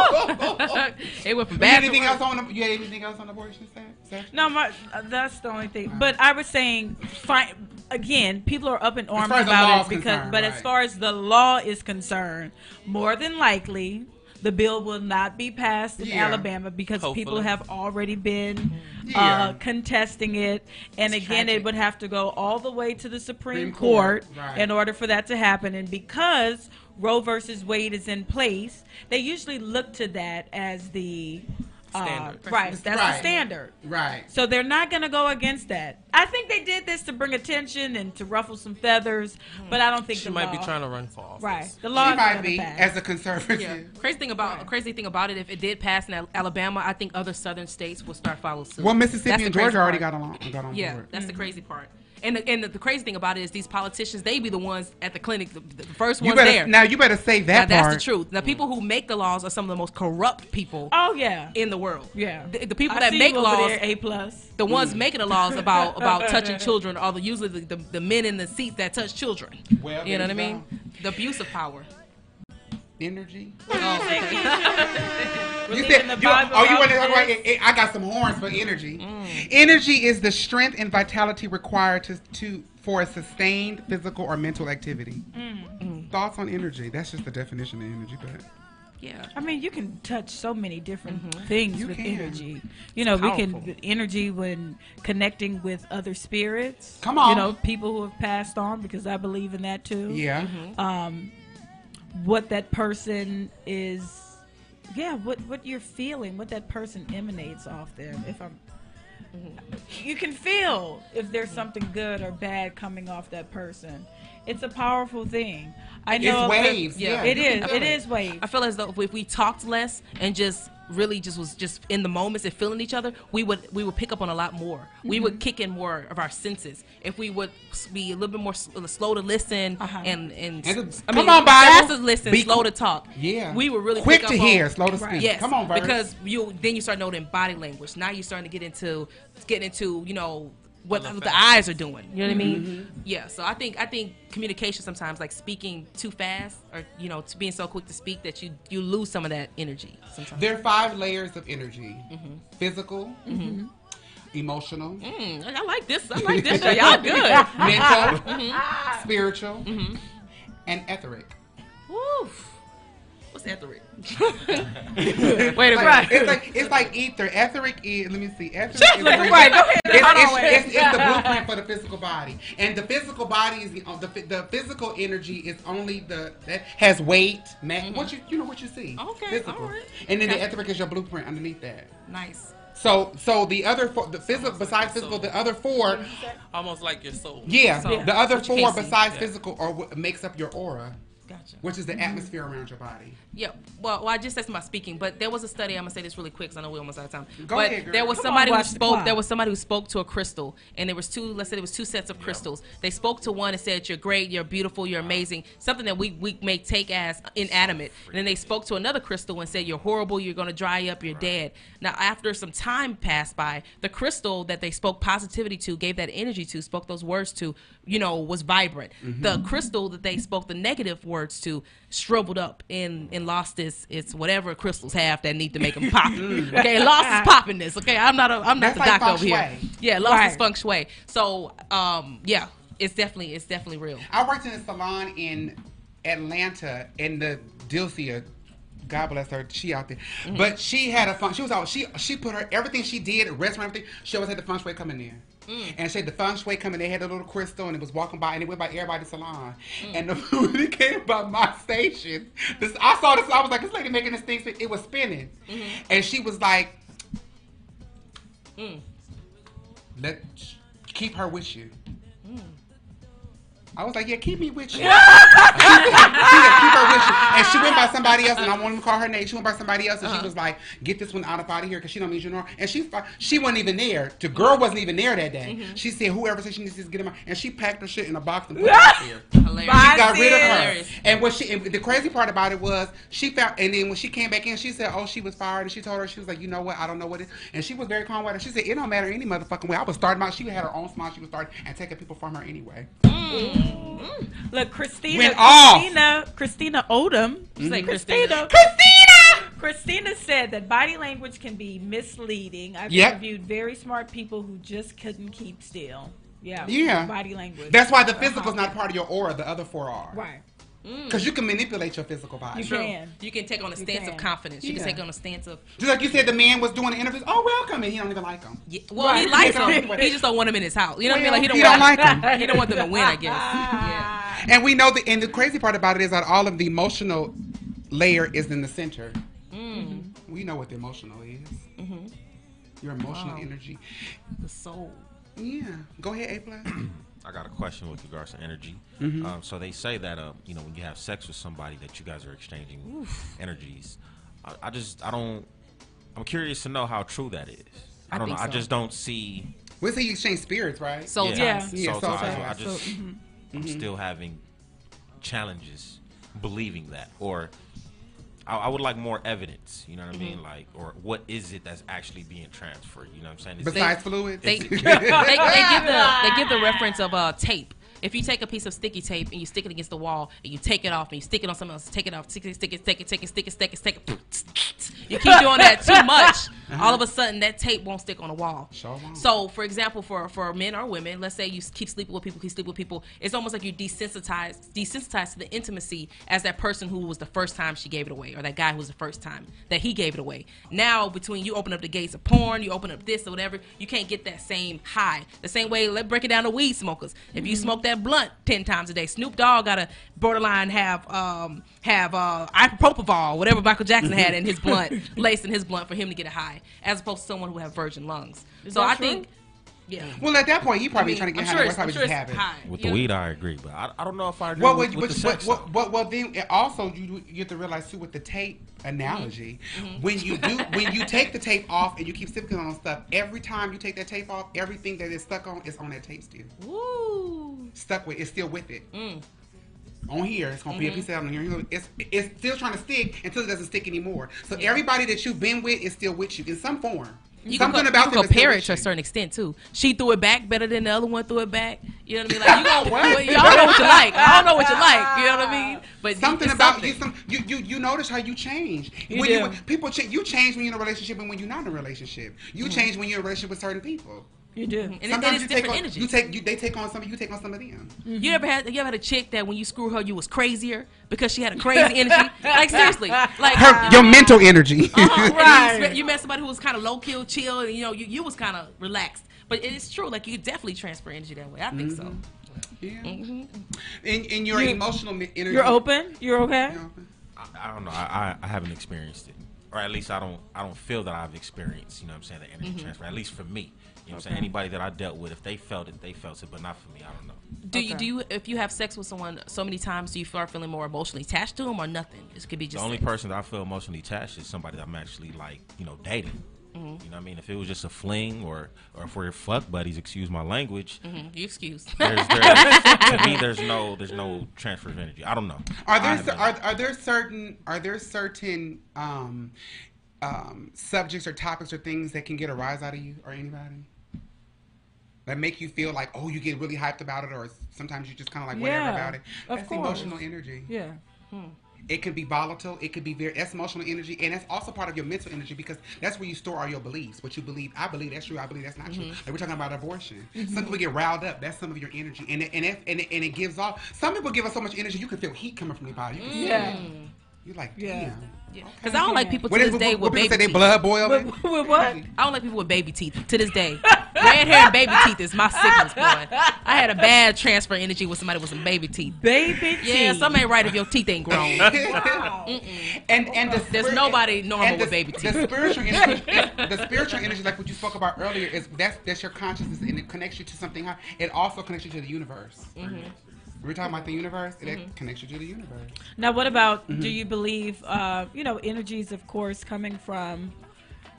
[SPEAKER 3] Uh, It went from
[SPEAKER 1] You
[SPEAKER 3] bad
[SPEAKER 1] had
[SPEAKER 3] to
[SPEAKER 1] anything
[SPEAKER 3] worse.
[SPEAKER 1] else on? The, you had anything else on abortion? Sa- Sa-
[SPEAKER 2] No, my, uh, that's the only thing. But I was saying, fi- again, people are up in arms
[SPEAKER 1] far as the law
[SPEAKER 2] about
[SPEAKER 1] is
[SPEAKER 2] it because.
[SPEAKER 1] concerned,
[SPEAKER 2] But as
[SPEAKER 1] right.
[SPEAKER 2] far as the law is concerned, more than likely. The bill will not be passed in
[SPEAKER 1] Yeah.
[SPEAKER 2] Alabama because people
[SPEAKER 11] Hopefully.
[SPEAKER 2] have already been
[SPEAKER 1] Yeah.
[SPEAKER 2] uh, contesting it, and
[SPEAKER 3] It's
[SPEAKER 2] again, it
[SPEAKER 3] tragic.
[SPEAKER 2] would have to go all the way to the
[SPEAKER 1] Supreme
[SPEAKER 2] Supreme
[SPEAKER 1] Court,
[SPEAKER 2] Court,
[SPEAKER 1] right.
[SPEAKER 2] in order for that to happen. And because Roe versus Wade is in place, they usually look to that as the uh,
[SPEAKER 11] Standard.
[SPEAKER 2] right. That's
[SPEAKER 1] Right.
[SPEAKER 2] the standard.
[SPEAKER 1] Right.
[SPEAKER 2] So they're not going to go against that. I think they did this to bring attention and to ruffle some feathers, but I don't think
[SPEAKER 11] She
[SPEAKER 2] the
[SPEAKER 11] might
[SPEAKER 2] law,
[SPEAKER 11] be trying to run for office.
[SPEAKER 2] Right,
[SPEAKER 1] Mm-hmm.
[SPEAKER 2] the
[SPEAKER 1] She
[SPEAKER 2] law is
[SPEAKER 1] might
[SPEAKER 2] gonna
[SPEAKER 1] be
[SPEAKER 2] pass.
[SPEAKER 1] as a conservative.
[SPEAKER 3] Yeah. Crazy thing about crazy thing about it, if it did pass in Al- Alabama, I think other southern states will start follow suit.
[SPEAKER 1] Well, Mississippi
[SPEAKER 3] That's
[SPEAKER 1] and
[SPEAKER 3] the crazy
[SPEAKER 1] Georgia already
[SPEAKER 3] part.
[SPEAKER 1] got along. Got on
[SPEAKER 3] Yeah,
[SPEAKER 1] board.
[SPEAKER 3] that's
[SPEAKER 2] Mm-hmm.
[SPEAKER 3] the crazy part. And the, and the, the crazy thing about it is these politicians, they be the ones at the clinic, the, the first
[SPEAKER 1] You
[SPEAKER 3] ones
[SPEAKER 1] better
[SPEAKER 3] there.
[SPEAKER 1] now. You better say
[SPEAKER 3] Now,
[SPEAKER 1] that
[SPEAKER 3] that's
[SPEAKER 1] part.
[SPEAKER 3] the truth. Now people who make the laws are some of the most corrupt people
[SPEAKER 2] Oh yeah,
[SPEAKER 3] in the world.
[SPEAKER 2] yeah.
[SPEAKER 3] The, the people
[SPEAKER 2] I
[SPEAKER 3] that
[SPEAKER 2] see
[SPEAKER 3] make
[SPEAKER 2] you over
[SPEAKER 3] laws,
[SPEAKER 2] there, a plus.
[SPEAKER 3] the
[SPEAKER 1] Mm.
[SPEAKER 3] ones making the laws about
[SPEAKER 1] [LAUGHS]
[SPEAKER 3] about touching children are the, usually the, the, the men in the seats that touch children.
[SPEAKER 1] Well,
[SPEAKER 3] you know what I
[SPEAKER 1] there you
[SPEAKER 3] mean? The abuse of power.
[SPEAKER 1] Energy. You
[SPEAKER 2] Believe
[SPEAKER 1] said,
[SPEAKER 2] in the
[SPEAKER 1] you-
[SPEAKER 2] Bible
[SPEAKER 1] oh, you want to
[SPEAKER 2] about
[SPEAKER 1] talk about?
[SPEAKER 2] this.
[SPEAKER 1] eh, eh, I got some horns for energy.
[SPEAKER 3] Mm.
[SPEAKER 1] Energy is the strength and vitality required to to for a sustained physical or mental activity.
[SPEAKER 3] Mm.
[SPEAKER 1] Mm. Thoughts on energy? That's just the definition of energy, but.
[SPEAKER 3] Yeah.
[SPEAKER 2] I mean, you can touch so many different
[SPEAKER 11] Mm-hmm.
[SPEAKER 2] things
[SPEAKER 1] You
[SPEAKER 2] with
[SPEAKER 1] can.
[SPEAKER 2] energy. You know, we
[SPEAKER 3] powerful.
[SPEAKER 2] can energy when connecting with other spirits.
[SPEAKER 1] Come on.
[SPEAKER 2] you know, people who have passed on because I believe in that too.
[SPEAKER 3] Mm-hmm.
[SPEAKER 1] Yeah.
[SPEAKER 2] what that person is yeah what what you're feeling what that person emanates off them if i'm
[SPEAKER 3] Mm-hmm.
[SPEAKER 2] you can feel if there's something good or bad coming off that person it's a powerful thing i
[SPEAKER 1] It's
[SPEAKER 2] know
[SPEAKER 1] waves. Yeah.
[SPEAKER 3] yeah,
[SPEAKER 2] it
[SPEAKER 1] you can
[SPEAKER 2] is
[SPEAKER 1] feel
[SPEAKER 2] it is waves
[SPEAKER 3] I feel as though if we talked less and just really just was just in the moments and feeling each other, we would we would pick up on a lot more. We
[SPEAKER 2] Mm-hmm.
[SPEAKER 3] would kick in more of our senses if we would s- be a little bit more s- uh, slow to listen
[SPEAKER 2] Uh-huh.
[SPEAKER 3] and and
[SPEAKER 1] And
[SPEAKER 3] s-
[SPEAKER 1] the- come on, Bible.
[SPEAKER 3] fast to listen,
[SPEAKER 1] Be
[SPEAKER 3] slow
[SPEAKER 1] qu-
[SPEAKER 3] to talk.
[SPEAKER 1] Yeah.
[SPEAKER 3] we would really
[SPEAKER 1] quick
[SPEAKER 3] pick
[SPEAKER 1] to
[SPEAKER 3] up on-
[SPEAKER 1] hear, slow to speak.
[SPEAKER 2] Right.
[SPEAKER 3] Yes,
[SPEAKER 1] Come on, verse.
[SPEAKER 3] because you then you start noting body language. Now you're starting to get into getting into you know what
[SPEAKER 11] I love
[SPEAKER 3] the
[SPEAKER 11] facts.
[SPEAKER 3] eyes are doing. You know what I mean?
[SPEAKER 1] Mm-hmm.
[SPEAKER 3] Yeah. So I think I think communication sometimes like speaking too fast or you know to being so quick to speak that you you lose some of that energy sometimes.
[SPEAKER 1] There are five layers of energy:
[SPEAKER 3] Mm-hmm.
[SPEAKER 1] physical, emotional,
[SPEAKER 3] Mm, I like this. I like
[SPEAKER 1] [LAUGHS]
[SPEAKER 3] this. show. Y'all good.
[SPEAKER 1] mental,
[SPEAKER 3] Mm-hmm.
[SPEAKER 1] spiritual, and etheric.
[SPEAKER 3] Woof. What's etheric?
[SPEAKER 1] [LAUGHS] Wait
[SPEAKER 3] a minute.
[SPEAKER 1] It's like it's like ether. Etheric is. Let me see. Etheric is the
[SPEAKER 3] Right, go ahead.
[SPEAKER 1] It's,
[SPEAKER 3] Hold on,
[SPEAKER 1] it's,
[SPEAKER 3] wait.
[SPEAKER 1] it's, it's the blueprint for the physical body, and the physical body is the uh, the, phy- the physical energy is only the that has weight. Ma- What you you know what you see.
[SPEAKER 3] Mm-hmm. Okay, alright.
[SPEAKER 1] And then the
[SPEAKER 3] Okay.
[SPEAKER 1] etheric is your blueprint underneath that.
[SPEAKER 3] Nice.
[SPEAKER 1] So so the other four, the physical besides physical, the other four,
[SPEAKER 11] Almost like your soul.
[SPEAKER 1] yeah,
[SPEAKER 3] So,
[SPEAKER 1] the other
[SPEAKER 3] what you
[SPEAKER 1] four
[SPEAKER 3] can't see.
[SPEAKER 1] besides
[SPEAKER 11] Yeah.
[SPEAKER 1] physical are what makes up your aura,
[SPEAKER 3] Gotcha. Mm-hmm.
[SPEAKER 1] which is the atmosphere around your body.
[SPEAKER 3] Yeah, well, well, I just said my speaking, but there was a study. I'm gonna say this really quick, 'cause I know we're almost out of time.
[SPEAKER 1] Go
[SPEAKER 3] but
[SPEAKER 1] ahead, girl.
[SPEAKER 3] there was
[SPEAKER 2] Come on,
[SPEAKER 3] somebody who
[SPEAKER 2] watch the
[SPEAKER 3] spoke.
[SPEAKER 2] clock.
[SPEAKER 3] There was somebody who spoke to a crystal, and there was two. Let's say there was two sets of crystals. They spoke to one and said, "You're great. You're beautiful. You're amazing." Something that we we may take as inanimate. And then they spoke to another crystal and said, "You're horrible. You're gonna dry up. You're dead." Now, after some time passed by, the crystal that they spoke positivity to, gave that energy to, spoke those words to, you know, was vibrant. The crystal that they spoke the negative words to shriveled up and, and lost its its whatever crystals have that need to make them pop. okay, lost its poppiness. Okay, I'm not a I'm
[SPEAKER 1] That's
[SPEAKER 3] not the
[SPEAKER 1] like
[SPEAKER 3] doctor over
[SPEAKER 1] feng
[SPEAKER 3] here.
[SPEAKER 1] shui.
[SPEAKER 3] Yeah, lost its
[SPEAKER 2] Right.
[SPEAKER 3] feng shui. So, um, yeah, it's definitely it's definitely real.
[SPEAKER 1] I worked in a salon in Atlanta, in the Dilcia. God bless her. She out there, but she had a fun. She was out. She she put her everything she did, restaurant, everything. She always had the feng shui coming in. And she had the feng shui coming. They had a little crystal, and it was walking by, and it went by everybody's salon. And the [LAUGHS] when it came by my station, this I saw this. I was like, this lady making this thing. spin. It was spinning, and she was like, "Let keep her with you." I was like, yeah, keep me with you. yeah, keep her with you. And she went by somebody else, and I wanted to call her name. She went by somebody else, and she was like, "Get this one out of out of here, because she don't mean you no." more." And she fi- she wasn't even there. The girl wasn't even there that day. She said, "Whoever said she needs to get him out," and she packed her shit in a box and put it out there.
[SPEAKER 3] Hilarious.
[SPEAKER 1] She got rid of her.
[SPEAKER 3] Hilarious.
[SPEAKER 1] And what she and the crazy part about it was she found and then when she came back in, she said, Oh, she was fired and she told her she was like, you know what, I don't know what it and she was very calm with her. She said, It don't matter any motherfucking way. I was starting out, she had her own smile, she was starting and taking people from her anyway.
[SPEAKER 2] Look, Christina.
[SPEAKER 1] Went off.
[SPEAKER 2] Christina. Christina Odom. Mm-hmm.
[SPEAKER 3] Say
[SPEAKER 2] Christina.
[SPEAKER 3] Christina.
[SPEAKER 2] Christina. Christina said that body language can be misleading. I've
[SPEAKER 1] Yep.
[SPEAKER 2] interviewed very smart people who just couldn't keep still. Yeah.
[SPEAKER 1] Yeah.
[SPEAKER 2] Body language.
[SPEAKER 1] That's why the physical's not a part of your aura, the other four are.
[SPEAKER 2] Right.
[SPEAKER 1] Because you can manipulate your physical body.
[SPEAKER 2] You
[SPEAKER 3] True.
[SPEAKER 2] can.
[SPEAKER 3] You can take on a stance
[SPEAKER 2] can.
[SPEAKER 3] of confidence. You
[SPEAKER 1] Yeah.
[SPEAKER 3] can take on a stance of
[SPEAKER 1] Just like you said, the man was doing the interviews. Oh, welcome, and he don't even like him.
[SPEAKER 3] Yeah, well, he likes them. He just don't want them in his house. You know what I mean? Like
[SPEAKER 1] Well,
[SPEAKER 3] he
[SPEAKER 1] he
[SPEAKER 3] don't,
[SPEAKER 1] don't
[SPEAKER 3] want,
[SPEAKER 1] like 'em.
[SPEAKER 3] [LAUGHS] He don't want them to win. I guess.
[SPEAKER 1] [LAUGHS]
[SPEAKER 3] Yeah.
[SPEAKER 1] And we know that. And the crazy part about it is that all of the emotional layer is in the center.
[SPEAKER 3] Mm-hmm.
[SPEAKER 1] We know what the emotional is. Your emotional energy.
[SPEAKER 3] The soul.
[SPEAKER 1] Yeah. Go ahead, A plus.
[SPEAKER 7] I got a question with regards to energy. Um, so they say that uh, you know when you have sex with somebody that you guys are exchanging energies. I, I just I don't. I'm curious to know how true that is. I,
[SPEAKER 3] I
[SPEAKER 7] don't know.
[SPEAKER 3] think
[SPEAKER 7] I
[SPEAKER 3] so.
[SPEAKER 7] just don't see.
[SPEAKER 1] we say you exchange spirits, right?
[SPEAKER 3] Soul
[SPEAKER 7] yeah,
[SPEAKER 3] ties. mm-hmm.
[SPEAKER 1] Yeah,
[SPEAKER 7] So,
[SPEAKER 1] soul
[SPEAKER 7] ties.
[SPEAKER 1] ties. Mm-hmm.
[SPEAKER 7] I just I'm still having challenges believing that, or I, I would like more evidence. You know
[SPEAKER 3] Mm-hmm.
[SPEAKER 7] what I mean? Like, or what is it that's actually being transferred? You know what I'm saying? Is it-
[SPEAKER 1] Besides fluids.
[SPEAKER 3] They, they, they give the they give the reference of uh, tape. If you take a piece of sticky tape and you stick it against the wall and you take it off and you stick it on something else, take it off, stick it, stick it, stick it, stick it, stick it, stick it, stick it. You keep doing that too much. All of a sudden, that tape won't stick on the wall.
[SPEAKER 1] Sure won't.
[SPEAKER 3] So, for example, for for men or women, let's say you s- keep sleeping with people, keep sleeping with people, it's almost like you desensitized desensitized to the intimacy as that person who was the first time she gave it away, or that guy who was the first time that he gave it away. Now, between you open up the gates of porn, you open up this or whatever, you can't get that same high. The same way, let break it down to weed smokers. If
[SPEAKER 7] Mm-hmm.
[SPEAKER 3] you smoke that blunt ten times a day, Snoop Dogg got a borderline have um have uh ibupropanol, whatever Michael Jackson had
[SPEAKER 7] [LAUGHS]
[SPEAKER 3] in his blunt, laced in his blunt for him to get a high, as opposed to someone who have virgin lungs.
[SPEAKER 2] that
[SPEAKER 3] so I
[SPEAKER 2] true?
[SPEAKER 3] think, yeah.
[SPEAKER 1] well, at that point, you probably
[SPEAKER 3] I
[SPEAKER 1] trying to
[SPEAKER 3] mean,
[SPEAKER 1] get
[SPEAKER 3] I'm
[SPEAKER 1] high.
[SPEAKER 3] sure
[SPEAKER 1] Sure
[SPEAKER 3] it's- I'm
[SPEAKER 1] probably
[SPEAKER 3] sure
[SPEAKER 1] just
[SPEAKER 3] it's
[SPEAKER 1] have it.
[SPEAKER 3] high,
[SPEAKER 7] With
[SPEAKER 3] you
[SPEAKER 7] the
[SPEAKER 3] know?
[SPEAKER 7] weed, I agree, but I, I don't know if I agree
[SPEAKER 1] Well,
[SPEAKER 7] with,
[SPEAKER 1] well,
[SPEAKER 7] with
[SPEAKER 1] but,
[SPEAKER 7] the
[SPEAKER 1] but,
[SPEAKER 7] sex.
[SPEAKER 1] well,
[SPEAKER 7] though.
[SPEAKER 1] well, well, then it also you you have to realize too with the tape analogy,
[SPEAKER 3] Mm-hmm.
[SPEAKER 1] when you do when you take the tape off and you keep sipping on stuff, every time you take that tape off, everything that is stuck on is on that tape still.
[SPEAKER 3] Woo.
[SPEAKER 1] Stuck with it's still with it.
[SPEAKER 3] Mm.
[SPEAKER 1] On here, it's gonna
[SPEAKER 3] Mm-hmm.
[SPEAKER 1] be a piece of on here. you know, It's it's still trying to stick until it doesn't stick anymore. So everybody that you've been with is still with you in some form.
[SPEAKER 3] You
[SPEAKER 1] Something
[SPEAKER 3] can, co-
[SPEAKER 1] about
[SPEAKER 3] you
[SPEAKER 1] them
[SPEAKER 3] can
[SPEAKER 1] is
[SPEAKER 3] compare it to
[SPEAKER 1] delicious.
[SPEAKER 3] a certain extent too. She threw it back better than the other one threw it back. You know what I mean? Like
[SPEAKER 1] [LAUGHS]
[SPEAKER 3] you gonna,
[SPEAKER 1] What?
[SPEAKER 3] y'all know what you like. I don't know what you like. You know what I mean? But
[SPEAKER 1] Something
[SPEAKER 3] it's
[SPEAKER 1] about
[SPEAKER 3] something.
[SPEAKER 1] you, some, you, you, you notice how you change.
[SPEAKER 2] You
[SPEAKER 1] when
[SPEAKER 2] do.
[SPEAKER 1] You, people change. You change when you're in a relationship and when you're not in a relationship. You
[SPEAKER 2] Mm-hmm.
[SPEAKER 1] change when you're in a relationship with certain people.
[SPEAKER 2] You do.
[SPEAKER 3] and it- and
[SPEAKER 1] Sometimes
[SPEAKER 3] it's
[SPEAKER 1] you
[SPEAKER 3] different
[SPEAKER 1] take on,
[SPEAKER 3] energy.
[SPEAKER 1] You take you, they take on some. You take on some of them.
[SPEAKER 3] You ever had you ever had a chick that when you screw her you was crazier because she had a crazy energy? Like seriously, like
[SPEAKER 1] Her your mental
[SPEAKER 2] [LAUGHS]
[SPEAKER 1] energy.
[SPEAKER 3] Uh-huh, and [LAUGHS] You,
[SPEAKER 2] Right.
[SPEAKER 3] met, you met somebody who was kind of low kill, chill, and you know you, you was kind of relaxed. But it is true, like you definitely transfer energy that way. I think so.
[SPEAKER 1] [LAUGHS] Mm-hmm. Yeah. In in your
[SPEAKER 2] Mm-hmm. You-
[SPEAKER 1] emotional mi- energy.
[SPEAKER 2] You're open. You're okay.
[SPEAKER 1] Yeah.
[SPEAKER 7] I, I don't know. I, I, I haven't experienced it, or at least I don't. I don't feel that I've experienced. You know what I'm saying? The energy
[SPEAKER 3] Mm-hmm.
[SPEAKER 7] transfer. At least for me. You know what I'm saying? Anybody that I dealt with, if they felt it, they felt it, but not for me. I don't know.
[SPEAKER 3] Do you do you if you have sex with someone so many times, do you start feeling more emotionally attached to them or nothing? It could be
[SPEAKER 7] The
[SPEAKER 3] just
[SPEAKER 7] only
[SPEAKER 3] sex.
[SPEAKER 7] person that I feel emotionally attached is somebody that I'm actually like, you know, dating. You know what I mean? If it was just a fling or or if we're fuck buddies, excuse my language.
[SPEAKER 3] Mhm,
[SPEAKER 1] [LAUGHS]
[SPEAKER 3] You excuse.
[SPEAKER 7] There's, there's, to me, there's no there's no transfer of energy. I don't know.
[SPEAKER 1] Are
[SPEAKER 7] I
[SPEAKER 1] there
[SPEAKER 7] haven't.
[SPEAKER 1] are, are there certain are there certain um, um, subjects or topics or things that can get a rise out of you or anybody that make you feel like oh you get really hyped about it or sometimes you just kind of like whatever
[SPEAKER 2] Yeah,
[SPEAKER 1] about it?
[SPEAKER 2] of
[SPEAKER 1] That's
[SPEAKER 2] course.
[SPEAKER 1] emotional energy.
[SPEAKER 2] Yeah.
[SPEAKER 1] It can be volatile. It could be very that's emotional energy, and that's also part of your mental energy because that's where you store all your beliefs. What you believe, I believe that's true. I believe that's not true.
[SPEAKER 2] Mm-hmm.
[SPEAKER 1] Like we're talking about abortion. Some people get riled up. That's some of your energy, and it, and it, and, it, and it gives off. Some people give us so much energy you can feel heat coming from their body. You can feel
[SPEAKER 2] Yeah.
[SPEAKER 1] you're like, damn.
[SPEAKER 2] Yeah.
[SPEAKER 3] Because I don't like people to
[SPEAKER 1] What is
[SPEAKER 3] this
[SPEAKER 1] what,
[SPEAKER 3] day
[SPEAKER 1] what
[SPEAKER 3] with
[SPEAKER 1] people
[SPEAKER 3] baby
[SPEAKER 1] say they
[SPEAKER 3] teeth.
[SPEAKER 1] blood boil?
[SPEAKER 2] [LAUGHS] With,
[SPEAKER 1] [LAUGHS]
[SPEAKER 2] with [LAUGHS] what?
[SPEAKER 3] I don't like people with baby teeth to this day. Red hair and baby teeth is my sickness, boy. I had a bad transfer energy with somebody with some baby teeth.
[SPEAKER 2] Baby
[SPEAKER 3] Yeah,
[SPEAKER 2] teeth.
[SPEAKER 3] something ain't right if your teeth ain't grown.
[SPEAKER 1] and and the
[SPEAKER 3] There's
[SPEAKER 1] spirit-
[SPEAKER 3] nobody normal
[SPEAKER 1] and the-
[SPEAKER 3] with baby
[SPEAKER 1] The
[SPEAKER 3] teeth. [LAUGHS]
[SPEAKER 1] spiritual energy, the spiritual energy, like what you spoke about earlier, is that's that's your consciousness and it connects you to something high. It also connects you to the universe.
[SPEAKER 3] Mm-hmm.
[SPEAKER 1] We We're talking about the universe. It connects you to the universe.
[SPEAKER 2] Now, what about?
[SPEAKER 1] Mm-hmm.
[SPEAKER 2] Do you believe? Uh, you know, energies, of course, coming from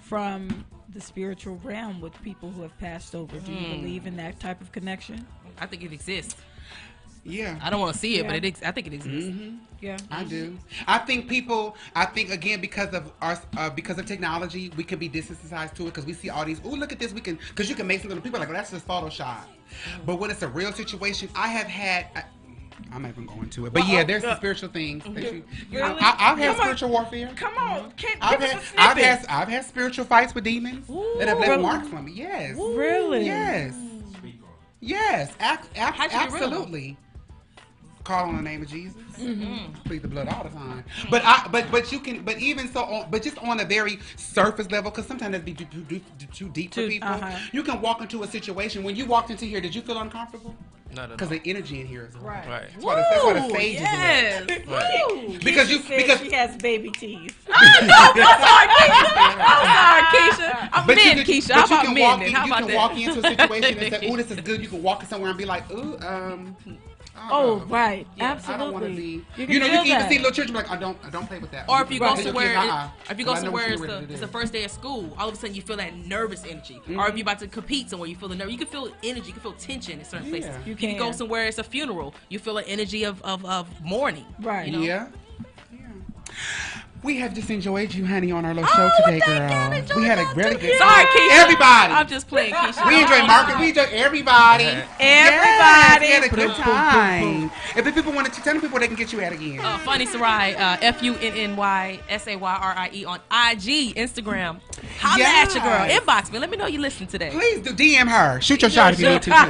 [SPEAKER 2] from the spiritual realm with people who have passed over. Do you believe in that type of connection?
[SPEAKER 3] I think it exists.
[SPEAKER 1] Yeah.
[SPEAKER 3] I don't want to see it, but
[SPEAKER 2] Yeah.
[SPEAKER 3] it ex- I think it exists.
[SPEAKER 1] Mm-hmm.
[SPEAKER 2] Yeah.
[SPEAKER 1] I do. I think people. I think again because of our uh, because of technology, we can be desensitized to it because we see all these. Oh, look at this. We can because you can make something. People are like, well, that's just Photoshop. But when it's a real situation, I have had. I, I'm not even going to it, but yeah, there's the spiritual things that you. I,
[SPEAKER 2] oh,
[SPEAKER 1] I,
[SPEAKER 2] Really?
[SPEAKER 1] have had
[SPEAKER 2] Come on.
[SPEAKER 1] spiritual warfare.
[SPEAKER 2] Come on, can't
[SPEAKER 1] I've
[SPEAKER 2] give
[SPEAKER 1] had,
[SPEAKER 2] us a
[SPEAKER 1] I've
[SPEAKER 2] snippet.
[SPEAKER 1] had I've had spiritual fights with demons that have left
[SPEAKER 2] Really?
[SPEAKER 1] marks on me. Yes,
[SPEAKER 2] really?
[SPEAKER 1] yes, yes. Ac- ac-
[SPEAKER 3] How'd you get rid of 'em?
[SPEAKER 1] absolutely. Call on the name of Jesus.
[SPEAKER 3] Mm-hmm.
[SPEAKER 1] Mm-hmm. Plead the blood all the time. But I, but but you can, but even so, on, but just on a very surface level, because sometimes that'd be too, too, too, too deep for
[SPEAKER 2] Too-
[SPEAKER 1] people.
[SPEAKER 2] uh-huh.
[SPEAKER 1] You can walk into a situation. When you walked into here, did you feel uncomfortable?
[SPEAKER 11] Not at
[SPEAKER 1] Because
[SPEAKER 11] all.
[SPEAKER 1] the energy in here is right.
[SPEAKER 11] Right.
[SPEAKER 1] That's why the, that's why the
[SPEAKER 3] Ooh,
[SPEAKER 1] stage is
[SPEAKER 3] yes.
[SPEAKER 11] Right.
[SPEAKER 2] Ooh.
[SPEAKER 1] Because you-
[SPEAKER 2] Keisha said
[SPEAKER 1] because-
[SPEAKER 2] she has baby [LAUGHS] teeth.
[SPEAKER 3] I'm sorry, Keisha. I'm
[SPEAKER 1] But
[SPEAKER 3] men,
[SPEAKER 1] you can,
[SPEAKER 3] Keisha.
[SPEAKER 1] but
[SPEAKER 3] How
[SPEAKER 1] you
[SPEAKER 3] about
[SPEAKER 1] can
[SPEAKER 3] men?
[SPEAKER 1] walk
[SPEAKER 3] then?
[SPEAKER 1] in-
[SPEAKER 3] How
[SPEAKER 1] you
[SPEAKER 3] about
[SPEAKER 1] can
[SPEAKER 3] that?
[SPEAKER 1] walk into a situation
[SPEAKER 3] [LAUGHS]
[SPEAKER 1] and say, "Oh, this is good." You can walk in somewhere and be like, "Ooh, um." I don't
[SPEAKER 2] Oh,
[SPEAKER 1] know.
[SPEAKER 2] right.
[SPEAKER 1] I don't want to
[SPEAKER 2] Absolutely.
[SPEAKER 1] be.
[SPEAKER 2] You
[SPEAKER 1] You,
[SPEAKER 2] can
[SPEAKER 1] know, you
[SPEAKER 2] feel
[SPEAKER 1] can even
[SPEAKER 2] that.
[SPEAKER 1] see little children like, "I don't, I don't play with that."
[SPEAKER 3] Or if you
[SPEAKER 1] Right.
[SPEAKER 3] go
[SPEAKER 1] Little
[SPEAKER 3] somewhere,
[SPEAKER 1] kids, uh-uh.
[SPEAKER 3] if you go
[SPEAKER 1] I know what
[SPEAKER 3] somewhere,
[SPEAKER 1] you're
[SPEAKER 3] it's
[SPEAKER 1] ready
[SPEAKER 3] the,
[SPEAKER 1] to do.
[SPEAKER 3] it's the first day of school. All of a sudden, you feel that nervous energy. Or
[SPEAKER 1] Mm-hmm.
[SPEAKER 3] if you're about to compete somewhere, you feel the nerve. You can feel energy. You can feel tension in certain places.
[SPEAKER 1] Yeah.
[SPEAKER 2] You
[SPEAKER 3] You can go
[SPEAKER 2] can.
[SPEAKER 3] somewhere. It's a funeral. You feel an energy of of, of mourning.
[SPEAKER 2] Right.
[SPEAKER 3] You know?
[SPEAKER 1] Yeah. Yeah. We have just enjoyed you, honey, on our little
[SPEAKER 3] Oh,
[SPEAKER 1] show today,
[SPEAKER 3] thank
[SPEAKER 1] girl.
[SPEAKER 3] God, enjoy
[SPEAKER 1] we had a
[SPEAKER 3] y'all
[SPEAKER 1] really
[SPEAKER 3] too.
[SPEAKER 1] good.
[SPEAKER 3] Sorry, Keisha.
[SPEAKER 1] Everybody.
[SPEAKER 3] I'm just playing, Keisha.
[SPEAKER 1] we enjoy market. We enjoy everybody. Yes, we had a good time. If the people want to tell the people they can get you at again.
[SPEAKER 3] Uh, Funny Sarai, uh, F U N N Y S A Y R I E on IG, Instagram. Holla at your girl.
[SPEAKER 1] Yes.
[SPEAKER 3] Inbox me. Let me know you listen today.
[SPEAKER 1] Please do DM her. Shoot your shot if you need to. I'm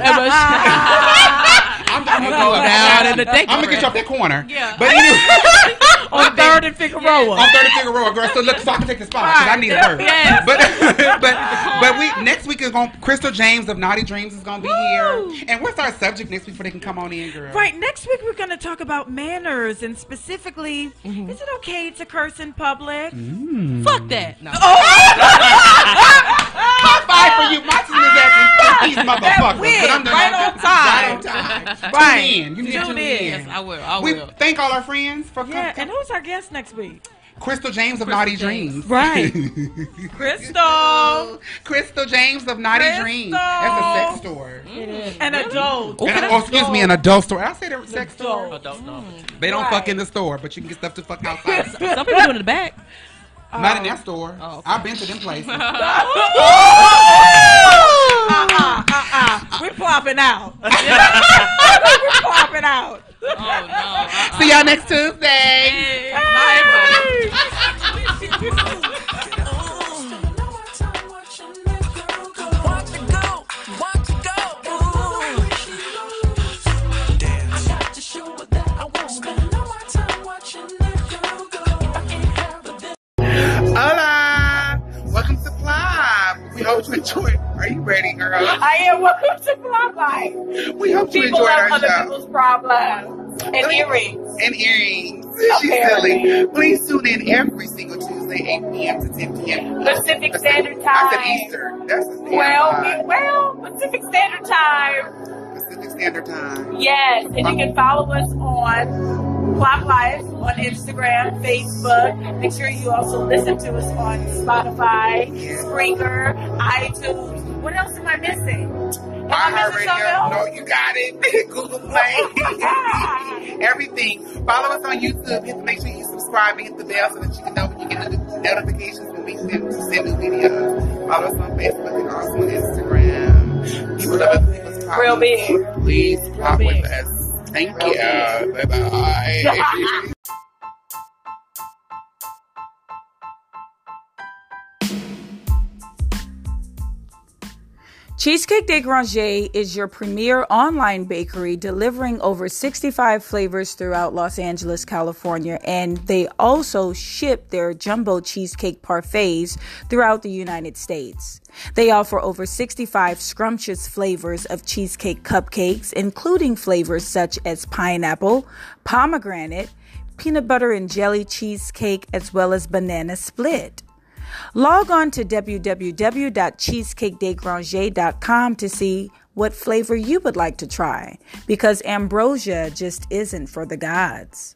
[SPEAKER 1] gonna go
[SPEAKER 3] Shout out
[SPEAKER 1] up
[SPEAKER 3] to thank
[SPEAKER 1] I'm
[SPEAKER 3] you,
[SPEAKER 1] gonna get you up that corner.
[SPEAKER 3] Yeah.
[SPEAKER 1] But anyway,
[SPEAKER 2] [LAUGHS] On third and Figueroa.
[SPEAKER 1] on thirty figure row, girl. So look, so I can take the spot because I need a bird.
[SPEAKER 3] Yes.
[SPEAKER 1] [LAUGHS] But but but we next week is going to Crystal James of Naughty Dreams is gonna be
[SPEAKER 2] Woo.
[SPEAKER 1] here. And what's our subject next week before they can come on in, girl?
[SPEAKER 2] Right, next week we're going to talk about manners and specifically, is it okay to curse in public?
[SPEAKER 3] [LAUGHS] Fuck that. No.
[SPEAKER 1] Oh, High five for you. My team is acting these motherfuckers.
[SPEAKER 2] Ah! wig,
[SPEAKER 1] But I'm done.
[SPEAKER 2] right on time.
[SPEAKER 1] Right on time.
[SPEAKER 2] Right.
[SPEAKER 1] Tune in. You need to
[SPEAKER 2] Tune
[SPEAKER 1] tune
[SPEAKER 2] in.
[SPEAKER 1] in.
[SPEAKER 3] Yes, I will. I
[SPEAKER 1] we
[SPEAKER 3] will.
[SPEAKER 1] thank all our friends for coming.
[SPEAKER 2] Yeah, and who's our guest next week?
[SPEAKER 1] Crystal James of Naughty Dreams.
[SPEAKER 2] Right.
[SPEAKER 1] [LAUGHS]
[SPEAKER 2] Crystal.
[SPEAKER 1] Crystal James of Naughty
[SPEAKER 2] Crystal.
[SPEAKER 1] Dreams. That's a sex store.
[SPEAKER 2] An adult.
[SPEAKER 1] And- oh, excuse me, an adult store. I say the sex store.
[SPEAKER 11] Adult knowledge.
[SPEAKER 1] They don't
[SPEAKER 2] Right.
[SPEAKER 1] fuck in the store, but you can get stuff to fuck outside. Oh,
[SPEAKER 3] Some people do it in the back.
[SPEAKER 1] [LAUGHS] Not
[SPEAKER 2] Um,
[SPEAKER 1] in that store. I've been to them [LAUGHS] places.
[SPEAKER 12] Uh-uh, uh-uh. We're plopping out. We're
[SPEAKER 2] [LAUGHS]
[SPEAKER 12] plopping out.
[SPEAKER 13] Oh no. uh-uh.
[SPEAKER 1] See y'all next Tuesday. Hola. Welcome to Plop. We hope you enjoyed. Are you ready, girl?
[SPEAKER 2] I am welcome to Plop Life.
[SPEAKER 1] We hope you
[SPEAKER 2] People
[SPEAKER 1] enjoyed
[SPEAKER 2] love
[SPEAKER 1] our
[SPEAKER 2] other
[SPEAKER 1] show.
[SPEAKER 2] people's problems and earrings.
[SPEAKER 1] and earrings. She's
[SPEAKER 2] Apparently.
[SPEAKER 1] silly. Please tune in every single Tuesday, 8 p.m. to 10 p.m.
[SPEAKER 2] Pacific Standard
[SPEAKER 1] I said
[SPEAKER 2] Time.
[SPEAKER 1] Eastern. That's the Standard
[SPEAKER 2] Well,
[SPEAKER 1] Time.
[SPEAKER 2] well, Pacific Standard Time.
[SPEAKER 1] Pacific Standard Time.
[SPEAKER 2] Yes, and you can follow us on Plop Life on Instagram, Facebook. Make sure you also listen to us on Spotify, Springer, iTunes. What else am I missing? Am I missing something
[SPEAKER 1] iHeartRadio.
[SPEAKER 2] else?
[SPEAKER 1] No, you got it. [LAUGHS] Google
[SPEAKER 2] Ah!
[SPEAKER 1] Play. Everything. Follow us on YouTube. Hit, make sure you subscribe and hit the bell so that you can know when you get the notifications when we send, send new videos. Follow us on Facebook and also on Instagram. People love other people's problems.
[SPEAKER 2] Real big.
[SPEAKER 1] Please pop
[SPEAKER 2] big.
[SPEAKER 1] with us. Thank you. Bye
[SPEAKER 2] [LAUGHS]
[SPEAKER 1] bye.
[SPEAKER 10] Cheesecake de Granger is your premier online bakery delivering over 65 flavors throughout Los Angeles, California, and they also ship their jumbo cheesecake parfaits throughout the United States. They offer over 65 scrumptious flavors of cheesecake cupcakes, including flavors such as pineapple, pomegranate, peanut butter and jelly cheesecake, as well as banana split. Log on to www.cheesecakedegranger.com to see what flavor you would like to try because ambrosia just isn't for the gods.